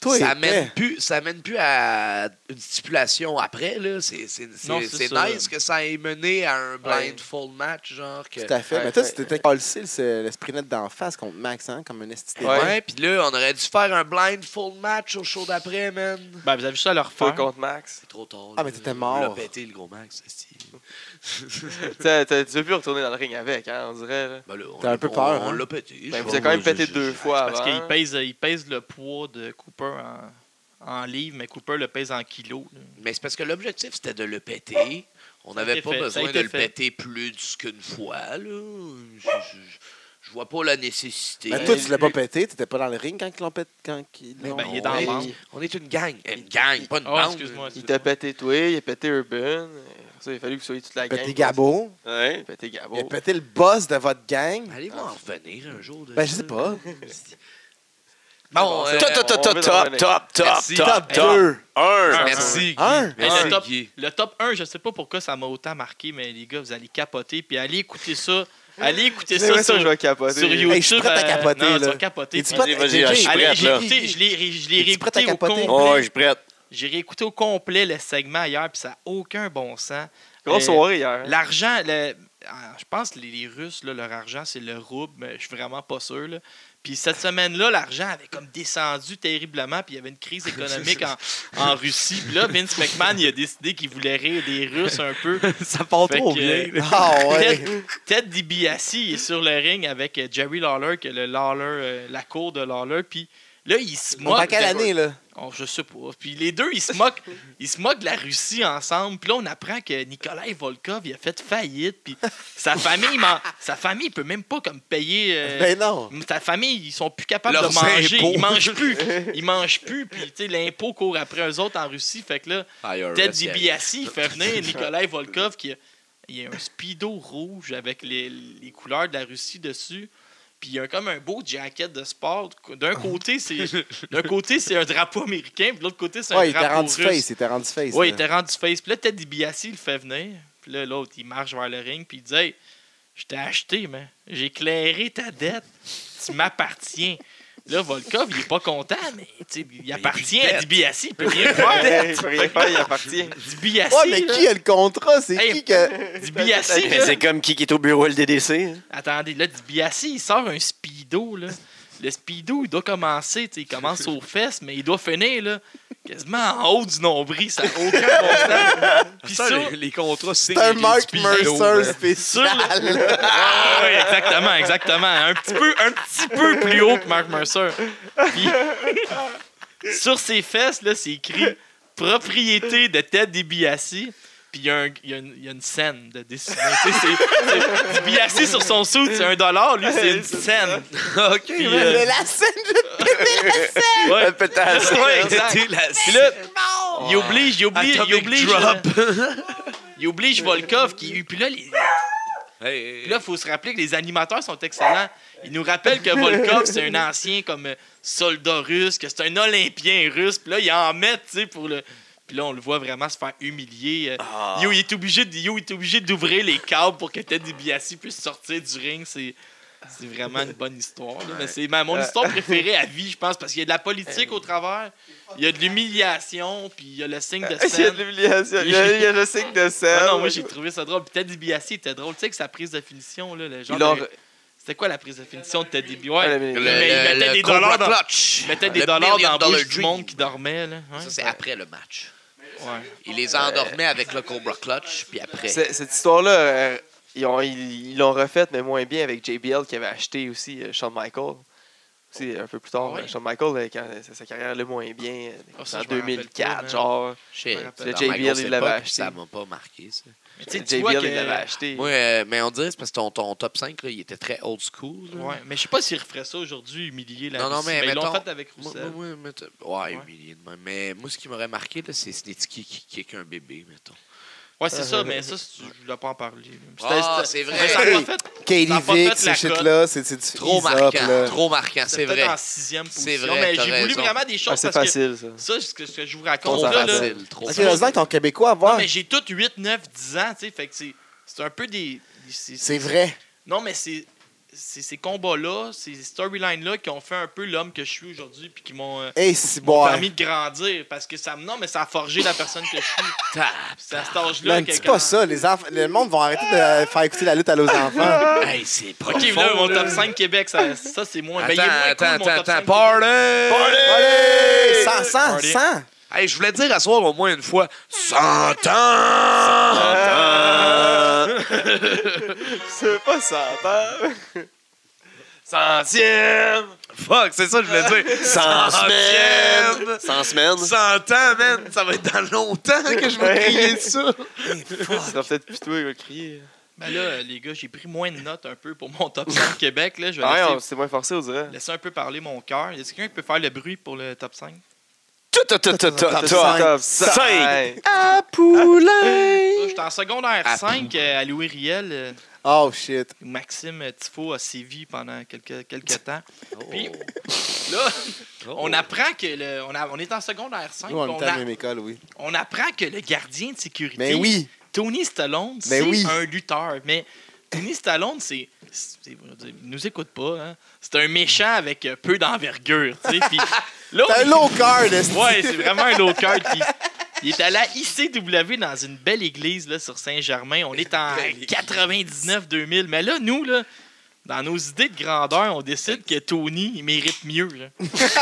Speaker 1: Toi,
Speaker 5: ça
Speaker 1: il
Speaker 5: amène
Speaker 1: était.
Speaker 5: plus, ça amène plus à une stipulation après là. C'est c'est
Speaker 4: Non,
Speaker 5: c'est-
Speaker 4: c'est
Speaker 5: c'est
Speaker 4: ça.
Speaker 5: nice que ça ait mené à un
Speaker 3: Ouais.
Speaker 5: blindfold match genre que.
Speaker 1: Tout à fait.
Speaker 3: Ouais,
Speaker 1: mais toi,
Speaker 3: fait-
Speaker 1: tu t'étais calcé le le sprint net d'en face contre Max, hein, comme un esti.
Speaker 3: Ouais.
Speaker 5: Ouais. Puis là, on aurait dû faire un blindfold match au show d'après, man.
Speaker 4: Ben, vous avez juste à leur
Speaker 3: Toi
Speaker 4: faire.
Speaker 3: contre Max.
Speaker 5: C'est trop tard.
Speaker 1: Ah, mais t'étais mort.
Speaker 5: Il l'a pété le gros Max. esti.
Speaker 3: T'as- t'as- Tu veux plus retourner dans le ring avec, hein, on dirait. là.
Speaker 5: Ben là, on-
Speaker 1: T'as un peu
Speaker 5: on-
Speaker 1: peur,
Speaker 5: On,
Speaker 1: hein?
Speaker 5: l'a pété.
Speaker 3: Ben,
Speaker 5: Je
Speaker 3: vous
Speaker 5: sais
Speaker 3: avez quand même
Speaker 5: pas,
Speaker 3: pété
Speaker 5: je-
Speaker 3: deux
Speaker 5: je-
Speaker 3: fois
Speaker 1: Ah
Speaker 3: avant.
Speaker 4: Parce qu'il pèse, il pèse le poids de Cooper en, en livres, mais Cooper le pèse en kilos. là.
Speaker 5: Mais c'est parce que l'objectif c'était de le péter. On
Speaker 4: Ça a
Speaker 5: n'avait
Speaker 4: été
Speaker 5: pas
Speaker 4: fait, ça a
Speaker 5: besoin
Speaker 4: été
Speaker 5: de le
Speaker 4: fait.
Speaker 5: péter plus qu'une fois là. Je, je- je vois pas la nécessité.
Speaker 1: Mais toi, tu l'as pas pété, t'étais pas dans le ring quand ils l'ont pété. Quand ils l'ont-
Speaker 4: ben, il est
Speaker 5: on
Speaker 4: dans le
Speaker 5: est-
Speaker 4: monde.
Speaker 5: On est une gang. Une gang, Ah, pas une
Speaker 1: Ah
Speaker 4: Oh,
Speaker 5: bande.
Speaker 4: excuse-moi.
Speaker 3: Il t'a pété toi, il a pété Urban. Ça, il a fallu que vous soyez toute
Speaker 1: Il
Speaker 3: la
Speaker 1: a pété
Speaker 3: gang.
Speaker 1: Gabo.
Speaker 3: Ouais, il a pété
Speaker 1: Il a
Speaker 3: Gabo.
Speaker 1: pété le boss de votre gang.
Speaker 5: Allez-vous en revenir un jour? De
Speaker 1: Ben, je sais pas.
Speaker 5: Bon,
Speaker 3: Bon,
Speaker 5: euh,
Speaker 3: top, top, top, top, top,
Speaker 5: merci.
Speaker 1: Top
Speaker 4: Top
Speaker 1: 2.
Speaker 4: Un.
Speaker 5: Merci.
Speaker 1: Un.
Speaker 4: Mais
Speaker 5: Merci,
Speaker 4: le, top,
Speaker 5: Guy.
Speaker 4: le top 1, je sais pas pourquoi ça m'a autant marqué, mais les gars, vous allez capoter. Puis allez écouter ça. Allez écouter
Speaker 3: C'est vrai
Speaker 4: ça
Speaker 3: ça, je
Speaker 4: sur,
Speaker 3: vais capoter.
Speaker 4: sur YouTube.
Speaker 1: Hey, je suis prêt à
Speaker 4: euh,
Speaker 1: capoter,
Speaker 4: non,
Speaker 1: là.
Speaker 4: tu vas capoter.
Speaker 1: Es-tu
Speaker 3: Vas-y,
Speaker 1: prêt-
Speaker 3: vas-y,
Speaker 1: JJ,
Speaker 2: je suis
Speaker 4: Allez,
Speaker 2: prête,
Speaker 4: j'ai
Speaker 2: là.
Speaker 4: écouté, je l'ai ré- je l'ai
Speaker 1: Es-tu prête à
Speaker 4: réécouté au
Speaker 1: capoter?
Speaker 4: complet.
Speaker 2: Oh, je suis prête.
Speaker 4: J'ai réécouté au complet le segment hier, puis ça n'a aucun bon sens.
Speaker 3: Grosse
Speaker 4: Euh,
Speaker 3: soirée hein. hier.
Speaker 4: L'argent, le- ah, je pense que les, les Russes, là, leur argent, c'est le rouble, mais je suis vraiment pas sûr. là. Puis cette semaine-là, l'argent avait comme descendu terriblement, puis il y avait une crise économique en, en Russie. Puis là, Vince McMahon, il a décidé qu'il voulait rire des Russes un peu.
Speaker 1: Ça part
Speaker 4: Fait trop que, bien. euh,
Speaker 1: Ah ouais.
Speaker 4: Ted, Ted DiBiase il est sur le ring avec euh, Jerry Lawler, que le Lawler, euh, la cour de Lawler, puis là, il se
Speaker 1: On
Speaker 4: moque.
Speaker 1: va quelle
Speaker 4: de-
Speaker 1: année, là?
Speaker 4: Oh, je sais pas. Puis les deux, ils se moquent, ils se moquent de la Russie ensemble. Puis là, on apprend que Nikolai Volkov, il a fait faillite. Puis sa famille, man- sa famille peut même pas comme payer. euh,
Speaker 1: Ben non.
Speaker 4: ta famille, ils sont plus capables
Speaker 5: Leurs
Speaker 4: de manger.
Speaker 5: impôts.
Speaker 4: Ils mangent plus. Ils mangent plus. Puis, tu sais, l'impôt court après eux autres en Russie. Fait que là,
Speaker 5: IRS,
Speaker 4: Ted
Speaker 5: il arrive.
Speaker 4: DiBiase il fait venir Nikolai Volkov qui a, il a un speedo rouge avec les, les couleurs de la Russie dessus. Puis il a comme un beau jacket de sport. D'un côté, c'est d'un côté c'est un drapeau américain, puis de l'autre côté, c'est un
Speaker 1: Ouais, il était
Speaker 4: drapeau
Speaker 1: rendu
Speaker 4: russe.
Speaker 1: face. Il était rendu face.
Speaker 4: Ouais, il
Speaker 1: là.
Speaker 4: était rendu face. Puis là, Ted DiBiase, il le fait venir. Puis là, l'autre, il marche vers le ring, puis il dit Hey, je t'ai acheté, man. J'ai éclairé ta dette. Tu m'appartiens. Là, Volkov, il est pas content, mais tu sais, il appartient à DiBiase. Il peut rien faire.
Speaker 3: Il peut rien faire, il appartient.
Speaker 4: DiBiase.
Speaker 1: Ouais, mais
Speaker 4: là.
Speaker 1: qui a le contrat? C'est
Speaker 4: Hey.
Speaker 1: qui que.
Speaker 4: DiBiase,
Speaker 2: Mais
Speaker 4: là.
Speaker 2: c'est comme qui qui est au bureau LDDC. hein.
Speaker 4: Attendez, là, DiBiase, il sort un speedo, là. Le speedo, il doit commencer, tu sais, il commence aux fesses, mais il doit finir, là, quasiment en haut du nombril, ça n'a aucun bon sens. Puis
Speaker 5: Ça,
Speaker 4: sur-
Speaker 5: les, les contrats signés.
Speaker 1: C'est un
Speaker 5: avec
Speaker 1: Mark
Speaker 5: les speedos,
Speaker 1: Mercer
Speaker 5: euh,
Speaker 4: sur le-
Speaker 1: spécial. là.
Speaker 4: Ah oui, exactement, exactement. Un petit peu, un petit peu plus haut que Mark Mercer. Puis, sur ses fesses, là, c'est écrit propriété de Ted DiBiase. Puis il y, a un- il y a une- il y a une scène de dessinée. Tu sais, c'est- c'est- DiBiase sur son sou, c'est un dollar, lui, c'est une scène. OK, Puis, euh,
Speaker 1: Mais la scène, je
Speaker 4: ouais.
Speaker 2: Pétasse.
Speaker 4: Ouais, exact.
Speaker 5: c'était la-
Speaker 4: Puis là, il oblige, il oblige, il
Speaker 5: Atomic
Speaker 4: oblige. euh, Il oblige Volkov qui. Puis là, les,
Speaker 5: Hey, hey, hey.
Speaker 4: Puis là, il faut se rappeler que les animateurs sont excellents. Ils nous rappellent que Volkov, c'est un ancien comme euh, soldat russe, que c'est un Olympien russe. Puis là, ils en mettent, tu sais, pour le. Puis là, on le voit vraiment se faire humilier. Euh, Yo, il est obligé de- yo, il est obligé d'ouvrir les câbles pour que Ted DiBiase puisse sortir du ring. C'est. C'est vraiment une bonne histoire. là. Mais c'est ma, mon histoire préférée à vie, je pense, parce qu'il y a de la politique au travers, il y a de l'humiliation, puis il y a le signe de
Speaker 3: Il y a
Speaker 4: scène.
Speaker 3: de l'humiliation. Il y a il y a le signe de
Speaker 4: Ah
Speaker 5: Euh,
Speaker 3: scène.
Speaker 4: non, moi j'ai trouvé ça drôle. Puis Ted DiBiase était drôle. Tu sais que sa prise de finition, là, le genre.
Speaker 3: Il a-
Speaker 4: de- C'était quoi la prise de finition de Teddy B? Ouais,
Speaker 3: Ouais,
Speaker 4: mais
Speaker 3: mais-
Speaker 5: Le-
Speaker 4: il
Speaker 5: le-
Speaker 4: mettait
Speaker 5: le
Speaker 4: des dollars
Speaker 5: dollar
Speaker 4: dans,
Speaker 5: clutch.
Speaker 4: il mettait
Speaker 5: Le
Speaker 4: des dollars
Speaker 5: million
Speaker 4: dans la
Speaker 5: dollar
Speaker 4: bouche du
Speaker 5: dream.
Speaker 4: monde qui dormait. Là. Ouais,
Speaker 5: Ça, c'est après le match.
Speaker 4: ouais.
Speaker 5: Il les endormait avec le Cobra Clutch, puis après.
Speaker 3: C'est- Cette histoire-là, euh, ils ont- ils ils l'ont refaite, mais moins bien avec JBL qui avait acheté aussi euh, Shawn Michael. Aussi, un peu plus tard,
Speaker 4: Ah Ouais.
Speaker 3: euh, Shawn Michael, euh, quand euh, sa- sa carrière allait moins bien, euh,
Speaker 4: Ah,
Speaker 3: en
Speaker 4: ça, je me rappelle
Speaker 3: 2004,
Speaker 4: pas, man.
Speaker 3: genre.
Speaker 5: Shit,
Speaker 4: Le
Speaker 5: dans
Speaker 3: JBL,
Speaker 5: ma grosse
Speaker 3: il l'avait
Speaker 5: époque,
Speaker 3: acheté.
Speaker 5: Ça m'a pas marqué, ça.
Speaker 4: Mais tu sais, tu vois
Speaker 3: JBL, il l'avait
Speaker 4: que...
Speaker 3: acheté.
Speaker 5: Moi, euh, mais on dirait, c'est parce que ton, ton top 5, là, il était très old school. là.
Speaker 4: Ouais, mais je sais pas s'ils referaient ça aujourd'hui, humilier la
Speaker 5: Non, non,
Speaker 4: Russie.
Speaker 5: mais
Speaker 4: ils l'ont
Speaker 5: mettons-
Speaker 4: fait avec
Speaker 5: Moi,
Speaker 4: Rousseff.
Speaker 5: moi, moi, mettons- ouais,
Speaker 4: Ouais.
Speaker 5: humilié de même. Mais moi, ce qui m'aurait marqué, là, c'est Snitsky qui kick un bébé, mettons.
Speaker 4: Ouais, c'est ça, mais ça, c'est- je voulais pas en parler.
Speaker 5: Ah,
Speaker 4: C'était-
Speaker 5: c'est vrai.
Speaker 4: Mais ça a pas fait.
Speaker 1: Katie
Speaker 4: Ça a pas
Speaker 1: Vick,
Speaker 4: fait
Speaker 1: ces
Speaker 4: la
Speaker 1: shit-là, c'est c'est du
Speaker 5: Trop
Speaker 1: ease up,
Speaker 5: marquant.
Speaker 1: là.
Speaker 5: Trop marquant, c'est
Speaker 4: C'était peut-être
Speaker 5: vrai.
Speaker 4: en sixième
Speaker 5: C'est
Speaker 4: position.
Speaker 5: vrai,
Speaker 4: Mais
Speaker 5: t'as
Speaker 4: j'ai voulu
Speaker 5: raison.
Speaker 4: vraiment des
Speaker 3: Ah,
Speaker 4: choses
Speaker 3: c'est
Speaker 4: parce que
Speaker 3: facile, ça.
Speaker 4: ça, ce que, ce que je vous raconte
Speaker 3: Trop
Speaker 4: là, là,
Speaker 5: facile, trop
Speaker 1: Ok,
Speaker 5: facile.
Speaker 1: heureusement que ton Québécois, à
Speaker 4: non,
Speaker 1: voir.
Speaker 4: mais j'ai tout 8, 9, 10 ans, tu sais, fait que c'est c'est un peu des... c'est-
Speaker 1: C'est vrai.
Speaker 4: Non, mais c'est c'est ces combats-là, ces storylines-là qui ont fait un peu l'homme que je suis aujourd'hui puis qui m'ont euh,
Speaker 1: Hey, c'est
Speaker 4: m'ont
Speaker 1: bon.
Speaker 4: permis de grandir parce que ça me... Non, mais ça a forgé la personne que je suis.
Speaker 5: Tap.
Speaker 4: C'est à cet âge-là
Speaker 1: Man,
Speaker 4: que...
Speaker 1: dis pas ça. Les enfants, le monde va arrêter de faire écouter la lutte à nos enfants.
Speaker 5: Hey, c'est profond.
Speaker 4: OK, là, mon
Speaker 5: là.
Speaker 4: top 5 Québec, ça, ça, c'est moins... ben, il est
Speaker 5: Attends,
Speaker 4: moins cool, mon
Speaker 5: attends,
Speaker 4: top
Speaker 5: attends,
Speaker 4: 5
Speaker 5: attends.
Speaker 4: Québec.
Speaker 5: Party!
Speaker 1: Allez! 100, 100,
Speaker 4: Party.
Speaker 1: 100.
Speaker 5: Hey, je voulais dire à soir au moins une fois 100 ans!
Speaker 3: C'est pas ça, Centième!
Speaker 5: Fuck, c'est ça que je voulais dire. 100 semaines!
Speaker 2: Sans semaine.
Speaker 5: 100 ans, Ah, man! Ça va être dans longtemps que je vais crier ça!
Speaker 3: Ça va peut-être plutôt, il va le crier.
Speaker 4: Ben là, euh, les gars, j'ai pris moins de notes un peu pour mon top 5 Québec. Là. Je vais
Speaker 3: Ah Ouais,
Speaker 4: laisser,
Speaker 3: on s'est moins forcé, on dirait.
Speaker 4: laisser un peu parler mon cœur. Est-ce que quelqu'un qui peut faire le bruit pour le top 5?
Speaker 2: Tout, tout, tout, tout, tout,
Speaker 1: Top
Speaker 2: tout.
Speaker 1: cinq.
Speaker 3: Top
Speaker 2: Cinq.
Speaker 3: cinq.
Speaker 4: Ça, J'étais en secondaire
Speaker 5: Ah,
Speaker 4: 5 euh, à Louis Riel. euh,
Speaker 1: Oh shit.
Speaker 4: où Maxime euh, Tifo a sévi pendant quelques, quelques temps. Puis, On apprend que le, on, a- on est en secondaire 5.
Speaker 1: Nous, on
Speaker 4: on,
Speaker 1: était à
Speaker 4: a-
Speaker 1: la même école, oui.
Speaker 4: on apprend que le gardien de sécurité,
Speaker 1: Mais Ben oui. Ben
Speaker 4: Tony Stallone, c'est
Speaker 1: oui.
Speaker 4: un lutteur. Mais Tony Stallone, c'est. c'est- on va dire, Il nous écoute pas. hein. C'est un méchant avec euh, peu d'envergure. tu sais. Puis là, on
Speaker 1: T'as un
Speaker 4: est-
Speaker 1: low card, esti.
Speaker 4: Ouais, c'est vraiment un low card. Puis, il est allé à ICW dans une belle église là, sur Saint-Germain. On est en 99-2000. Mais là, nous, là, dans nos idées de grandeur, on décide que Tony il mérite mieux. là. Fait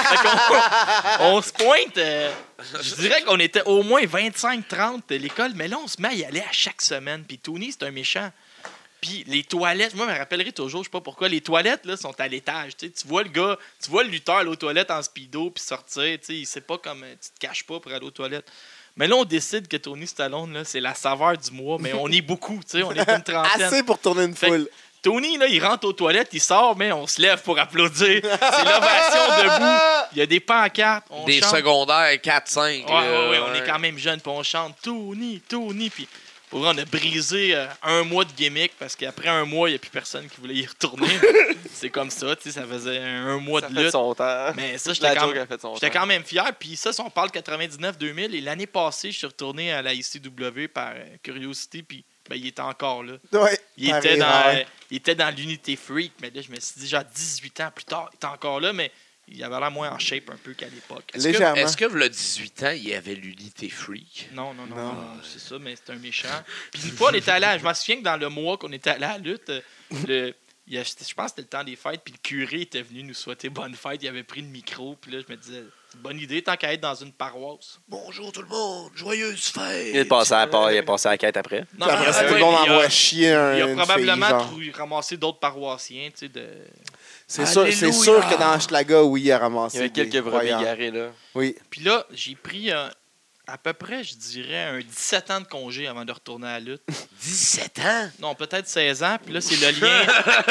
Speaker 4: qu'on- on se pointe. euh, je dirais qu'on était au moins 25-30 de l'école, mais là, on se met à y aller à chaque semaine. Puis Tony, c'est un méchant. Puis les toilettes, moi, je me rappellerai toujours, je sais pas pourquoi, les toilettes, là, sont à l'étage. Tu sais, tu vois le gars, tu vois le lutteur aller aux toilettes en speedo, puis sortir, tu sais, il sait pas comme, euh, tu te caches pas pour aller aux toilettes. Mais là, on décide que Tony Stallone, là, c'est la saveur du mois, mais on est beaucoup, tu sais, on est une trentaine.
Speaker 1: Assez pour tourner une
Speaker 4: Fait-
Speaker 1: foule.
Speaker 4: Tony, là, il rentre aux toilettes, il sort, mais on se lève pour applaudir. C'est l'ovation debout. Il y a des pancartes, on
Speaker 5: Des
Speaker 4: chante.
Speaker 5: secondaires 4-5.
Speaker 4: Ouais, ouais, ouais, on
Speaker 3: euh,
Speaker 4: est quand même jeunes, puis on chante Tony, Tony, puis pour vrai, on a brisé euh, un mois de gimmick parce qu'après un mois, il n'y a plus personne qui voulait y retourner. c'est comme ça, tu sais, ça faisait un, un mois
Speaker 3: Ça
Speaker 4: de
Speaker 3: fait
Speaker 4: lutte.
Speaker 3: son temps.
Speaker 4: Mais ça, j'étais
Speaker 3: La
Speaker 4: quand,
Speaker 3: joke a fait son
Speaker 4: j'étais
Speaker 3: temps.
Speaker 4: quand même fier. Puis ça, si on parle 99-2000, et l'année passée, je suis retourné à la ICW par euh, curiosité, puis ben, il était encore là.
Speaker 1: Ouais.
Speaker 4: Il
Speaker 1: Pareil,
Speaker 4: était, dans,
Speaker 1: ouais.
Speaker 4: euh, il était dans l'unité freak, mais là, je me suis dit, genre 18 ans plus tard, il était encore là, mais il avait l'air moins en shape un peu qu'à l'époque.
Speaker 5: Est-ce
Speaker 1: Légèrement.
Speaker 5: que, est-ce que, v'là 18 ans, il y avait l'unité freak?
Speaker 4: Non, non, non,
Speaker 1: Non.
Speaker 4: non, c'est ça, mais c'est un méchant. Puis une fois, on était allé, à- je me souviens que dans le mois qu'on était allé à la lutte, euh, le, il y a- je pense que c'était le temps des fêtes, puis le curé était venu nous souhaiter bonne fête, il avait pris le micro, puis là, je me disais, bonne idée tant qu'à être dans une paroisse.
Speaker 5: Bonjour tout le monde, joyeuse fête!
Speaker 2: Il est passé à la part, il est passé à la quête après.
Speaker 4: Non,
Speaker 1: Puis après ça,
Speaker 4: ouais,
Speaker 1: tout le monde
Speaker 4: mais il a-
Speaker 1: envoie chier un.
Speaker 4: Il a
Speaker 1: une
Speaker 4: probablement
Speaker 1: fille, genre.
Speaker 4: trou- ramassé d'autres paroissiens, tu sais, de...
Speaker 1: C'est sûr, c'est
Speaker 5: Alléluia.
Speaker 1: sûr que dans Schlaga, oui, il a ramassé.
Speaker 3: Il y avait
Speaker 1: des
Speaker 3: quelques brebis
Speaker 1: croyants.
Speaker 3: garés, là.
Speaker 1: Oui.
Speaker 4: Puis là, j'ai pris euh, à peu près, je dirais, un 17 ans de congé avant de retourner à la lutte.
Speaker 5: 17 ans?
Speaker 4: Non, peut-être 16 ans, puis là, c'est le lien,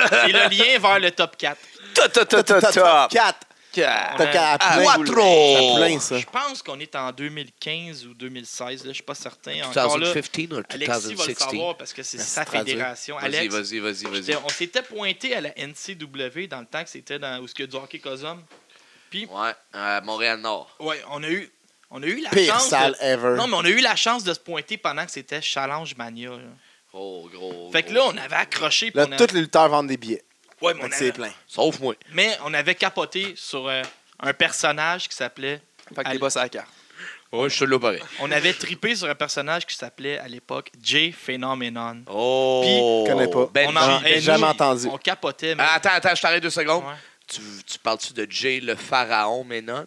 Speaker 4: c'est le lien vers le top 4.
Speaker 2: Tout, tout, tout, tout,
Speaker 1: Top
Speaker 2: tout.
Speaker 1: 4.
Speaker 4: On
Speaker 1: T'as
Speaker 4: a-
Speaker 1: qu'à
Speaker 5: Ah,
Speaker 1: plein. À
Speaker 5: quattro.
Speaker 1: plein, ça.
Speaker 4: Je pense qu'on est en 2015 ou 2016, là, je suis pas certain. Encore là,
Speaker 5: 2015 ou
Speaker 4: Alexis va le
Speaker 5: 2016?
Speaker 4: savoir parce que c'est
Speaker 1: Merci
Speaker 4: sa
Speaker 1: de traduire.
Speaker 4: fédération.
Speaker 5: Vas-y,
Speaker 4: Alex,
Speaker 5: vas-y, vas-y,
Speaker 4: j'étais-
Speaker 5: vas-y.
Speaker 4: on s'était pointé à la NCW dans le temps que c'était dans où ce que du hockey cosum.
Speaker 5: Ouais, à Montréal-Nord.
Speaker 4: Ouais, on a eu, on a eu la
Speaker 1: Pire
Speaker 4: chance.
Speaker 1: salle
Speaker 4: de-
Speaker 1: ever.
Speaker 4: Non, mais on a eu la chance de se pointer pendant que c'était Challenge Mania. là.
Speaker 5: Oh, gros.
Speaker 4: Fait que là,
Speaker 5: gros.
Speaker 4: on avait accroché. puis
Speaker 1: Là,
Speaker 4: on avait-
Speaker 1: tous les lutteurs vendent des billets.
Speaker 4: Ouais, mais on
Speaker 1: Fait que
Speaker 4: avait-
Speaker 1: C'est plein.
Speaker 5: Sauf moi.
Speaker 4: mais on avait capoté sur euh, un personnage qui s'appelait
Speaker 3: Fait que
Speaker 4: Allez.
Speaker 3: des boss à la carte.
Speaker 5: Ouais, je suis là pareil.
Speaker 4: On avait tripé sur un personnage qui s'appelait à l'époque Jay Phenomenon.
Speaker 5: Oh!
Speaker 1: Puis- Connais pas.
Speaker 5: Benji.
Speaker 4: on en-
Speaker 1: j'ai
Speaker 4: et
Speaker 1: jamais
Speaker 4: nous,
Speaker 1: entendu.
Speaker 4: On capotait. mais-
Speaker 5: Ah, Attends, attends, je t'arrête deux secondes.
Speaker 4: Ouais.
Speaker 5: Tu, tu parles-tu de Jay le pharaon Menon?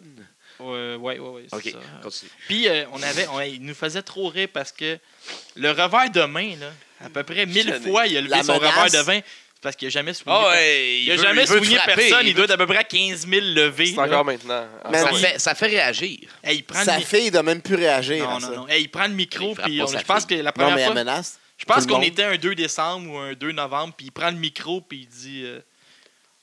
Speaker 4: Euh, ouais, ouais, ouais, c'est
Speaker 5: OK,
Speaker 4: ça.
Speaker 5: continue.
Speaker 4: Puis euh, on avait, on- il nous faisait trop rire parce que le revers de main, là, à peu près mille
Speaker 3: connais.
Speaker 4: fois, il a levé
Speaker 1: La
Speaker 4: son
Speaker 1: menace.
Speaker 4: revers de main c'est parce qu'il n'a jamais soigné.
Speaker 5: Ah ouais,
Speaker 4: Il n'a
Speaker 5: veut-
Speaker 4: jamais
Speaker 5: veut te
Speaker 4: soigné
Speaker 5: frapper,
Speaker 4: personne. Il
Speaker 5: veut-
Speaker 4: doit être à peu près à 15 000 levés.
Speaker 3: C'est
Speaker 4: là.
Speaker 3: encore maintenant.
Speaker 1: Mais-
Speaker 5: Ça
Speaker 1: Oui.
Speaker 5: fait, ça fait réagir.
Speaker 4: Hey, il prend
Speaker 1: Sa
Speaker 4: le mi-
Speaker 1: fille doit même plus réagir
Speaker 4: non,
Speaker 1: à ça.
Speaker 4: non,
Speaker 1: Non,
Speaker 4: non. Hey, il prend le micro,
Speaker 5: Il frappe
Speaker 4: puis
Speaker 5: pas
Speaker 4: on-
Speaker 5: sa
Speaker 4: je pense que
Speaker 5: fille.
Speaker 4: la première
Speaker 1: mais elle
Speaker 4: fois,
Speaker 1: menace.
Speaker 4: je
Speaker 1: Tout
Speaker 4: pense
Speaker 1: le
Speaker 4: qu'on
Speaker 1: monde.
Speaker 4: était un 2 décembre ou un 2 novembre, puis il prend le micro, puis il dit euh,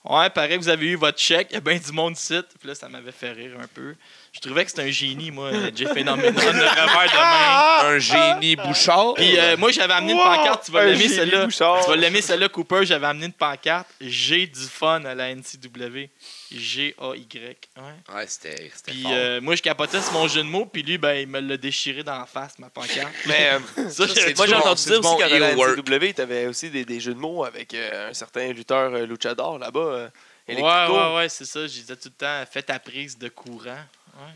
Speaker 4: Ouais, pareil, vous avez eu votre chèque, il y a bien du monde ici. Puis là, ça m'avait fait rire un peu. Je trouvais que c'était un génie, moi, euh, Jay Phenomenon, le revers de main.
Speaker 5: Un génie Bouchard.
Speaker 4: Puis euh, moi, j'avais amené une
Speaker 3: Wow! Euh,
Speaker 4: pancarte. Tu vas
Speaker 3: Un
Speaker 4: l'aimer,
Speaker 3: Gilles
Speaker 4: celle-là.
Speaker 3: Bouchard.
Speaker 4: Tu vas l'aimer, celle-là, Cooper. J'avais amené une pancarte. J'ai du fun à la NCW. G-A-Y. Ouais.
Speaker 5: Ouais, c'était c'était
Speaker 4: Puis
Speaker 5: fort.
Speaker 4: euh, moi, je capotais sur mon jeu de mots. Puis lui, ben, il me l'a déchiré dans la face, ma pancarte.
Speaker 3: Mais euh,
Speaker 4: Ça,
Speaker 5: c'est
Speaker 4: je-
Speaker 5: du
Speaker 3: moi, j'ai
Speaker 5: bon-
Speaker 3: entendu
Speaker 5: c'est
Speaker 3: dire
Speaker 5: du
Speaker 3: aussi
Speaker 5: bon
Speaker 3: qu'à la
Speaker 5: heel work.
Speaker 3: NCW, t'avais aussi des, des jeux de mots avec euh, un certain lutteur euh, luchador là-bas. euh,
Speaker 4: Ouais,
Speaker 3: Electrico.
Speaker 4: ouais, ouais, c'est ça. Je disais tout le temps, fais ta prise de courant.
Speaker 5: Ouais,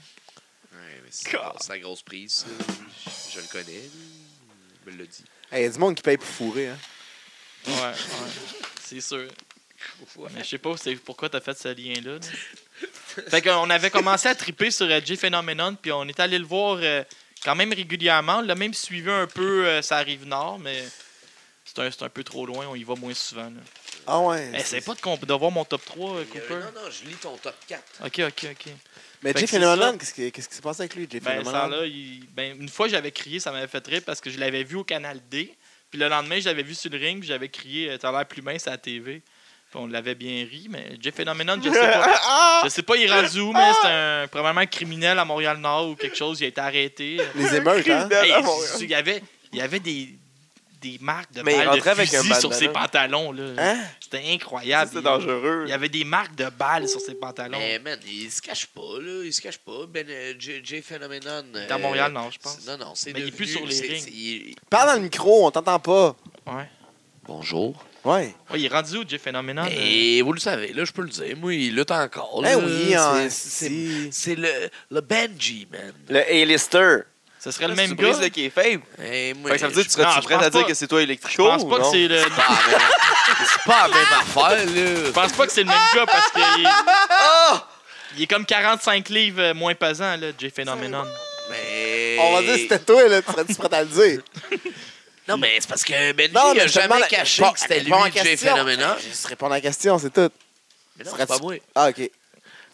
Speaker 5: mais c'est c'est la grosse prise. ça. Je, je le connais. lui. Il me l'a dit.
Speaker 1: Il y a du monde qui paye pour fourrer. Hein.
Speaker 4: Ouais, ouais. C'est sûr. Mais je sais pas c'est pourquoi t'as fait ce lien-là. là. fait qu'on avait commencé à triper sur euh, Jay Phenomenon, puis on est allé le voir euh, quand même régulièrement. On l'a même suivi un peu, euh, ça arrive nord, mais c'est un, c'est un peu trop loin, on y va moins souvent. là.
Speaker 1: Ah ouais.
Speaker 4: Hey, c'est pas de, comp- de voir mon top 3, euh,
Speaker 5: Il y a-
Speaker 4: Cooper.
Speaker 5: Non, non, je lis ton top 4.
Speaker 4: Ok, ok, ok.
Speaker 1: Mais Jay
Speaker 4: Fait que Eh, c'est
Speaker 1: Phenomenon,
Speaker 4: ça.
Speaker 1: qu'est-ce qui qu'est-ce qui s'est passé avec lui, Jay
Speaker 4: Ben, ça,
Speaker 1: Phenomenon?
Speaker 4: là, il- ben, une fois, j'avais crié, ça m'avait fait rire parce que je l'avais vu au Canal D. Puis le lendemain, je l'avais vu sur le ring, puis j'avais crié euh, « T'as l'air plus mince à la TV ». Puis on l'avait bien ri, mais Jay Phenomenon, je sais
Speaker 3: Ah!
Speaker 4: pas. je sais pas, il est rendu où, mais c'est un, probablement un criminel à Montréal-Nord ou quelque chose. Il a été arrêté.
Speaker 1: Les émeutes, hein?
Speaker 3: Criminel.
Speaker 4: Hey,
Speaker 3: à Montréal.
Speaker 4: il y avait, il y avait des, des marques de
Speaker 3: Mais il
Speaker 4: balles de
Speaker 3: rentrait avec un
Speaker 4: fusil sur
Speaker 3: bandana.
Speaker 4: ses pantalons. là.
Speaker 1: Hein?
Speaker 4: C'était incroyable.
Speaker 3: C'était
Speaker 4: Il-
Speaker 3: dangereux.
Speaker 4: Il y avait des marques de balles sur ses pantalons.
Speaker 5: Mais man, il se cache pas, là. Il se cache pas. Ben, euh, Jay Jay Phenomenon. euh,
Speaker 4: Dans Montréal-Nord, je pense.
Speaker 5: c'est- Non, non, c'est
Speaker 4: Mais il est
Speaker 5: devenu-
Speaker 4: plus sur les
Speaker 5: c'est-
Speaker 4: rings.
Speaker 5: c'est- il-
Speaker 1: Parle dans le micro, on t'entend pas.
Speaker 4: Ouais.
Speaker 5: Bonjour.
Speaker 1: Ouais.
Speaker 4: Ouais, il est rendu où, Jay Phenomenon? euh?
Speaker 5: Et vous le savez, là, je peux le dire. Moi, il lutte encore.
Speaker 1: Eh
Speaker 5: là.
Speaker 1: oui, hein,
Speaker 5: C'est- c'est
Speaker 1: si.
Speaker 5: c'est le, le Benji, man.
Speaker 3: Le A-lister.
Speaker 4: Ce serait le
Speaker 3: Là, si
Speaker 4: même
Speaker 3: tu
Speaker 4: gars?
Speaker 3: brises le qui est faible.
Speaker 5: Eh, moi,
Speaker 3: Fait que ça veut dire que
Speaker 5: je-
Speaker 3: tu
Speaker 4: Non,
Speaker 3: serais
Speaker 4: je
Speaker 3: prêt
Speaker 4: pense
Speaker 3: à dire
Speaker 4: pas.
Speaker 3: que c'est toi Electrico
Speaker 4: Je pense pas
Speaker 3: ou non?
Speaker 4: que c'est le.
Speaker 5: C'est pas la même- c'est pas la même affaire, là.
Speaker 4: Je pense pas que c'est le même gars parce qu'il est...
Speaker 5: Ah!
Speaker 4: il est comme 45 livres euh, moins pesant, là, Jay Phenomenon.
Speaker 5: Mais...
Speaker 1: On va dire c'était toi, là, tu serais-tu prêt à le dire?
Speaker 5: Non, mais c'est parce que Benji
Speaker 1: Non, mais
Speaker 5: a
Speaker 1: je demande
Speaker 5: jamais
Speaker 1: la-
Speaker 5: caché
Speaker 1: Bon,
Speaker 5: que c'était lui,
Speaker 1: réponds à la
Speaker 5: Jay
Speaker 1: question.
Speaker 5: Phénoménal.
Speaker 1: Juste répondre à la question, c'est tout.
Speaker 5: Mais non,
Speaker 1: Serais-tu-
Speaker 5: c'est pas moi.
Speaker 1: Ah, OK.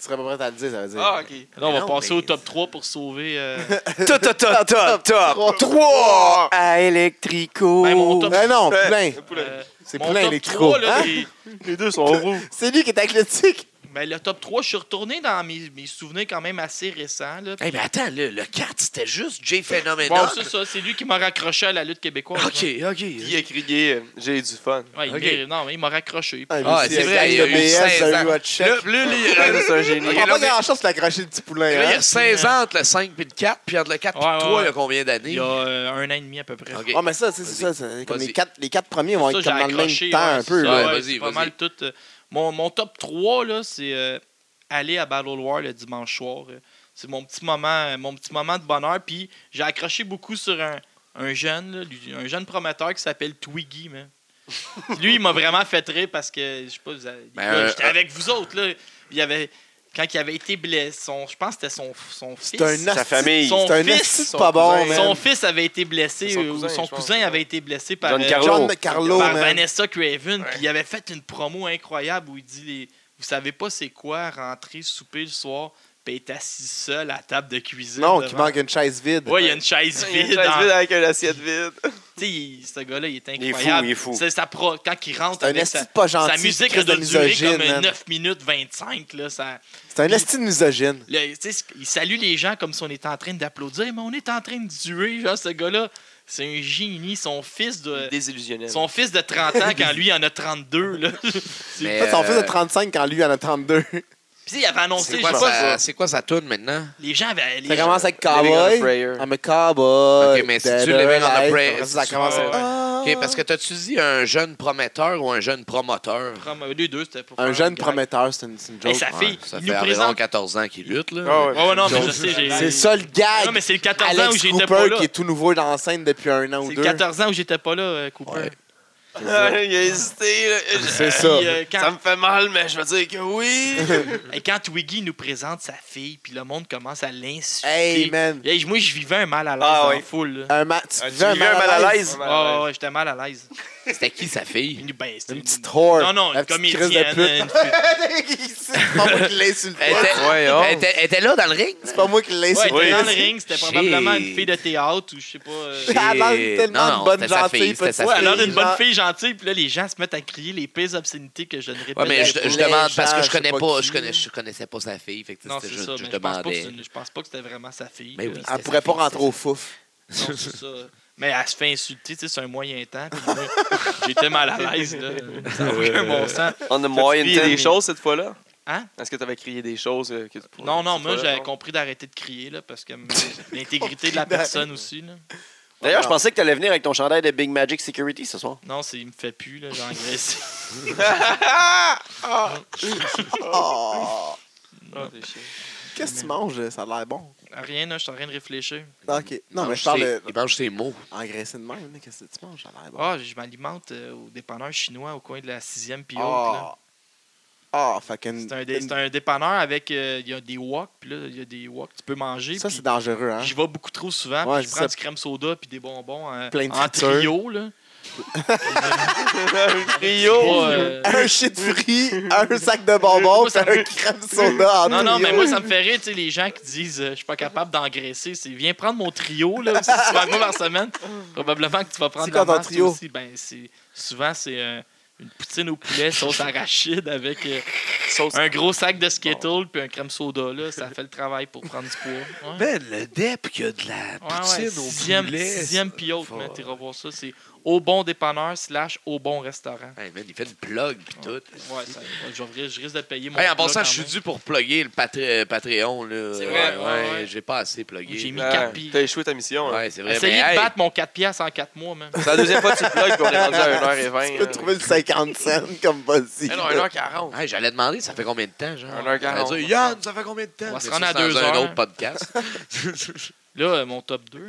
Speaker 1: Tu serais pas prêt à le dire, ça veut dire.
Speaker 3: Ah, ok.
Speaker 4: Là, on va
Speaker 5: Non,
Speaker 4: passer
Speaker 5: mais-
Speaker 4: au top 3 pour sauver. euh,
Speaker 2: Top, top, top, top,
Speaker 1: Trois.
Speaker 2: top. 3 à Electrico.
Speaker 4: Ben, mon top-
Speaker 1: Ben non, plein.
Speaker 4: euh,
Speaker 1: C'est
Speaker 4: mon
Speaker 1: plein,
Speaker 4: top
Speaker 1: les
Speaker 4: 3,
Speaker 1: tricos.
Speaker 4: là,
Speaker 5: Ah!
Speaker 1: Hein?
Speaker 4: les-
Speaker 3: Les deux sont roux.
Speaker 1: C'est lui qui est athlétique.
Speaker 4: ben, le top 3, je suis retourné dans mes, mes souvenirs quand même assez récents. Là.
Speaker 5: Hey, mais attends, là, le 4, c'était juste Jay Phénoménal.
Speaker 4: Bon, c'est ça, c'est lui qui m'a raccroché à la lutte québécoise.
Speaker 5: OK, OK.
Speaker 3: Qui a crié euh, J'ai du fun.
Speaker 4: hein. Ouais, il
Speaker 5: Ok.
Speaker 4: mérite- Non, mais il m'a raccroché.
Speaker 5: Ah, c'est vrai, il y a eu 16 ans. Là,
Speaker 1: ans.
Speaker 5: là, là, il y a-
Speaker 3: Ça, c'est un
Speaker 1: On
Speaker 3: génie.
Speaker 5: Ok,
Speaker 1: prend
Speaker 5: là,
Speaker 1: pas
Speaker 5: mais-
Speaker 1: grand-chose pour l'accrocher le petit poulain.
Speaker 5: là, il y
Speaker 1: Hein?
Speaker 5: a 16 ans entre le 5 puis le 4, puis entre le 4 puis
Speaker 4: Ouais,
Speaker 5: le 3,
Speaker 4: ouais.
Speaker 5: il y a combien d'années?
Speaker 4: Il y a euh, un an et demi à peu près.
Speaker 5: OK.
Speaker 1: Ah, mais ça, c'est c'est ça. c'est Comme
Speaker 5: Vas-y.
Speaker 1: les quatre, les quatre premiers vont
Speaker 4: Ça,
Speaker 1: être comme
Speaker 4: j'ai
Speaker 1: dans le
Speaker 4: accroché,
Speaker 1: même temps
Speaker 4: ouais,
Speaker 1: un
Speaker 4: c'est
Speaker 1: peu.
Speaker 4: ça,
Speaker 1: là.
Speaker 5: Ouais,
Speaker 4: ouais,
Speaker 5: vas-y,
Speaker 4: c'est pas
Speaker 5: vas-y.
Speaker 4: mal tout. euh, mon, mon top 3, là, c'est euh, aller à Battle War le dimanche soir. euh. C'est mon petit moment euh, mon petit moment de bonheur. Puis j'ai accroché beaucoup sur un, un jeune, là, lui- un jeune prometteur qui s'appelle Twiggy, man. lui, il m'a vraiment fait rire parce que, je sais pas, vous avez- les
Speaker 5: Ben,
Speaker 4: gars,
Speaker 5: euh,
Speaker 4: j'étais
Speaker 5: euh,
Speaker 4: avec vous autres, là. Il avait, quand il avait été blessé, son, je pense que c'était son, son fils.
Speaker 1: C'est un
Speaker 3: Sa
Speaker 1: asti-
Speaker 3: famille.
Speaker 4: Son
Speaker 1: C'est un
Speaker 4: fils,
Speaker 1: asti de
Speaker 3: son
Speaker 1: pas bon,
Speaker 3: cousin,
Speaker 1: man.
Speaker 4: Son fils avait été blessé,
Speaker 3: Son
Speaker 4: euh, ou
Speaker 3: cousin,
Speaker 4: son
Speaker 3: je pense,
Speaker 4: cousin
Speaker 3: ouais.
Speaker 4: avait été blessé par
Speaker 3: John
Speaker 4: euh,
Speaker 3: Carlo.
Speaker 1: John Carlo,
Speaker 4: par
Speaker 1: man.
Speaker 4: Vanessa Craven, puis il avait fait une promo incroyable où il dit les, Vous savez pas c'est quoi rentrer souper le soir, puis être assis seul à la table de cuisine.
Speaker 1: Non,
Speaker 4: devant-
Speaker 1: qui manque une chaise vide.
Speaker 4: Ouais, il y a une chaise
Speaker 3: Il y a une
Speaker 4: vide.
Speaker 3: chaise
Speaker 4: en-
Speaker 3: vide hein. avec une assiette vide.
Speaker 4: Tu sais, il- ce gars-là, il est
Speaker 3: Il est fou,
Speaker 4: incroyable.
Speaker 3: il est fou.
Speaker 4: C'est sa pro... Quand il rentre,
Speaker 1: C'est un
Speaker 4: avec
Speaker 1: esti
Speaker 4: sa...
Speaker 1: de pas
Speaker 4: sa
Speaker 1: gentil.
Speaker 4: musique a
Speaker 1: Christ de
Speaker 4: de durer
Speaker 1: misogyne,
Speaker 4: comme euh,
Speaker 1: man.
Speaker 4: 9 minutes 25. Là, ça...
Speaker 1: C'est un esti de misogyne.
Speaker 4: Le- tu sais, il salue les gens comme si on était en train d'applaudir, mais on est en train de duer. Genre, ce gars-là, c'est un génie. Son fils de,
Speaker 3: Euh, Désillusionnel.
Speaker 4: son fils de 30 ans, quand lui, il en a 32. Là.
Speaker 1: En fait, son fils
Speaker 5: euh,
Speaker 1: de 35 quand lui en a 32.
Speaker 4: Puis il avait annoncé,
Speaker 5: c'est
Speaker 4: je
Speaker 5: quoi,
Speaker 4: sais
Speaker 5: sa-
Speaker 4: pas,
Speaker 5: c'est quoi sa toune maintenant?
Speaker 4: les gens avaient. les
Speaker 1: Ça
Speaker 4: gens-
Speaker 1: commence avec
Speaker 3: Living on a
Speaker 1: Cowboy.
Speaker 3: Prayer.
Speaker 1: I'm a cowboy.
Speaker 5: Ok, mais si
Speaker 1: Dead
Speaker 5: tu Living on a
Speaker 1: Alive.
Speaker 5: Prayer,
Speaker 1: Après ça,
Speaker 5: si
Speaker 1: ça commence
Speaker 4: tu-
Speaker 1: avec.
Speaker 4: ouais, ouais.
Speaker 5: OK, parce que t'as-tu dit un jeune prometteur ou un jeune promoteur?
Speaker 4: Prom- Les euh, deux, c'était pour
Speaker 1: Un
Speaker 4: faire
Speaker 1: jeune
Speaker 4: une gag.
Speaker 1: prometteur, c'est une, c'est une joke.
Speaker 4: Ah, Hey, sa
Speaker 1: ouais.
Speaker 4: fille,
Speaker 5: Ça
Speaker 4: il
Speaker 5: fait
Speaker 4: nous
Speaker 5: environ
Speaker 4: présente.
Speaker 5: 14 ans qu'il lutte, là.
Speaker 3: Ah ouais.
Speaker 4: Ouais, ouais, non, mais je sais, j'ai.
Speaker 1: C'est ça le gag.
Speaker 4: Non, mais c'est le 14 ans où
Speaker 1: Alex
Speaker 4: j'étais
Speaker 1: Cooper
Speaker 4: pas là.
Speaker 1: qui est tout nouveau dans la scène depuis un an ou
Speaker 4: C'est
Speaker 1: deux.
Speaker 4: le 14 ans où j'étais pas là, euh, Cooper.
Speaker 5: Ouais.
Speaker 1: C'est ça.
Speaker 3: Ah, il a hésité. là. Je-
Speaker 1: C'est
Speaker 4: Puis,
Speaker 1: ça.
Speaker 4: euh, quand,
Speaker 3: Ça me fait mal, mais je veux dire que oui.
Speaker 4: et quand Twiggy nous présente sa fille, puis le monde commence à l'insulter.
Speaker 1: Hey, man.
Speaker 4: Hey, moi, je vivais un mal à l'aise
Speaker 3: Ah,
Speaker 4: en
Speaker 3: oui.
Speaker 4: foule. Là.
Speaker 1: Un ma- tu
Speaker 3: Ah, tu
Speaker 1: fais un
Speaker 3: vivais un mal à l'aise.
Speaker 4: Ah, ouais, ouais, j'étais mal à l'aise.
Speaker 5: C'était qui sa fille?
Speaker 4: Une, ben, c'était
Speaker 1: Une petite whore.
Speaker 4: Non, non,
Speaker 1: La
Speaker 4: une
Speaker 1: petite crise de
Speaker 4: comédienne.
Speaker 1: pute.
Speaker 4: une fille-
Speaker 1: c'est pas moi qui l'insulte.
Speaker 5: Elle était,
Speaker 3: Voyons.
Speaker 5: elle était- elle était là dans le ring?
Speaker 1: C'est pas moi qui
Speaker 4: Ouais,
Speaker 1: l'insulte.
Speaker 4: t'es dans le
Speaker 1: Shit.
Speaker 4: ring, c'était probablement une fille de théâtre ou je sais pas. euh,
Speaker 1: Elle a l'air tellement
Speaker 5: Non, non,
Speaker 1: bonne
Speaker 5: c'était sa
Speaker 1: gentille.
Speaker 5: fille, c'était
Speaker 1: petite-
Speaker 5: sa
Speaker 4: Ouais,
Speaker 5: fille.
Speaker 4: alors d'une
Speaker 1: genre-
Speaker 4: bonne fille gentille, puis là, les gens se mettent à crier les pires obscénités que je ne répète
Speaker 5: Ouais, mais je,
Speaker 4: pas.
Speaker 5: je
Speaker 1: Les
Speaker 5: demande
Speaker 1: gens,
Speaker 5: parce que je
Speaker 1: je sais
Speaker 5: connais
Speaker 1: pas
Speaker 5: pas,
Speaker 1: qui.
Speaker 5: je connais, je connaissais pas sa fille, fait que
Speaker 4: Non,
Speaker 5: c'était
Speaker 4: c'est
Speaker 5: juste-
Speaker 4: ça,
Speaker 5: je
Speaker 4: mais je pense, pas que
Speaker 5: demandais.
Speaker 4: c'est une- je pense pas que c'était vraiment sa fille.
Speaker 5: Mais
Speaker 4: Euh,
Speaker 5: oui.
Speaker 1: Elle
Speaker 5: C'était
Speaker 1: pourrait
Speaker 5: sa
Speaker 1: pas
Speaker 5: fille,
Speaker 1: rentrer
Speaker 5: c'était
Speaker 1: au fouf.
Speaker 4: non, c'est ça. Mais elle se fait insulter, tu sais, c'est un moyen temps. puis moi, J'étais mal à l'aise, là. Ça n'a aucun bon sens.
Speaker 3: On a moyen
Speaker 4: crié
Speaker 3: des
Speaker 4: des
Speaker 3: choses cette fois-là.
Speaker 4: Hein?
Speaker 3: Est-ce que tu avais crié des choses euh, que tu pourrais-
Speaker 4: Non, non,
Speaker 3: cette
Speaker 4: moi,
Speaker 3: fois-là,
Speaker 4: j'avais
Speaker 3: non?
Speaker 4: compris d'arrêter de crier, là, parce que m- l'intégrité de la personne aussi, là.
Speaker 3: D'ailleurs, je pensais que tu allais venir avec ton chandail de Big Magic Security ce soir.
Speaker 4: Non, c'est, il me fait plus, là, j'ai engraissé.
Speaker 1: Oh,
Speaker 4: Non,
Speaker 1: Qu'est-ce que tu manges? là? Ça a l'air bon.
Speaker 4: Rien, là, je suis en train de réfléchir.
Speaker 1: Ok. Non,
Speaker 5: Il
Speaker 1: mais
Speaker 5: mange
Speaker 1: je parle
Speaker 5: ses-
Speaker 1: de- Ah,
Speaker 5: Il mange ses mots.
Speaker 1: engraissé de même. là. Qu'est-ce que tu manges? Ça a l'air bon.
Speaker 4: Ah, je m'alimente euh, au dépanneur chinois au coin de la 6e puis autres, là.
Speaker 1: Ah, ah, fucking.
Speaker 4: C'est un, dé- c'est un dépanneur avec. euh, Il y a des wok, puis là, il y a des wok que tu peux manger.
Speaker 1: Ça,
Speaker 4: puis
Speaker 1: c'est dangereux, hein?
Speaker 4: J'y vais beaucoup trop souvent, puis
Speaker 1: Ouais,
Speaker 4: je
Speaker 1: c'est
Speaker 4: prends
Speaker 1: ça.
Speaker 4: du crème soda, puis des bonbons euh,
Speaker 1: Plein de
Speaker 4: en
Speaker 1: friture.
Speaker 4: trio, là.
Speaker 3: Rio!
Speaker 4: Pas, euh,
Speaker 1: Un shit free, un sac de bonbons,
Speaker 4: Moi, ça
Speaker 1: puis un crème soda en
Speaker 4: Non, non,
Speaker 1: trio.
Speaker 4: mais moi, ça me fait rire, tu sais, les gens qui disent euh, Je suis pas capable d'engraisser. C'est viens prendre mon trio, là, aussi souvent que moi par semaine. Probablement que tu vas prendre
Speaker 1: C'est
Speaker 4: de la
Speaker 1: quoi ton
Speaker 4: masse, toi
Speaker 1: trio?
Speaker 4: aussi. Ben, c'est- souvent, c'est euh, une poutine au poulet, sauce arachide, avec euh,
Speaker 3: Sauce.
Speaker 4: un gros sac de Skittles, puis un crème soda, là. Ça fait le travail pour prendre du poids. Ouais.
Speaker 5: Ben, le dep qu'il y a de la
Speaker 4: Ouais, ouais, sixième, sixième puis autre, man, t'iras voir ça. C'est au bon dépanneur slash au bon restaurant.
Speaker 5: Hey, man, il fait une plug pis tout.
Speaker 4: Ouais, ça, je, vais- je risque de payer mon.
Speaker 5: Hey, en
Speaker 4: plat
Speaker 5: passant,
Speaker 4: quand
Speaker 5: je suis
Speaker 4: même.
Speaker 5: dû pour plugger le Patre- euh, Patreon. Là.
Speaker 4: C'est
Speaker 5: ouais,
Speaker 4: vrai, ouais, ouais.
Speaker 5: J'ai pas assez plugué.
Speaker 4: J'ai mis
Speaker 5: là.
Speaker 4: quatre
Speaker 3: Ouais,
Speaker 4: pis-
Speaker 3: T'as échoué ta mission. hein.
Speaker 5: Ouais, c'est vrai.
Speaker 4: Essayez
Speaker 5: mais,
Speaker 4: de
Speaker 5: Eh ben, hey,
Speaker 4: battre mon 4 piastres en 4 mois, man.
Speaker 3: C'est la deuxième fois que tu te plugues qu'on est rendu à 1h20.
Speaker 1: Tu peux trouver le 50 cents comme possible.
Speaker 3: Non, 1h40.
Speaker 5: hey, J'allais demander, ça fait combien de temps, genre?
Speaker 3: Un heure quarante.
Speaker 5: J'allais dire, Yann, ça fait combien de temps?
Speaker 4: On va se
Speaker 5: Mais
Speaker 4: rendre
Speaker 5: ça,
Speaker 4: à
Speaker 5: c'est
Speaker 4: deux
Speaker 5: dans un
Speaker 4: heures.
Speaker 5: autre podcast.
Speaker 4: Là, euh, mon top 2. hein.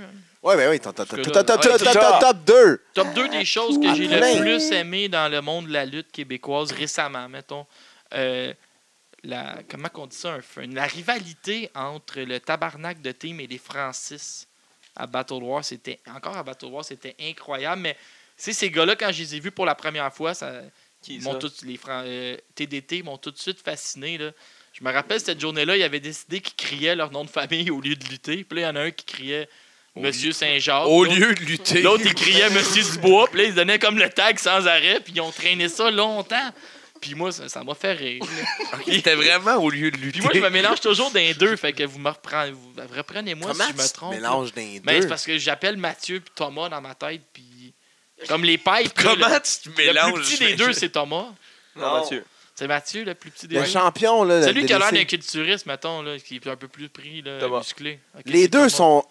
Speaker 1: Ouais, ben oui, t'as top
Speaker 4: Parce que
Speaker 1: 2.
Speaker 4: là,
Speaker 3: ouais, c'est ça.
Speaker 1: Top 2.
Speaker 4: Top 2 des choses que j'ai
Speaker 1: Plein.
Speaker 4: le plus aimé dans le monde de la lutte québécoise récemment, mettons. Euh, la, comment qu'on dit ça? un fun- la rivalité entre le tabarnak de team et les Francis à Battle War, c'était encore à Battle War, c'était incroyable. Mais tu sais, ces gars-là, quand je les ai vus pour la première fois, ça,
Speaker 3: Qui,
Speaker 4: Ils
Speaker 3: ça?
Speaker 4: m'ont tout- les Fran- euh, TDT m'ont tout de suite fasciné. Là. Je me rappelle cette journée-là, ils avaient décidé qu'ils criaient leur nom de famille au lieu de lutter. Puis là, il y en a un qui criait Monsieur Saint-Jacques.
Speaker 5: Au
Speaker 4: l'autre-
Speaker 5: lieu de lutter.
Speaker 4: L'autre, il criait Monsieur Dubois. Puis là, ils donnaient comme le tag sans arrêt. Puis ils ont traîné ça longtemps. Puis moi, ça ça m'a fait rire. là.
Speaker 5: C'était vraiment au lieu de lutter.
Speaker 4: Puis moi, je me mélange toujours dans les deux. Fait que vous me reprenez, vous reprenez-moi si
Speaker 1: Comment
Speaker 4: je me
Speaker 1: tu
Speaker 4: trompe.
Speaker 1: mélanges des
Speaker 4: Mais c'est
Speaker 1: deux?
Speaker 4: parce que j'appelle Mathieu puis Thomas dans ma tête. Puis comme les pipes. là,
Speaker 5: Comment
Speaker 4: le-
Speaker 5: tu te
Speaker 4: le,
Speaker 5: mélanges?
Speaker 4: plus petit des deux, c'est Thomas.
Speaker 3: Non, Mathieu.
Speaker 4: C'est Mathieu, le plus petit des
Speaker 1: Le
Speaker 4: deux.
Speaker 1: champion, là. le
Speaker 4: Celui qui a l'air
Speaker 1: délaissé.
Speaker 4: d'un culturiste, mettons, là, qui est un peu plus pris, là,
Speaker 3: Thomas.
Speaker 4: musclé. Ok,
Speaker 1: Les
Speaker 4: c'est
Speaker 1: deux
Speaker 4: Thomas.
Speaker 1: sont.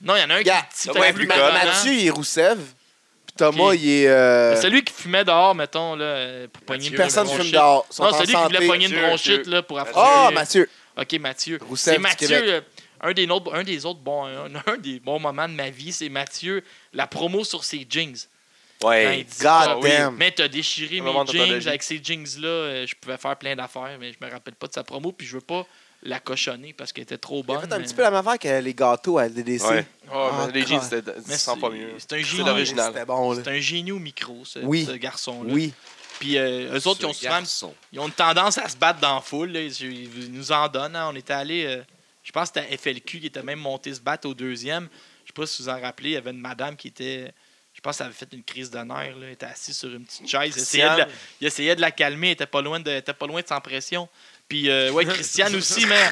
Speaker 4: Non, il y en a un qui
Speaker 1: Gars,
Speaker 4: est petit,
Speaker 3: Thomas
Speaker 4: un
Speaker 3: est
Speaker 4: plus
Speaker 3: plus grand.
Speaker 4: grand.
Speaker 1: Mathieu, il est Rousseff. Puis Thomas,
Speaker 4: Ok.
Speaker 1: il est. euh,
Speaker 4: Mais Celui qui fumait dehors, mettons, là, euh, pour pogner une
Speaker 1: Personne
Speaker 4: bronchite.
Speaker 1: fume dehors. Ils sont
Speaker 4: Non,
Speaker 1: en
Speaker 4: celui qui voulait
Speaker 1: santé.
Speaker 4: pogner une
Speaker 3: Mathieu,
Speaker 4: bronchite,
Speaker 3: Mathieu.
Speaker 4: là, pour affronter.
Speaker 1: Ah, Mathieu.
Speaker 4: Ok, Mathieu.
Speaker 1: Rousseff
Speaker 4: C'est
Speaker 1: du
Speaker 4: Mathieu,
Speaker 1: Québec.
Speaker 4: euh, un des, nôtres- un des autres bons, un, un des bons moments de ma vie, c'est Mathieu, la promo sur ses jeans. Quand il
Speaker 3: Ouais.
Speaker 4: dit,
Speaker 1: God
Speaker 4: ah oui,
Speaker 1: damn.
Speaker 4: Mais t'as déchiré
Speaker 3: Un
Speaker 4: mes
Speaker 3: moment de
Speaker 4: jeans.
Speaker 3: pathologie.
Speaker 4: Avec ces jeans-là, euh, je pouvais faire plein d'affaires, mais je me rappelle pas de sa promo, puis je veux pas la cochonner parce qu'elle était trop
Speaker 1: Il
Speaker 4: bonne.
Speaker 1: a fait un
Speaker 4: mais-
Speaker 1: petit peu la même affaire que les gâteaux à LDDC.
Speaker 3: Ouais. Oh,
Speaker 1: Ah,
Speaker 3: mais les jeans,
Speaker 1: crap.
Speaker 3: c'était
Speaker 4: Mais
Speaker 3: 100 pas mieux.
Speaker 4: C'est un
Speaker 1: Ah,
Speaker 4: génie.
Speaker 3: C'est l'original.
Speaker 1: C'était bon, là.
Speaker 4: C'est un génie au micro, ce,
Speaker 1: Oui.
Speaker 4: ce garçon-là.
Speaker 1: Oui.
Speaker 4: Puis euh, eux autres, ils ont souvent ils ont une tendance à se battre dans la foule. là. Ils, ils nous en donnent. hein. On était allé, je pense que c'était à FLQ qui était même monté se battre au deuxième. Je sais pas si vous en rappelez, il y avait une madame qui était. Je pense qu'elle avait fait une crise d'honneur. là. Elle était assise sur une petite chaise. Elle essayait de la- il essayait de la calmer, il était pas loin de, elle était pas loin de sans pression. Puis, euh, ouais, Christiane aussi, mais.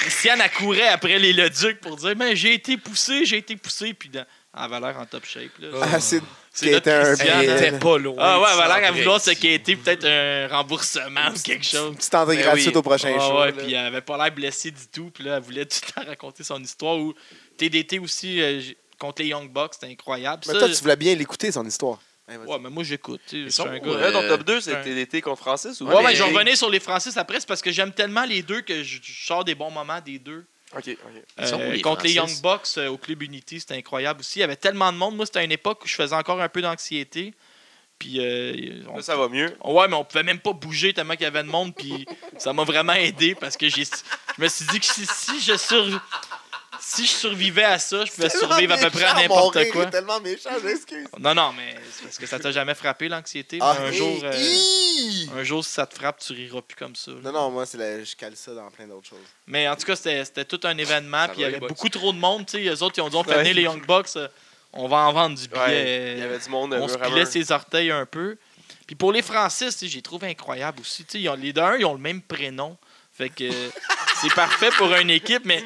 Speaker 4: Christiane, elle courait après les Leduc pour dire Mais j'ai été poussé, j'ai été poussé. Puis, dans- elle avait l'air en top shape. Là.
Speaker 1: Ah, c'est-
Speaker 4: C'est notre
Speaker 1: Qui était un
Speaker 4: Christiane.
Speaker 1: bien-
Speaker 4: hein.
Speaker 5: T'es pas loin.
Speaker 4: Ah, ouais, elle avait l'air à
Speaker 5: Sans
Speaker 4: vouloir se
Speaker 5: vrai.
Speaker 4: quitter, peut-être un remboursement ou quelque chose.
Speaker 1: Petite entrée
Speaker 3: Ben
Speaker 1: gratuite
Speaker 3: oui.
Speaker 1: au prochain
Speaker 4: Ah
Speaker 1: show.
Speaker 4: ouais,
Speaker 1: là.
Speaker 4: puis elle avait pas l'air blessée du tout. Puis là, elle voulait tout le temps raconter son histoire. Ou TDT aussi, euh, j- contre les Young Bucks, c'était incroyable.
Speaker 1: Mais
Speaker 4: Ça,
Speaker 1: toi,
Speaker 4: je-
Speaker 1: tu voulais bien l'écouter, son histoire. Hey, vas-y.
Speaker 4: Ouais, mais moi, j'écoute. tu sais, Je suis
Speaker 5: sont
Speaker 4: un
Speaker 5: où,
Speaker 4: gars.
Speaker 5: euh,
Speaker 3: Ouais, ton top 2,
Speaker 4: ouais.
Speaker 3: c'était l'été contre Francis ou
Speaker 4: Ouais, mais
Speaker 3: l'été?
Speaker 4: je revenais sur les Francis après, c'est parce que j'aime tellement les deux que je, je sors des bons moments des deux.
Speaker 3: Ok, ok.
Speaker 5: Ils sont où,
Speaker 4: Euh,
Speaker 5: les
Speaker 4: contre les
Speaker 5: Francis?
Speaker 4: Young Bucks euh, au Club Unity, c'était incroyable aussi. Il y avait tellement de monde. Moi, c'était à une époque où je faisais encore un peu d'anxiété. Puis, euh, on-
Speaker 3: Là, ça va mieux.
Speaker 4: Ouais, mais on pouvait même pas bouger tellement qu'il y avait de monde, puis ça m'a vraiment aidé parce que j'ai, je me suis dit que si, si je sur, si je survivais à ça, je pouvais survivre à peu près à
Speaker 1: Méchant, mon rire
Speaker 4: n'importe
Speaker 1: est
Speaker 4: quoi.
Speaker 1: tellement méchant, j'excuse.
Speaker 4: Non, non, mais c'est parce que ça t'a jamais frappé l'anxiété. mais
Speaker 3: Ah,
Speaker 4: un
Speaker 1: hey,
Speaker 4: jour, euh,
Speaker 1: Ah, hi!
Speaker 4: un jour si ça te frappe, tu riras plus comme ça.
Speaker 1: Non, non, moi, c'est la- je cale ça dans plein d'autres choses.
Speaker 4: Mais en tout cas, c'était, c'était tout un événement,
Speaker 5: Ça
Speaker 4: puis il
Speaker 5: va,
Speaker 4: y avait
Speaker 5: les Bucks.
Speaker 4: beaucoup trop de monde. Tu sais, eux autres, ils ont dit on fait
Speaker 3: Ouais.
Speaker 4: venir les Young Bucks, euh, on va en vendre du billet.
Speaker 3: Ouais, il y avait du monde.
Speaker 4: on
Speaker 3: mur
Speaker 4: se
Speaker 3: à
Speaker 4: pilait
Speaker 3: mur.
Speaker 4: ses orteils un peu. Puis pour les Francis, tu sais, j'ai trouvé incroyable aussi. Tu sais, Ils ont, les deux, ils ont le même prénom. Fait que euh, c'est parfait pour une équipe, mais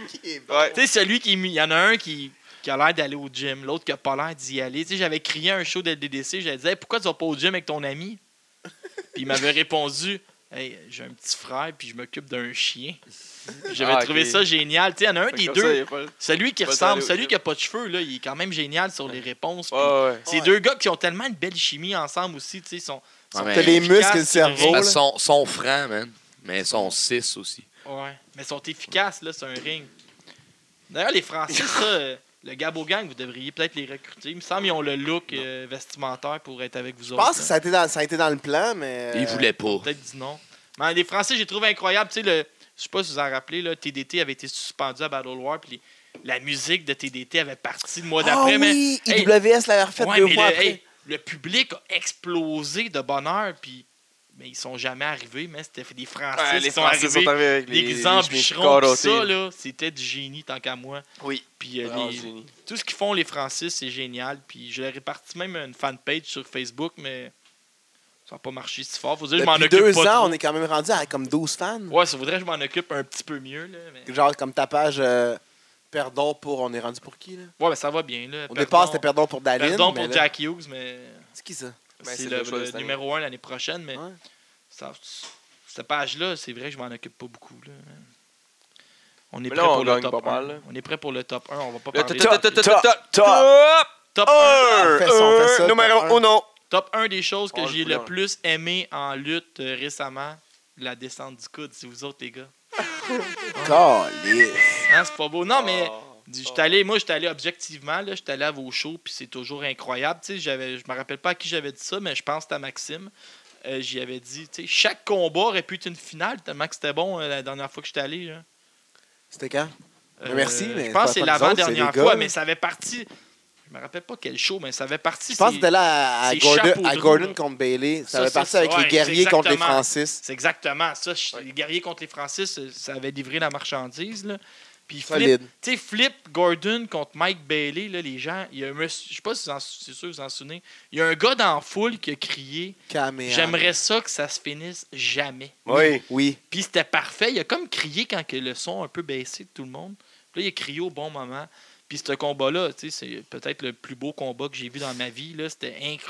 Speaker 3: Ouais.
Speaker 4: tu sais, celui qui. Il y en a un qui, qui a l'air d'aller au gym, l'autre qui a pas l'air d'y aller. Tu sais, J'avais crié à un show de DDC, j'avais dit Hey, pourquoi tu vas pas au gym avec ton ami Puis il m'avait répondu Hey, j'ai un petit frère, puis je m'occupe d'un chien. J'avais
Speaker 3: Ah,
Speaker 4: trouvé
Speaker 3: ok.
Speaker 4: ça génial. Tu sais, Il y en a un
Speaker 3: Fait que
Speaker 4: des
Speaker 3: comme
Speaker 4: deux.
Speaker 3: ça, il y a pas-
Speaker 4: Celui qui
Speaker 3: Pas
Speaker 4: ressemble,
Speaker 3: d'aller au
Speaker 4: celui
Speaker 3: gym.
Speaker 4: qui a pas de cheveux, là, il est quand même génial sur les réponses. puis
Speaker 3: Ouais, ouais.
Speaker 4: ces
Speaker 1: Ouais.
Speaker 4: deux gars qui ont tellement une belle chimie ensemble aussi, tu sais, ils sont.
Speaker 5: Ouais,
Speaker 1: T'as les muscles et le cerveau.
Speaker 5: Parce
Speaker 1: là.
Speaker 5: qu'ils sont, sont francs, man. Mais ils sont 6 aussi.
Speaker 4: Ouais, mais ils sont efficaces, là, c'est un ring. D'ailleurs, les Français, ça, euh, le Gabo Gang, vous devriez peut-être les recruter. Il me semble qu'ils ont le look euh, vestimentaire pour être avec vous
Speaker 1: Je
Speaker 4: autres.
Speaker 1: pense que
Speaker 4: hein.
Speaker 1: ça a été dans, ça a été dans le plan, mais. euh,
Speaker 5: Ils voulaient pas.
Speaker 4: Peut-être dit non. Mais les Français, j'ai trouvé incroyable, tu sais, le. Je sais pas si vous en rappelez, là, TDT avait été suspendu à Battle War, puis les- la musique de TDT avait parti le mois
Speaker 1: Ah
Speaker 4: d'après, mais
Speaker 1: oui,
Speaker 4: Hey.
Speaker 1: IWS l'avait refait
Speaker 4: Ouais,
Speaker 1: deux
Speaker 4: mais
Speaker 1: mois
Speaker 4: le,
Speaker 1: après.
Speaker 4: hey, le public a explosé de bonheur, puis mais ils sont jamais arrivés, mais c'était des Français
Speaker 3: Ouais,
Speaker 4: qui
Speaker 3: Ah, les
Speaker 4: sont
Speaker 3: Français sont
Speaker 4: arrivés.
Speaker 3: arrivés avec les,
Speaker 4: Des
Speaker 3: les
Speaker 4: grands
Speaker 3: chemises
Speaker 4: bûcherons, pis
Speaker 3: carottées.
Speaker 4: ça, là, c'était du génie tant qu'à moi.
Speaker 3: Oui.
Speaker 4: Puis euh,
Speaker 3: Ah,
Speaker 4: les-
Speaker 3: génie.
Speaker 4: tout ce qu'ils font, les Francis, c'est génial. Puis je leur ai parti même une fanpage sur Facebook, mais ça n'a pas marché si fort. Faut dire, je m'en
Speaker 1: Depuis
Speaker 4: occupe
Speaker 1: deux
Speaker 4: pas
Speaker 1: ans,
Speaker 4: trop.
Speaker 1: on est quand même rendu à comme 12 fans.
Speaker 4: Ouais, ça voudrait que je m'en occupe un petit peu mieux. Là, mais...
Speaker 1: Genre, comme tapage, euh, pardon pour. On est rendu pour qui, là
Speaker 4: Ouais, mais ça va bien. Là.
Speaker 1: Au
Speaker 4: Pardon-
Speaker 1: départ, c'était pardon pour Daline.
Speaker 4: Pardon
Speaker 1: mais
Speaker 4: pour
Speaker 1: là-
Speaker 4: Jack Hughes, mais
Speaker 1: C'est qui ça
Speaker 3: Ben,
Speaker 4: c'est
Speaker 3: c'est
Speaker 4: le,
Speaker 3: le choix de
Speaker 4: le
Speaker 3: cette année.
Speaker 4: numéro 1 l'année prochaine. Mais
Speaker 1: Ouais.
Speaker 4: ça- cette page-là, c'est vrai que je m'en occupe pas beaucoup. Là. On
Speaker 3: Mais
Speaker 4: est prêt
Speaker 3: là, on
Speaker 4: pour le
Speaker 3: gagne
Speaker 4: top
Speaker 3: pas
Speaker 4: 1.
Speaker 3: mal, là.
Speaker 4: On est prêt pour le top 1. On va pas
Speaker 3: Le
Speaker 4: parler
Speaker 3: top,
Speaker 4: de-
Speaker 3: top, top,
Speaker 2: Top,
Speaker 3: top,
Speaker 2: top
Speaker 4: top 1.
Speaker 2: 1!
Speaker 1: On fait ça, on fait ça, top un.
Speaker 2: Numéro 1!
Speaker 4: Top 1 des choses que
Speaker 3: Oh, le
Speaker 4: j'ai
Speaker 3: bouillon,
Speaker 4: le
Speaker 3: là.
Speaker 4: plus aimé en lutte euh, récemment, la descente du coude, c'est vous autres, les gars.
Speaker 1: Caliste.
Speaker 4: Hein, c'est pas beau. Non, mais
Speaker 3: Oh,
Speaker 4: dis-
Speaker 1: Ah.
Speaker 3: oh.
Speaker 4: j'étais allé, moi, j'étais allé objectivement, là, j'étais allé à vos shows, puis c'est toujours incroyable. Tu sais, j'avais- je me rappelle pas à qui j'avais dit ça, mais je pense que c'était à Maxime. Euh, J'y avais dit, tu sais, chaque combat aurait pu être une finale, tellement que c'était bon euh, la dernière fois que j'étais allé. là.
Speaker 1: C'était quand
Speaker 4: Euh,
Speaker 1: Ben, Merci, mais
Speaker 4: Je pense que
Speaker 1: c'est
Speaker 4: c'est
Speaker 1: pas- pas nous autres, c'est
Speaker 4: l'avant-dernière
Speaker 1: les
Speaker 4: fois,
Speaker 1: gars.
Speaker 4: mais ça avait parti. Je me rappelle pas quel show, mais ça avait parti.
Speaker 1: Je pense que
Speaker 4: c'est-
Speaker 1: c'était là à, à
Speaker 4: c'est
Speaker 1: Gordon,
Speaker 4: chapeau
Speaker 1: à
Speaker 4: de roue,
Speaker 1: Gordon
Speaker 4: là.
Speaker 1: contre Bailey. Ça,
Speaker 4: Ça,
Speaker 1: avait
Speaker 4: ça,
Speaker 1: parti
Speaker 4: ça,
Speaker 1: avec les
Speaker 4: ouais,
Speaker 1: guerriers contre les
Speaker 4: exactement.
Speaker 1: Francis.
Speaker 4: C'est exactement ça. Je- Les guerriers contre les Francis, euh, ça avait livré la marchandise. Là. Puis Flip,
Speaker 1: Solide.
Speaker 4: tu sais, Flip Gordon contre Mike Bailey, là, les gens, il y a un monsieur- je sais pas si vous en, sou- c'est sûr que vous en souvenez, il y a un gars dans la foule qui a crié
Speaker 1: Caméra.
Speaker 4: J'aimerais ça que ça se finisse jamais.
Speaker 2: Oui.
Speaker 1: Oui.
Speaker 4: Puis c'était parfait. Il a comme crié quand que le son a un peu baissé de tout le monde. Puis là, il a crié au bon moment. Puis ce combat-là, tu sais, c'est peut-être le plus beau combat que j'ai vu dans ma vie. là.
Speaker 1: Tu
Speaker 4: C'était
Speaker 1: sais, c'est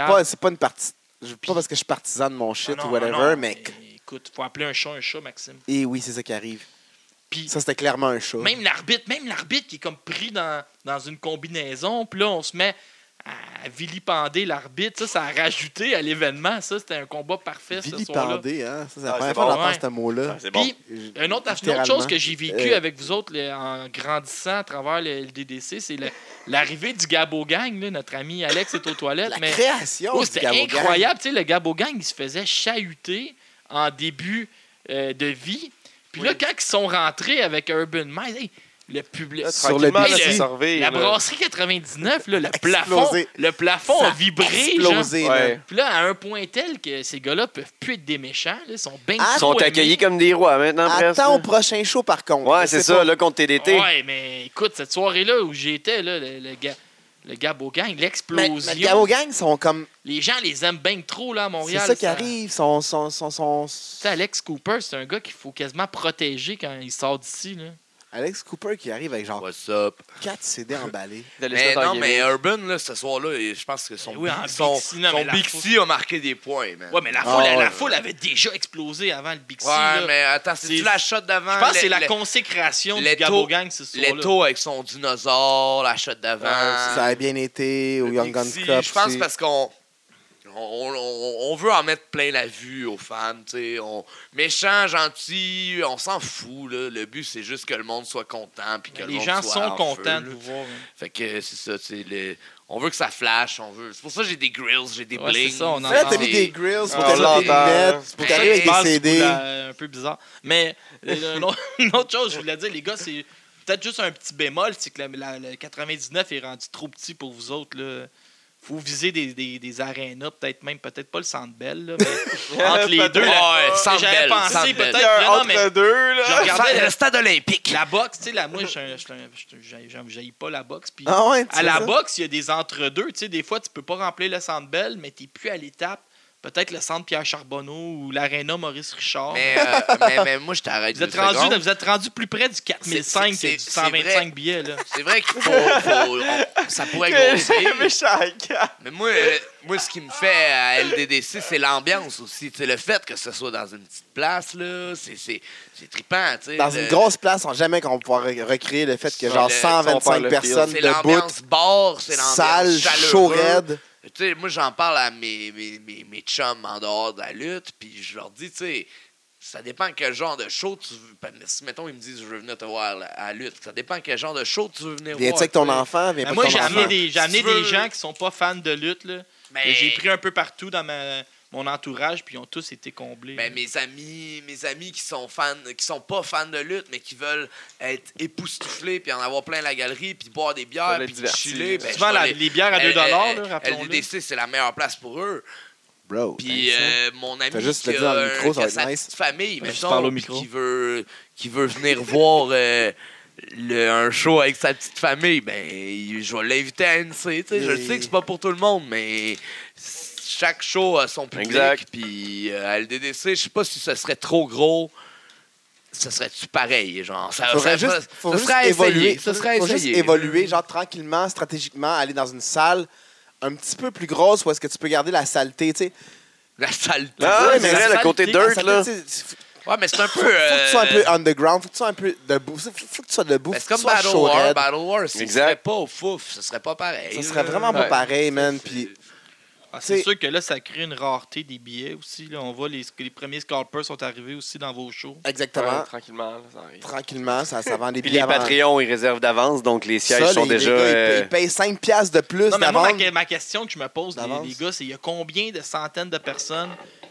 Speaker 4: incroyable.
Speaker 1: pas, c'est pas une partie. je- Pas parce que je suis partisan de mon shit
Speaker 4: Ah non,
Speaker 1: ou
Speaker 4: ah
Speaker 1: whatever,
Speaker 4: non,
Speaker 1: mais.
Speaker 4: Écoute, faut appeler un chat un chat, Maxime.
Speaker 1: Et oui, c'est ça qui arrive.
Speaker 4: Puis
Speaker 1: Ça, c'était clairement un show.
Speaker 4: Même l'arbitre, même l'arbitre qui est comme pris dans, dans une combinaison, puis là, on se met à vilipender l'arbitre. Ça, ça a rajouté à l'événement. Ça, c'était un combat parfait ce soir-là.
Speaker 1: Vilipendé, hein? Ça, c'est la
Speaker 2: Ah,
Speaker 1: première
Speaker 2: c'est
Speaker 1: fois
Speaker 4: bon,
Speaker 1: qu'on entend
Speaker 4: ouais.
Speaker 1: ce mot-là.
Speaker 2: Ah, C'est bon.
Speaker 4: Puis, une autre, une autre
Speaker 1: Littéralement.
Speaker 4: chose que j'ai vécu
Speaker 1: Euh.
Speaker 4: avec vous autres le- en grandissant à travers le, le DDC, c'est le- l'arrivée du Gabo Gang. là. notre ami Alex est aux toilettes.
Speaker 1: La
Speaker 4: mais
Speaker 1: création
Speaker 4: Oh,
Speaker 1: du
Speaker 4: c'était
Speaker 1: Gabo Gang.
Speaker 4: incroyable. Tu sais, le Gabo Gang, il se faisait chahuter en début euh, de vie. Puis là, quand ils sont rentrés avec Urban Mind, hey, le public.
Speaker 3: Là,
Speaker 1: Sur le
Speaker 3: tranquillement, là,
Speaker 1: bici.
Speaker 3: c'est servi,
Speaker 4: La
Speaker 3: là.
Speaker 4: brasserie 99, là, le plafond,
Speaker 1: Explosé.
Speaker 4: le plafond a
Speaker 1: Ça
Speaker 4: vibré. genre.
Speaker 1: Explosé,
Speaker 3: Ouais.
Speaker 1: man.
Speaker 4: Puis là, à un point tel que ces gars-là peuvent plus être des méchants. là, ils sont bien
Speaker 1: Ah,
Speaker 2: Ils sont accueillis comme des rois maintenant, presque.
Speaker 1: Attends au prochain show, par contre.
Speaker 2: Ouais,
Speaker 1: Je
Speaker 2: c'est
Speaker 1: sais
Speaker 2: ça,
Speaker 1: pas.
Speaker 2: là, contre TDT.
Speaker 4: Ouais, mais écoute, cette soirée-là où j'étais, là, le, le, ga- le Gabo Gang,
Speaker 1: Mais,
Speaker 4: l'explosion.
Speaker 1: mais le Gabo Gang sont comme.
Speaker 4: les gens les aiment bien trop là, à
Speaker 1: C'est
Speaker 4: Montréal.
Speaker 1: ça qui
Speaker 4: ça-
Speaker 1: arrive. Sont, sont, sont, sont...
Speaker 4: Tu sais, Alex Cooper, c'est un gars qu'il faut quasiment protéger quand il sort d'ici. là.
Speaker 1: Alex Cooper qui arrive avec genre
Speaker 5: What's up?
Speaker 1: 4 CD emballés.
Speaker 3: De les
Speaker 5: Mais
Speaker 3: mettre en
Speaker 5: non, mais
Speaker 3: gimmick.
Speaker 5: Urban, là, ce soir-là, il- je pense que son,
Speaker 4: Eh oui, en
Speaker 5: Big- son,
Speaker 4: Bixi, non,
Speaker 5: son
Speaker 4: mais la
Speaker 5: Bixi a marqué des points, man.
Speaker 4: Ouais, mais la
Speaker 1: Ah,
Speaker 4: foule, la,
Speaker 1: ouais.
Speaker 4: foule avait déjà explosé avant le Big C.
Speaker 5: Ouais,
Speaker 4: là.
Speaker 5: mais attends, c'est-tu
Speaker 4: C'est-
Speaker 5: la shot d'avant?
Speaker 4: Je pense que
Speaker 5: Le-
Speaker 4: c'est la
Speaker 5: le-
Speaker 4: consécration du
Speaker 5: Leto-
Speaker 4: Gabo Gang ce soir-là.
Speaker 5: Leto avec son dinosaure, la shot d'avant.
Speaker 1: Ah,
Speaker 4: Ah,
Speaker 1: ça a bien été au
Speaker 5: Le
Speaker 1: Young Guns
Speaker 5: Bixi,
Speaker 1: Club.
Speaker 5: Je pense
Speaker 1: aussi.
Speaker 5: parce qu'on on, on- on veut en mettre plein la vue aux fans, tu sais. on- Méchant, gentil, on s'en fout, là. Le but, c'est juste que le monde soit content. Puis que le
Speaker 4: Les
Speaker 5: monde
Speaker 4: gens
Speaker 5: soit
Speaker 4: sont
Speaker 5: en
Speaker 4: contents
Speaker 5: feu,
Speaker 4: de
Speaker 5: là.
Speaker 4: vous voir. hein.
Speaker 5: Fait que c'est ça, c'est le... On veut que ça flash, on veut. C'est pour ça que j'ai des grills, j'ai des
Speaker 4: Ouais,
Speaker 5: blings.
Speaker 4: c'est ça, on
Speaker 1: Là,
Speaker 4: en
Speaker 1: Eh, t'as
Speaker 4: parle.
Speaker 1: mis des grills, faut
Speaker 3: Ah,
Speaker 1: t'as mis des
Speaker 3: l'entend,
Speaker 1: lunettes,
Speaker 3: hein.
Speaker 1: faut
Speaker 5: Mais
Speaker 1: que t'arrives avec
Speaker 4: Je pense
Speaker 1: des
Speaker 4: que
Speaker 1: CD.
Speaker 4: c'est la- un peu bizarre. Mais euh, une autre- une autre chose, je voulais dire, les gars, c'est peut-être juste un petit bémol, c'est que la- la- le 99 est rendu trop petit pour vous autres. Là. Faut viser des, des, des arénas, peut-être même, peut-être pas le Centre Bell, là, mais entre les deux. là,
Speaker 5: Ouais, Centre
Speaker 4: j'avais
Speaker 5: Bell,
Speaker 4: pensé
Speaker 5: Centre
Speaker 3: Il
Speaker 5: Bell.
Speaker 3: y
Speaker 4: peut-être-
Speaker 3: a
Speaker 4: non,
Speaker 3: un
Speaker 4: non,
Speaker 3: entre
Speaker 4: mais-
Speaker 3: deux,
Speaker 4: je
Speaker 3: là.
Speaker 4: regardais la,
Speaker 5: le stade olympique.
Speaker 4: la boxe, tu sais, là, moi, je suis un- je suis un- je suis un- j'aime- j'haïs pas la boxe. puis
Speaker 1: Ah ouais, tu
Speaker 4: à la
Speaker 1: vois ça?
Speaker 4: boxe, il y a des entre-deux. Tu sais, des fois, tu peux pas remplir le Centre Bell, mais t'es plus à l'étape. Peut-être le Centre Pierre Charbonneau ou l'aréna Maurice Richard.
Speaker 5: Mais, euh, mais, mais moi, je t'arrête.
Speaker 4: Vous êtes,
Speaker 5: deux
Speaker 4: rendu,
Speaker 5: secondes.
Speaker 4: vous êtes rendu plus près du 4005 que
Speaker 5: C'est-
Speaker 4: du
Speaker 5: c'est- c'est vrai.
Speaker 4: 125 billets. Là.
Speaker 5: C'est vrai qu'il faut. faut- on- ça pourrait grossir.
Speaker 3: méchant gars.
Speaker 5: Mais moi, euh, moi, ce qui me fait euh, à LDDC, c'est l'ambiance aussi. Tu sais, le fait que ce soit dans une petite place, là, c'est, c'est, c'est trippant. tu sais.
Speaker 1: Dans
Speaker 5: Le-
Speaker 1: une grosse place, sans jamais qu'on pourra re- recréer le fait que
Speaker 5: Sur
Speaker 1: genre
Speaker 5: le-
Speaker 3: on parle
Speaker 1: 125
Speaker 3: le
Speaker 1: personnes
Speaker 5: C'est
Speaker 1: debout,
Speaker 5: l'ambiance bar, c'est l'ambiance
Speaker 1: sale,
Speaker 5: chaleureuse.
Speaker 1: chaud, raide.
Speaker 5: Tu sais, moi, j'en parle à mes, mes, mes, mes chums en dehors de la lutte, puis je leur dis, tu sais, ça dépend quel genre de show tu veux. Ben, Si, mettons, ils me disent, je veux venir te voir là, à la lutte, ça dépend quel genre de show tu veux venir
Speaker 1: Viens-tu
Speaker 5: voir.
Speaker 1: avec ton
Speaker 5: tu sais.
Speaker 1: enfant, viens
Speaker 4: Mais
Speaker 1: pas
Speaker 4: Ben, moi,
Speaker 1: avec
Speaker 4: j'ai
Speaker 1: ton
Speaker 4: amené,
Speaker 1: enfant.
Speaker 4: des, j'ai amené
Speaker 5: Si tu
Speaker 4: des
Speaker 5: veux-
Speaker 4: gens qui sont pas fans de lutte. Là.
Speaker 5: Mais-
Speaker 4: Et J'ai pris un peu partout dans ma- mon entourage, puis ils ont tous été comblés.
Speaker 5: Mais Ben, mes amis, mes amis qui sont fans, qui sont pas fans de lutte, mais qui veulent être époustouflés, puis en avoir plein la galerie, puis boire des bières,
Speaker 3: Pour le
Speaker 5: puis
Speaker 3: divertir.
Speaker 5: chiller. Ben,
Speaker 4: Souvent,
Speaker 5: je
Speaker 4: la-
Speaker 5: vais
Speaker 4: les bières à 2
Speaker 5: aller-
Speaker 4: là,
Speaker 5: Euh, euh,
Speaker 4: rappelons-le.
Speaker 5: LDDC, c'est la meilleure place pour eux.
Speaker 1: Bro,
Speaker 5: Puis
Speaker 1: thanks, hein.
Speaker 5: euh, mon ami
Speaker 1: T'as juste
Speaker 5: qui,
Speaker 1: le dit dans le
Speaker 5: a un-
Speaker 1: micro, ça
Speaker 5: qui
Speaker 1: va
Speaker 5: a
Speaker 1: être
Speaker 5: sa
Speaker 1: nice.
Speaker 5: petite famille,
Speaker 4: Juste
Speaker 5: mettons,
Speaker 4: parle au
Speaker 5: puis
Speaker 4: micro.
Speaker 5: Qui, veut, qui veut venir voir euh, le- un show avec sa petite famille, ben il- je vais l'inviter à NC. tu sais. Je
Speaker 1: Et-
Speaker 5: sais que c'est pas pour tout le monde, mais chaque show a son public.
Speaker 3: Exact.
Speaker 5: Puis euh, à LDDC, je sais pas si ce serait trop gros. Ce serait-tu pareil, genre? Ça,
Speaker 1: Faudrait
Speaker 5: ça-
Speaker 1: juste,
Speaker 5: ça-
Speaker 1: faut
Speaker 5: ça
Speaker 1: juste
Speaker 5: serait à essayer,
Speaker 1: évoluer.
Speaker 5: ça serait à
Speaker 1: faut juste
Speaker 5: essayer.
Speaker 1: évoluer, genre tranquillement, stratégiquement, aller dans une salle un petit peu plus grosse où est-ce que tu peux garder la saleté, tu sais.
Speaker 5: La salle.
Speaker 2: Ah,
Speaker 3: Là,
Speaker 1: Ah Ouais,
Speaker 3: c'est
Speaker 1: mais
Speaker 3: vrai,
Speaker 1: la
Speaker 3: le côté
Speaker 1: La
Speaker 3: dirt,
Speaker 1: saleté,
Speaker 3: là.
Speaker 1: tu sais,
Speaker 5: Ouais, mais c'est un peu.
Speaker 1: Faut que tu sois un
Speaker 5: euh,
Speaker 1: peu underground, faut que tu sois un peu debout, faut faut que tu sois debout,
Speaker 5: Ben,
Speaker 1: faut
Speaker 5: c'est
Speaker 1: que tu
Speaker 5: comme
Speaker 1: sois
Speaker 5: Battle
Speaker 1: chaud
Speaker 5: War.
Speaker 1: raide.
Speaker 5: Battle War, si
Speaker 3: Exact.
Speaker 5: ce serait pas au fouf, ce serait pas pareil.
Speaker 1: Ça serait
Speaker 5: là.
Speaker 1: vraiment pas
Speaker 3: Ouais.
Speaker 1: pareil, man.
Speaker 5: C'est-
Speaker 1: Puis
Speaker 4: Ah, c'est
Speaker 1: t'sais-
Speaker 4: sûr que là, ça crée une rareté des billets aussi. Là. On voit les, les premiers scalpers sont arrivés aussi dans vos shows.
Speaker 1: exactement,
Speaker 3: Ouais, tranquillement, là, ça arrive.
Speaker 1: tranquillement, ça, ça vend des
Speaker 2: Puis
Speaker 1: billets
Speaker 2: les
Speaker 1: avant.
Speaker 2: Patreons, ils réservent d'avance, donc les sièges
Speaker 1: Ça,
Speaker 2: sont
Speaker 1: les- les
Speaker 2: déjà.
Speaker 1: gars, ils
Speaker 2: euh,
Speaker 1: payent- ils payent 5 piastres de plus
Speaker 4: Non, mais moi,
Speaker 1: d'avance.
Speaker 4: ma, ma question que je me pose, les,
Speaker 1: D'avance.
Speaker 4: les gars, c'est il y a combien de centaines de personnes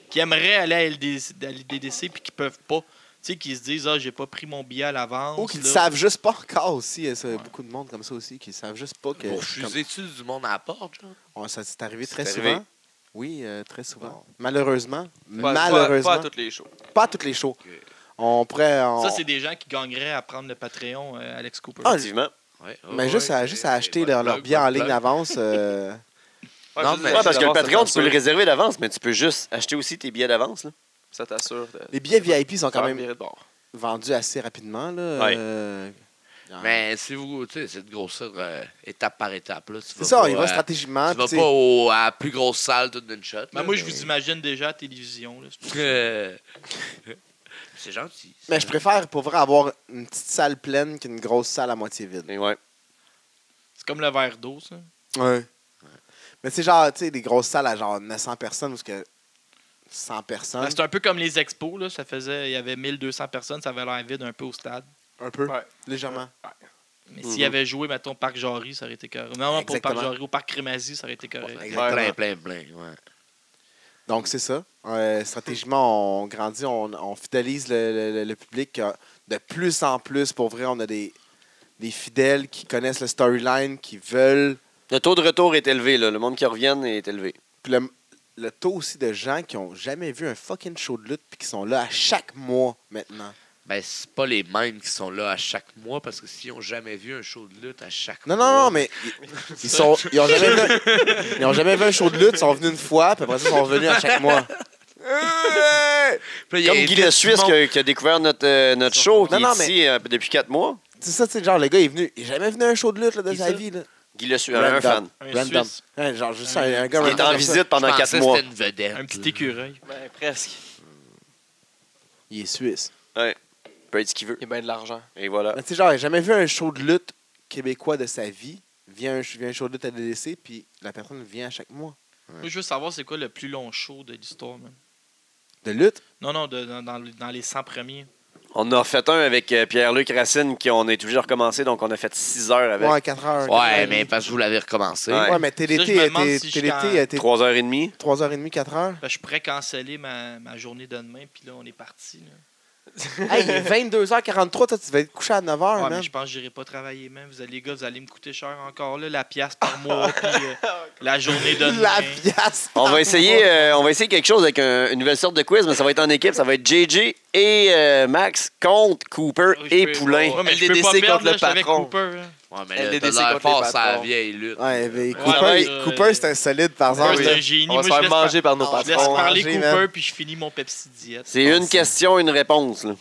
Speaker 4: qui aimeraient aller à LDC, à l'IDDC puis qui peuvent pas? Tu sais, qui se disent, ah, j'ai pas pris mon billet à l'avance.
Speaker 1: Ou qu'ils ne
Speaker 4: là.
Speaker 1: savent juste pas encore aussi. Il y a ça, beaucoup de monde comme ça aussi qui ne savent juste pas que.
Speaker 5: Pour fuser-tu du monde à la porte, genre?
Speaker 1: On- ça c'est arrivé très
Speaker 2: C'est
Speaker 1: souvent.
Speaker 2: arrivé.
Speaker 1: Oui, euh, très souvent. Malheureusement.
Speaker 3: Pas- pas-
Speaker 1: malheureusement.
Speaker 3: Pas
Speaker 1: Pas,
Speaker 3: à toutes les shows.
Speaker 1: à toutes les shows. On pourrait. on-
Speaker 4: Ça, c'est des gens qui gagneraient à prendre le Patreon, euh, Alex Cooper.
Speaker 1: Ah,
Speaker 2: Effectivement.
Speaker 5: Ouais, ouais,
Speaker 1: Mais juste, à,
Speaker 5: ouais,
Speaker 1: juste
Speaker 5: c'est-
Speaker 1: à acheter
Speaker 5: c'est
Speaker 1: leur,
Speaker 5: bonne
Speaker 1: leur
Speaker 5: plug,
Speaker 1: billet en
Speaker 5: bonne
Speaker 1: ligne
Speaker 5: plug.
Speaker 1: d'avance. euh,
Speaker 5: Non,
Speaker 3: juste
Speaker 5: mais-
Speaker 2: Ouais,
Speaker 3: les
Speaker 2: parce que le
Speaker 3: d'avance, Ben, ça
Speaker 2: Patreon, tu peux
Speaker 3: t'assure-
Speaker 2: le réserver d'avance, mais tu peux juste acheter aussi tes billets d'avance. là.
Speaker 3: Ça t'assure de.
Speaker 1: les billets VIP sont quand
Speaker 3: faire
Speaker 1: même
Speaker 3: virer de bord.
Speaker 1: vendus assez rapidement. Là,
Speaker 2: Ouais.
Speaker 1: euh, ah.
Speaker 5: Mais si vous, tu sais, c'est de grossir euh, étape par étape, là.
Speaker 1: c'est ça, on y va stratégiquement.
Speaker 5: stratégiquement. euh, Tu vas
Speaker 1: puis tu
Speaker 5: pas au- à la plus grosse salle toute d'une shot.
Speaker 4: Ben,
Speaker 5: là,
Speaker 4: moi, je
Speaker 5: mais-
Speaker 4: vous imagine déjà à la télévision. là.
Speaker 5: Euh, C'est gentil.
Speaker 1: sais, Mais je préfère pour vrai avoir une petite salle pleine qu'une grosse salle à moitié vide.
Speaker 2: Et ouais.
Speaker 4: C'est comme le verre d'eau, ça.
Speaker 1: Ouais. Mais c'est genre, tu sais, des grosses salles à genre 900 personnes ou ce que 100 personnes.
Speaker 4: Ben, c'est un peu comme les expos. Là. Ça faisait, il y avait 1200 personnes, ça avait l'air vide un peu au stade.
Speaker 1: un peu,
Speaker 3: Ouais.
Speaker 1: légèrement.
Speaker 4: Mais
Speaker 2: Mhm.
Speaker 4: s'il avait joué, mettons, au Parc Jarry, ça aurait été correct. Non, non, pas au Parc
Speaker 1: Exactement.
Speaker 4: Jarry, au Parc Crémazie, ça aurait été correct.
Speaker 1: Exactement.
Speaker 5: Plein, plein, plein. ouais.
Speaker 1: Donc, c'est ça. Euh, stratégiquement, on grandit, on, on fidélise le, le- le- le public euh, de plus en plus. Pour vrai, on a des, des fidèles qui connaissent le storyline, qui veulent.
Speaker 2: Le taux de retour est élevé, là. Le monde qui revient est élevé.
Speaker 1: Puis le, le taux aussi de gens qui ont jamais vu un fucking show de lutte puis qui sont là à chaque mois maintenant.
Speaker 5: Ben, c'est pas les mêmes qui sont là à chaque mois parce que s'ils ont jamais vu un show de lutte à chaque
Speaker 1: Non,
Speaker 5: mois.
Speaker 1: non, non, mais ils- ils sont, ils ont jamais vu, ils ont jamais vu un show de lutte. Ils sont venus une fois, puis après ça, ils sont revenus à chaque mois.
Speaker 5: Puis là, il y a
Speaker 2: Comme
Speaker 5: des
Speaker 2: Guy le
Speaker 5: petits
Speaker 2: Suisse
Speaker 5: mondes-
Speaker 2: qui a, qui a découvert notre, euh, notre show, qui
Speaker 1: Non, non,
Speaker 2: est ici euh, depuis quatre mois.
Speaker 1: C'est ça, tu sais, genre, le gars est venu. Il est jamais venu à un show de lutte là, de
Speaker 4: Qui
Speaker 1: sa
Speaker 4: ça?
Speaker 1: vie. Là.
Speaker 2: Guy Le Sueur, un
Speaker 1: Random.
Speaker 2: fan.
Speaker 4: Un
Speaker 1: Random.
Speaker 4: Suisse.
Speaker 1: Ouais, genre, juste un, un gars
Speaker 2: Il est
Speaker 1: random
Speaker 2: en
Speaker 1: comme ça.
Speaker 2: visite pendant
Speaker 5: Je
Speaker 2: quatre
Speaker 5: pensais que
Speaker 2: mois.
Speaker 5: C'était une vedette.
Speaker 4: Un petit écureuil.
Speaker 3: Ben, presque.
Speaker 1: Il est suisse.
Speaker 2: Il peut être ce qu'il veut.
Speaker 3: Il y a bien de l'argent.
Speaker 2: Et voilà.
Speaker 1: Mais tu sais, genre, il n'a jamais vu un show de lutte québécois de sa vie. Vient un, vient un show de lutte à DDC, puis la personne vient à chaque mois.
Speaker 4: Moi, je veux savoir c'est quoi le plus long show de l'histoire, man.
Speaker 1: De lutte?
Speaker 4: Non, non, de- dans, dans- dans les 100 premiers.
Speaker 2: On en a fait un avec euh, Pierre-Luc Racine, qui on est obligé de recommencer, donc on a fait 6 heures avec.
Speaker 1: Ouais, 4 heures.
Speaker 5: Ouais, mais parce que vous l'avez recommencé.
Speaker 2: Ouais.
Speaker 1: Ouais, mais TDT,
Speaker 4: Ça, je me demande
Speaker 1: t'es-
Speaker 4: si je
Speaker 1: TDT, était
Speaker 2: 3 heures et demie.
Speaker 1: 3h30, 4h.
Speaker 4: Fait que Ben, je pourrais canceller ma, ma journée de demain, puis là, on est parti. là.
Speaker 1: Hey, il est 22h43, toi, tu vas être couché à 9h,
Speaker 4: Ouais,
Speaker 1: man.
Speaker 4: mais je pense que j'irai pas travailler, man. Vous allez, les gars, vous allez me coûter cher encore, là, la pièce par mois, puis euh, la journée de demain.
Speaker 1: La pièce!
Speaker 2: On va essayer, euh, on va essayer quelque chose avec un- une nouvelle sorte de quiz, mais ça va être en équipe. Ça va être JJ et euh, Max contre Cooper
Speaker 4: Ouais, je
Speaker 2: et
Speaker 4: peux-
Speaker 2: Poulain.
Speaker 4: Ouais, mais je peux
Speaker 3: LDDC
Speaker 4: pas perdre,
Speaker 3: contre le
Speaker 4: là, je suis avec
Speaker 3: patron.
Speaker 4: Cooper, là.
Speaker 5: Ouais, mais là,
Speaker 3: LDDC
Speaker 5: t'as l'air
Speaker 3: contre
Speaker 5: fort
Speaker 3: les
Speaker 5: sur la
Speaker 3: patrons.
Speaker 5: vieille lutte.
Speaker 1: Ouais, mais
Speaker 4: Ouais,
Speaker 1: Cooper,
Speaker 2: ouais,
Speaker 4: euh,
Speaker 1: Cooper, c'est un solide, par
Speaker 4: Cooper,
Speaker 1: exemple.
Speaker 4: c'est
Speaker 1: là.
Speaker 4: un génie.
Speaker 3: On va
Speaker 4: Moi,
Speaker 3: se
Speaker 4: je laisse,
Speaker 3: faire manger par nos
Speaker 1: Ah,
Speaker 4: je laisse
Speaker 3: patrons.
Speaker 4: parler
Speaker 1: manger,
Speaker 4: Cooper,
Speaker 1: man.
Speaker 4: puis je finis mon Pepsi Diet.
Speaker 2: C'est une question, une réponse. Là.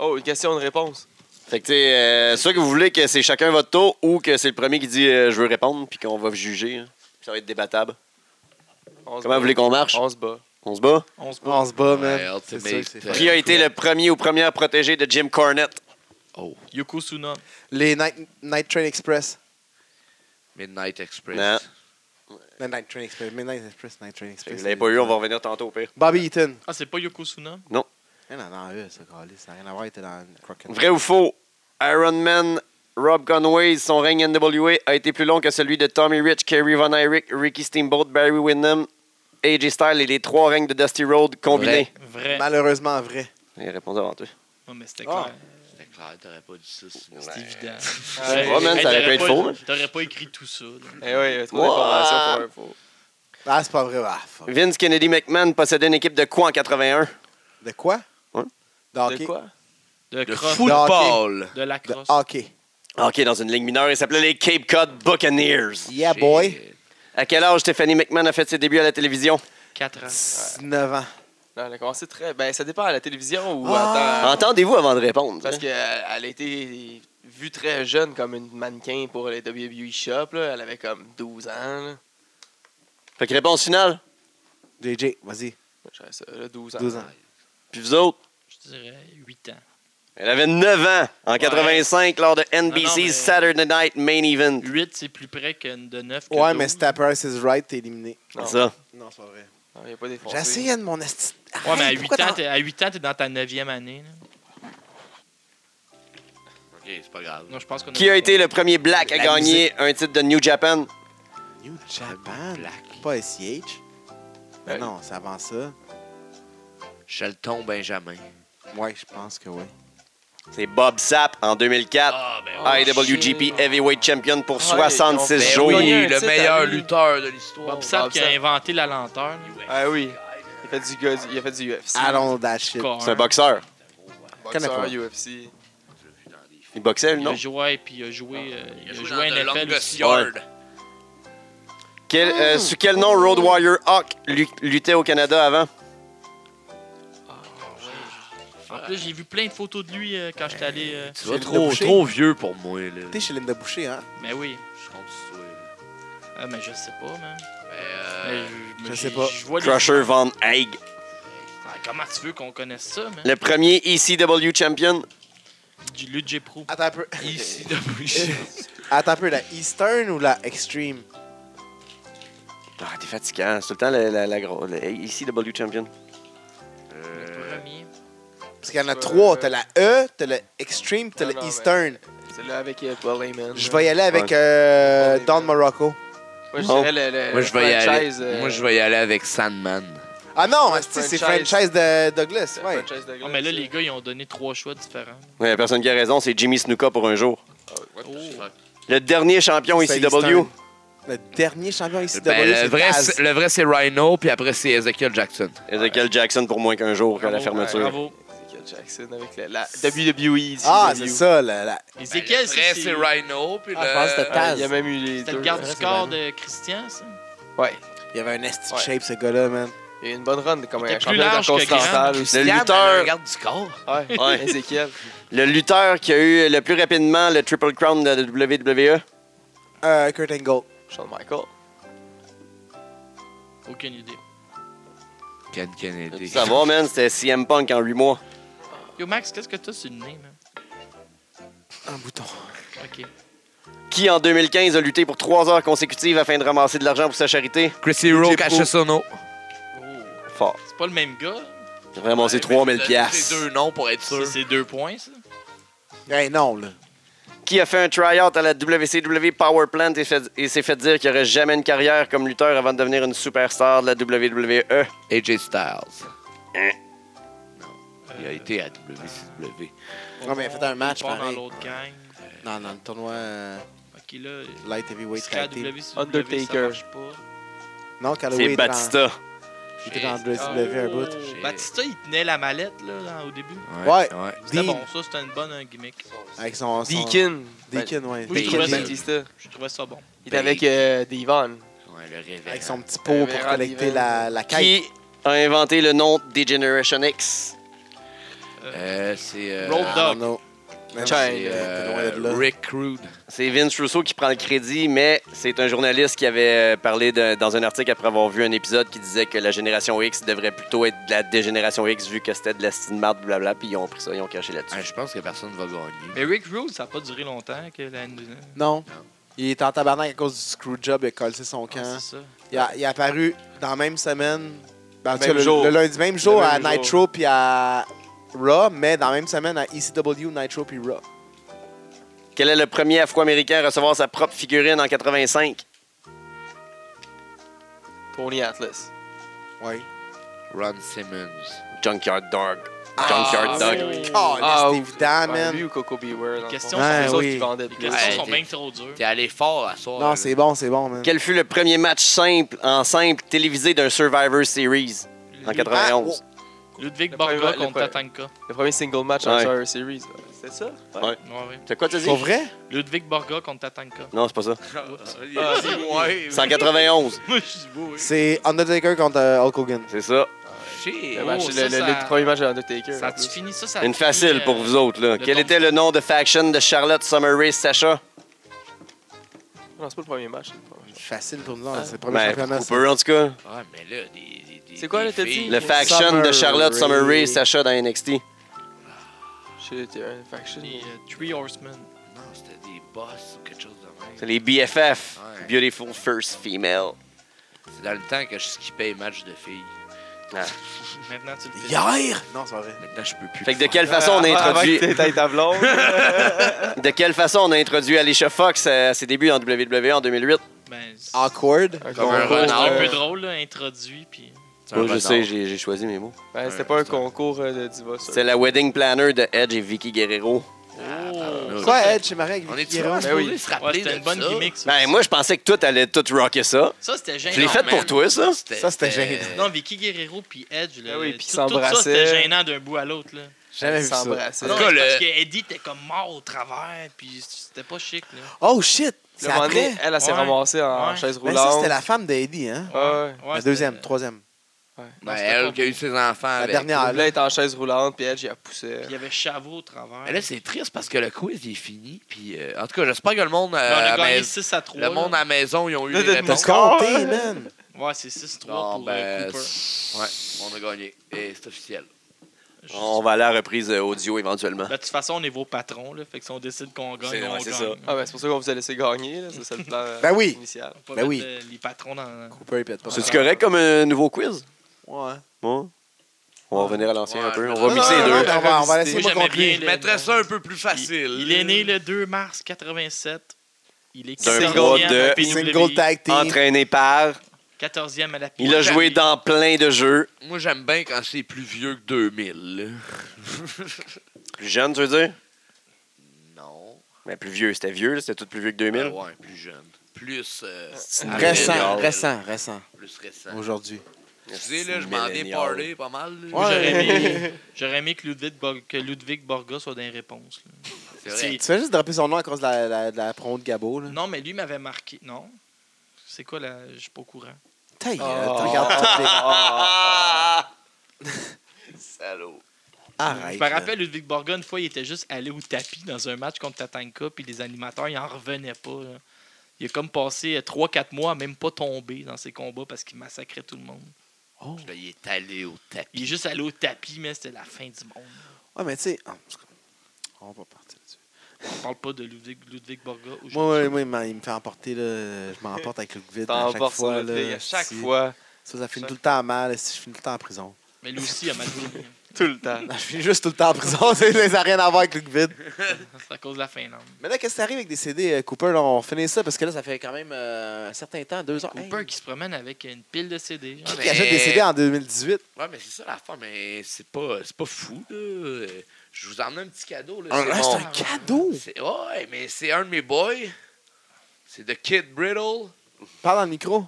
Speaker 3: Oh, une question, une réponse.
Speaker 2: Fait que, tu sais, euh, ça que vous voulez que c'est chacun votre tour ou que c'est le premier qui dit euh, je veux répondre puis qu'on va juger. hein. Ça va être débattable.
Speaker 3: On
Speaker 2: Comment
Speaker 3: se bat.
Speaker 2: vous voulez qu'on marche
Speaker 3: On se bat.
Speaker 2: On se bat
Speaker 4: On se bat.
Speaker 1: On se bat, man.
Speaker 5: Ouais,
Speaker 1: C'est
Speaker 5: Ultimate,
Speaker 1: sûr,
Speaker 5: euh,
Speaker 1: c'est
Speaker 2: Qui a été le premier ou première protégée de Jim Cornette
Speaker 4: Yoko Suna.
Speaker 1: Les Night, Night Train Express.
Speaker 5: Midnight Express.
Speaker 2: Non.
Speaker 1: Non, Night Train Express. Midnight Express, Night Train
Speaker 2: Fait que
Speaker 1: Express.
Speaker 2: Vous l'avez pas eu, on va revenir tantôt au pire.
Speaker 1: Bobby Eaton.
Speaker 4: Ah, c'est pas Yoko Suna?
Speaker 1: Non, non, non, eux, ça, câlisse, ça n'a rien à voir, il était dans Crockett.
Speaker 2: Vrai ou faux Iron Man, Rob Conway, son règne NWA a été plus long que celui de Tommy Rich, Kerry Von Erich, Ricky Steamboat, Barry Windham, AJ Styles et les trois règnes de Dusty Road combinés.
Speaker 4: Vrai.
Speaker 1: Malheureusement vrai.
Speaker 2: Il répond avant toi.
Speaker 4: Non, mais c'était
Speaker 1: Ah.
Speaker 4: clair.
Speaker 5: C'était clair, t'aurais pas dit ça. sinon.
Speaker 4: C'est évident.
Speaker 2: Ouais, man, ça aurait pu
Speaker 4: t'aurais
Speaker 2: être
Speaker 4: pas-
Speaker 2: faux, man.
Speaker 4: T'aurais pas écrit tout ça. là.
Speaker 3: Eh oui, il y a trop
Speaker 2: Wow.
Speaker 3: d'informations pour un faux.
Speaker 1: Ah, c'est pas vrai. Ah, fuck.
Speaker 2: Vince Kennedy McMahon possédait une équipe de quoi en 81
Speaker 1: De quoi?
Speaker 2: Hein?
Speaker 1: De hockey.
Speaker 3: De quoi?
Speaker 4: De
Speaker 5: Le
Speaker 4: cross.
Speaker 5: football.
Speaker 4: De la
Speaker 1: De
Speaker 4: crosse.
Speaker 1: hockey.
Speaker 2: Ok, dans une ligue mineure, il s'appelait les Cape Cod Buccaneers.
Speaker 1: Yeah, boy.
Speaker 5: Shit.
Speaker 2: À quel âge Stephanie McMahon a fait ses débuts à la télévision
Speaker 4: 4 ans.
Speaker 1: 19 ans.
Speaker 3: Non, elle a commencé très. Ben, ça dépend à la télévision ou
Speaker 1: Ah.
Speaker 3: à temps-
Speaker 2: Entendez-vous avant de répondre.
Speaker 3: Parce
Speaker 2: hein?
Speaker 3: qu'elle elle a été vue très jeune comme une mannequin pour les WWE Shop. Là. Elle avait comme 12 ans. là.
Speaker 2: Fait que réponse finale,
Speaker 1: JJ, vas-y.
Speaker 3: Je dirais ça, là, 12 ans.
Speaker 1: 12 ans.
Speaker 2: puis vous autres
Speaker 4: Je dirais 8 ans.
Speaker 2: Elle avait 9 ans en 85 lors de NBC
Speaker 4: Non, non, mais-
Speaker 2: Saturday Night Main Event.
Speaker 4: 8, c'est plus près que de 9.
Speaker 1: Ouais, mais si t'as Price is Right, t'es éliminé.
Speaker 3: Non.
Speaker 2: C'est ça.
Speaker 1: Non, c'est pas vrai.
Speaker 3: Non, Il n'y a pas défoncé.
Speaker 1: J'essaye de mon esti.
Speaker 4: Ouais, mais à
Speaker 1: Arrête,
Speaker 4: 8
Speaker 1: pourquoi
Speaker 4: ans,
Speaker 1: t'en-
Speaker 4: t'es- à 8 ans, t'es dans ta 9e année. là.
Speaker 5: Ok, c'est pas grave.
Speaker 4: Non, je pense qu'on
Speaker 2: Qui a été le premier black à
Speaker 5: La
Speaker 2: gagner un titre de New Japan?
Speaker 1: New Japan. Pas SCH. Ben non, c'est avant ça.
Speaker 5: Shelton Benjamin.
Speaker 1: Ouais, je pense que oui.
Speaker 2: C'est Bob Sapp en 2004.
Speaker 5: Ah, ben
Speaker 3: Ah,
Speaker 2: IWGP
Speaker 3: shit.
Speaker 2: Heavyweight Champion pour
Speaker 3: Ah, ouais, ils ont
Speaker 2: 66
Speaker 3: fait-
Speaker 2: jours.
Speaker 3: Ben oui,
Speaker 5: oui,
Speaker 3: un
Speaker 5: le
Speaker 3: titre à
Speaker 5: meilleur
Speaker 3: lui.
Speaker 5: lutteur de l'histoire.
Speaker 4: Bob Sapp
Speaker 3: Bob
Speaker 4: qui a
Speaker 3: Sapp.
Speaker 4: inventé la lenteur.
Speaker 3: Ah oui. Il a fait du, gars- il a fait du UFC.
Speaker 1: I don't know that shit.
Speaker 2: C'est un boxeur.
Speaker 1: connais
Speaker 3: Boxeur,
Speaker 1: pas.
Speaker 3: UFC.
Speaker 2: Il boxait,
Speaker 4: Il
Speaker 2: non?
Speaker 4: a joué, puis il a joué, euh, il a joué,
Speaker 5: dans The
Speaker 4: à NFL
Speaker 5: Longest
Speaker 4: aussi.
Speaker 5: Yard.
Speaker 2: Quel- euh, sous quel nom Road Warrior Hawk lu- luttait au Canada avant?
Speaker 4: En plus, j'ai vu plein de photos de lui euh, quand j'étais allé... euh,
Speaker 5: Tu
Speaker 1: C'est
Speaker 5: vas
Speaker 1: le
Speaker 5: trop,
Speaker 1: boucher.
Speaker 5: trop vieux pour moi, là.
Speaker 1: T'es chez Linda Boucher, hein?
Speaker 4: Mais oui.
Speaker 5: Je compte sur toi, là.
Speaker 4: Ah, mais je sais pas, man.
Speaker 5: Ben,
Speaker 4: Mais
Speaker 5: euh,
Speaker 4: mais
Speaker 1: je
Speaker 4: j'ai-
Speaker 1: sais pas.
Speaker 4: je vois les-
Speaker 2: Crusher Van Haig.
Speaker 4: Ah, Comment tu veux qu'on connaisse ça, man?
Speaker 2: Le premier ECW Champion.
Speaker 4: Du Lutte J Pro.
Speaker 1: Attends un peu.
Speaker 5: Ici, de
Speaker 1: Attends un peu, la Eastern ou la Extreme?
Speaker 2: Ah, t'es fatigant. C'est tout le temps la, la, la gro- la ECW Champion.
Speaker 5: Euh,
Speaker 4: Premier.
Speaker 1: Parce qu'il y en a
Speaker 3: Ouais.
Speaker 1: trois. T'as la E, t'as la Extreme, t'as
Speaker 3: Non,
Speaker 1: la
Speaker 3: non,
Speaker 1: Eastern.
Speaker 3: C'est là avec euh, Paul Heyman.
Speaker 1: Je
Speaker 3: là.
Speaker 1: vais y aller avec
Speaker 2: Ouais.
Speaker 1: euh,
Speaker 3: Ouais.
Speaker 1: Don Morocco.
Speaker 3: Moi, je dirais le, le
Speaker 5: Moi, je vais y
Speaker 3: franchise,
Speaker 5: aller.
Speaker 3: euh,
Speaker 5: Moi, je vais y aller avec Sandman.
Speaker 1: Ah non,
Speaker 3: Ouais,
Speaker 1: esti, c'est
Speaker 3: franchise.
Speaker 1: franchise de Douglas.
Speaker 3: le
Speaker 1: Ouais.
Speaker 3: franchise de
Speaker 4: Ah, mais là,
Speaker 3: Glass,
Speaker 4: les gars, ils ont donné trois choix différents.
Speaker 2: Ouais, la personne qui a raison, c'est Jimmy Snuka pour un jour.
Speaker 3: Oh,
Speaker 4: fuck?
Speaker 2: Le dernier champion E
Speaker 1: C'est
Speaker 2: ECW.
Speaker 1: Eastern. Le dernier champion ECW,
Speaker 5: Ben, le,
Speaker 1: c'est
Speaker 5: vrai,
Speaker 1: Taz.
Speaker 5: c'est- le vrai, c'est Rhino, puis après, c'est Ezekiel Jackson.
Speaker 2: Ezekiel Jackson pour moins qu'un jour à la
Speaker 4: Bravo,
Speaker 2: fermeture.
Speaker 4: Bravo.
Speaker 3: Ezekiel Jackson avec la, E la WWE.
Speaker 1: Ah,
Speaker 3: CW.
Speaker 1: c'est ça, la, la-
Speaker 4: Ezekiel,
Speaker 5: le vrai, c'est
Speaker 4: c'est
Speaker 5: Rhino, puis
Speaker 1: Ah,
Speaker 5: le-
Speaker 1: je pense que c'était
Speaker 3: Ah,
Speaker 1: Taz.
Speaker 3: il y a même eu les
Speaker 4: C'était
Speaker 3: deux.
Speaker 4: le garde
Speaker 1: Ouais,
Speaker 4: du
Speaker 1: c'est
Speaker 4: corps
Speaker 1: vrai.
Speaker 4: de Christian, ça?
Speaker 3: Ouais.
Speaker 1: Il y avait un esti de
Speaker 3: Ouais.
Speaker 1: shape, ce gars-là, man.
Speaker 3: Il y a eu une bonne run comme
Speaker 4: Il était
Speaker 3: un
Speaker 4: plus
Speaker 3: championnat
Speaker 4: large que
Speaker 3: continental
Speaker 2: Le
Speaker 5: Fiable,
Speaker 2: lutteur-
Speaker 5: elle regarde du corps.
Speaker 3: Ouais,
Speaker 2: Ouais.
Speaker 3: Ezekiel.
Speaker 2: Le lutteur qui a eu le plus rapidement le Triple Crown de la E. WWE.
Speaker 1: Euh, Kurt Angle.
Speaker 3: Shawn Michael.
Speaker 4: Aucune idée.
Speaker 5: Ken Kennedy.
Speaker 2: Ça va, man, c'était CM Punk en 8 mois.
Speaker 4: Yo, Max, qu'est-ce que t'as sur le nez, man?
Speaker 1: Un bouton.
Speaker 4: Ok.
Speaker 2: Qui, en 2015, a lutté pour 3 heures consécutives afin de ramasser de l'argent pour sa charité.
Speaker 5: Chris Hero,
Speaker 2: Jeppo.
Speaker 5: Cachesono.
Speaker 4: Oh.
Speaker 2: Fort.
Speaker 4: C'est pas le même gars.
Speaker 2: Il a ramassé 3000
Speaker 5: C'est
Speaker 2: piastres.
Speaker 5: deux noms pour être
Speaker 4: C'est
Speaker 5: sûr.
Speaker 4: c'est deux points, ça.
Speaker 1: Hey, non, là.
Speaker 2: Qui a fait un try-out à la WCW Power Plant et, fait- et s'est fait dire qu'il n'aurait jamais une carrière comme lutteur avant de devenir une superstar de la E. WWE.
Speaker 3: Ah
Speaker 5: AJ Styles. Il a été à WCW.
Speaker 1: Non, mais faites un match,
Speaker 4: On part dans
Speaker 1: pareil.
Speaker 4: l'autre gang.
Speaker 1: Non, non, le tournoi euh,
Speaker 4: Ok, là,
Speaker 1: Light Heavyweight Tag Team.
Speaker 4: Undertaker. ça
Speaker 3: Undertaker.
Speaker 4: marche pas.
Speaker 1: Non, Calloway
Speaker 2: C'est
Speaker 1: était dans-
Speaker 2: Batista.
Speaker 1: il était dans
Speaker 4: Ah,
Speaker 1: WCW un bout.
Speaker 4: oh, Batista, il tenait la mallette, là, là, au début.
Speaker 1: Ouais.
Speaker 4: C'était
Speaker 1: Dean.
Speaker 4: bon, ça, c'était une bonne euh, gimmick.
Speaker 1: Avec son. son-
Speaker 3: Deacon.
Speaker 1: Deacon, ouais. Deacon
Speaker 3: Ben,
Speaker 4: Oui, je trouvais
Speaker 3: Deacon
Speaker 4: ça-
Speaker 1: Dean.
Speaker 3: Batista.
Speaker 4: Je trouvais ça bon.
Speaker 3: Il était avec euh, Devon.
Speaker 5: Ouais, le révérend.
Speaker 1: Avec son petit pot pour
Speaker 3: Révérend
Speaker 1: collecter
Speaker 3: Dean.
Speaker 1: la, la quête.
Speaker 2: Qui a inventé le nom Degeneration X.
Speaker 5: Euh, c'est. euh,
Speaker 4: Road Dogg.
Speaker 1: Non, non. Même
Speaker 3: Chang.
Speaker 1: si,
Speaker 5: c'est,
Speaker 1: euh, t'es loin de
Speaker 5: euh,
Speaker 1: là.
Speaker 5: Rick Rude.
Speaker 2: C'est Vince Russo qui prend le crédit, mais c'est un journaliste qui avait euh, parlé de- dans un article après avoir vu un épisode qui disait que la génération X devrait plutôt être de la dégénération X vu que c'était de la stine marde, blablabla, puis ils ont pris ça, ils ont caché
Speaker 5: Ah,
Speaker 2: là-dessus.
Speaker 5: je pense que personne ne va gagner.
Speaker 4: Mais Rick Rude, ça n'a pas duré longtemps que la NWA.
Speaker 1: Non. Il est en tabarnak à cause du screwjob, il a collé son
Speaker 4: Ah,
Speaker 1: camp.
Speaker 4: c'est ça.
Speaker 1: Il, a- il est apparu dans la même semaine, ben, en tout
Speaker 3: Même
Speaker 1: cas, le,
Speaker 3: jour.
Speaker 1: le lundi même jour
Speaker 3: même
Speaker 1: à
Speaker 3: jour.
Speaker 1: Nitro puis à Raw, mais dans la même semaine à ECW, Nitro puis Raw.
Speaker 2: Quel est le premier Afro-Américain à recevoir sa propre figurine en 85?
Speaker 3: Tony Atlas.
Speaker 1: Ouais.
Speaker 5: Ron Simmons.
Speaker 2: Junkyard Dog.
Speaker 3: Ah,
Speaker 2: Junkyard
Speaker 3: c'est
Speaker 2: Dog.
Speaker 3: vrai.
Speaker 1: Oh,
Speaker 3: Ah,
Speaker 1: c'est
Speaker 3: oui.
Speaker 1: évident,
Speaker 3: Ouais, Lui
Speaker 1: man.
Speaker 3: ou Coco Beware. dans le
Speaker 4: Question,
Speaker 3: fond.
Speaker 1: c'est
Speaker 3: c'est eux autres
Speaker 1: oui.
Speaker 3: qui vendaient
Speaker 4: Les
Speaker 3: plus.
Speaker 4: questions
Speaker 5: Ouais,
Speaker 4: sont
Speaker 5: t'es-
Speaker 4: bien trop dures.
Speaker 5: T'es allé fort à soir.
Speaker 1: Non,
Speaker 5: là.
Speaker 1: c'est bon, c'est bon, man.
Speaker 2: Quel fut le premier match simple en simple télévisé d'un Survivor Series en
Speaker 4: Ludwig-
Speaker 2: 91?
Speaker 4: Ludwig
Speaker 3: Le
Speaker 4: Borga
Speaker 3: premier- le
Speaker 4: contre
Speaker 3: premier-
Speaker 4: Tatanka.
Speaker 3: Le premier single match en
Speaker 2: Ouais.
Speaker 3: Survivor Series. C'était ça?
Speaker 2: Ouais.
Speaker 4: Ouais, ouais.
Speaker 2: C'est quoi t'as dit?
Speaker 1: Pour vrai?
Speaker 4: Ludwig Borga contre Tatanka.
Speaker 2: Non, c'est pas ça.
Speaker 5: Il a dit, ouais.
Speaker 2: Ah, C'est en 91.
Speaker 4: Moi, je dis oui.
Speaker 1: C'est Undertaker contre euh, Hulk Hogan.
Speaker 2: C'est ça.
Speaker 5: Shit.
Speaker 3: Le,
Speaker 4: Oh,
Speaker 3: match,
Speaker 4: ça,
Speaker 3: le- le-
Speaker 4: ça-
Speaker 3: le premier match de Undertaker.
Speaker 4: Ça
Speaker 3: en
Speaker 4: a-tu
Speaker 3: plus.
Speaker 4: fini ça? ça a
Speaker 2: Une
Speaker 4: fini,
Speaker 2: facile
Speaker 4: euh,
Speaker 2: pour vous autres, là.
Speaker 4: le
Speaker 2: Quel
Speaker 4: ton-
Speaker 2: était le nom de faction de Charlotte Summer Rae Sacha?
Speaker 3: Non, c'est pas le premier match. c'est le premier match.
Speaker 1: Facile pour nous, hein, c'est le premier
Speaker 2: Ben,
Speaker 1: championnat. ça.
Speaker 2: Cooper, en tout cas.
Speaker 5: Ah, mais là, des. des- des-
Speaker 3: C'est quoi,
Speaker 5: des
Speaker 3: là, t'as dit?
Speaker 5: filles.
Speaker 2: Le faction de
Speaker 1: Summer
Speaker 2: Charlotte
Speaker 1: Rae.
Speaker 2: Summer Rae Sacha dans NXT.
Speaker 3: Shit, il y a un faction.
Speaker 4: Les euh, Three Horsemen.
Speaker 5: Non, c'était des boss ou quelque chose de même.
Speaker 2: C'est les BFF.
Speaker 5: Ouais.
Speaker 2: Beautiful First Female.
Speaker 5: C'est dans le temps que je skippais les matchs de filles.
Speaker 4: Maintenant, tu le fais.
Speaker 1: Hier! Non, c'est pas vrai.
Speaker 5: Maintenant, je peux plus.
Speaker 2: Fait que de
Speaker 5: le faire.
Speaker 2: quelle façon on a
Speaker 3: Avant
Speaker 2: introduit...
Speaker 3: que t'aies ta tableau.
Speaker 2: De quelle façon on a introduit Alicia Fox à ses débuts en WWE en 2008?
Speaker 4: Ben, c'est
Speaker 1: Awkward.
Speaker 5: Comme un
Speaker 4: c'est
Speaker 5: renard.
Speaker 3: euh,
Speaker 4: un peu drôle, là, introduit. Puis...
Speaker 5: C'est un
Speaker 2: Moi, je
Speaker 5: renard.
Speaker 2: sais, j'ai j'ai choisi mes mots.
Speaker 3: Ben, c'était pas un concours euh, de diva, ça.
Speaker 2: C'est la Wedding Planner de Edge et Vicky Guerrero.
Speaker 4: Oh!
Speaker 2: bah,
Speaker 5: pardon.
Speaker 1: Quoi, Ed, chez Marie avec
Speaker 5: On
Speaker 1: Vicky
Speaker 5: est-tu vraiment
Speaker 1: Guerrero?
Speaker 3: Ben oui.
Speaker 5: supposé se
Speaker 4: Ouais,
Speaker 5: rappeler
Speaker 4: c'était
Speaker 5: de
Speaker 4: une bonne
Speaker 5: ça?
Speaker 4: gimmick, ça.
Speaker 2: Ben, moi, je pensais que toi, t'allais tout rocker ça.
Speaker 4: Ça, c'était gênant.
Speaker 2: Je l'ai fait
Speaker 5: man.
Speaker 2: pour toi, ça.
Speaker 1: Ça, c'était gênant.
Speaker 4: Non, Vicky Guerrero puis Edge, là,
Speaker 3: Ah oui,
Speaker 4: tout,
Speaker 3: puis ils
Speaker 4: tout ça,
Speaker 3: s'embrassaient.
Speaker 4: c'était gênant d'un bout à l'autre. là.
Speaker 1: Jamais vu ça.
Speaker 3: s'embrasser.
Speaker 4: Non,
Speaker 5: cas,
Speaker 4: c'est
Speaker 5: le-
Speaker 4: parce que Eddie était comme mort au travers, puis c'était pas chic. Là.
Speaker 1: Oh shit!
Speaker 3: Le
Speaker 1: C'est
Speaker 3: moment donné,
Speaker 1: après.
Speaker 3: elle, elle s'est
Speaker 4: Ouais.
Speaker 3: ramassée en
Speaker 4: Ouais.
Speaker 3: chaise
Speaker 1: Mais ça,
Speaker 3: roulante.
Speaker 1: c'était la femme d'Eddie, hein?
Speaker 3: Ah Ouais, ouais.
Speaker 1: La
Speaker 4: c'était-
Speaker 1: deuxième, troisième.
Speaker 5: Ben,
Speaker 4: c'était pas
Speaker 5: elle qui a eu ses enfants
Speaker 1: La
Speaker 5: avec.
Speaker 1: dernière.
Speaker 3: Elle voulait être en chaise roulante, puis elle, j'y a poussé.
Speaker 4: Il y avait Chavot au travers.
Speaker 5: Mais là, c'est triste parce que le quiz il est fini. Puis, euh, en tout cas, j'espère que le monde, euh,
Speaker 4: Mais on
Speaker 5: à
Speaker 4: a gagné
Speaker 5: mais-
Speaker 4: 6 à 3.
Speaker 5: le monde à la maison, ils ont eu
Speaker 3: Là,
Speaker 5: des
Speaker 3: t'as-
Speaker 5: réponses.
Speaker 1: T'as compté, man!
Speaker 4: Ouais, c'est 6-3
Speaker 5: Non,
Speaker 4: pour euh,
Speaker 5: ben,
Speaker 4: Cooper.
Speaker 5: c'est- ouais, on a gagné. Et c'est officiel.
Speaker 4: Je-
Speaker 2: On va aller à la reprise euh, audio éventuellement.
Speaker 4: Ben, de toute façon, on est vos patrons. Là, fait que si on décide qu'on gagne,
Speaker 2: C'est-
Speaker 4: on
Speaker 2: ouais, c'est
Speaker 4: gagne.
Speaker 2: ça.
Speaker 3: Ah, ben, c'est pour ça qu'on vous a laissé gagner, là. Ça, c'est le plan euh,
Speaker 1: Ben oui.
Speaker 3: initial.
Speaker 4: On va pas
Speaker 1: Ben
Speaker 4: mettre,
Speaker 1: oui.
Speaker 4: euh, les patrons dans.
Speaker 1: Cooper, il pète pas.
Speaker 2: C'est-tu correct comme un nouveau quiz?
Speaker 1: Ouais.
Speaker 2: Bon. On va revenir à l'ancien
Speaker 5: Ouais,
Speaker 2: un peu.
Speaker 5: mais-
Speaker 2: On
Speaker 5: Non,
Speaker 2: va mixer
Speaker 5: non,
Speaker 2: les
Speaker 5: non,
Speaker 2: deux.
Speaker 1: On va, on va laisser
Speaker 4: Moi,
Speaker 1: moi
Speaker 4: j'aimais bien
Speaker 1: conclure.
Speaker 5: Je
Speaker 4: le-
Speaker 5: mettrais ça un peu plus
Speaker 4: Il,
Speaker 5: facile.
Speaker 4: il est né le 2 mars 87. Il est
Speaker 2: D'un
Speaker 4: 14e
Speaker 2: mois
Speaker 4: à
Speaker 2: de
Speaker 4: la
Speaker 1: Single
Speaker 4: PWI,
Speaker 1: tag team.
Speaker 2: Entraîné par.
Speaker 4: 14e à la
Speaker 2: Il a
Speaker 4: PWI.
Speaker 2: joué dans plein de jeux.
Speaker 5: Moi, j'aime bien quand c'est plus vieux que 2000.
Speaker 2: Plus jeune, tu veux dire?
Speaker 5: Non.
Speaker 2: Mais plus vieux, c'était vieux, là, c'était tout plus vieux que 2000.
Speaker 5: Ah ouais, plus jeune. Plus. euh,
Speaker 1: Récent,
Speaker 5: millénial.
Speaker 1: récent, récent.
Speaker 5: Plus récent.
Speaker 1: Aujourd'hui.
Speaker 5: Excusez, là, je m'en ai
Speaker 2: Millénial.
Speaker 5: parlé pas mal. là.
Speaker 1: Ouais.
Speaker 4: J'aurais aimé, j'aurais aimé que, Ludwig Bor- que Ludwig Borga soit dans les réponses. là.
Speaker 5: C'est vrai.
Speaker 1: Tu fais juste dropper son nom à cause de la, la, de la promo de Gabo, là.
Speaker 4: Non, mais lui m'avait marqué. Non. C'est quoi la. Je suis pas au courant.
Speaker 1: Ta gueule,
Speaker 3: Oh.
Speaker 1: regarde euh, toutes les-
Speaker 5: Salaud.
Speaker 1: Arrête.
Speaker 4: Je me
Speaker 1: là.
Speaker 4: rappelle, Ludwig Borga, une fois, il était juste allé au tapis dans un match contre Tatanka, puis les animateurs, ils en revenaient pas. là. Il a comme passé 3-4 mois à même pas tomber dans ses combats parce qu'il massacrait tout le monde.
Speaker 5: Là, il est allé au tapis.
Speaker 4: Il est juste allé au tapis, mais c'était la fin du monde.
Speaker 1: Ouais, mais tu sais. ah, en tout cas, On va partir là-dessus.
Speaker 4: On parle pas de Ludwig, Ludwig Borga aujourd'hui.
Speaker 1: Moi, ouais, moi, il m'a- il me fait emporter, là. Je m'emporte avec le Covid à chaque
Speaker 3: T'emportes sur
Speaker 1: fois,
Speaker 3: le
Speaker 1: là.
Speaker 3: fil à chaque
Speaker 1: si-
Speaker 3: fois,
Speaker 1: Ça, ça finit
Speaker 3: Chaque-
Speaker 1: tout le temps mal. Si je finis tout le temps en prison.
Speaker 4: Mais lui aussi, il a mal joué.
Speaker 3: tout le temps.
Speaker 1: Je finis juste tout le temps en prison. Ça n'a rien à voir avec le Covid.
Speaker 4: C'est à cause de la Finlande.
Speaker 1: Mais là, qu'est-ce qui arrive avec des CD, euh, Cooper? Là, on finit ça parce que là, ça fait quand même euh, un certain temps, deux ans.
Speaker 4: Cooper qui se promène avec une pile de CD. genre.
Speaker 5: Ouais,
Speaker 1: Qui
Speaker 5: mais-
Speaker 1: achète des CD en 2018?
Speaker 5: Ouais, mais c'est ça la fin, mais c'est pas, c'est pas fou, là. Euh, Je vous emmène un petit cadeau, là.
Speaker 1: Ah,
Speaker 5: c'est
Speaker 1: là,
Speaker 5: mon-
Speaker 1: c'est un cadeau!
Speaker 5: c'est- Ouais, mais c'est un de mes boys. C'est de Kid Brittle.
Speaker 1: Parle dans le micro.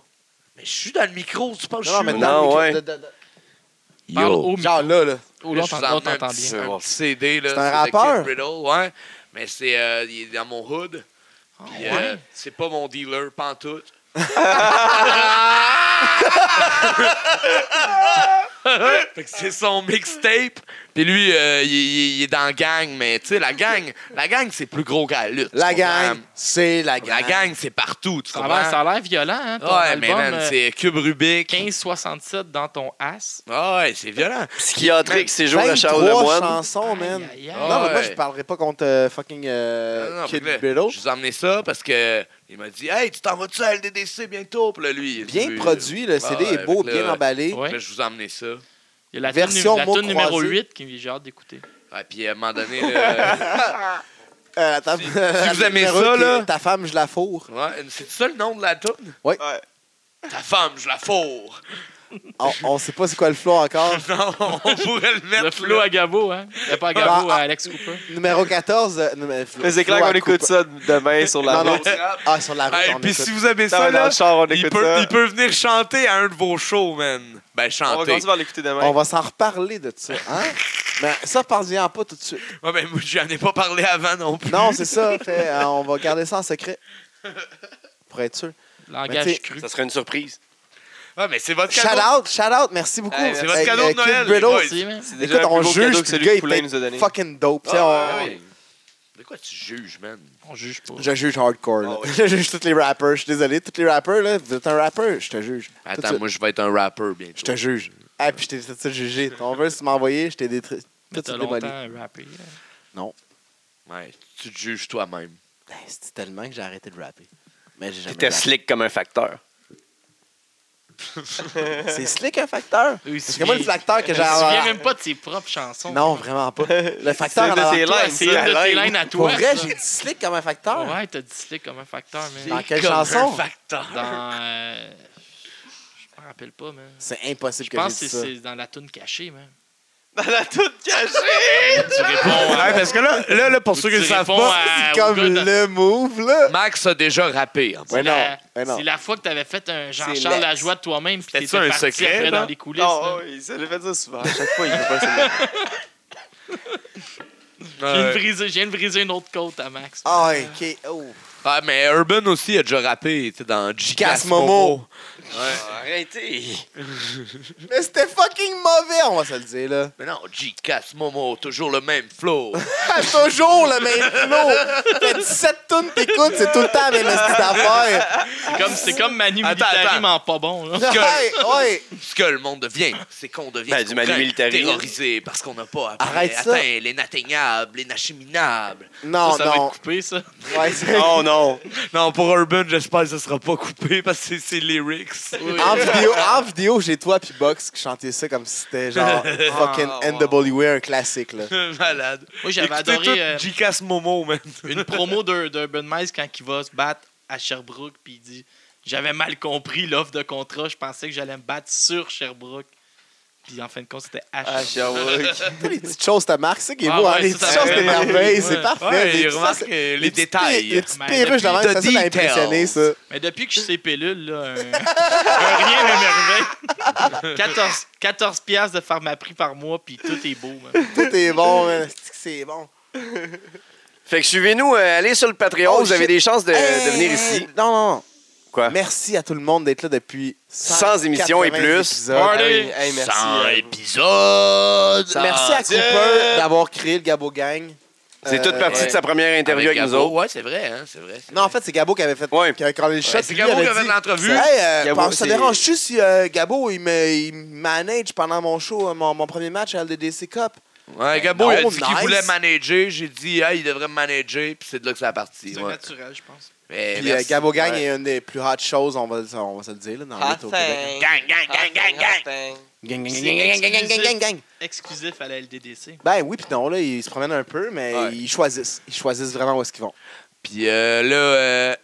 Speaker 5: Mais je suis dans le micro, tu penses que je
Speaker 1: Non,
Speaker 5: suis
Speaker 1: mais
Speaker 5: où?
Speaker 2: Non,
Speaker 1: dans le micro,
Speaker 2: ouais.
Speaker 1: de- de- de-
Speaker 4: Parle au micro.
Speaker 1: Genre là, là.
Speaker 4: Oh,
Speaker 5: Là,
Speaker 4: là,
Speaker 5: je
Speaker 4: t'entends-
Speaker 5: vous
Speaker 4: là,
Speaker 5: emmène un
Speaker 4: t'entends
Speaker 5: petit-
Speaker 4: bien.
Speaker 5: un petit CD, là.
Speaker 1: C'est un
Speaker 5: de Kid
Speaker 1: rappeur?
Speaker 5: Brittle, ouais. Mais c'est, euh, il est dans mon hood.
Speaker 4: Ah,
Speaker 5: Puis,
Speaker 4: ouais.
Speaker 5: euh, c'est pas mon dealer, pantoute. fait que c'est son mixtape. Puis lui, euh, il, il- il est dans la gang, mais tu sais, la gang, la gang, c'est plus gros qu'à la lutte.
Speaker 1: La
Speaker 5: tu comprends?
Speaker 1: gang, c'est la gang.
Speaker 5: La gang, c'est partout, tu
Speaker 4: Ça a l'air-
Speaker 5: comprends?
Speaker 4: ça a l'air violent, hein? Ton
Speaker 5: Ouais,
Speaker 4: album,
Speaker 5: mais man,
Speaker 4: euh,
Speaker 5: c'est Cube Rubik.
Speaker 4: 1567 dans ton as.
Speaker 5: Ouais, c'est violent.
Speaker 2: Psychiatrique, séjour à
Speaker 1: 23
Speaker 2: Charles Lemoine.
Speaker 1: chansons, man. Ah.
Speaker 4: Aïe, aïe, aïe.
Speaker 1: Non, mais moi,
Speaker 5: Ouais.
Speaker 1: je parlerai pas contre euh, fucking euh,
Speaker 5: Non, non,
Speaker 1: Kid
Speaker 5: fait que là,
Speaker 1: Biddle.
Speaker 5: Je vous ai emmené ça parce que il m'a dit Hey, tu t'en vas-tu à LDDC bientôt? Puis là, lui, il
Speaker 1: Bien
Speaker 5: lui,
Speaker 1: produit,
Speaker 5: Ah,
Speaker 1: le CD
Speaker 5: ouais,
Speaker 1: est beau,
Speaker 5: fait que
Speaker 1: bien
Speaker 5: là,
Speaker 1: emballé.
Speaker 4: Ouais.
Speaker 5: là, je vous ai emmené ça.
Speaker 4: Il y a la
Speaker 1: Version
Speaker 4: version
Speaker 1: mots
Speaker 4: numéro
Speaker 1: croisés.
Speaker 4: 8 qui j'ai hâte d'écouter.
Speaker 5: Ouais, puis à un moment donné, là,
Speaker 1: Euh, la table- la
Speaker 5: vous aimez
Speaker 1: numéro
Speaker 5: ça,
Speaker 1: qui est
Speaker 5: là-
Speaker 1: Ta femme, je la fourre.
Speaker 5: ouais, c'est ça le nom de la toune?
Speaker 1: Ouais.
Speaker 3: Ouais.
Speaker 5: Ta femme, je la fourre.
Speaker 1: On, on sait pas c'est quoi le flow encore.
Speaker 5: non, on pourrait le mettre.
Speaker 4: Le flow
Speaker 5: là.
Speaker 4: à Gabo, hein? Il y a pas à Gabo,
Speaker 1: Bah,
Speaker 4: à Alex Cooper.
Speaker 1: numéro 14. euh, numé- flo-
Speaker 3: Mais c'est clair
Speaker 1: flow à
Speaker 3: qu'on écoute
Speaker 1: Cooper.
Speaker 3: ça demain sur la
Speaker 1: Non, non.
Speaker 3: route.
Speaker 1: Ah, sur la route,
Speaker 5: Hey,
Speaker 1: on
Speaker 5: puis
Speaker 1: écoute.
Speaker 5: si vous aimez
Speaker 3: Non,
Speaker 5: ça,
Speaker 3: mais dans
Speaker 5: là,
Speaker 3: le char, on
Speaker 5: il,
Speaker 3: écoute
Speaker 5: peut,
Speaker 3: ça.
Speaker 5: il peut venir chanter à un de vos shows, man. Ben,
Speaker 3: On va
Speaker 5: chanter.
Speaker 3: commencer par l'écouter demain.
Speaker 1: On va s'en reparler de ça, hein? Mais ça, parle-en pas tout de suite.
Speaker 5: Ouais, ben, moi, j'en ai pas parlé avant non plus.
Speaker 1: Non, c'est ça. Fait, euh, on va garder ça en secret. Pour être sûr. Mais
Speaker 4: Langage
Speaker 1: t'sais-
Speaker 4: cru.
Speaker 2: Ça serait une surprise.
Speaker 5: Ouais, mais c'est votre
Speaker 1: Shout
Speaker 5: cadeau.
Speaker 1: out, shout out, merci beaucoup. euh,
Speaker 3: Hey, c'est
Speaker 5: votre cadeau de
Speaker 1: Kid
Speaker 5: Noël, les
Speaker 1: Riddle,
Speaker 5: boys.
Speaker 4: Merci, man.
Speaker 3: C'est déjà
Speaker 1: Écoute,
Speaker 3: un
Speaker 1: on
Speaker 3: plus beau
Speaker 1: juge
Speaker 3: cadeau que
Speaker 1: puis le
Speaker 3: celui
Speaker 1: gars
Speaker 3: que
Speaker 1: il
Speaker 3: Poulain
Speaker 1: était
Speaker 3: nous a donné.
Speaker 1: fucking dope. tu sais,
Speaker 5: Ah,
Speaker 1: on-
Speaker 5: ouais. De quoi tu juges, man?
Speaker 4: On juge pas.
Speaker 1: Je juge hardcore. là. Je juge tous les rappers. Je suis désolé, tous les rappers, là, vous êtes un rappeur, je te juge. Tout de
Speaker 5: Attends,
Speaker 1: suite.
Speaker 5: moi, je vais être un rapper bientôt.
Speaker 1: je te juge. Ah, puis je t'ai fait ça juger. Ton verse, tu m'as envoyé, je t'ai détruit.
Speaker 4: Mais
Speaker 1: Tout ça
Speaker 4: t'as
Speaker 1: démoli.
Speaker 4: longtemps rappé. là.
Speaker 5: Ouais, tu te juges toi-même.
Speaker 1: Ben, C'est tellement que j'ai arrêté de rapper. Mais j'ai jamais.
Speaker 2: T'étais
Speaker 1: rappé.
Speaker 2: slick comme un facteur.
Speaker 1: C'est slick un facteur.
Speaker 4: Eux, ils se
Speaker 1: Parce que moi, le
Speaker 4: souviennent-
Speaker 1: facteur que
Speaker 4: ils
Speaker 1: j'ai.
Speaker 4: se souviennent même pas de ses propres chansons.
Speaker 1: euh, Non, vraiment pas. Le
Speaker 3: C'est
Speaker 1: facteur
Speaker 3: une
Speaker 1: en
Speaker 3: de tes
Speaker 1: avant.
Speaker 4: Toi,
Speaker 3: lines,
Speaker 4: C'est une
Speaker 3: ça.
Speaker 4: de tes lines à
Speaker 1: Pour
Speaker 4: toi.
Speaker 1: vrai,
Speaker 4: ça.
Speaker 1: j'ai dit slick comme un facteur.
Speaker 4: Ouais, t'as dit slick comme un facteur,
Speaker 1: Dans
Speaker 4: man.
Speaker 1: quelle
Speaker 5: Comme un
Speaker 1: chanson
Speaker 5: facteur.
Speaker 4: Dans. euh, Je me rappelle pas, man.
Speaker 1: C'est
Speaker 4: Je
Speaker 1: impossible que j'ai
Speaker 4: pense que
Speaker 1: dit
Speaker 4: c'est-
Speaker 1: ça.
Speaker 4: c'est dans la toune cachée, man.
Speaker 3: Dans la toute cachée!
Speaker 4: Tu réponds à.
Speaker 5: Ouais, parce que là, là, là pour
Speaker 4: Ou
Speaker 5: ceux qui
Speaker 4: tu
Speaker 5: ne savent
Speaker 4: réponds
Speaker 5: pas,
Speaker 4: à-
Speaker 1: C'est
Speaker 4: au
Speaker 1: comme
Speaker 4: gars dans-
Speaker 1: le move, là.
Speaker 5: Max a déjà rappé. en fait.
Speaker 1: Ouais,
Speaker 4: C'est la-
Speaker 1: non. Ouais, non.
Speaker 4: C'est la fois que t'avais fait
Speaker 1: C'est
Speaker 4: un Jean-Charles
Speaker 1: laid.
Speaker 4: Lajoie de toi-même, puis
Speaker 5: C'était-tu
Speaker 4: t'étais
Speaker 5: un
Speaker 4: parti
Speaker 5: secret,
Speaker 4: après
Speaker 5: là? Ah,
Speaker 4: dans les coulisses. là.
Speaker 3: Non, ouais, il s'est fait Ah, ça souvent. À chaque fois, il veut pas se
Speaker 4: Je viens, de
Speaker 5: Euh,
Speaker 4: briser, je viens de briser une autre côte à Max.
Speaker 1: Ah, ok. Oh.
Speaker 5: ah, mais Urban aussi a déjà rappé tu sais, dans Jicas
Speaker 1: Casse
Speaker 5: Momo.
Speaker 1: Momo.
Speaker 2: Arrêtez.
Speaker 1: Mais c'était fucking mauvais, on va se le dire, là.
Speaker 5: Mais non, Jicas Momo, toujours le même flow.
Speaker 1: Ah, toujours le même flow. Fait 17 tunes t'écoutes, c'est tout le temps la même petite affaire.
Speaker 4: C'est comme, c'est comme Manu
Speaker 5: Attends,
Speaker 4: Militari,
Speaker 5: attends.
Speaker 4: mais en pas bon. là.
Speaker 1: Ouais, ouais.
Speaker 5: Ce que le monde devient, c'est qu'on devient
Speaker 2: Ben,
Speaker 5: ce
Speaker 2: du
Speaker 5: qu'on
Speaker 2: Manu
Speaker 5: craint,
Speaker 2: Militari.
Speaker 5: terrorisé parce qu'on n'a pas appris-
Speaker 1: Arrête ça.
Speaker 5: atteint l'inatteignable, l'inacheminable.
Speaker 1: Non,
Speaker 4: ça, ça va
Speaker 1: non.
Speaker 4: être coupé, ça.
Speaker 1: Ouais, c'est-
Speaker 2: Oh non.
Speaker 5: Non, pour Urban, j'espère que ça sera pas coupé parce que c'est ses lyrics.
Speaker 1: En vidéo, en vidéo, j'ai toi puis Box qui chantait ça comme si c'était genre fucking
Speaker 3: Ah,
Speaker 1: NWA, un classique, là.
Speaker 5: Malade.
Speaker 4: Moi, j'avais
Speaker 5: Écoutez
Speaker 4: adoré,
Speaker 5: tout
Speaker 4: euh,
Speaker 5: Jicas Momo, man.
Speaker 4: Une promo de- d'Urban Miles quand il va se battre à Sherbrooke, puis il dit J'avais mal compris l'offre de contrat, je pensais que j'allais me battre sur Sherbrooke. Puis en fin de compte, c'était H.
Speaker 3: Ah, Sherbrooke.
Speaker 1: Les petites choses te marquent, c'est qui est
Speaker 4: Ah
Speaker 1: beau, hein?
Speaker 4: ouais,
Speaker 1: Les
Speaker 4: ça, ça
Speaker 1: petites choses
Speaker 4: m'a
Speaker 1: t'es
Speaker 4: marqué,
Speaker 1: merveilles,
Speaker 4: ouais.
Speaker 1: c'est parfait.
Speaker 5: Ouais,
Speaker 1: Les
Speaker 5: il
Speaker 1: petites-
Speaker 5: remarque
Speaker 1: ça, c'est-
Speaker 5: euh, les,
Speaker 1: les petites pi- Les
Speaker 5: détails.
Speaker 1: petites
Speaker 4: Mais
Speaker 1: perruches
Speaker 4: depuis
Speaker 1: d'avant,
Speaker 5: the
Speaker 1: ça, ça m'a
Speaker 5: details.
Speaker 1: impressionné, ça.
Speaker 4: Mais depuis que je suis ces pilules, là, un, un rien n'est merveille. 14, 14 piastres de pharmaprix par mois, puis tout est beau. man.
Speaker 1: Tout est bon, man. C'est que c'est bon.
Speaker 2: Fait que suivez-nous, euh, allez sur le Patreon,
Speaker 1: Oh,
Speaker 2: vous avez
Speaker 1: shit.
Speaker 2: des chances Euh, de, de
Speaker 1: Hey,
Speaker 2: venir
Speaker 1: hey,
Speaker 2: ici.
Speaker 1: Non, non, non.
Speaker 2: Quoi?
Speaker 1: Merci à tout le monde d'être là depuis
Speaker 2: 100 émissions et
Speaker 1: 180
Speaker 2: plus.
Speaker 1: épisodes.
Speaker 3: Ah
Speaker 4: Party!
Speaker 3: oui, hey, merci. euh,
Speaker 5: épisodes!
Speaker 1: Merci à
Speaker 3: Dieu!
Speaker 1: Cooper euh, d'avoir créé le Gabo Gang.
Speaker 2: C'est
Speaker 1: Euh,
Speaker 2: toute partie
Speaker 3: ouais.
Speaker 2: de sa première interview avec, nous autres.
Speaker 5: Ouais, c'est vrai, hein, c'est vrai. c'est
Speaker 1: Non, en
Speaker 5: vrai.
Speaker 1: fait, c'est Gabo qui avait fait
Speaker 2: Ouais.
Speaker 1: qui avait collé le shot.
Speaker 5: Ouais, c'est
Speaker 1: puis lui
Speaker 5: Gabo
Speaker 1: avait
Speaker 5: qui avait
Speaker 1: dit,
Speaker 5: l'entrevue.
Speaker 1: Hey, euh,
Speaker 3: Gabo,
Speaker 1: pense- ça
Speaker 3: c'est-
Speaker 1: dérange-tu si euh, Gabo, il me il me manage pendant mon show, euh, mon, mon premier match à LDDC Cup?
Speaker 5: Ouais, Gabo, il a
Speaker 3: Ah,
Speaker 1: non,
Speaker 3: oh,
Speaker 5: dit qu'il
Speaker 1: nice.
Speaker 5: voulait manager. J'ai dit, ah, il devrait me manager, puis c'est de là que ça a parti.
Speaker 4: C'est
Speaker 5: ouais.
Speaker 4: naturel, je pense.
Speaker 5: Mais
Speaker 1: Puis euh,
Speaker 5: Eh, merci.
Speaker 1: Gabo Gang
Speaker 5: Ouais.
Speaker 1: est une des plus hot choses, on va, on va se le dire, là, dans le lutte au Québec. hein.
Speaker 3: Hot
Speaker 5: Gang, gang, gang,
Speaker 3: thing,
Speaker 5: gang,
Speaker 3: hot
Speaker 5: gang!
Speaker 3: thing.
Speaker 1: Gang, gang,
Speaker 4: C'est
Speaker 1: gang, gang, gang, gang, gang, gang, gang.
Speaker 4: Exclusif à la LDDC.
Speaker 1: Ben oui, puis non, là, ils se promènent un peu, mais
Speaker 5: Ouais.
Speaker 1: ils choisissent. Ils choisissent vraiment où est-ce qu'ils vont.
Speaker 5: Puis euh, là, euh,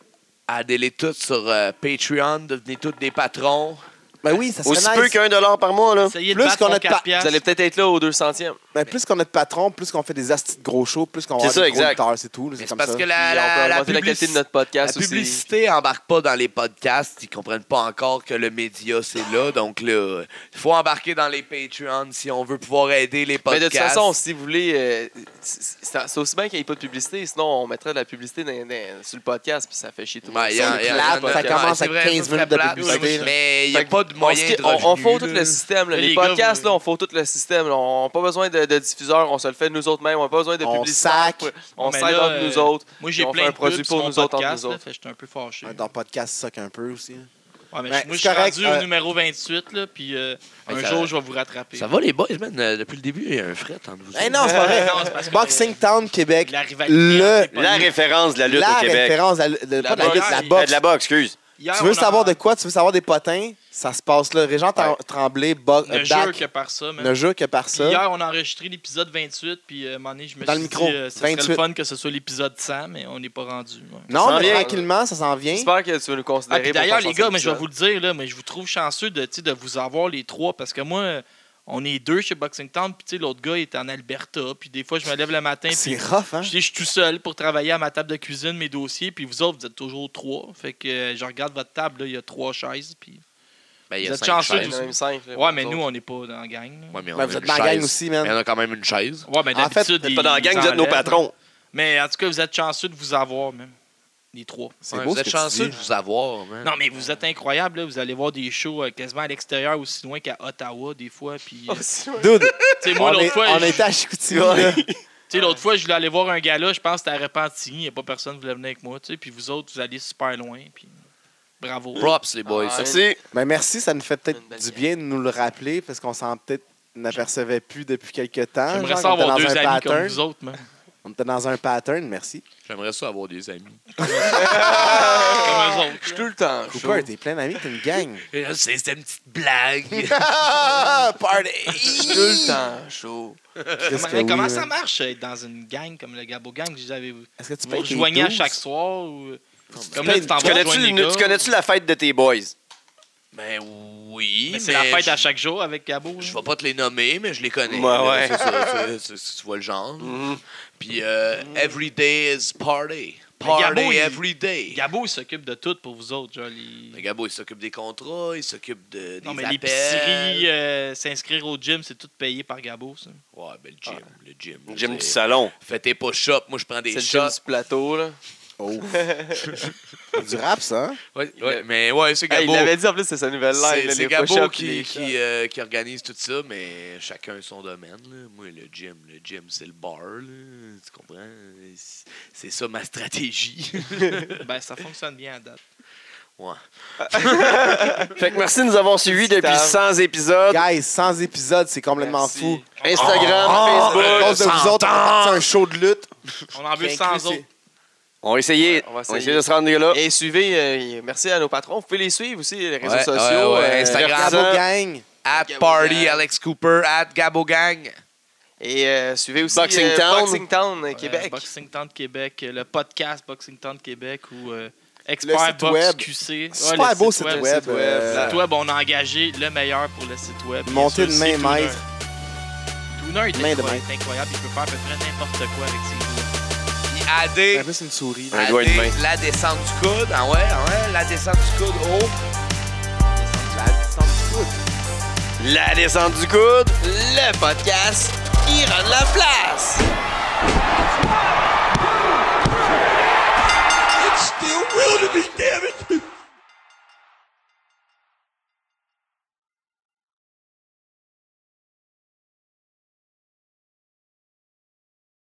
Speaker 5: allez-les toutes sur euh, Patreon, devenez tous des patrons.
Speaker 1: Ben oui, ça serait
Speaker 2: Aussi peu
Speaker 1: nice.
Speaker 2: qu'un dollar par mois, là.
Speaker 4: Essayez de
Speaker 1: Plus
Speaker 4: battre
Speaker 1: qu'on
Speaker 4: mon
Speaker 1: a de pa-
Speaker 4: 4 piastres.
Speaker 3: Vous allez peut-être être là au 200e.
Speaker 1: Ben, plus qu'on a de patrons, plus qu'on fait des astis de gros shows, plus qu'on va
Speaker 2: C'est
Speaker 1: avoir
Speaker 2: ça,
Speaker 1: des gros
Speaker 2: exact.
Speaker 1: lutteurs, c'est tout. là, C'est
Speaker 5: Mais
Speaker 1: comme
Speaker 5: c'est
Speaker 1: ça.
Speaker 5: parce que
Speaker 3: Puis
Speaker 5: la,
Speaker 3: on peut
Speaker 5: la, la
Speaker 3: augmenter la qualité de
Speaker 5: publici-
Speaker 3: notre podcast
Speaker 5: la
Speaker 3: aussi.
Speaker 5: publicité embarque pas dans les podcasts. Ils comprennent pas encore que le média, c'est là. Donc là, il faut embarquer dans les Patreons si on veut pouvoir aider les
Speaker 3: Mais de
Speaker 5: podcasts.
Speaker 3: toute façon, si vous voulez, euh, c'est- c'est c'est aussi bien qu'il n'y ait pas de publicité, sinon on mettrait de la publicité dans- dans- sur le podcast, puis ça fait chier tout le monde.
Speaker 5: Ouais, y a-
Speaker 1: C'est
Speaker 5: y a-
Speaker 1: plate,
Speaker 5: y en a-
Speaker 1: ça
Speaker 5: ouais,
Speaker 1: commence
Speaker 5: c'est
Speaker 1: à
Speaker 5: vrai,
Speaker 1: 15
Speaker 5: ça
Speaker 1: minutes
Speaker 5: serait
Speaker 1: de
Speaker 5: plate,
Speaker 1: publicité, là.
Speaker 5: Mais il n'y a
Speaker 3: Fait que
Speaker 5: pas de moyen
Speaker 3: on,
Speaker 5: de
Speaker 3: on, on faut tout
Speaker 5: revenus,
Speaker 3: le
Speaker 5: là.
Speaker 3: système. là.
Speaker 4: Les
Speaker 3: Les,
Speaker 4: gars,
Speaker 3: podcasts,
Speaker 4: vous-
Speaker 3: là, on faut tout le système. là. On n'a pas besoin de, de diffuseurs, on se le fait nous autres mêmes, on n'a pas besoin de
Speaker 1: On
Speaker 3: publicité.
Speaker 1: sac.
Speaker 3: On
Speaker 4: Mais
Speaker 3: s'aide
Speaker 4: là,
Speaker 3: entre
Speaker 4: euh,
Speaker 3: nous autres.
Speaker 4: Moi, j'ai
Speaker 3: Puis on
Speaker 4: plein
Speaker 3: fait
Speaker 4: de
Speaker 3: un produit
Speaker 4: pubs
Speaker 3: pour
Speaker 4: sur
Speaker 3: nous
Speaker 4: mon
Speaker 3: autres, entre
Speaker 4: podcast,
Speaker 3: nous
Speaker 4: là,
Speaker 3: autres.
Speaker 4: fait que j'étais un peu fâché.
Speaker 1: Dans le podcast, ça suck un peu aussi. là.
Speaker 4: Ouais,
Speaker 1: Ben,
Speaker 4: mais moi, je
Speaker 1: c'est
Speaker 4: suis
Speaker 1: correct,
Speaker 4: rendu
Speaker 1: euh,
Speaker 4: au numéro 28, là, puis euh,
Speaker 5: Ouais,
Speaker 4: un
Speaker 5: ça-
Speaker 4: jour, je vais vous rattraper.
Speaker 5: Ça va les boys, man. Euh, Depuis le début, il y a un fret entre vous.
Speaker 1: Eh non, c'est pas vrai.
Speaker 4: Non, c'est parce que-
Speaker 1: Boxing Town Québec,
Speaker 4: La rivalité.
Speaker 1: le,
Speaker 4: entre les
Speaker 2: La
Speaker 4: potes.
Speaker 2: référence de la lutte
Speaker 1: la
Speaker 2: au Québec.
Speaker 1: référence, de la, de- pas de la
Speaker 4: boxe.
Speaker 1: lutte, de la
Speaker 4: Eh, de
Speaker 2: Euh,
Speaker 1: boxe.
Speaker 2: de la boxe, excuse.
Speaker 4: Hier,
Speaker 1: Tu veux
Speaker 4: on
Speaker 1: savoir
Speaker 4: en-
Speaker 1: de quoi? Tu veux savoir des potins? Ça se passe là. Régent Tran- Tremblay, bo-
Speaker 4: Ne
Speaker 1: euh,
Speaker 4: jure
Speaker 1: Dak,
Speaker 4: que par ça, man.
Speaker 1: ne jure que par
Speaker 4: Puis
Speaker 1: ça.
Speaker 4: Hier, on a enregistré l'épisode 28, puis euh, à un moment donné, je me
Speaker 1: Dans
Speaker 4: suis
Speaker 1: le micro,
Speaker 4: dit, euh, ce serait
Speaker 1: 28.
Speaker 4: le fun que ce soit l'épisode 100, mais on n'est pas rendu. ouais.
Speaker 1: Non,
Speaker 2: Ça
Speaker 1: mais
Speaker 2: s'en vient.
Speaker 1: tranquillement, ça s'en vient.
Speaker 3: J'espère que tu vas nous
Speaker 4: Ah,
Speaker 3: considérer.
Speaker 4: puis
Speaker 3: pour
Speaker 4: D'ailleurs,
Speaker 3: ton
Speaker 4: les gars, mais je vais
Speaker 3: centième
Speaker 4: vous le dire, là, mais je vous trouve chanceux de, tu sais, de vous avoir les trois parce que moi, on est deux chez Boxing Town, puis tu sais, l'autre gars il est en Alberta, puis des fois, je me lève le matin,
Speaker 1: C'est
Speaker 4: puis
Speaker 1: rough, hein?
Speaker 4: je je suis tout seul pour travailler à ma table de cuisine, mes dossiers, puis vous autres, vous êtes toujours trois. Fait que euh, je regarde votre table, là, il y a trois chaises, puis.
Speaker 5: Ben, il y a
Speaker 4: Vous êtes
Speaker 5: cinq
Speaker 4: chanceux,
Speaker 5: chaises.
Speaker 3: épisode. Même simple, là,
Speaker 4: Ouais, mais
Speaker 3: pour
Speaker 4: nous,
Speaker 3: autres.
Speaker 4: on n'est pas dans la gang. là.
Speaker 5: Ouais, mais on
Speaker 1: Ben,
Speaker 5: a
Speaker 1: vous êtes
Speaker 5: une
Speaker 1: dans la gang
Speaker 5: chaise.
Speaker 1: aussi,
Speaker 5: Mais
Speaker 1: man.
Speaker 5: on a quand même une chaise.
Speaker 4: Ouais, mais
Speaker 1: En fait,
Speaker 4: d'habitude,
Speaker 1: vous
Speaker 2: Vous
Speaker 4: ils
Speaker 2: êtes pas dans la gang,
Speaker 4: nous
Speaker 2: vous êtes nos
Speaker 4: enlèvent.
Speaker 2: patrons.
Speaker 4: Mais en tout cas, vous êtes chanceux de vous avoir, même. Les trois.
Speaker 1: C'est
Speaker 5: Ouais,
Speaker 1: beau
Speaker 5: vous
Speaker 1: ce
Speaker 5: êtes
Speaker 1: que
Speaker 5: chanceux
Speaker 1: tu dis.
Speaker 5: de vous avoir, man.
Speaker 4: Non, mais vous êtes incroyables, là. Vous allez voir des shows euh, quasiment à l'extérieur, aussi loin qu'à Ottawa, des fois. Puis, euh,
Speaker 3: Oh, si, ouais.
Speaker 1: Dude,
Speaker 4: tu sais, moi,
Speaker 1: on,
Speaker 4: l'autre
Speaker 1: est-
Speaker 4: fois,
Speaker 1: on
Speaker 4: je-
Speaker 1: était à Chicoutimi, là.
Speaker 4: Tu sais, l'autre fois, je voulais aller voir un gala, je pense que c'était à Repentigny, il n'y a pas personne qui voulait venir avec moi, tu sais, puis vous autres, vous allez super loin, puis bravo.
Speaker 5: Props, les boys.
Speaker 3: Ah,
Speaker 2: Merci.
Speaker 1: Ben merci, ça nous fait peut-être
Speaker 3: Une belle
Speaker 1: du bien de nous le rappeler parce qu'on s'en peut-être n'apercevait plus depuis quelques temps.
Speaker 4: J'aimerais
Speaker 1: Genre,
Speaker 4: ça
Speaker 1: on était
Speaker 4: avoir
Speaker 1: dans
Speaker 4: deux
Speaker 1: un
Speaker 4: amis
Speaker 1: pattern.
Speaker 4: comme vous autres, man.
Speaker 1: On était dans un pattern, merci.
Speaker 5: J'aimerais ça avoir des amis.
Speaker 3: Je
Speaker 4: comme eux
Speaker 3: suis
Speaker 4: autres.
Speaker 3: tout le temps. chaud.
Speaker 1: Cooper, t'es plein d'amis, t'es une gang.
Speaker 5: C'était Euh, une petite blague.
Speaker 3: Je suis tout le temps chaud.
Speaker 1: Qu'est-ce
Speaker 4: Comment,
Speaker 1: que oui,
Speaker 4: comment
Speaker 1: man?
Speaker 4: ça marche être dans une gang comme le Gabo Gang que vous avez vous
Speaker 1: Est-ce que tu
Speaker 4: vous
Speaker 1: payes tes
Speaker 4: rejoignez à
Speaker 1: douze?
Speaker 4: chaque soir ou comme
Speaker 1: payes-
Speaker 4: là tu t'en
Speaker 2: Tu
Speaker 4: vas
Speaker 2: connais-tu
Speaker 4: rejoindre les
Speaker 2: le-
Speaker 4: gars,
Speaker 2: tu connais-tu la fête de tes boys?
Speaker 5: ben oui.
Speaker 4: mais c'est la fête
Speaker 5: je,
Speaker 4: à chaque jour avec Gabo.
Speaker 5: Je vais pas te les nommer, mais je les connais.
Speaker 2: Ouais,
Speaker 5: là,
Speaker 2: ouais.
Speaker 5: c'est ça, c'est- c'est- c'est- tu vois le genre.
Speaker 1: Mm-hmm.
Speaker 5: Puis, euh, every day is party.
Speaker 4: Mais
Speaker 5: Party
Speaker 4: Gabo, il-
Speaker 5: every day.
Speaker 4: Gabo il s'occupe de tout pour vous autres, genre les-
Speaker 5: Mais Gabo, il s'occupe des contrats, il s'occupe de, des
Speaker 4: Non mais
Speaker 5: appels.
Speaker 4: l'épicerie, euh, s'inscrire au gym, c'est tout payé par Gabo ça.
Speaker 5: Ouais, ben le gym,
Speaker 3: Ah.
Speaker 5: le gym.
Speaker 2: J'aime du
Speaker 5: c'est-
Speaker 2: salon.
Speaker 5: Fais tes push-ups, moi je prends
Speaker 3: C'est
Speaker 5: des
Speaker 3: le gym
Speaker 5: shots.
Speaker 3: du plateau, là.
Speaker 1: Oh. C'est du rap, ça? hein?
Speaker 5: Ouais,
Speaker 3: Il
Speaker 5: ouais,
Speaker 3: l'a-
Speaker 5: mais ouais, c'est
Speaker 3: Hey, il
Speaker 5: Gabo.
Speaker 3: l'avait dit en plus, c'est sa nouvelle live.
Speaker 5: C'est
Speaker 3: là,
Speaker 5: c'est
Speaker 3: les
Speaker 5: Gabo
Speaker 3: push-ups,
Speaker 5: qui,
Speaker 3: les
Speaker 5: qui, euh, qui organise tout ça, mais chacun son domaine. là. Moi, le gym, le gym, c'est le bar. là. Tu comprends? C'est- C'est ça ma stratégie.
Speaker 4: Ben ça fonctionne bien à date.
Speaker 5: ouais.
Speaker 2: Fait que merci de nous avoir suivis depuis 100 épisodes.
Speaker 1: Guys, 100 épisodes, c'est complètement
Speaker 3: Merci. Ah.
Speaker 1: fou.
Speaker 2: Instagram,
Speaker 5: Oh,
Speaker 1: À
Speaker 2: Facebook.
Speaker 1: cause de vous autres, on a parti un show de lutte.
Speaker 4: On en veut
Speaker 1: Qui
Speaker 4: 100
Speaker 1: inclut
Speaker 4: autres.
Speaker 1: ses-
Speaker 2: On va essayer.
Speaker 3: Ouais, on
Speaker 2: On
Speaker 3: va
Speaker 2: va
Speaker 3: essayer.
Speaker 2: essayer de se rendre là.
Speaker 3: Et suivez, euh, merci à nos patrons. Vous pouvez les suivre aussi, les réseaux
Speaker 5: Ouais,
Speaker 3: sociaux.
Speaker 5: ouais, ouais,
Speaker 3: euh,
Speaker 5: Instagram.
Speaker 1: Gabo Gang.
Speaker 5: At
Speaker 3: Gabo
Speaker 5: Party
Speaker 3: Gang.
Speaker 5: Alex Cooper, at Gabo Gang.
Speaker 3: Et euh, suivez aussi
Speaker 2: Boxing
Speaker 3: euh,
Speaker 2: Town.
Speaker 3: Boxing Town, euh,
Speaker 4: Euh,
Speaker 3: Québec.
Speaker 4: Boxing Town de Québec, euh, le podcast Boxing Town de Québec ou euh,
Speaker 1: Le
Speaker 4: Expert
Speaker 1: site
Speaker 4: Box
Speaker 1: web.
Speaker 4: QC. Ouais,
Speaker 1: Super
Speaker 4: le
Speaker 1: beau site
Speaker 4: le
Speaker 1: web,
Speaker 4: site web.
Speaker 1: euh,
Speaker 4: Le site web, on a engagé le meilleur pour le site web.
Speaker 1: Monté
Speaker 4: Bien
Speaker 1: de
Speaker 4: sûr,
Speaker 1: main
Speaker 4: c'est Tuner.
Speaker 1: maître.
Speaker 4: Tuner est
Speaker 1: Main de
Speaker 4: incroyable,
Speaker 1: maître.
Speaker 4: c'est incroyable, il peut faire à peu près n'importe quoi avec ses doigts.
Speaker 5: Puis
Speaker 1: C'est un
Speaker 5: AD,
Speaker 1: peu c'est une souris.
Speaker 2: Ouais. doigt et une
Speaker 5: AD,
Speaker 2: main.
Speaker 5: la descente du coude. Ah ouais, ah ouais, la descente du coude haut. La descente du coude.
Speaker 2: La descente du coude.
Speaker 3: Le podcast qui rend la place.
Speaker 5: It's still wilderness, damn it!